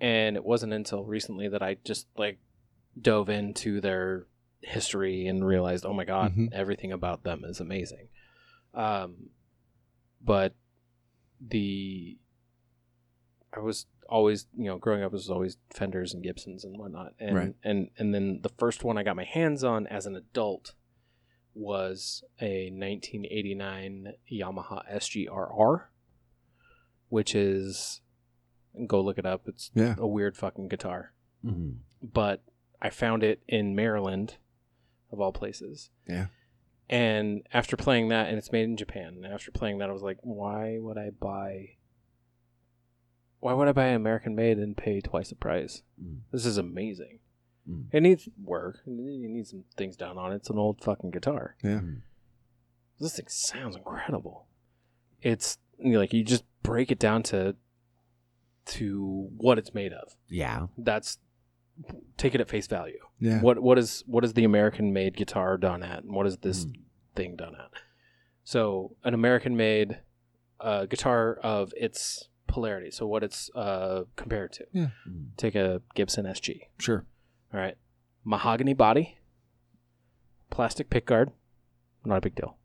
[SPEAKER 5] and it wasn't until recently that I just like dove into their history and realized, oh my god,
[SPEAKER 6] Mhm.
[SPEAKER 5] everything about them is amazing. Um, but the I was always, you know, growing up was always Fenders and Gibsons and whatnot, and
[SPEAKER 6] Right.
[SPEAKER 5] and and then the first one I got my hands on as an adult was a 1989 Yamaha SGRR, which is go look it up. It's
[SPEAKER 6] Yeah.
[SPEAKER 5] a weird fucking guitar,
[SPEAKER 4] Mm-hmm.
[SPEAKER 5] but I found it in Maryland, of all places.
[SPEAKER 6] Yeah.
[SPEAKER 5] And after playing that, and it's made in Japan. And after playing that, I was like, why would I buy? Why would I buy an American made and pay twice the price?
[SPEAKER 4] Mm.
[SPEAKER 5] This is amazing.
[SPEAKER 4] Mm.
[SPEAKER 5] It needs work. It needs some things done on it. It's an old fucking guitar
[SPEAKER 6] Yeah.
[SPEAKER 5] this thing sounds incredible. It's you know, like you just break it down to to what it's made of.
[SPEAKER 4] Yeah.
[SPEAKER 5] That's take it at face value.
[SPEAKER 6] Yeah.
[SPEAKER 5] What what is what is the American made guitar done at, and what is this
[SPEAKER 6] Hmm.
[SPEAKER 5] thing done at? So an American made uh, guitar of its polarity. So what it's uh, compared to.
[SPEAKER 6] Yeah.
[SPEAKER 4] Mm.
[SPEAKER 5] Take a Gibson SG.
[SPEAKER 6] Sure.
[SPEAKER 5] All right. Mahogany body, plastic pick guard, not a big deal.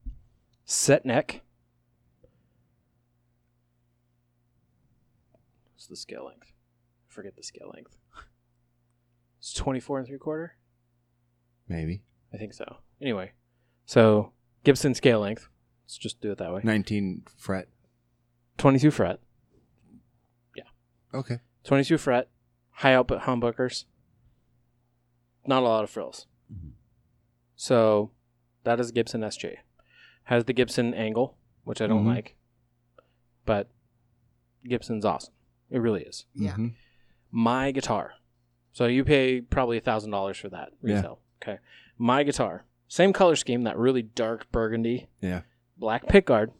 [SPEAKER 5] Set neck. What's the scale length? I forget the scale length. It's 24 and three quarter?
[SPEAKER 6] Maybe.
[SPEAKER 5] I think so. Anyway, so Gibson scale length. Let's just do it that way.
[SPEAKER 6] 19 fret.
[SPEAKER 5] 22 fret.
[SPEAKER 6] Okay.
[SPEAKER 5] 22 fret, high output humbuckers, not a lot of frills. So that is Gibson SJ. Has the Gibson angle, which I don't
[SPEAKER 6] Mhm.
[SPEAKER 5] like, but Gibson's awesome. It really is.
[SPEAKER 6] Yeah.
[SPEAKER 5] My guitar. So you pay probably $1,000 for that
[SPEAKER 6] Yeah.
[SPEAKER 5] retail. Okay. My guitar. Same color scheme, that really dark burgundy.
[SPEAKER 6] Yeah.
[SPEAKER 5] Black pickguard.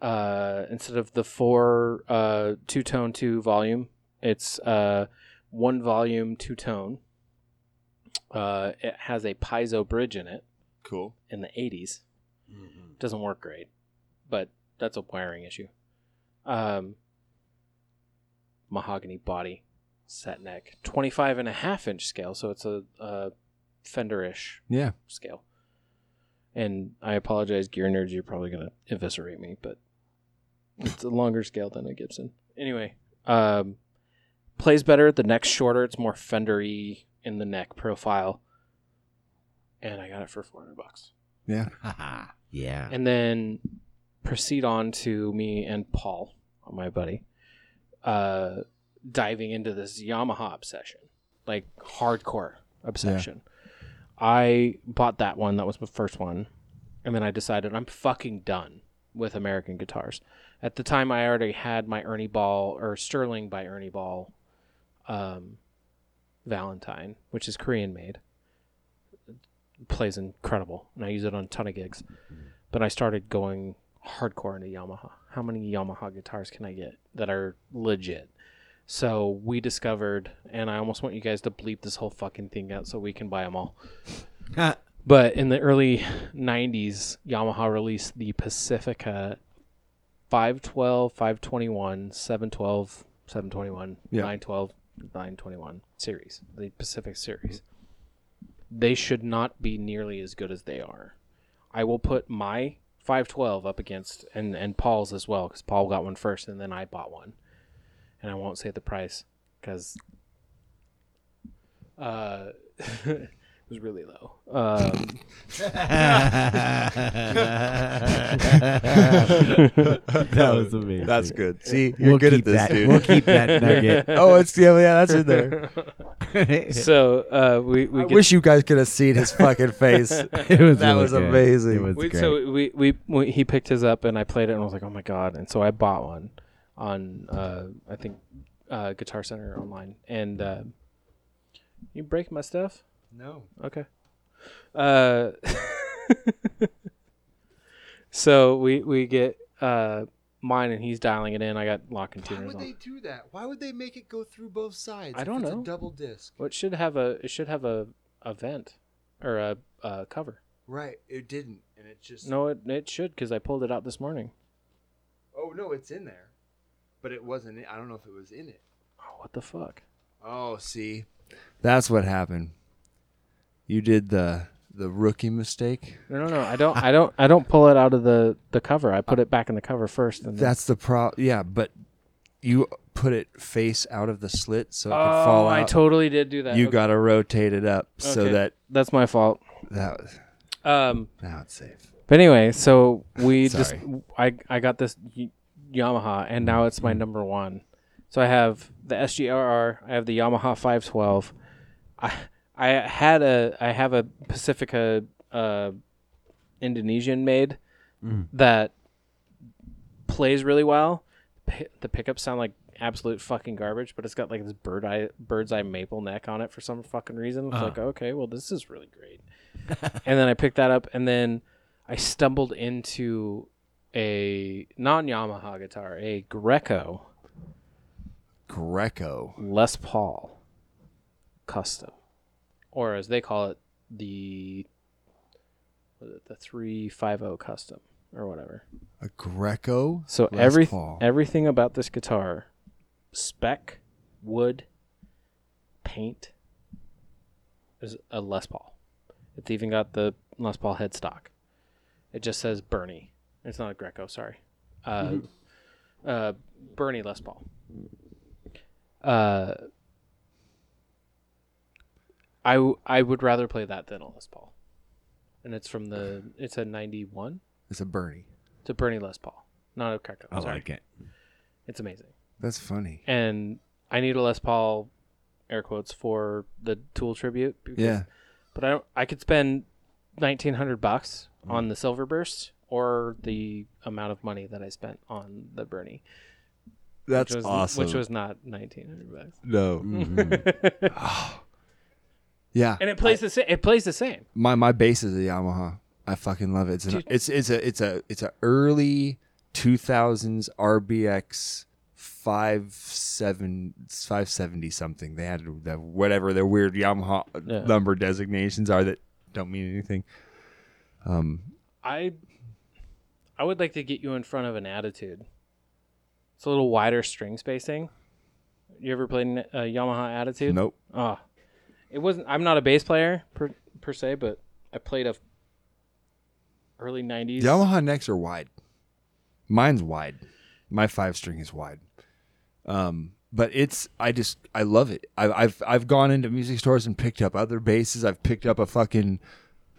[SPEAKER 5] Uh, instead of the four uh, two tone two volume, it's uh, one volume two tone. Uh, it has a piezo bridge in it
[SPEAKER 6] Cool.
[SPEAKER 5] in the 80s. Doesn't work great, but that's a wiring issue. Um, mahogany body, set neck, 25 and a half inch scale, so it's a, a Fender ish
[SPEAKER 6] Yeah.
[SPEAKER 5] scale. And I apologize, gear nerds, you're probably going to eviscerate me, but it's a longer scale than a Gibson. Anyway, um, plays better. The neck's shorter. It's more Fendery in the neck profile. And I got it for 400 bucks.
[SPEAKER 4] *laughs* yeah.
[SPEAKER 5] *laughs* And then proceed on to me and Paul, my buddy, uh, diving into this Yamaha obsession, like hardcore obsession. I bought that one. That was my first one. And then I decided I'm fucking done with American guitars. At the time, I already had my Ernie Ball or Sterling by Ernie Ball um, Valentine, which is Korean made. It plays incredible. And I use it on a ton of gigs but I started going hardcore into Yamaha. How many Yamaha guitars can I get that are legit? So we discovered, and I almost want you guys to bleep this whole fucking thing out so we can buy them all. But in the early 90s, Yamaha released the Pacifica 512, 521, 712, 721, 912, 921 series, the Pacific series. They should not be nearly as good as they are. I will put my 512 up against, and, and Paul's as well, because Paul got one first and then I bought one. And I won't say the price because uh, *laughs* it was really low. Um,
[SPEAKER 4] that was amazing.
[SPEAKER 9] That's good. See, you're good at
[SPEAKER 4] keep
[SPEAKER 9] this,
[SPEAKER 4] that.
[SPEAKER 9] dude.
[SPEAKER 4] We'll keep that nugget.
[SPEAKER 9] *laughs*
[SPEAKER 6] *laughs*
[SPEAKER 4] *laughs*
[SPEAKER 9] oh, it's yeah, yeah, that's in there.
[SPEAKER 5] so uh, we we
[SPEAKER 9] I
[SPEAKER 5] get,
[SPEAKER 9] wish you guys could have seen his fucking face.
[SPEAKER 5] *laughs*
[SPEAKER 4] It was
[SPEAKER 9] That
[SPEAKER 4] really
[SPEAKER 9] was
[SPEAKER 4] good.
[SPEAKER 9] amazing.
[SPEAKER 4] It was
[SPEAKER 5] we,
[SPEAKER 4] great.
[SPEAKER 5] so we, we we he picked his up and I played it and I was like oh my god and so I bought one on uh, I think uh, Guitar Center online and uh, you break my stuff no okay uh *laughs* so we we get uh mine and he's dialing it in I got lock and tuners on
[SPEAKER 6] do that? Why would they make it go through both sides?
[SPEAKER 5] I don't know.
[SPEAKER 6] double disc.
[SPEAKER 5] well, it should have a it should have a a vent or a, a cover
[SPEAKER 6] Right. It didn't, and it just.
[SPEAKER 5] no it it should because I pulled it out this morning
[SPEAKER 6] Oh no, it's in there, but it wasn't. I don't know if it was in it.
[SPEAKER 5] oh what the fuck
[SPEAKER 6] Oh, see, that's what happened. You did the the rookie mistake.
[SPEAKER 5] No, no, no. I don't. I don't. I don't pull it out of the the cover. I put it back in the cover first. And
[SPEAKER 6] That's the pro. Yeah, but you put it face out of the slit so it could fall out.
[SPEAKER 5] Oh, I totally did do that.
[SPEAKER 6] you
[SPEAKER 5] Okay.
[SPEAKER 6] got to rotate it up so
[SPEAKER 5] Okay.
[SPEAKER 6] that
[SPEAKER 5] That's my fault.
[SPEAKER 6] that was,
[SPEAKER 5] Um.
[SPEAKER 6] now it's safe.
[SPEAKER 5] But anyway, so
[SPEAKER 6] *laughs*
[SPEAKER 5] we just
[SPEAKER 6] Sorry.
[SPEAKER 5] I I got this Y- Yamaha, and now it's my number one. So I have the SGRR. I have the Yamaha 512. I I had a I have a Pacifica uh, Indonesian made
[SPEAKER 6] Mm.
[SPEAKER 5] that plays really well. Pi- The pickups sound like absolute fucking garbage, but it's got like this bird eye bird's eye maple neck on it for some fucking reason.
[SPEAKER 6] Uh.
[SPEAKER 5] It's like okay, well this is really great. and then I picked that up, and then I stumbled into a non Yamaha guitar, a Greco
[SPEAKER 6] Greco.
[SPEAKER 5] Les Paul custom, or as they call it, the what is it, the three five zero custom or whatever.
[SPEAKER 6] A Greco.
[SPEAKER 5] So
[SPEAKER 6] Les
[SPEAKER 5] every
[SPEAKER 6] Paul.
[SPEAKER 5] everything about this guitar, spec, wood, paint, is a Les Paul. It's even got the Les Paul headstock. It just says Bernie. It's not a Greco. Sorry, uh,
[SPEAKER 4] Mm-hmm.
[SPEAKER 5] uh, Bernie Les Paul. Uh, I w- I would rather play that than a Les Paul, and it's from the it's a ninety one.
[SPEAKER 6] It's a Bernie.
[SPEAKER 5] It's a Bernie Les Paul, not a Greco.
[SPEAKER 4] I
[SPEAKER 5] sorry.
[SPEAKER 4] like it.
[SPEAKER 5] It's amazing.
[SPEAKER 6] That's funny.
[SPEAKER 5] And I need a Les Paul, air quotes, for the Tool tribute. because-
[SPEAKER 6] Yeah.
[SPEAKER 5] But I don't. I could spend nineteen hundred bucks
[SPEAKER 6] Mm-hmm.
[SPEAKER 5] on the Silver Burst or the amount of money that I spent on the Bernie.
[SPEAKER 6] That's
[SPEAKER 5] which was,
[SPEAKER 6] awesome.
[SPEAKER 5] Which was not nineteen hundred bucks.
[SPEAKER 6] no. Mm-hmm.
[SPEAKER 5] *laughs*
[SPEAKER 6] Ah. yeah.
[SPEAKER 5] And it plays the same. It plays the same.
[SPEAKER 6] my my bass is a Yamaha. I fucking love it. It's an,
[SPEAKER 5] Dude.
[SPEAKER 6] it's it's a it's a it's a early two thousands RBX five seven five seventy something. They had the, whatever their weird Yamaha
[SPEAKER 5] Yeah.
[SPEAKER 6] number designations are that don't mean anything.
[SPEAKER 5] I I would like to get you in front of an attitude. It's a little wider string spacing. You ever played a Yamaha Attitude?
[SPEAKER 6] Nope.
[SPEAKER 5] Ah, it wasn't. I'm not a bass player per, per se, but I played a f- early '90s.
[SPEAKER 6] Yamaha necks are wide. Mine's wide. My five string is wide. Um, but it's I just I love it. I, I've I've gone into music stores and picked up other basses. I've picked up a fucking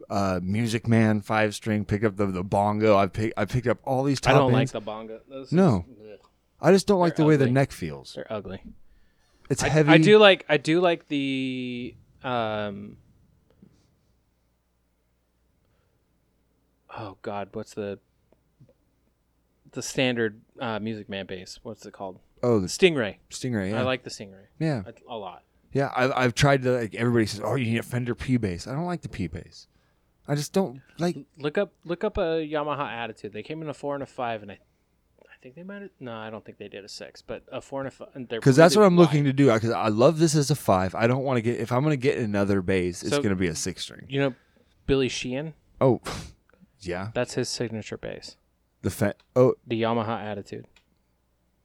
[SPEAKER 6] uh, Music Man five string. Picked up the the bongo. I pick I picked up all these. Top
[SPEAKER 5] I don't like
[SPEAKER 6] ends.
[SPEAKER 5] the bongo. Those
[SPEAKER 6] No.
[SPEAKER 5] Ugh,
[SPEAKER 6] I just don't like the
[SPEAKER 5] They're
[SPEAKER 6] way the
[SPEAKER 5] ugly.
[SPEAKER 6] neck feels.
[SPEAKER 5] they're ugly.
[SPEAKER 6] It's
[SPEAKER 5] I,
[SPEAKER 6] heavy.
[SPEAKER 5] I do like. I do like the. Um, oh God, what's the the standard uh, Music Man bass? What's it called?
[SPEAKER 6] Oh, the
[SPEAKER 5] Stingray.
[SPEAKER 6] Stingray. Yeah.
[SPEAKER 5] I like the Stingray
[SPEAKER 6] Yeah,
[SPEAKER 5] a, a lot.
[SPEAKER 6] yeah. I've I've tried to like. Everybody says, "Oh, you need a Fender P bass." I don't like the P bass. I just don't like.
[SPEAKER 5] Look up look up a Yamaha Attitude. They came in a four and a five, and I I think they might. have No, I don't think they did a six, but a four and a five.
[SPEAKER 6] Because that's what I'm looking to do. Because I love this as a five. I don't want to get if I'm going to get another bass, it's
[SPEAKER 5] So-
[SPEAKER 6] going to be a six string.
[SPEAKER 5] You know, Billy Sheehan.
[SPEAKER 6] Oh, *laughs* yeah.
[SPEAKER 5] That's his signature bass.
[SPEAKER 6] The fa- oh
[SPEAKER 5] The Yamaha Attitude.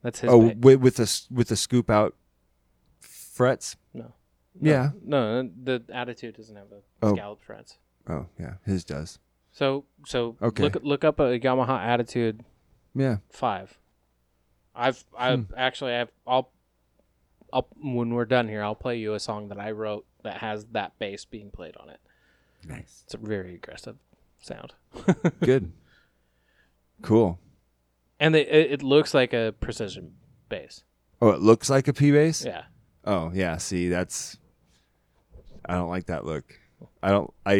[SPEAKER 5] That's his.
[SPEAKER 6] oh
[SPEAKER 5] ba-
[SPEAKER 6] with, with the s- with the scoop out frets.
[SPEAKER 5] No.
[SPEAKER 6] Yeah.
[SPEAKER 5] No, no, the Attitude doesn't have the
[SPEAKER 6] Oh.
[SPEAKER 5] scallop frets.
[SPEAKER 6] Oh yeah. His does.
[SPEAKER 5] So so
[SPEAKER 6] Okay.
[SPEAKER 5] look look up a Yamaha Attitude
[SPEAKER 6] Yeah.
[SPEAKER 5] five. I've I
[SPEAKER 6] Hmm.
[SPEAKER 5] have actually I've I'll I'll when we're done here I'll play you a song that I wrote that has that bass being played on it.
[SPEAKER 4] Nice.
[SPEAKER 5] It's a very aggressive sound,
[SPEAKER 6] Good. *laughs* cool.
[SPEAKER 5] and they, it, it looks like a precision bass.
[SPEAKER 6] Oh, it looks like a P bass.
[SPEAKER 5] Yeah,
[SPEAKER 6] Oh yeah, see that's I don't like that look. I don't I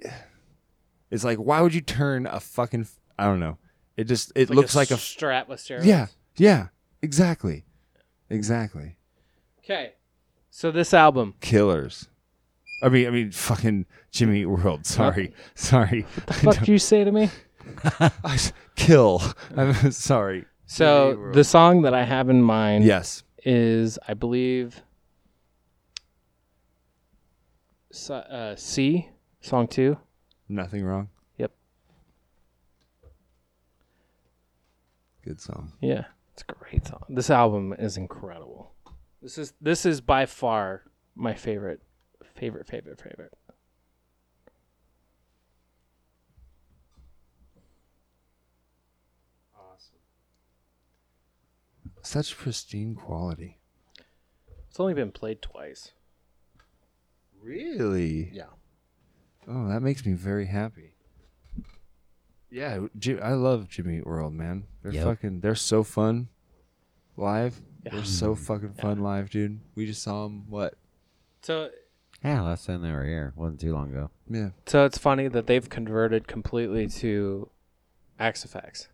[SPEAKER 6] I It's like why would you turn a fucking I don't know. It just it looks like a
[SPEAKER 5] strap with steroids.
[SPEAKER 6] Yeah. Yeah. Exactly. Exactly.
[SPEAKER 5] Okay. So this
[SPEAKER 6] *laughs*
[SPEAKER 5] album,
[SPEAKER 6] Killers. I mean I mean fucking Jimmy Eat World. *laughs* Sorry. Sorry.
[SPEAKER 5] fuck you say to me.
[SPEAKER 6] I s- kill. *laughs* I'm sorry.
[SPEAKER 5] So the song that I have in mind
[SPEAKER 6] Yes.
[SPEAKER 5] is I believe so- uh, C song two.
[SPEAKER 6] Nothing wrong.
[SPEAKER 5] Yep.
[SPEAKER 6] Good song.
[SPEAKER 5] Yeah, it's a great song. This album is incredible. This is this is by far my favorite, favorite, favorite, favorite.
[SPEAKER 6] Such pristine quality.
[SPEAKER 5] It's only been played twice.
[SPEAKER 6] Really?
[SPEAKER 5] Yeah.
[SPEAKER 6] Oh, that makes me very happy. Yeah, Jim, I love Jimmy Eat World, man. They're
[SPEAKER 4] Yep.
[SPEAKER 6] fucking. They're so fun live.
[SPEAKER 5] Yeah.
[SPEAKER 6] They're so fucking fun live, dude. We just saw them. What?
[SPEAKER 5] So
[SPEAKER 4] Yeah, last time they were here wasn't too long ago.
[SPEAKER 6] Yeah.
[SPEAKER 5] so it's funny that they've converted completely to Axe Effects.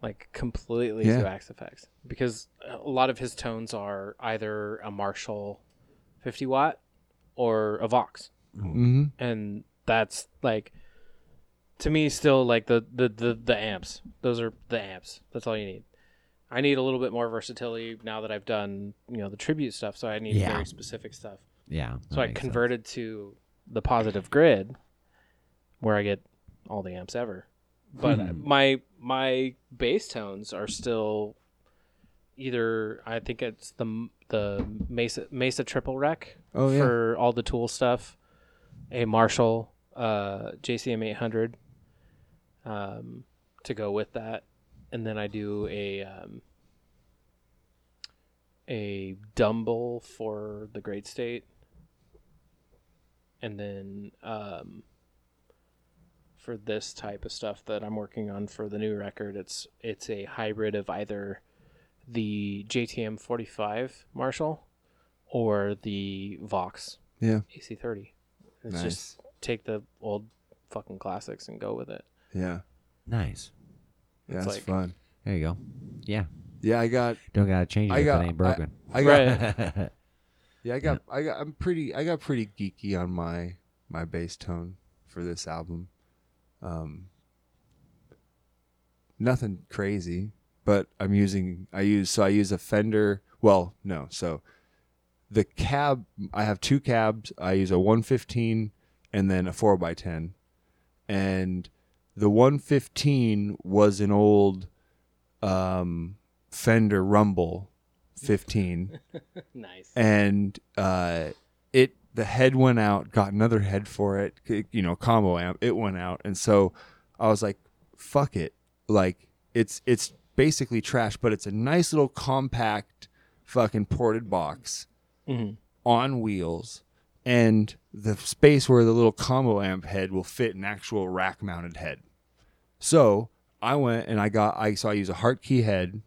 [SPEAKER 5] Like completely
[SPEAKER 6] Yeah.
[SPEAKER 5] to Axe Effects because a lot of his tones are either a Marshall 50 watt or a Vox.
[SPEAKER 6] Mm-hmm.
[SPEAKER 5] and that's like to me still like the the the, the amps those are the amps that's all you need i need a little bit more versatility now that i've done you know the tribute stuff so i need
[SPEAKER 4] Yeah.
[SPEAKER 5] very specific stuff
[SPEAKER 4] Yeah.
[SPEAKER 5] so
[SPEAKER 4] that
[SPEAKER 5] i
[SPEAKER 4] makes
[SPEAKER 5] converted to the positive grid where i get all the amps ever
[SPEAKER 6] Hmm.
[SPEAKER 5] but my my bass tones are still either i think it's the the mesa mesa triple rec
[SPEAKER 6] Oh, yeah.
[SPEAKER 5] for all the tool stuff a marshall uh jcm 800 um to go with that and then i do a um a dumble for the great state and then um for this type of stuff that I'm working on for the new record, it's it's a hybrid of either the JTM 45 Marshall or the Vox
[SPEAKER 6] Yeah.
[SPEAKER 5] AC30. It's
[SPEAKER 6] Nice.
[SPEAKER 5] just take the old fucking classics and go with it.
[SPEAKER 6] Yeah.
[SPEAKER 4] sense. Nice.
[SPEAKER 6] Yeah,
[SPEAKER 5] It's
[SPEAKER 6] that's
[SPEAKER 5] like-
[SPEAKER 6] fun.
[SPEAKER 4] There you go. Yeah.
[SPEAKER 6] Yeah, I got.
[SPEAKER 4] Don't gotta change it
[SPEAKER 6] I
[SPEAKER 4] if
[SPEAKER 6] got.
[SPEAKER 4] it ain't
[SPEAKER 6] I-
[SPEAKER 4] broken.
[SPEAKER 6] I, got. *laughs*
[SPEAKER 5] Right.
[SPEAKER 6] Yeah, I got. I got. I'm pretty. I got pretty geeky on my my bass tone for this album. Um. Nothing crazy, but I'm using. I use. So I use a Fender. Well, no. So the cab. I have two cabs. I use a 115 and then a 4x10, and the 115 was an old um, Fender Rumble 15
[SPEAKER 5] nice.
[SPEAKER 6] and uh, it the head went out, got another head for it, c- you know, combo amp. It went out, and so I was like, "Fuck it!" Like it's it's basically trash, but it's a nice little compact fucking ported box
[SPEAKER 5] Mhm.
[SPEAKER 6] on wheels, and the space where the little combo amp head will fit an actual rack mounted head. So I went and I got I so I use a Hartkey head,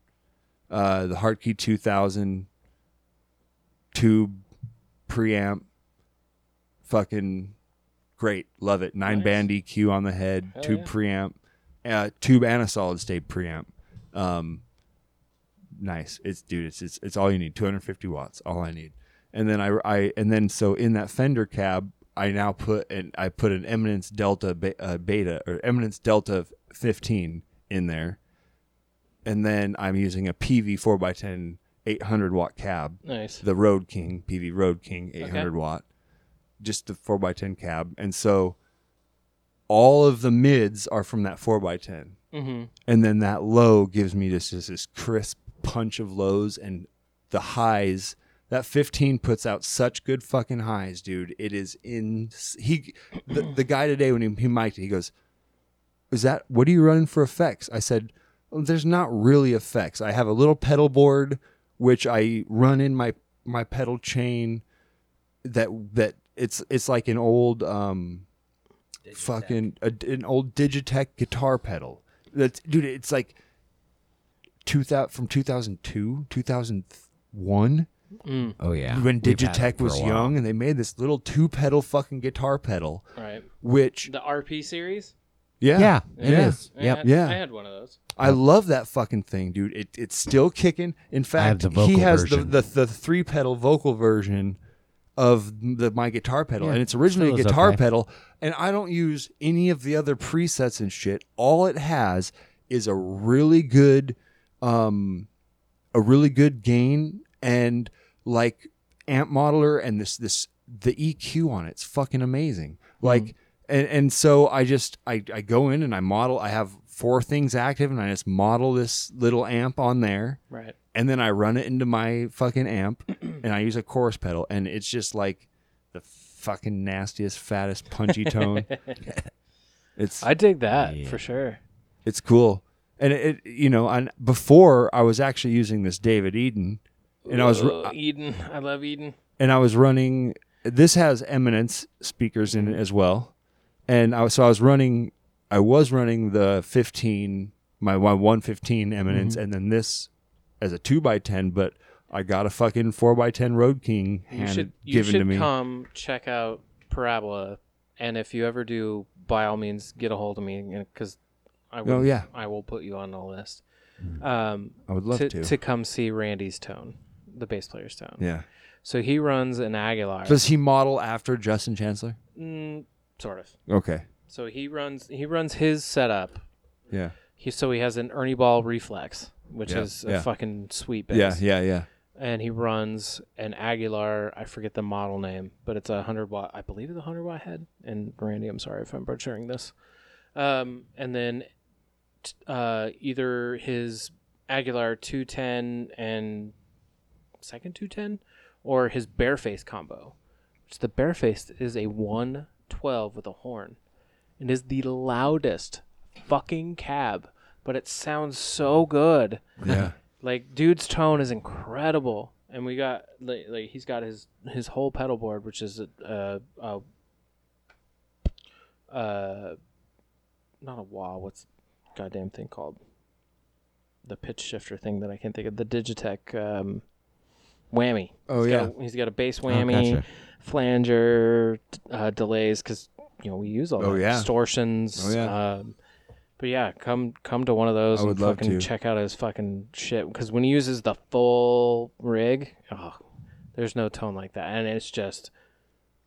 [SPEAKER 6] uh, the Hartkey two thousand tube preamp. Fucking great. Love it. Nine
[SPEAKER 5] Nice.
[SPEAKER 6] band EQ on the head, tube
[SPEAKER 5] yeah.
[SPEAKER 6] preamp, uh, tube and a solid state preamp. Um, nice. It's dude, it's, it's it's all you need. 250 watts, all I need. And then I, I and then so in that fender cab, I now put an I put an Eminence Delta be, uh, Beta or Eminence Delta 15 in there. And then I'm using a PV 4x10 800 watt cab,
[SPEAKER 5] Nice.
[SPEAKER 6] the Road King, PV Road King 800 watt, just the 4x10 cab. And so all of the mids are from that 4x10.
[SPEAKER 5] Mm-hmm.
[SPEAKER 6] And then that low gives me just, just this crisp punch of lows and the highs. That 15 puts out such good fucking highs, dude. It is in. He, the, the guy today when he, he mic'd it, he goes, "Is that what are you running for effects?" I said, "Oh, "There's not really effects. I have a little pedal board which I run in my my pedal chain. That that it's it's like an old um, fucking a, an old Digitech guitar pedal. That's dude. It's like two thousand from two thousand two, two thousand one
[SPEAKER 4] *laughs* Oh yeah.
[SPEAKER 6] when
[SPEAKER 4] We've had it
[SPEAKER 6] Digitech
[SPEAKER 4] for a
[SPEAKER 6] was
[SPEAKER 4] while.
[SPEAKER 6] young, and they made this little two pedal fucking guitar pedal,
[SPEAKER 5] All right.
[SPEAKER 6] which
[SPEAKER 5] The RP series.
[SPEAKER 6] yeah,
[SPEAKER 4] Yeah, it is.
[SPEAKER 6] Yeah.
[SPEAKER 5] I
[SPEAKER 4] Yep.
[SPEAKER 5] had-
[SPEAKER 6] Yeah.
[SPEAKER 5] I had one of those.
[SPEAKER 6] I love that fucking thing, dude. It, it's still kicking. In
[SPEAKER 4] have
[SPEAKER 6] fact,
[SPEAKER 4] the vocal
[SPEAKER 6] he has
[SPEAKER 4] version.
[SPEAKER 6] the, the the three pedal vocal version of the my guitar pedal,
[SPEAKER 4] Yeah,
[SPEAKER 6] and it's originally a
[SPEAKER 4] still is
[SPEAKER 6] guitar
[SPEAKER 4] okay.
[SPEAKER 6] pedal. And I don't use any of the other presets and shit. All it has is a really good, um, a really good gain and like amp modeler and this this the EQ on it's fucking amazing.
[SPEAKER 4] Mm-hmm.
[SPEAKER 6] Like and and so I just I I go in and I model I have four things active and I just model this little amp on there
[SPEAKER 5] Right.
[SPEAKER 6] and then I run it into my fucking amp and I use a chorus pedal and it's just like the fucking nastiest fattest punchy tone. it's
[SPEAKER 5] I dig that for sure.
[SPEAKER 6] it's cool. And it, it you know, and before I was actually using this David Eden and I was
[SPEAKER 5] Ugh, Eden. I love Eden.
[SPEAKER 6] and I was running. This has Eminence speakers in it as well, and I was, so I was running. I was running the fifteen, my my one fifteen Eminence,
[SPEAKER 5] Mm-hmm.
[SPEAKER 6] and then this as a two by ten, but. I got a fucking four by ten Road King
[SPEAKER 5] You
[SPEAKER 6] handed,
[SPEAKER 5] should you
[SPEAKER 6] given
[SPEAKER 5] should
[SPEAKER 6] to me.
[SPEAKER 5] come check out Parabola, and if you ever do, by all means, get a hold of me because I will.
[SPEAKER 6] Oh, yeah.
[SPEAKER 5] I will put you on the list. Um,
[SPEAKER 6] I would love
[SPEAKER 5] to,
[SPEAKER 6] to.
[SPEAKER 5] to come see Randy's tone, the bass player's tone.
[SPEAKER 6] Yeah.
[SPEAKER 5] So he runs an Aguilar,
[SPEAKER 6] Does he model after Justin Chancellor?
[SPEAKER 5] mm, sort of.
[SPEAKER 6] Okay.
[SPEAKER 5] So he runs he runs his setup.
[SPEAKER 6] Yeah.
[SPEAKER 5] He so he has an Ernie Ball reflex, which
[SPEAKER 6] Yeah,
[SPEAKER 5] is a
[SPEAKER 6] yeah.
[SPEAKER 5] fucking sweet bass.
[SPEAKER 6] Yeah. Yeah. *laughs* Yeah.
[SPEAKER 5] and he runs an Aguilar. I forget the model name, but it's a hundred watt. I believe it's a hundred watt head. And Randy, I'm sorry if I'm butchering this. Um, and then t- uh, either his Aguilar 210 and second 210, or his Bareface combo. Which the Bareface is a 112 with a horn, and is the loudest fucking cab. But it sounds so good.
[SPEAKER 6] Yeah.
[SPEAKER 5] Like dude's tone is incredible, and we got like, like he's got his his whole pedal board, which is a a, a, a not a wah. What's the goddamn thing called? The pitch shifter thing that I can't think of. The Digitech um, whammy.
[SPEAKER 6] oh
[SPEAKER 5] He's
[SPEAKER 6] yeah.
[SPEAKER 5] got a- he's got a bass whammy,
[SPEAKER 4] gotcha.
[SPEAKER 5] flanger, t- uh, delays because you know we use all
[SPEAKER 6] Oh,
[SPEAKER 5] that.
[SPEAKER 6] yeah.
[SPEAKER 5] distortions.
[SPEAKER 6] Oh, yeah.
[SPEAKER 5] Um, but yeah, come come to one of those
[SPEAKER 6] I
[SPEAKER 5] and
[SPEAKER 6] would love
[SPEAKER 5] fucking
[SPEAKER 6] to.
[SPEAKER 5] check out his fucking shit because when he uses the full rig, oh, there's no tone like that, and it's just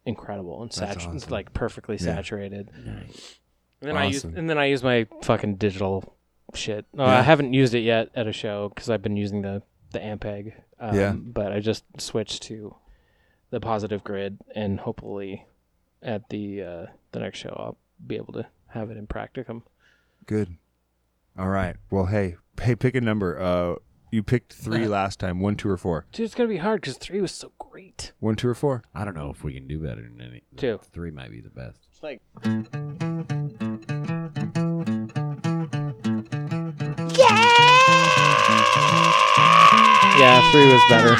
[SPEAKER 5] incredible and sat- it's like perfectly saturated. And then I use
[SPEAKER 6] Awesome.
[SPEAKER 5] and then I use my fucking digital shit. No, I haven't used it yet at a show because I've been using the the Ampeg. Um,
[SPEAKER 6] Yeah.
[SPEAKER 5] But I just switched to the positive grid, and hopefully, at the uh, the next show, I'll be able to have it in practicum.
[SPEAKER 6] Good. All right. Well, hey, hey, pick a number. Uh, you
[SPEAKER 5] *laughs*
[SPEAKER 6] picked three last time. One, two, or four.
[SPEAKER 5] Dude, it's gonna be hard because three was so great.
[SPEAKER 6] One, two, or four.
[SPEAKER 4] I don't know if we can do better than any.
[SPEAKER 5] Two.
[SPEAKER 4] Three might be the best.
[SPEAKER 5] Yeah, three was better.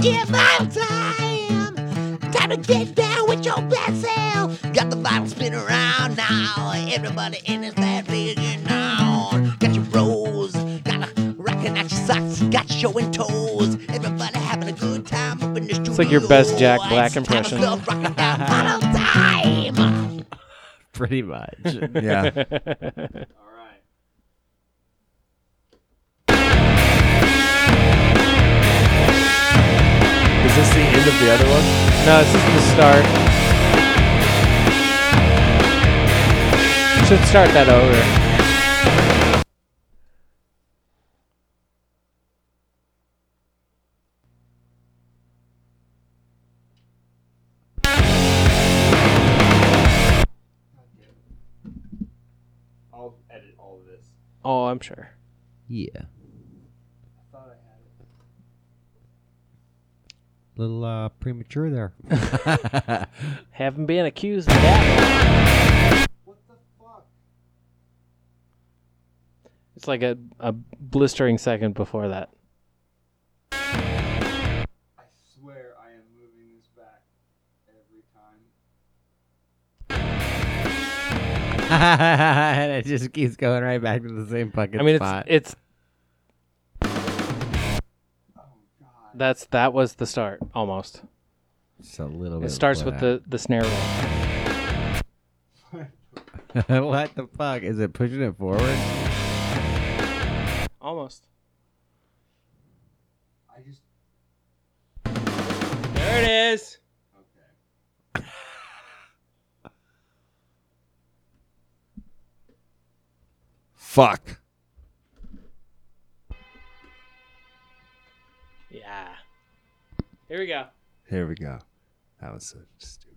[SPEAKER 2] It's about time. Time to get down with your best self. Got the bottle spin around now. Everybody in this bad vegan now. Got your rose. Got a rockin' out your socks. Got showing toes. Everybody having a good time up in the studio. It's
[SPEAKER 5] like your best Jack Black impression.
[SPEAKER 2] time.
[SPEAKER 4] Pretty much.
[SPEAKER 5] *laughs*
[SPEAKER 6] Yeah. Is this the end of the other one?
[SPEAKER 5] No, it's just the start. Should start that over. Oh, I'm sure.
[SPEAKER 4] Yeah. *laughs* Little uh, premature there.
[SPEAKER 5] Haven't been accused of that. It's like a, a blistering second before that.
[SPEAKER 4] and it just keeps going right back to the same fucking
[SPEAKER 5] I mean,
[SPEAKER 4] spot.
[SPEAKER 5] it's it's. That's that was the start almost.
[SPEAKER 4] It's a little bit.
[SPEAKER 5] It starts with the the snare roll.
[SPEAKER 4] the. *laughs* what the fuck is it? Pushing it forward?
[SPEAKER 5] Almost.
[SPEAKER 10] There it is.
[SPEAKER 6] Fuck.
[SPEAKER 5] Yeah. Here we go.
[SPEAKER 6] Here we go. That was so stupid.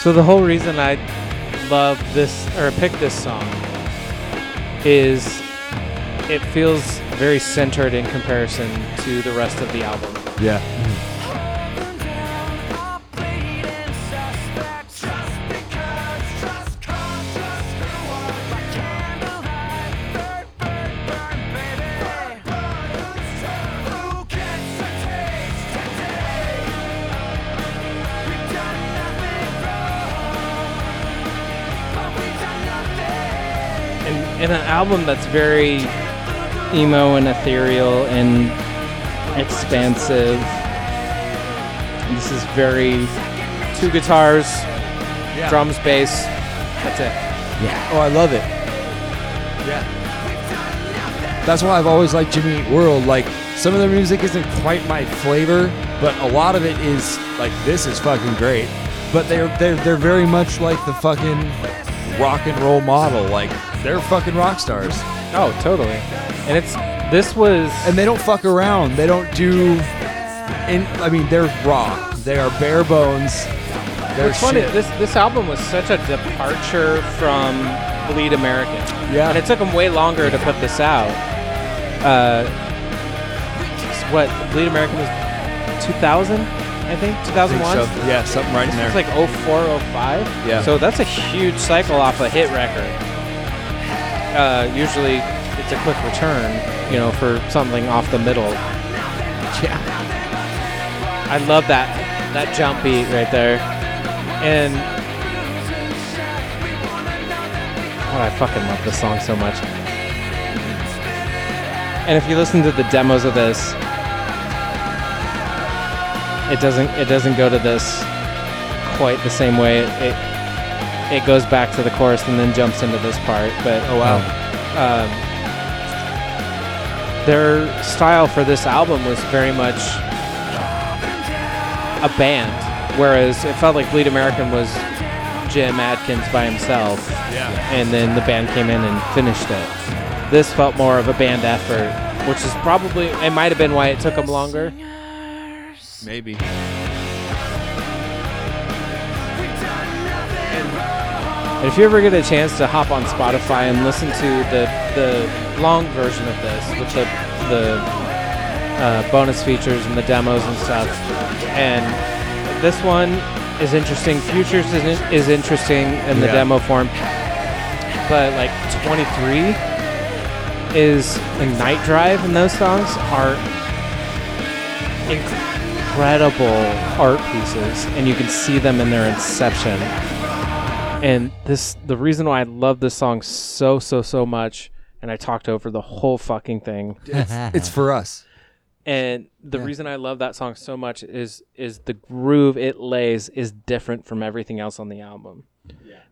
[SPEAKER 5] So the whole reason I love this or pick this song is it feels very centered in comparison to the rest of the album.
[SPEAKER 6] Yeah.
[SPEAKER 5] And in an album that's very emo and ethereal and expansive. And this is very two guitars, drums, bass. That's it.
[SPEAKER 6] Oh, I love it. Yeah. That's why I've always liked Jimmy Eat World. Like some of their music isn't quite my flavor, but a lot of it is like this is fucking great. But they're they're they're very much like the fucking rock and roll model. Like they're fucking rock stars.
[SPEAKER 5] Oh, totally. And it's this was
[SPEAKER 6] and they don't fuck around. They don't do. And I mean, they're raw. They are bare bones. They're
[SPEAKER 5] It's funny.
[SPEAKER 6] shit.
[SPEAKER 5] This this album was such a departure from Bleed American.
[SPEAKER 6] Yeah.
[SPEAKER 5] and it took them way longer to put this out. Uh, s- what Bleed American was 2000, I think
[SPEAKER 6] I think
[SPEAKER 5] 2001.
[SPEAKER 6] so. Yeah, something right in
[SPEAKER 5] It's *laughs*
[SPEAKER 6] there.
[SPEAKER 5] like 04, 05.
[SPEAKER 6] Yeah.
[SPEAKER 5] So that's a huge cycle off a hit record. Uh, usually, it's a quick return, you know, for something off the middle. Yeah. I love that that jump beat right there, and oh, I fucking love this song so much. And if you listen to the demos of this, it doesn't it doesn't go to this quite the same way. It, it it goes back to the chorus and then jumps into this part. But oh wow, um, their style for this album was very much a band, whereas it felt like Bleed American was Jim Adkins by himself, and then the band came in and finished it. This felt more of a band effort, which is probably it might have been why it took them longer.
[SPEAKER 6] Maybe.
[SPEAKER 5] And if you ever get a chance to hop on Spotify and listen to the the long version of this with the the uh, bonus features and the demos and stuff, and this one is interesting. Futures is, in- is interesting in the
[SPEAKER 6] Yeah.
[SPEAKER 5] demo form, but like 23 is and Night Drive and those songs are incredible art pieces, and you can see them in their inception. And this, the reason why I love this song so so so much, and I talked over the whole fucking thing.
[SPEAKER 6] It's for us.
[SPEAKER 5] And the reason I love that song so much is is the groove it lays is different from everything else on the album.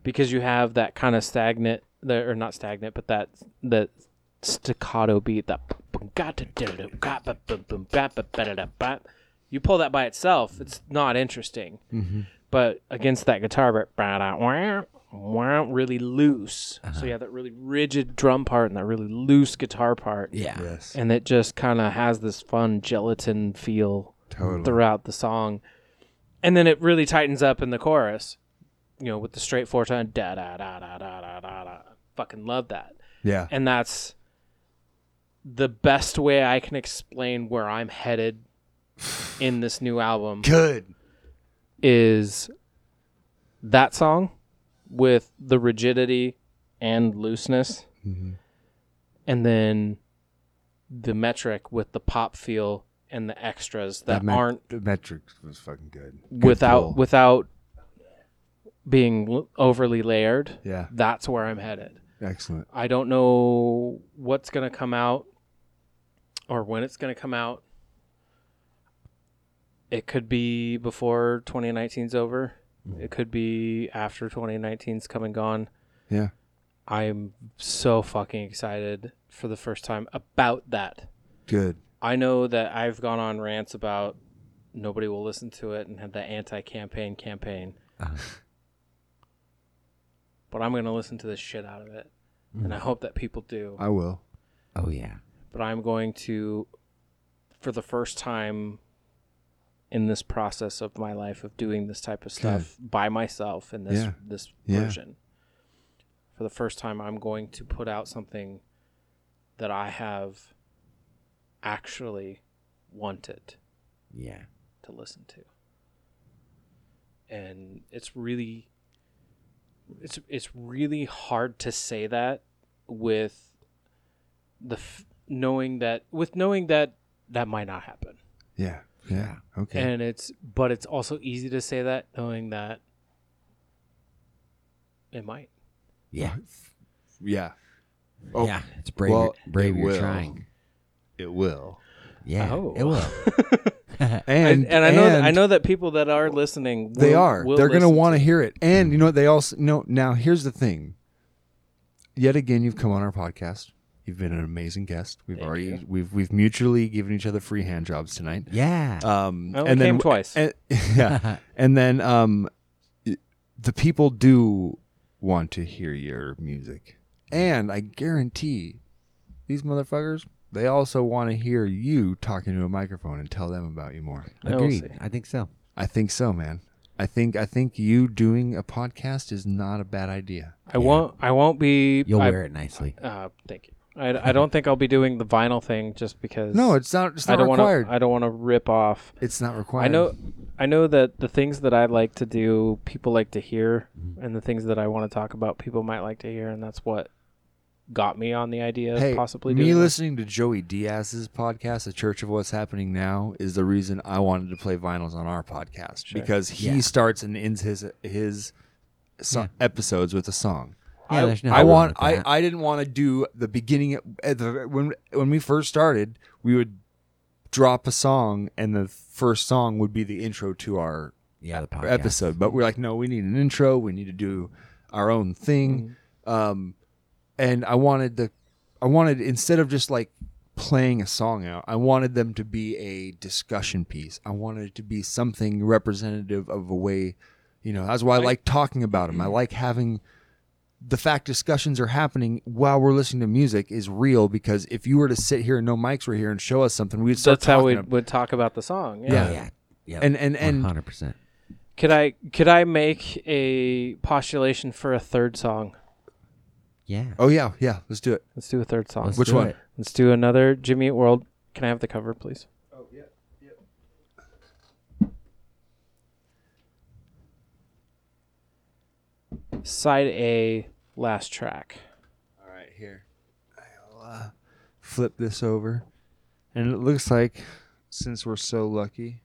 [SPEAKER 5] Because you have that kind of stagnant the, or not stagnant, but that that staccato beat that you pull that by itself, it's not interesting. But against that guitar, but really loose. So you have that really rigid drum part and that really loose guitar part
[SPEAKER 4] Yeah.
[SPEAKER 5] and it just kind of has this fun gelatin feel throughout the song and then it really tightens up in the chorus you know, with the straight four time da da da da da da da da. Fucking love that.
[SPEAKER 6] Yeah.
[SPEAKER 5] And that's the best way I can explain where I'm headed in this new album
[SPEAKER 6] Good.
[SPEAKER 5] is that song with the rigidity and looseness,
[SPEAKER 6] Mm-hmm.
[SPEAKER 5] and then the metric with the pop feel and the extras that,
[SPEAKER 6] me-
[SPEAKER 5] aren't
[SPEAKER 6] the metrics was fucking good.
[SPEAKER 5] without
[SPEAKER 6] pull.
[SPEAKER 5] without being l- overly layered.
[SPEAKER 6] Yeah.
[SPEAKER 5] That's where I'm headed.
[SPEAKER 6] Excellent.
[SPEAKER 5] I don't know what's going to come out or when it's going to come out. It could be before 2019's over. It could be after 2019's come and gone.
[SPEAKER 6] Yeah.
[SPEAKER 5] I'm so fucking excited for the first time about that.
[SPEAKER 6] Good.
[SPEAKER 5] I know that I've gone on rants about nobody will listen to it and had that anti campaign campaign. but I'm going to listen to the shit out of it. And I hope that people do.
[SPEAKER 6] I will.
[SPEAKER 4] Oh yeah.
[SPEAKER 5] But I'm going to, for the first time in this process of my life of doing this type of stuff by myself in this
[SPEAKER 6] Yeah.
[SPEAKER 5] this
[SPEAKER 6] Yeah.
[SPEAKER 5] version, for the first time, I'm going to put out something that I have actually wanted
[SPEAKER 4] Yeah.
[SPEAKER 5] to listen to. And it's really it's it's really hard to say that with the f- knowing that with knowing that that might not happen.
[SPEAKER 6] Yeah. Yeah. Okay.
[SPEAKER 5] And it's but it's also easy to say that knowing that it might.
[SPEAKER 4] Yeah.
[SPEAKER 6] yeah.
[SPEAKER 4] Yeah. It's brave.
[SPEAKER 6] Oh, well,
[SPEAKER 4] brave.
[SPEAKER 6] it
[SPEAKER 4] You're
[SPEAKER 6] will.
[SPEAKER 4] trying.
[SPEAKER 6] It will.
[SPEAKER 4] Yeah.
[SPEAKER 5] Oh.
[SPEAKER 4] It will.
[SPEAKER 6] And
[SPEAKER 5] And, I know that, I
[SPEAKER 6] and
[SPEAKER 5] know that people that are listening will,
[SPEAKER 6] they are.
[SPEAKER 5] will
[SPEAKER 6] They're going to
[SPEAKER 5] listen
[SPEAKER 6] want to hear it. And you know what? They also no. Now here's the thing. Yet again, you've come on our podcast. You've been an amazing guest. We've already we've we've mutually given each other free hand jobs tonight.
[SPEAKER 4] Yeah.
[SPEAKER 6] Um,
[SPEAKER 5] I only
[SPEAKER 6] and then
[SPEAKER 5] Oh, came twice.
[SPEAKER 6] *laughs* And, yeah, and then um, it- the people do want to hear your music, and I guarantee these motherfuckers they also want to hear you talking to a microphone and tell them about you more.
[SPEAKER 5] we'll
[SPEAKER 4] Agreed.
[SPEAKER 5] see.
[SPEAKER 4] I think so.
[SPEAKER 6] I think so, man. I think I think you doing a podcast is not a bad idea.
[SPEAKER 5] I won't I won't be
[SPEAKER 4] You'll
[SPEAKER 5] I-
[SPEAKER 4] wear it nicely.
[SPEAKER 5] Uh, thank you. I, I don't think I'll be doing the vinyl thing just because.
[SPEAKER 6] No, it's not. It's
[SPEAKER 5] I
[SPEAKER 6] not
[SPEAKER 5] don't want
[SPEAKER 6] required.
[SPEAKER 5] to. I don't want to rip off.
[SPEAKER 6] it's not required.
[SPEAKER 5] I know. I know that the things that I like to do, people like to hear, and the things that I want to talk about, people might like to hear, and that's what got me on the idea of
[SPEAKER 6] Hey,
[SPEAKER 5] possibly
[SPEAKER 6] me
[SPEAKER 5] doing. this.
[SPEAKER 6] listening to Joey Diaz's podcast, The Church of What's Happening Now, is the reason I wanted to play vinyls on our podcast because he
[SPEAKER 4] Yeah.
[SPEAKER 6] starts and ends his his so- episodes with a song.
[SPEAKER 4] Yeah,
[SPEAKER 6] I,
[SPEAKER 4] there's no
[SPEAKER 6] I
[SPEAKER 4] wrong
[SPEAKER 6] want.
[SPEAKER 4] with
[SPEAKER 6] I,
[SPEAKER 4] that.
[SPEAKER 6] I didn't want to do the beginning at the, when when we first started. We would drop a song, and the first song would be the intro to our
[SPEAKER 4] Yeah. The podcast.
[SPEAKER 6] episode. But we're like, no, we need an intro. We need to do our own thing.
[SPEAKER 5] Mm-hmm.
[SPEAKER 6] Um, and I wanted the, I wanted instead of just like playing a song out, I wanted them to be a discussion piece. I wanted it to be something representative of a way, you know. That's why I like talking about them. I
[SPEAKER 5] mm-hmm.
[SPEAKER 6] like having the fact discussions are happening while we're listening to music is real because if you were to sit here and no mics were here and show us something, we'd start
[SPEAKER 5] That's how we
[SPEAKER 6] talking ab-
[SPEAKER 5] would talk about the song. Yeah.
[SPEAKER 4] Oh, Yeah. Yeah. Yeah.
[SPEAKER 6] and and and
[SPEAKER 4] 100. percent
[SPEAKER 5] Could I could I make a postulation for a third song?
[SPEAKER 4] Yeah.
[SPEAKER 6] oh yeah, yeah, let's do it.
[SPEAKER 5] Let's do a third song.
[SPEAKER 4] Let's
[SPEAKER 5] Let's,
[SPEAKER 6] Which
[SPEAKER 4] do
[SPEAKER 6] one?
[SPEAKER 4] it.
[SPEAKER 5] do another Jimmy Eat World. Can I have the cover, please?
[SPEAKER 6] Oh,
[SPEAKER 5] Oh yeah. Yep. Side A, last track.
[SPEAKER 6] All right, here. I'll uh, flip this over. And it looks like, since we're so lucky.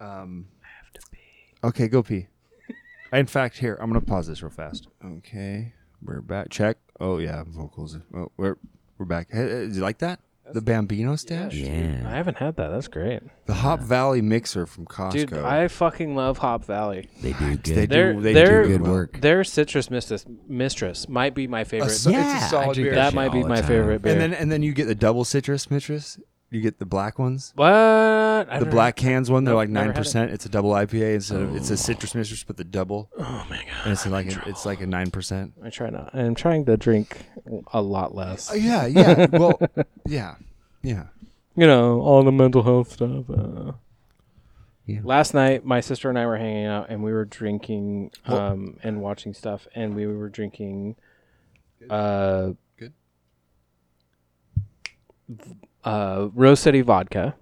[SPEAKER 6] Um, I have to pee. Okay, go pee. *laughs* In fact, here, I'm going to pause this real fast. Okay, we're back. Check. Oh, yeah, vocals. Oh, we're, we're back. Hey, hey, did you like that? the Bambino stash?
[SPEAKER 5] I
[SPEAKER 4] Yeah.
[SPEAKER 5] haven't had that. That's great,
[SPEAKER 6] The Hop Valley mixer from Costco.
[SPEAKER 5] dude. I fucking love Hop Valley.
[SPEAKER 4] They do good.
[SPEAKER 6] they
[SPEAKER 5] They're-
[SPEAKER 6] do, they
[SPEAKER 5] they're-
[SPEAKER 6] do
[SPEAKER 4] good
[SPEAKER 6] well.
[SPEAKER 4] work.
[SPEAKER 5] Their citrus mistress, mistress might be my favorite.
[SPEAKER 6] so-
[SPEAKER 4] yeah.
[SPEAKER 6] It's a solid
[SPEAKER 4] I drink
[SPEAKER 6] beer.
[SPEAKER 5] that
[SPEAKER 4] shit
[SPEAKER 5] might be
[SPEAKER 4] all the
[SPEAKER 5] my
[SPEAKER 4] time.
[SPEAKER 5] favorite beer.
[SPEAKER 6] And then and then you get the double citrus mistress. You get the black ones.
[SPEAKER 5] what? I
[SPEAKER 6] the
[SPEAKER 5] don't-
[SPEAKER 6] black cans one, they're
[SPEAKER 5] Nope,
[SPEAKER 6] like
[SPEAKER 5] never
[SPEAKER 6] nine
[SPEAKER 5] had it. Oh.
[SPEAKER 6] percent. It's a double IPA instead of it's a citrus mistress, but the double. Oh my god! And it's like a, it's like a nine percent.
[SPEAKER 5] I try not. I'm trying to drink a lot less.
[SPEAKER 6] Oh, yeah, yeah. Well, *laughs* yeah, yeah.
[SPEAKER 5] you know, all the mental health stuff. Uh, Last night, my sister and I were hanging out, and we were drinking um, and watching stuff, and we were drinking. Uh,
[SPEAKER 9] Good.
[SPEAKER 5] v- Uh, Rose City vodka,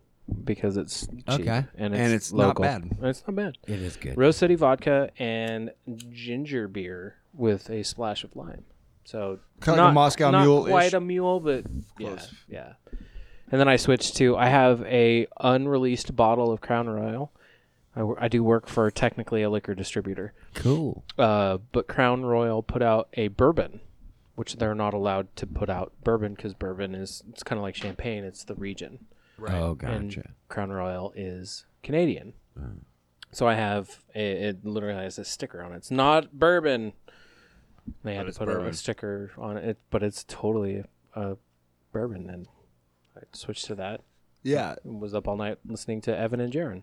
[SPEAKER 5] because it's cheap
[SPEAKER 4] Okay.
[SPEAKER 5] and it's
[SPEAKER 9] And it's not
[SPEAKER 5] local.
[SPEAKER 9] bad.
[SPEAKER 5] And It's not bad.
[SPEAKER 4] It is good.
[SPEAKER 5] Rose City vodka and ginger beer with a splash of lime. So
[SPEAKER 9] Kinda like a
[SPEAKER 5] not,
[SPEAKER 9] Moscow
[SPEAKER 5] not
[SPEAKER 9] Mule-ish.
[SPEAKER 5] quite a mule, but
[SPEAKER 9] Close.
[SPEAKER 5] yeah, yeah. And then I switched to I have a unreleased bottle of Crown Royal. I, wor- I do work for technically a liquor distributor,
[SPEAKER 4] Cool.
[SPEAKER 5] uh, but Crown Royal put out a bourbon, which they're not allowed to put out bourbon because bourbon is it's kind of like champagne. It's the region
[SPEAKER 4] Oh,
[SPEAKER 5] and
[SPEAKER 4] gotcha.
[SPEAKER 5] Crown Royal is Canadian. So I have it, it literally has a sticker on it. It's not bourbon. They had to
[SPEAKER 9] it's
[SPEAKER 5] put a
[SPEAKER 9] bourbon.
[SPEAKER 5] sticker on it, but it's totally a bourbon. And I switched to that.
[SPEAKER 9] Yeah.
[SPEAKER 5] and Was up all night listening to Evan and Jaron.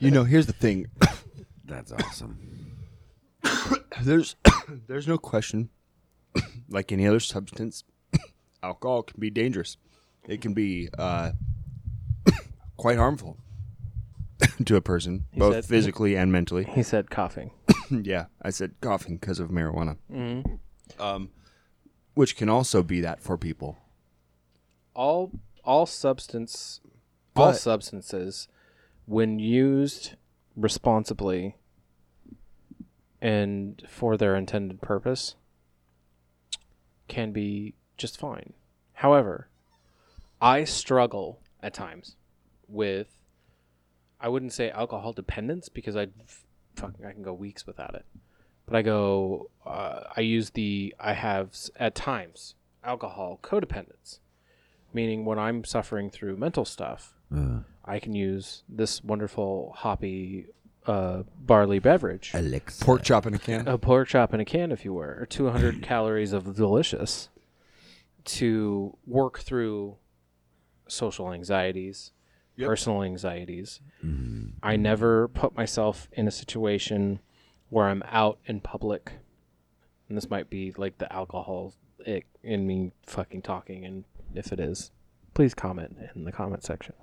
[SPEAKER 6] You know, here's the thing. *coughs*
[SPEAKER 4] That's awesome.
[SPEAKER 6] There's *coughs* there's no question *coughs* like any other substance, *coughs* alcohol can be dangerous. It can be uh, *coughs* quite harmful *coughs* to a person,
[SPEAKER 9] Both
[SPEAKER 5] said-
[SPEAKER 9] physically and mentally.
[SPEAKER 5] He said coughing.
[SPEAKER 6] Yeah, I said coughing because of marijuana, um, which can also be that for people.
[SPEAKER 5] all all substance all substances when used responsibly and for their intended purpose can be just fine. However, I struggle at times with I wouldn't say alcohol dependence because I fucking I can go weeks without it. But I go uh, I use the I have s- at times alcohol codependence meaning when I'm suffering through mental stuff,
[SPEAKER 4] Uh,
[SPEAKER 5] I can use this wonderful hoppy uh, barley beverage,
[SPEAKER 4] Elixir.
[SPEAKER 9] Pork chop in a can.
[SPEAKER 5] a pork chop in a can, if you were, or 200 calories of delicious, to work through social anxieties, personal anxieties. I never put myself in a situation where I'm out in public, and this might be like the alcohol ick in me fucking talking, and if it is, please comment in the comment section.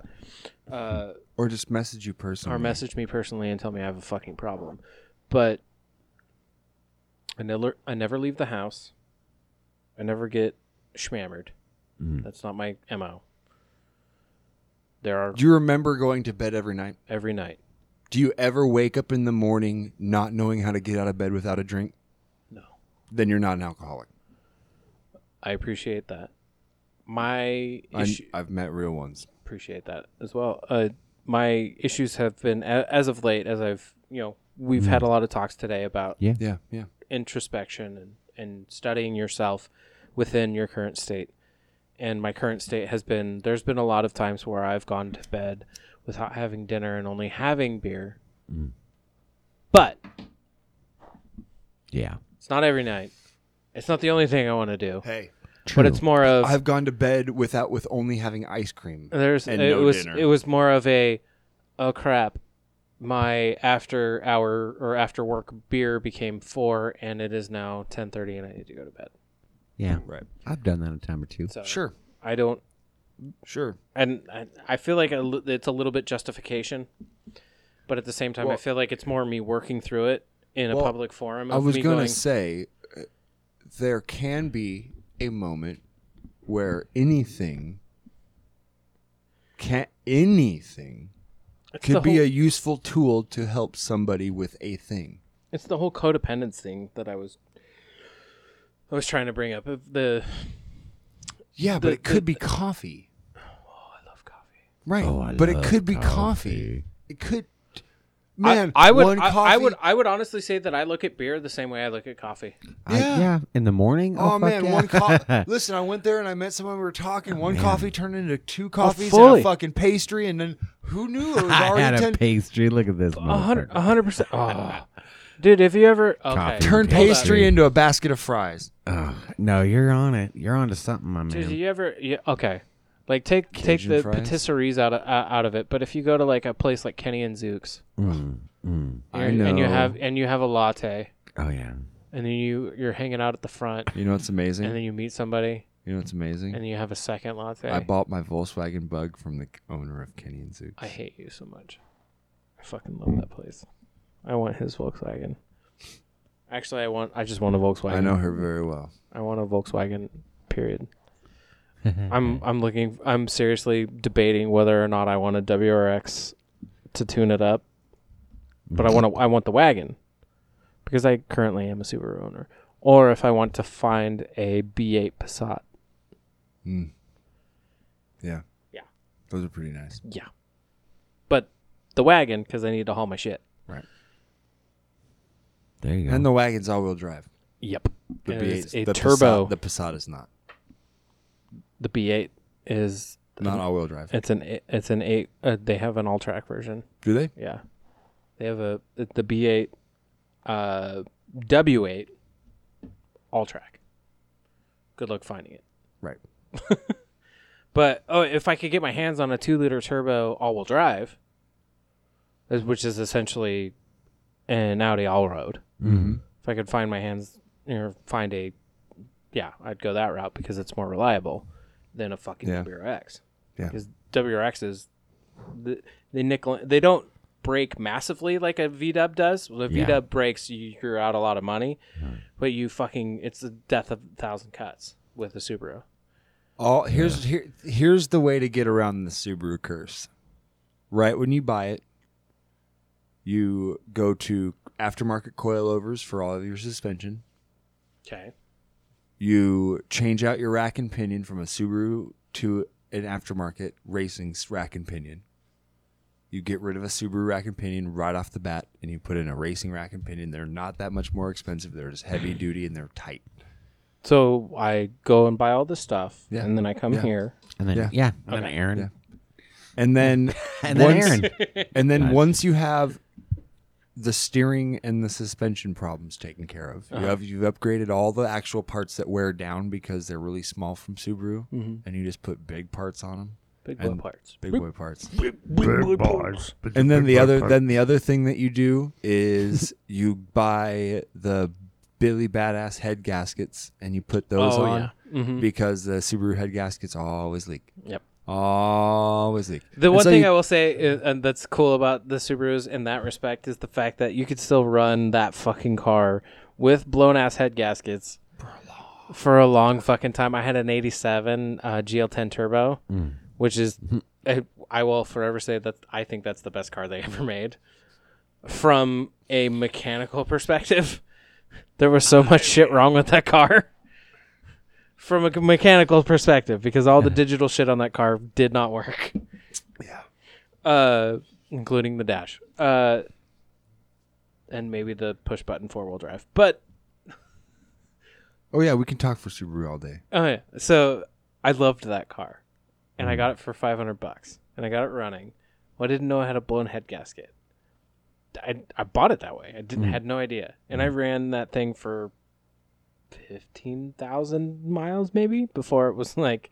[SPEAKER 6] *laughs* Or just message you personally.
[SPEAKER 5] or message me personally and tell me I have a fucking problem. But I never, I never leave the house. I never get schmammered. That's not my mo. There are
[SPEAKER 6] Do you remember going to bed every night?
[SPEAKER 5] every night.
[SPEAKER 6] Do you ever wake up in the morning not knowing how to get out of bed without a drink?
[SPEAKER 5] No.
[SPEAKER 6] Then you're not an alcoholic.
[SPEAKER 5] I appreciate that. My
[SPEAKER 6] I,
[SPEAKER 5] issue,
[SPEAKER 6] I've met real ones.
[SPEAKER 5] appreciate that as well. Uh, my issues have been a- as of late, as I've you know we've had a lot of talks today about
[SPEAKER 6] Yeah, yeah.
[SPEAKER 5] introspection and, and studying yourself within your current state. And my current state has been there's been a lot of times where I've gone to bed without having dinner and only having beer.
[SPEAKER 6] Mm.
[SPEAKER 5] But
[SPEAKER 4] Yeah.
[SPEAKER 5] it's not every night. It's not the only thing I want to do.
[SPEAKER 6] Hey,
[SPEAKER 5] But it's more of
[SPEAKER 6] I've gone to bed without with only having ice cream.
[SPEAKER 5] there's
[SPEAKER 6] and
[SPEAKER 5] it
[SPEAKER 6] no
[SPEAKER 5] was
[SPEAKER 6] dinner.
[SPEAKER 5] it was more of a oh crap. My after hour or after work beer became four and it is now ten thirty and I need to go to bed.
[SPEAKER 4] Yeah. Right. I've done that a time or two.
[SPEAKER 5] So
[SPEAKER 6] Sure,
[SPEAKER 5] I don't
[SPEAKER 6] sure.
[SPEAKER 5] and I, I feel like a li- it's a little bit justification, but at the same time, I feel like it's more me working through it in a
[SPEAKER 6] Well,
[SPEAKER 5] public forum.
[SPEAKER 6] I
[SPEAKER 5] of
[SPEAKER 6] was
[SPEAKER 5] me
[SPEAKER 6] gonna
[SPEAKER 5] going,
[SPEAKER 6] say uh, there can be a moment where anything can anything
[SPEAKER 5] it's the
[SPEAKER 6] could be
[SPEAKER 5] whole,
[SPEAKER 6] a useful tool to help somebody with a thing.
[SPEAKER 5] it's the whole codependence thing that I was I was trying to bring up. Of The
[SPEAKER 6] Yeah,
[SPEAKER 5] The-
[SPEAKER 6] but it could
[SPEAKER 5] the-
[SPEAKER 6] be coffee.
[SPEAKER 5] I love coffee.
[SPEAKER 6] Right.
[SPEAKER 4] Oh, I
[SPEAKER 6] but it
[SPEAKER 4] love
[SPEAKER 6] could be coffee.
[SPEAKER 4] coffee.
[SPEAKER 6] It could
[SPEAKER 5] I-
[SPEAKER 6] Man,
[SPEAKER 5] I, would
[SPEAKER 6] one
[SPEAKER 5] I,
[SPEAKER 6] coffee, Oh,
[SPEAKER 5] I would I would honestly say that I look at beer the same way I look at coffee.
[SPEAKER 4] I-
[SPEAKER 6] Yeah.
[SPEAKER 4] yeah. In the morning.
[SPEAKER 6] Oh,
[SPEAKER 4] fuck
[SPEAKER 6] man,
[SPEAKER 4] yeah. *laughs*
[SPEAKER 6] one coffee. Listen, I went there and I met someone. We were talking. One coffee turned into two coffees and
[SPEAKER 5] Oh, fully.
[SPEAKER 6] a fucking pastry, and then who knew it was
[SPEAKER 4] *laughs* I had
[SPEAKER 6] already
[SPEAKER 4] a
[SPEAKER 6] ten.
[SPEAKER 4] pastry. Look at this.
[SPEAKER 5] A hundred
[SPEAKER 4] motherfucker.
[SPEAKER 5] a hundred percent. Oh. Dude, if you ever okay.
[SPEAKER 4] Coffee.
[SPEAKER 6] Turn
[SPEAKER 4] Hold on.
[SPEAKER 6] pastry into a basket of fries.
[SPEAKER 4] Oh, no, you're on it. You're on to something, my
[SPEAKER 5] Dude, do
[SPEAKER 4] man.
[SPEAKER 5] you ever? Yeah, okay. Like take take
[SPEAKER 6] Cajun
[SPEAKER 5] the
[SPEAKER 6] fries?
[SPEAKER 5] patisseries out of uh, out of it, but if you go to like a place like Kenny and Zook's,
[SPEAKER 4] Mm, mm.
[SPEAKER 6] I
[SPEAKER 5] and- and you
[SPEAKER 6] know.
[SPEAKER 5] have and you have a latte,
[SPEAKER 4] Oh yeah.
[SPEAKER 5] and then you you're hanging out at the front,
[SPEAKER 6] You know what's amazing?
[SPEAKER 5] and then you meet somebody,
[SPEAKER 11] You know what's amazing?
[SPEAKER 5] and you have a second latte.
[SPEAKER 11] I bought my Volkswagen Bug from the owner of Kenny and Zoo.
[SPEAKER 5] I hate you so much. I fucking love that place. I want his Volkswagen. Actually, I want. I just want a Volkswagen.
[SPEAKER 11] I know her very well.
[SPEAKER 5] I want a Volkswagen. Period. I'm. I'm looking. I'm seriously debating whether or not I want a WRX to tune it up, but I want to. I want the wagon because I currently am a Subaru owner, or if I want to find a B8 Passat.
[SPEAKER 11] Yeah.
[SPEAKER 5] Yeah.
[SPEAKER 11] Those are pretty nice.
[SPEAKER 5] Yeah, but the wagon because I need to haul my shit.
[SPEAKER 4] There you go.
[SPEAKER 11] And the wagon's all wheel drive.
[SPEAKER 5] Yep.
[SPEAKER 11] The
[SPEAKER 5] It is
[SPEAKER 11] B8's
[SPEAKER 5] a
[SPEAKER 11] the
[SPEAKER 5] turbo.
[SPEAKER 11] Passat, the Passat is not.
[SPEAKER 6] Mm-hmm.
[SPEAKER 5] the B8 is
[SPEAKER 11] Not all wheel drive.
[SPEAKER 5] it's an eight- it's an eight. Uh, they have an all track version.
[SPEAKER 11] Do they?
[SPEAKER 5] Yeah, they have a the B8 uh, W8 all track. Good luck finding it.
[SPEAKER 11] Right.
[SPEAKER 5] But oh, if I could get my hands on a two liter turbo all wheel drive, as- which is essentially an Audi all road. Mm-hmm. If I could find my hands or find a, yeah, I'd go that route because it's more reliable than a fucking
[SPEAKER 11] Yeah.
[SPEAKER 5] WRX.
[SPEAKER 11] Yeah.
[SPEAKER 5] Because WRX is, the, they nickel they don't break massively like a V Dub does. Well, the V
[SPEAKER 4] Yeah.
[SPEAKER 5] Dub breaks, you- you're out a lot of money, but you fucking it's the death of a thousand cuts with a Subaru.
[SPEAKER 6] All here's here here's the way to get around the Subaru curse. Right when you buy it, you go to aftermarket coilovers for all of your suspension.
[SPEAKER 5] Okay.
[SPEAKER 6] You change out your rack and pinion from a Subaru to an aftermarket racing s- rack and pinion. You get rid of a Subaru rack and pinion right off the bat, and you put in a racing rack and pinion. They're not that much more expensive. They're just heavy duty and they're tight.
[SPEAKER 5] So I go and buy all this stuff,
[SPEAKER 6] Yeah.
[SPEAKER 5] and then I come
[SPEAKER 6] Yeah.
[SPEAKER 5] here.
[SPEAKER 4] and then,
[SPEAKER 6] yeah.
[SPEAKER 4] yeah. And then Aaron.
[SPEAKER 6] And then
[SPEAKER 4] And then
[SPEAKER 6] once-
[SPEAKER 4] Aaron.
[SPEAKER 6] *laughs* And then once you have the steering and the suspension problems taken care of, you have you've upgraded all the actual parts that wear down because they're really small from Subaru, and you just put big parts on them,
[SPEAKER 5] Big blow
[SPEAKER 6] And-
[SPEAKER 5] parts.
[SPEAKER 6] big boy parts.
[SPEAKER 12] Big boys.
[SPEAKER 6] And then the other then the other thing that you do
[SPEAKER 12] *laughs*
[SPEAKER 6] is you buy the Billy Badass head gaskets and you put those
[SPEAKER 5] Oh,
[SPEAKER 6] on
[SPEAKER 5] yeah. Mhm.
[SPEAKER 6] because the Subaru head gaskets always leak,
[SPEAKER 5] Yep.
[SPEAKER 6] always leak.
[SPEAKER 5] The
[SPEAKER 6] And
[SPEAKER 5] one
[SPEAKER 6] so
[SPEAKER 5] thing
[SPEAKER 6] you-
[SPEAKER 5] I will say, is, and that's cool about the Subarus in that respect, is the fact that you could still run that fucking car with blown ass head gaskets for a long fucking time. I had an '87 uh, GL10 Turbo,
[SPEAKER 6] Hmm.
[SPEAKER 5] which is, I, I will forever say that I think that's the best car they *laughs* ever made. From a mechanical perspective, *laughs* there was so much shit wrong with that car. *laughs* From a mechanical perspective, because all the digital shit on that car did not work uh, including the dash, uh, and maybe the push button four wheel drive. But
[SPEAKER 11] Oh yeah, we can talk for Subaru all day.
[SPEAKER 5] oh yeah, so I loved that car, and I got it for five hundred bucks, and I got it running. Well, I didn't know I had a blown head gasket. I, I bought it that way. I didn't had no idea, and I ran that thing for fifteen thousand miles maybe before it was like.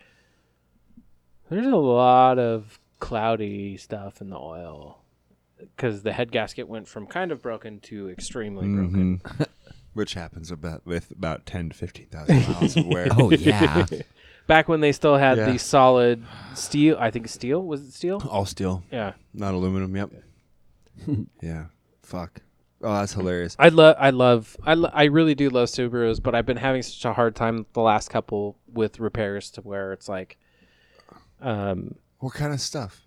[SPEAKER 5] There's a lot of cloudy stuff in the oil because the head gasket went from kind of broken to extremely broken.
[SPEAKER 11] Which happens about with about ten to fifteen
[SPEAKER 5] *laughs*
[SPEAKER 11] thousand miles of wear.
[SPEAKER 4] Oh yeah.
[SPEAKER 5] Back when they still had
[SPEAKER 11] Yeah.
[SPEAKER 5] the solid steel, I think steel was it steel?
[SPEAKER 11] All steel,
[SPEAKER 5] Yeah,
[SPEAKER 11] not aluminum.
[SPEAKER 5] *laughs*
[SPEAKER 11] Yep. yeah. Fuck. Oh, that's hilarious.
[SPEAKER 5] I love, I love, I, lo- I really do love Subarus, but I've been having such a hard time the last couple with repairs to where it's like, um,
[SPEAKER 11] What kind of stuff?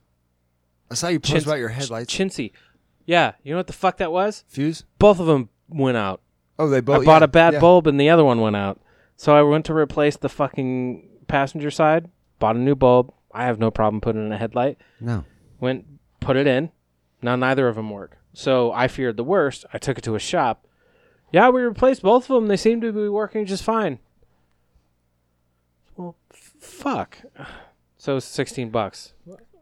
[SPEAKER 11] I saw you post
[SPEAKER 5] Chins-
[SPEAKER 11] about your headlights.
[SPEAKER 5] chintzy. Yeah, you know what the fuck that was?
[SPEAKER 11] Fuse?
[SPEAKER 5] Both of them went out.
[SPEAKER 11] Oh, they both.
[SPEAKER 5] I bought
[SPEAKER 11] yeah,
[SPEAKER 5] a bad
[SPEAKER 11] yeah.
[SPEAKER 5] bulb and the other one went out. So I went to replace the fucking passenger side, bought a new bulb. I have no problem putting in a headlight.
[SPEAKER 4] No.
[SPEAKER 5] Went, put it in. Now neither of them work. So I feared the worst. I took it to a shop. Yeah, we replaced both of them. They seem to be working just fine. Well, f- fuck. *sighs* So it's 16 bucks.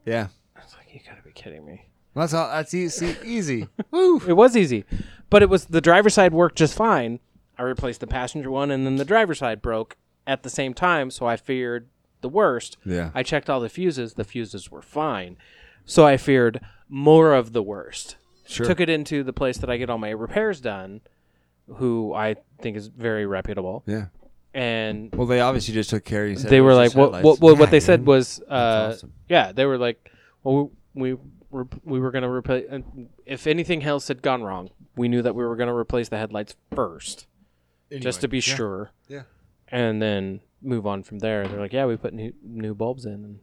[SPEAKER 11] Yeah.
[SPEAKER 5] I was like, you gotta be kidding me.
[SPEAKER 11] That's all. That's
[SPEAKER 6] e,
[SPEAKER 11] easy.
[SPEAKER 6] *laughs*
[SPEAKER 11] easy.
[SPEAKER 5] It was easy, but it was the driver's side worked just fine. I replaced the passenger one, and then the driver's side broke at the same time, so I feared the worst.
[SPEAKER 11] Yeah.
[SPEAKER 5] I checked all the fuses; the fuses were fine, so I feared more of the worst. Sure. Took it into the place that I get all my repairs done, who I think is very reputable.
[SPEAKER 11] Yeah.
[SPEAKER 5] and
[SPEAKER 6] Well, they obviously just took care of you. said
[SPEAKER 5] they
[SPEAKER 6] it
[SPEAKER 5] were
[SPEAKER 6] was
[SPEAKER 5] like,
[SPEAKER 6] just
[SPEAKER 5] what,
[SPEAKER 6] headlights.
[SPEAKER 5] what, what, what they
[SPEAKER 4] Yeah,
[SPEAKER 5] said
[SPEAKER 4] dude.
[SPEAKER 5] was, uh,
[SPEAKER 4] awesome.
[SPEAKER 5] yeah, they were like, well, we, we were, we were going to replace, if anything else had gone wrong, we knew that we were going to replace the headlights first, just to be sure.
[SPEAKER 6] Yeah.
[SPEAKER 5] And then move on from there. They're like, yeah, we put new, new bulbs in and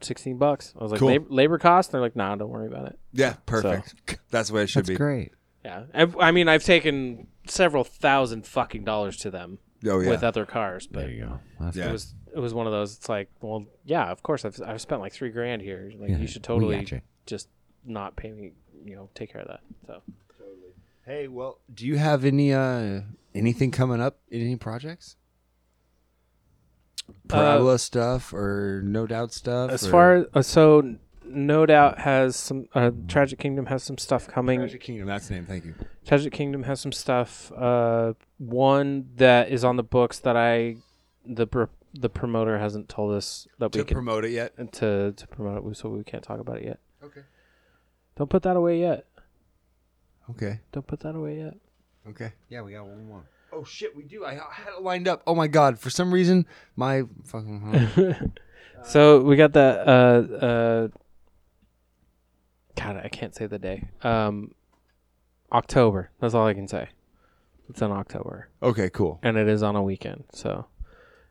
[SPEAKER 5] 16 bucks. I was like,
[SPEAKER 6] Cool.
[SPEAKER 5] labor, labor cost? They're like, nah, don't worry about it.
[SPEAKER 6] *laughs* Yeah, perfect. *laughs* That's the way it should
[SPEAKER 4] That's
[SPEAKER 6] be.
[SPEAKER 4] great.
[SPEAKER 5] Yeah. I've, I mean, I've taken several thousand fucking dollars to them
[SPEAKER 6] Oh yeah.
[SPEAKER 5] with other cars, but
[SPEAKER 4] There you go. That's
[SPEAKER 6] Yeah.
[SPEAKER 5] it was it was one of those. It's like, well, yeah, of course, I've I've spent like three grand here. Like,
[SPEAKER 4] Yeah,
[SPEAKER 5] you should
[SPEAKER 4] we
[SPEAKER 5] totally
[SPEAKER 4] gotcha.
[SPEAKER 5] just not pay me. You know, take care of that. So
[SPEAKER 6] hey, well, do you have any uh anything coming up? Any projects? Parabola stuff or no doubt stuff?
[SPEAKER 5] Uh, as
[SPEAKER 6] or-
[SPEAKER 5] far uh, so no doubt has some uh, Tragic Kingdom has some stuff coming.
[SPEAKER 6] Magic Kingdom, that's the name. Thank you.
[SPEAKER 5] Tragic Kingdom has some stuff. Uh, one that is on the books that I the pr- the promoter hasn't told us that we
[SPEAKER 6] To
[SPEAKER 5] can
[SPEAKER 6] promote it yet?
[SPEAKER 5] to to promote it, so we can't talk about it yet.
[SPEAKER 6] Okay.
[SPEAKER 5] Don't put that away yet.
[SPEAKER 6] Okay.
[SPEAKER 5] Don't put that away yet.
[SPEAKER 6] Okay. Yeah, we got one more. Oh shit, we do. I I had it lined up. Oh my god, for some reason my
[SPEAKER 5] *laughs*
[SPEAKER 6] fucking
[SPEAKER 5] So we got that. Uh, uh, God, I can't say the day. Um, October. That's all I can say. It's in October,
[SPEAKER 6] Okay, cool.
[SPEAKER 5] and it is on a weekend. So,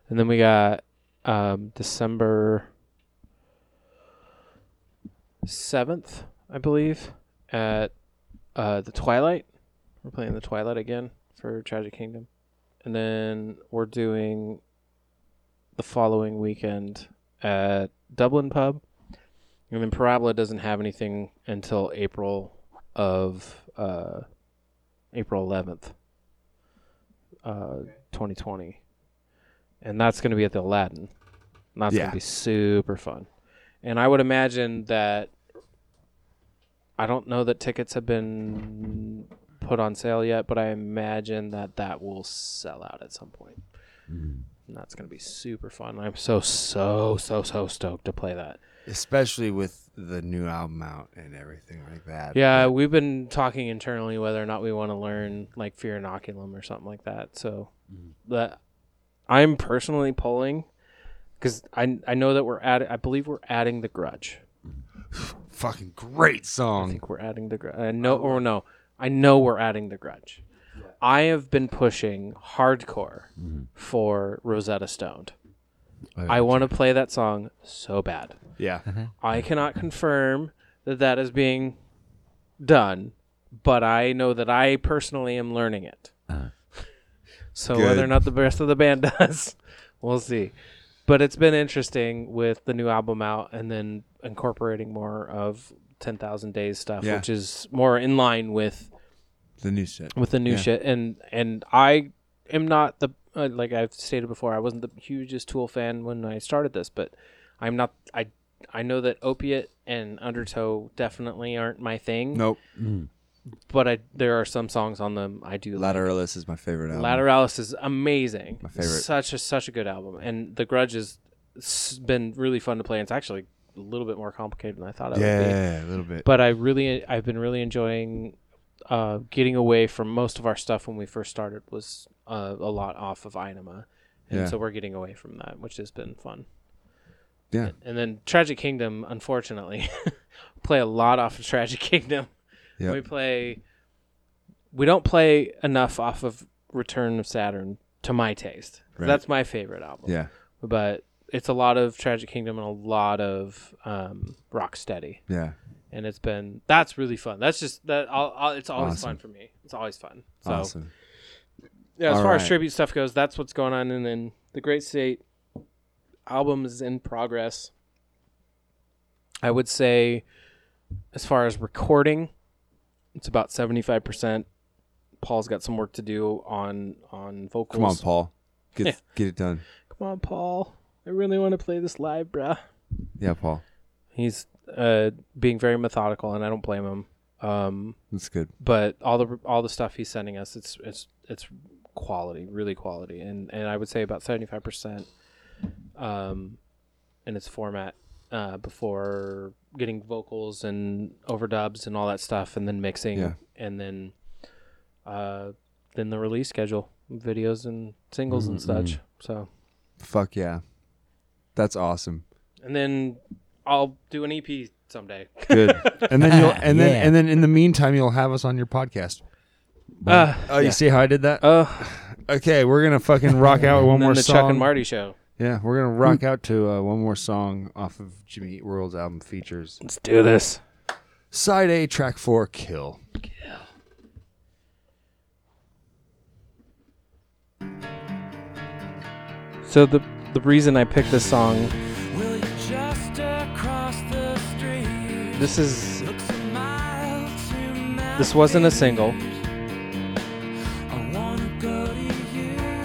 [SPEAKER 5] and then we got um, December seventh, I believe, at uh, the Twilight. We're playing the Twilight again for Tragic Kingdom, and then we're doing the following weekend at Dublin Pub. And then Parabola doesn't have anything until April of uh, April 11th, uh, 2020, and that's going to be at the Aladdin. And that's going
[SPEAKER 6] Yeah.
[SPEAKER 5] to be super fun, and I would imagine that I don't know that tickets have been put on sale yet, but I imagine that that will sell out at some point. And that's going to be super fun. I'm so, so, so, so stoked to play that.
[SPEAKER 6] Especially with the new album out and everything like that.
[SPEAKER 5] Yeah, we've been talking internally whether or not we want to learn like Fear Inoculum or something like that. So that I'm personally pulling because I, I know that we're adding, I believe we're adding The Grudge.
[SPEAKER 6] Fucking great
[SPEAKER 5] I
[SPEAKER 6] song.
[SPEAKER 5] think we're adding the grudge. I know, or no, I know we're adding the grudge. I have been pushing hardcore for Rosetta Stoned. Mm-hmm. I want to play that song so bad.
[SPEAKER 6] Yeah.
[SPEAKER 5] I cannot confirm that that is being done, but I know that I personally am learning it. so whether or
[SPEAKER 6] Uh-huh. Good.
[SPEAKER 5] not the rest of the band *laughs* does, we'll see. But it's been interesting with the new album out and then incorporating more of 10,000 Days stuff,
[SPEAKER 6] Yeah.
[SPEAKER 5] which is more in line with
[SPEAKER 6] The new shit.
[SPEAKER 5] with the new shit and and i am not the uh, like i've stated before i wasn't the hugest tool fan when i started this but i'm not i i know that opiate and undertow definitely aren't my thing
[SPEAKER 6] Nope.
[SPEAKER 5] but i there are some songs on them i do like
[SPEAKER 6] Lateralis is my favorite album.
[SPEAKER 5] lateralis is amazing my
[SPEAKER 6] favorite.
[SPEAKER 5] such a such a good album and the grudge has s- been really fun to play and it's actually a little bit more complicated than i thought it would be
[SPEAKER 6] yeah, a little bit.
[SPEAKER 5] but I really I've been really enjoying uh, getting away from most of our stuff when we first started was uh, a lot off of Inema, and
[SPEAKER 6] Yeah.
[SPEAKER 5] so we're getting away from that, which has been fun.
[SPEAKER 6] Yeah.
[SPEAKER 5] And then Tragic Kingdom, unfortunately, *laughs* play a lot off of Tragic Kingdom.
[SPEAKER 6] Yep.
[SPEAKER 5] We play we don't play enough off of Return of Saturn to my taste.
[SPEAKER 6] Right.
[SPEAKER 5] That's my favorite album
[SPEAKER 6] yeah.
[SPEAKER 5] but it's a lot of Tragic Kingdom and a lot of um, Rocksteady,
[SPEAKER 6] Yeah.
[SPEAKER 5] and it's been that's really fun. That's just that I'll, I'll, it's always
[SPEAKER 6] Awesome.
[SPEAKER 5] fun for me. It's always fun. So
[SPEAKER 6] awesome.
[SPEAKER 5] yeah, as
[SPEAKER 6] All
[SPEAKER 5] far as
[SPEAKER 6] right.
[SPEAKER 5] tribute stuff goes, that's what's going on. And then the Great State album is in progress. I would say, as far as recording, it's about seventy five percent. Paul's got some work to do on on vocals.
[SPEAKER 6] Come on, Paul. Get
[SPEAKER 5] Yeah.
[SPEAKER 6] get it done.
[SPEAKER 5] Come on, Paul. I really want to play this live, bruh.
[SPEAKER 6] Yeah, Paul.
[SPEAKER 5] He's uh, being very methodical, and I don't blame him. Um,
[SPEAKER 6] That's good.
[SPEAKER 5] but all the all the stuff he's sending us, it's it's it's quality, really quality, and and I would say about seventy five percent, um, in its format. Uh, before getting vocals and overdubs and all that stuff, and then mixing,
[SPEAKER 6] Yeah.
[SPEAKER 5] and then, uh, then the release schedule, videos and singles and such. So,
[SPEAKER 6] Fuck yeah. That's awesome.
[SPEAKER 5] and then I'll do an EP *laughs* someday.
[SPEAKER 6] Good. And then you'll and then
[SPEAKER 4] Yeah.
[SPEAKER 6] and then in the meantime you'll have us on your podcast.
[SPEAKER 5] Uh,
[SPEAKER 6] Oh, you see how I did that?
[SPEAKER 5] uh,
[SPEAKER 6] Okay, we're gonna fucking rock out with one
[SPEAKER 5] and then
[SPEAKER 6] more
[SPEAKER 5] the
[SPEAKER 6] song.
[SPEAKER 5] Chuck and Marty show.
[SPEAKER 6] Yeah, we're gonna rock out to uh, one more song off of Jimmy Eat World's album Features.
[SPEAKER 5] Let's do this.
[SPEAKER 6] Side A, track four, Kill.
[SPEAKER 5] So the the reason I picked this song. This is. This wasn't a single.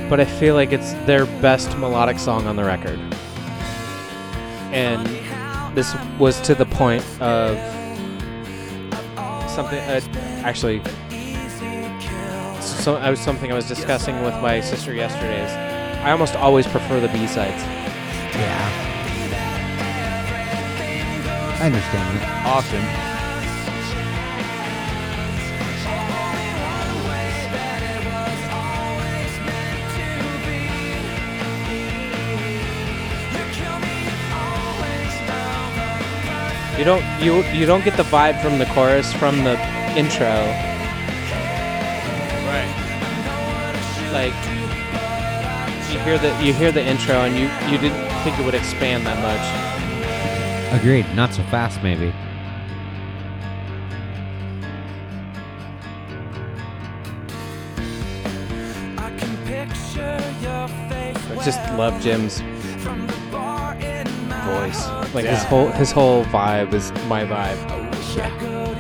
[SPEAKER 5] But I feel like it's their best melodic song on the record. And this was to the point of something. Uh, actually, so, I was something I was discussing with my sister yesterday. Is I almost always prefer the B sides.
[SPEAKER 4] Yeah. I understand that.
[SPEAKER 6] Often.
[SPEAKER 5] You don't you you don't get the vibe from the chorus from the intro. Right. Like you hear the you hear the intro and you you didn't think it would expand that much.
[SPEAKER 4] Agreed. Not so fast, maybe.
[SPEAKER 5] I just love Jim's voice. Like his whole his whole vibe is my vibe.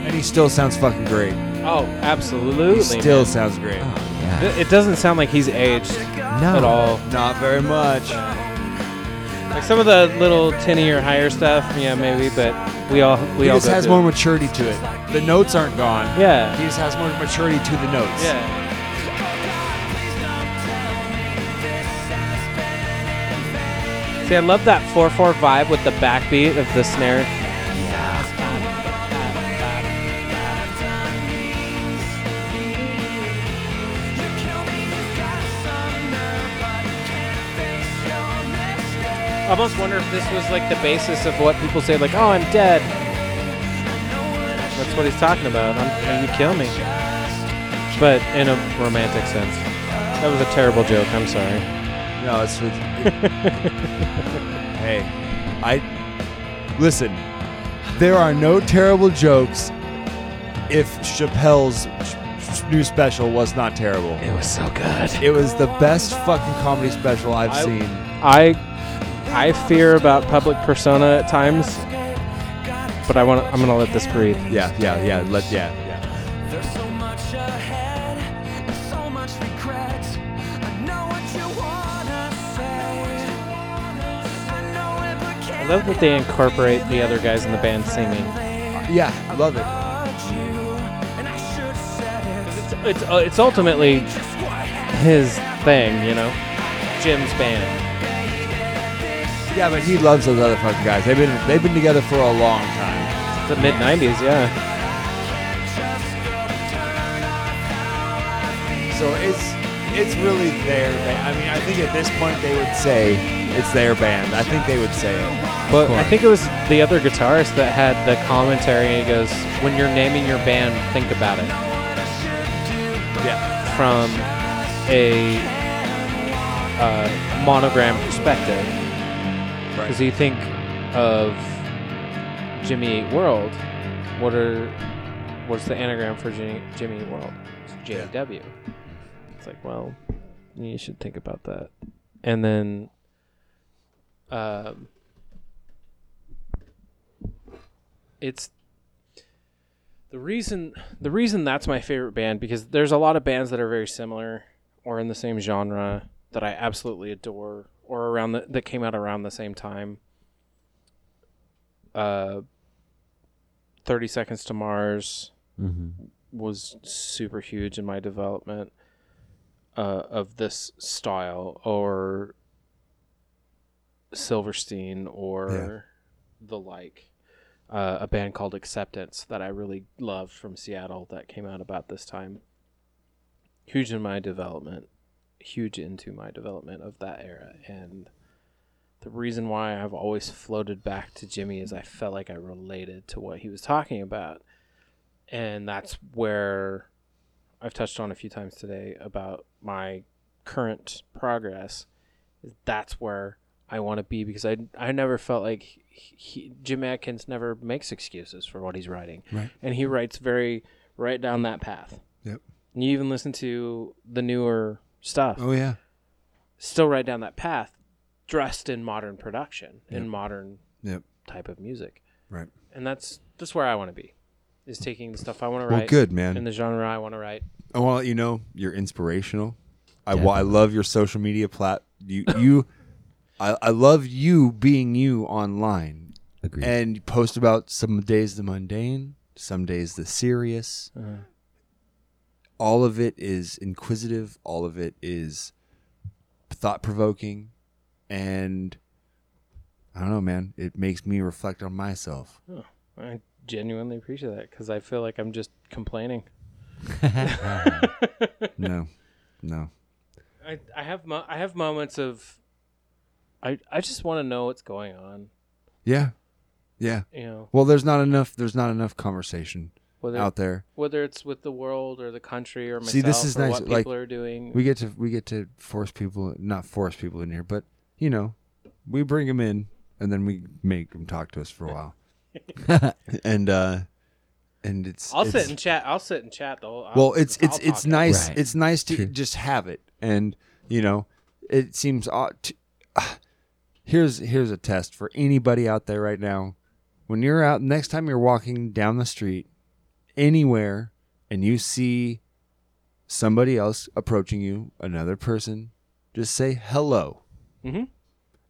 [SPEAKER 6] And he still sounds fucking great.
[SPEAKER 5] Oh, absolutely.
[SPEAKER 6] He still sounds
[SPEAKER 5] Oh.
[SPEAKER 6] great.
[SPEAKER 4] Yeah.
[SPEAKER 5] man. it doesn't sound like he's aged
[SPEAKER 4] No.
[SPEAKER 5] at all.
[SPEAKER 6] Not very much.
[SPEAKER 5] Like some of the little tinny or higher stuff, yeah, maybe, but we all we
[SPEAKER 6] He
[SPEAKER 5] all
[SPEAKER 6] just
[SPEAKER 5] go
[SPEAKER 6] has
[SPEAKER 5] through
[SPEAKER 6] more
[SPEAKER 5] it.
[SPEAKER 6] maturity to it. The notes aren't gone.
[SPEAKER 5] Yeah.
[SPEAKER 6] He just has more maturity to the notes.
[SPEAKER 5] Yeah. See, I love that 4 4 vibe with the backbeat of the snare. I almost wonder if this was like the basis of what people say, like, oh, I'm dead. That's what he's talking about. I'm, you kill me but in a romantic sense. That was a terrible joke. I'm sorry.
[SPEAKER 6] No, it's with. hey, I listen. There are no terrible jokes. If Chappelle's sh- sh- new special was not terrible,
[SPEAKER 5] It was so good.
[SPEAKER 6] it was the best fucking comedy special I've
[SPEAKER 5] I-
[SPEAKER 6] seen.
[SPEAKER 5] I I fear about public persona at times, but I want I'm gonna let this breathe.
[SPEAKER 6] Yeah, yeah, yeah. Let yeah, yeah.
[SPEAKER 5] I love that they incorporate the other guys in the band singing.
[SPEAKER 6] Yeah, I love it.
[SPEAKER 5] It's it's, uh, it's ultimately his thing, you know, Jim's band.
[SPEAKER 6] Yeah, but he loves those other fucking guys. They've been they've been together for a long time.
[SPEAKER 5] It's the mid '90s, yeah.
[SPEAKER 6] So it's it's really their band. I mean, I think at this point they would say it's their band. I think they would say it.
[SPEAKER 5] But I think it was the other guitarist that had the commentary. and He goes, "When you're naming your band, think about it."
[SPEAKER 6] Yeah.
[SPEAKER 5] from a uh, monogram perspective.
[SPEAKER 6] Right.
[SPEAKER 5] Because you think of Jimmy Eat World, what are what's the anagram for Jimmy, Jimmy Eat World? It's JW. It's like, well, you should think about that. And then, um, it's the reason the reason that's my favorite band because there's a lot of bands that are very similar or in the same genre that I absolutely adore or around the, that came out around the same time. Uh, Thirty Seconds to Mars was super huge in my development uh, of this style, or Silverstein, or the like uh, a band called Acceptance that I really love from Seattle that came out about this time. Huge in my development. huge into my development of that era. And the reason why I've always floated back to Jimmy is I felt like I related to what he was talking about. And that's where I've touched on a few times today about my current progress. is That's where I want to be because I I never felt like he, he, Jim Atkins never makes excuses for what he's writing, right. and he writes very right down that path.
[SPEAKER 6] Yep.
[SPEAKER 5] And you even listen to the newer stuff,
[SPEAKER 6] Oh yeah.
[SPEAKER 5] still right down that path, dressed in modern production, in modern
[SPEAKER 6] Yep.
[SPEAKER 5] type of music,
[SPEAKER 6] Right.
[SPEAKER 5] and that's that's where I want to be, is taking the stuff I want to
[SPEAKER 6] Well,
[SPEAKER 5] write,
[SPEAKER 6] good, man.
[SPEAKER 5] in the genre I want to write.
[SPEAKER 6] I want to let you know you're inspirational. I, wa- I love your social media plat. You *laughs* you, I, I love you being you online.
[SPEAKER 4] Agreed.
[SPEAKER 6] And you post about some days the mundane, some days the serious. All of it is inquisitive. All of it is thought provoking, and I don't know, man. It makes me reflect on myself.
[SPEAKER 5] I genuinely appreciate that because I feel like I'm just complaining.
[SPEAKER 6] No, no.
[SPEAKER 5] I, I have mo- I have moments of I I just want to know what's going on.
[SPEAKER 6] Yeah, yeah.
[SPEAKER 5] You know,
[SPEAKER 6] Well, there's not enough. There's not enough conversation
[SPEAKER 5] whether
[SPEAKER 6] out there.
[SPEAKER 5] whether it's with the world or the country or myself
[SPEAKER 6] See, this is
[SPEAKER 5] or
[SPEAKER 6] nice,
[SPEAKER 5] what
[SPEAKER 6] like,
[SPEAKER 5] people are doing.
[SPEAKER 6] we get to we get to force people not force people in here but you know we bring them in and then we make them talk to us for a while *laughs* and uh and it's
[SPEAKER 5] I'll
[SPEAKER 6] it's-
[SPEAKER 5] sit and chat. I'll sit and chat the whole. I'll-
[SPEAKER 6] well it's
[SPEAKER 5] I'll
[SPEAKER 6] it's it's
[SPEAKER 5] talk it.
[SPEAKER 6] nice
[SPEAKER 4] Right.
[SPEAKER 6] it's nice to just have it and you know it seems odd to, ah, here's here's a test for anybody out there right now when you're out next time you're walking down the street anywhere and you see somebody else approaching you another person just say hello
[SPEAKER 4] Mm-hmm.
[SPEAKER 5] Mhm.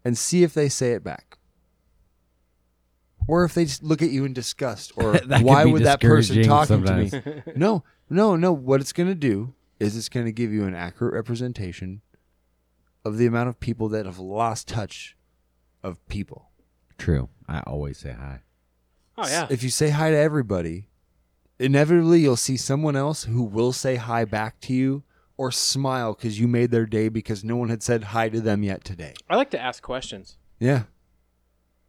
[SPEAKER 6] and see if they say it back or if they just look at you in disgust
[SPEAKER 4] *laughs*
[SPEAKER 6] or
[SPEAKER 4] That could
[SPEAKER 6] why
[SPEAKER 4] be
[SPEAKER 6] would that person
[SPEAKER 4] discouraging
[SPEAKER 6] talking
[SPEAKER 4] sometimes.
[SPEAKER 6] to me *laughs* no no no what it's going to do is it's going to give you an accurate representation of the amount of people that have lost touch of people
[SPEAKER 4] True. I always say hi.
[SPEAKER 5] Oh yeah.
[SPEAKER 6] if you say hi to everybody, inevitably you'll see someone else who will say hi back to you or smile because you made their day because no one had said hi to them yet today.
[SPEAKER 5] I like to ask questions.
[SPEAKER 6] Yeah.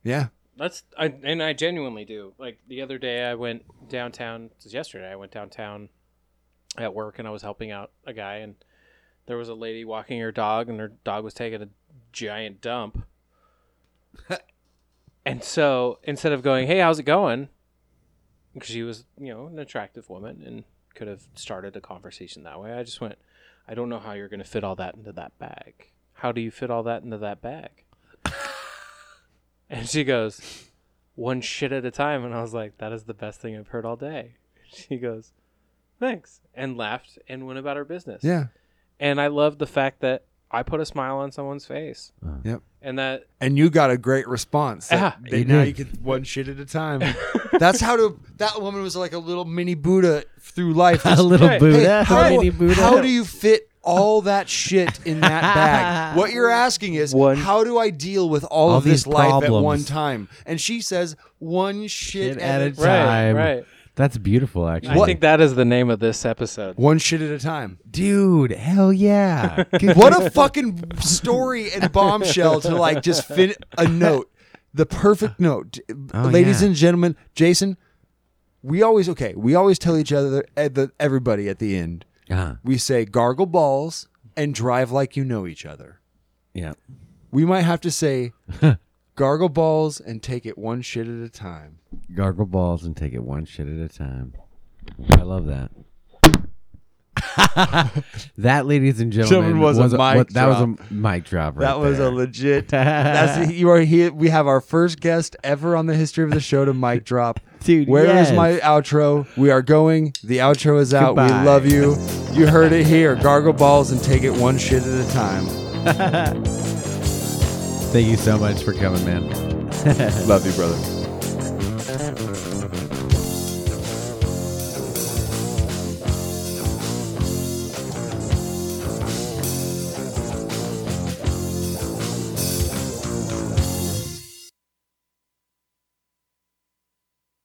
[SPEAKER 6] Yeah.
[SPEAKER 5] That's I and I genuinely do. Like the other day, I went downtown. It was yesterday. I went downtown at work, and I was helping out a guy, and there was a lady walking her dog, and her dog was taking a giant dump. and so instead of going, "Hey, how's it going?" because she was, you know, an attractive woman and could have started a conversation that way, I just went, "I don't know how you're going to fit all that into that bag. How do you fit all that into that bag?" And she goes, one shit at a time. And I was like, that is the best thing I've heard all day. She goes, thanks. And laughed and went about her business.
[SPEAKER 6] Yeah.
[SPEAKER 5] And I love the fact that I put a smile on someone's face.
[SPEAKER 6] Yep.
[SPEAKER 5] And that,
[SPEAKER 6] And you got a great response. that-
[SPEAKER 5] Yeah,
[SPEAKER 6] that
[SPEAKER 4] you
[SPEAKER 6] now
[SPEAKER 4] did.
[SPEAKER 6] you can one shit at
[SPEAKER 5] *laughs*
[SPEAKER 6] a time. That's how to. That woman was like a little mini Buddha
[SPEAKER 5] *laughs*
[SPEAKER 6] through life.
[SPEAKER 4] A little
[SPEAKER 5] Right.
[SPEAKER 6] Hey,
[SPEAKER 4] Buddha.
[SPEAKER 6] how,
[SPEAKER 4] mini Buddha.
[SPEAKER 6] how do you fit all that shit in that
[SPEAKER 4] *laughs*
[SPEAKER 6] bag? what you're asking is,
[SPEAKER 5] One-
[SPEAKER 6] how do I deal with all,
[SPEAKER 4] All
[SPEAKER 6] of this
[SPEAKER 4] these
[SPEAKER 6] life at
[SPEAKER 4] problems.
[SPEAKER 6] one time? And she says, one shit,
[SPEAKER 4] Shit
[SPEAKER 6] at,
[SPEAKER 4] at
[SPEAKER 6] a
[SPEAKER 4] a
[SPEAKER 6] time.
[SPEAKER 5] right,
[SPEAKER 4] Time.
[SPEAKER 5] right.
[SPEAKER 4] That's beautiful, actually.
[SPEAKER 5] I think that is the name of this episode.
[SPEAKER 6] One shit at a time.
[SPEAKER 4] Dude, hell
[SPEAKER 5] *laughs*
[SPEAKER 4] yeah. Good- *laughs*
[SPEAKER 6] What a fucking story and bombshell to like just fit a note. The perfect note.
[SPEAKER 4] Oh,
[SPEAKER 6] Ladies
[SPEAKER 4] yeah.
[SPEAKER 6] and gentlemen, Jason, we always, okay, we always tell each other, at the- everybody at the end,
[SPEAKER 4] Uh-huh.
[SPEAKER 6] we say gargle balls and drive like you know each other.
[SPEAKER 4] Yeah.
[SPEAKER 6] We might have
[SPEAKER 4] *laughs*
[SPEAKER 6] to say gargle balls and take it one shit at a time.
[SPEAKER 4] Gargle balls and take it one shit at a time. I love that. *laughs* that, ladies and gentlemen,
[SPEAKER 6] Gentlemen, was a mic
[SPEAKER 4] what- that
[SPEAKER 6] drop.
[SPEAKER 4] was a mic drop. Right
[SPEAKER 6] that was
[SPEAKER 4] there. *laughs*
[SPEAKER 6] a legit. That's you are here. We have our first guest ever on the history of the show to
[SPEAKER 4] *laughs*
[SPEAKER 6] mic drop.
[SPEAKER 4] Dude,
[SPEAKER 6] Where is
[SPEAKER 4] yes.
[SPEAKER 6] my outro? We are going. The outro is out.
[SPEAKER 4] Goodbye.
[SPEAKER 6] We love you. You heard it here. Gargle balls and take it one shit at a time.
[SPEAKER 4] Thank you so much for coming, man.
[SPEAKER 6] Love you, brother.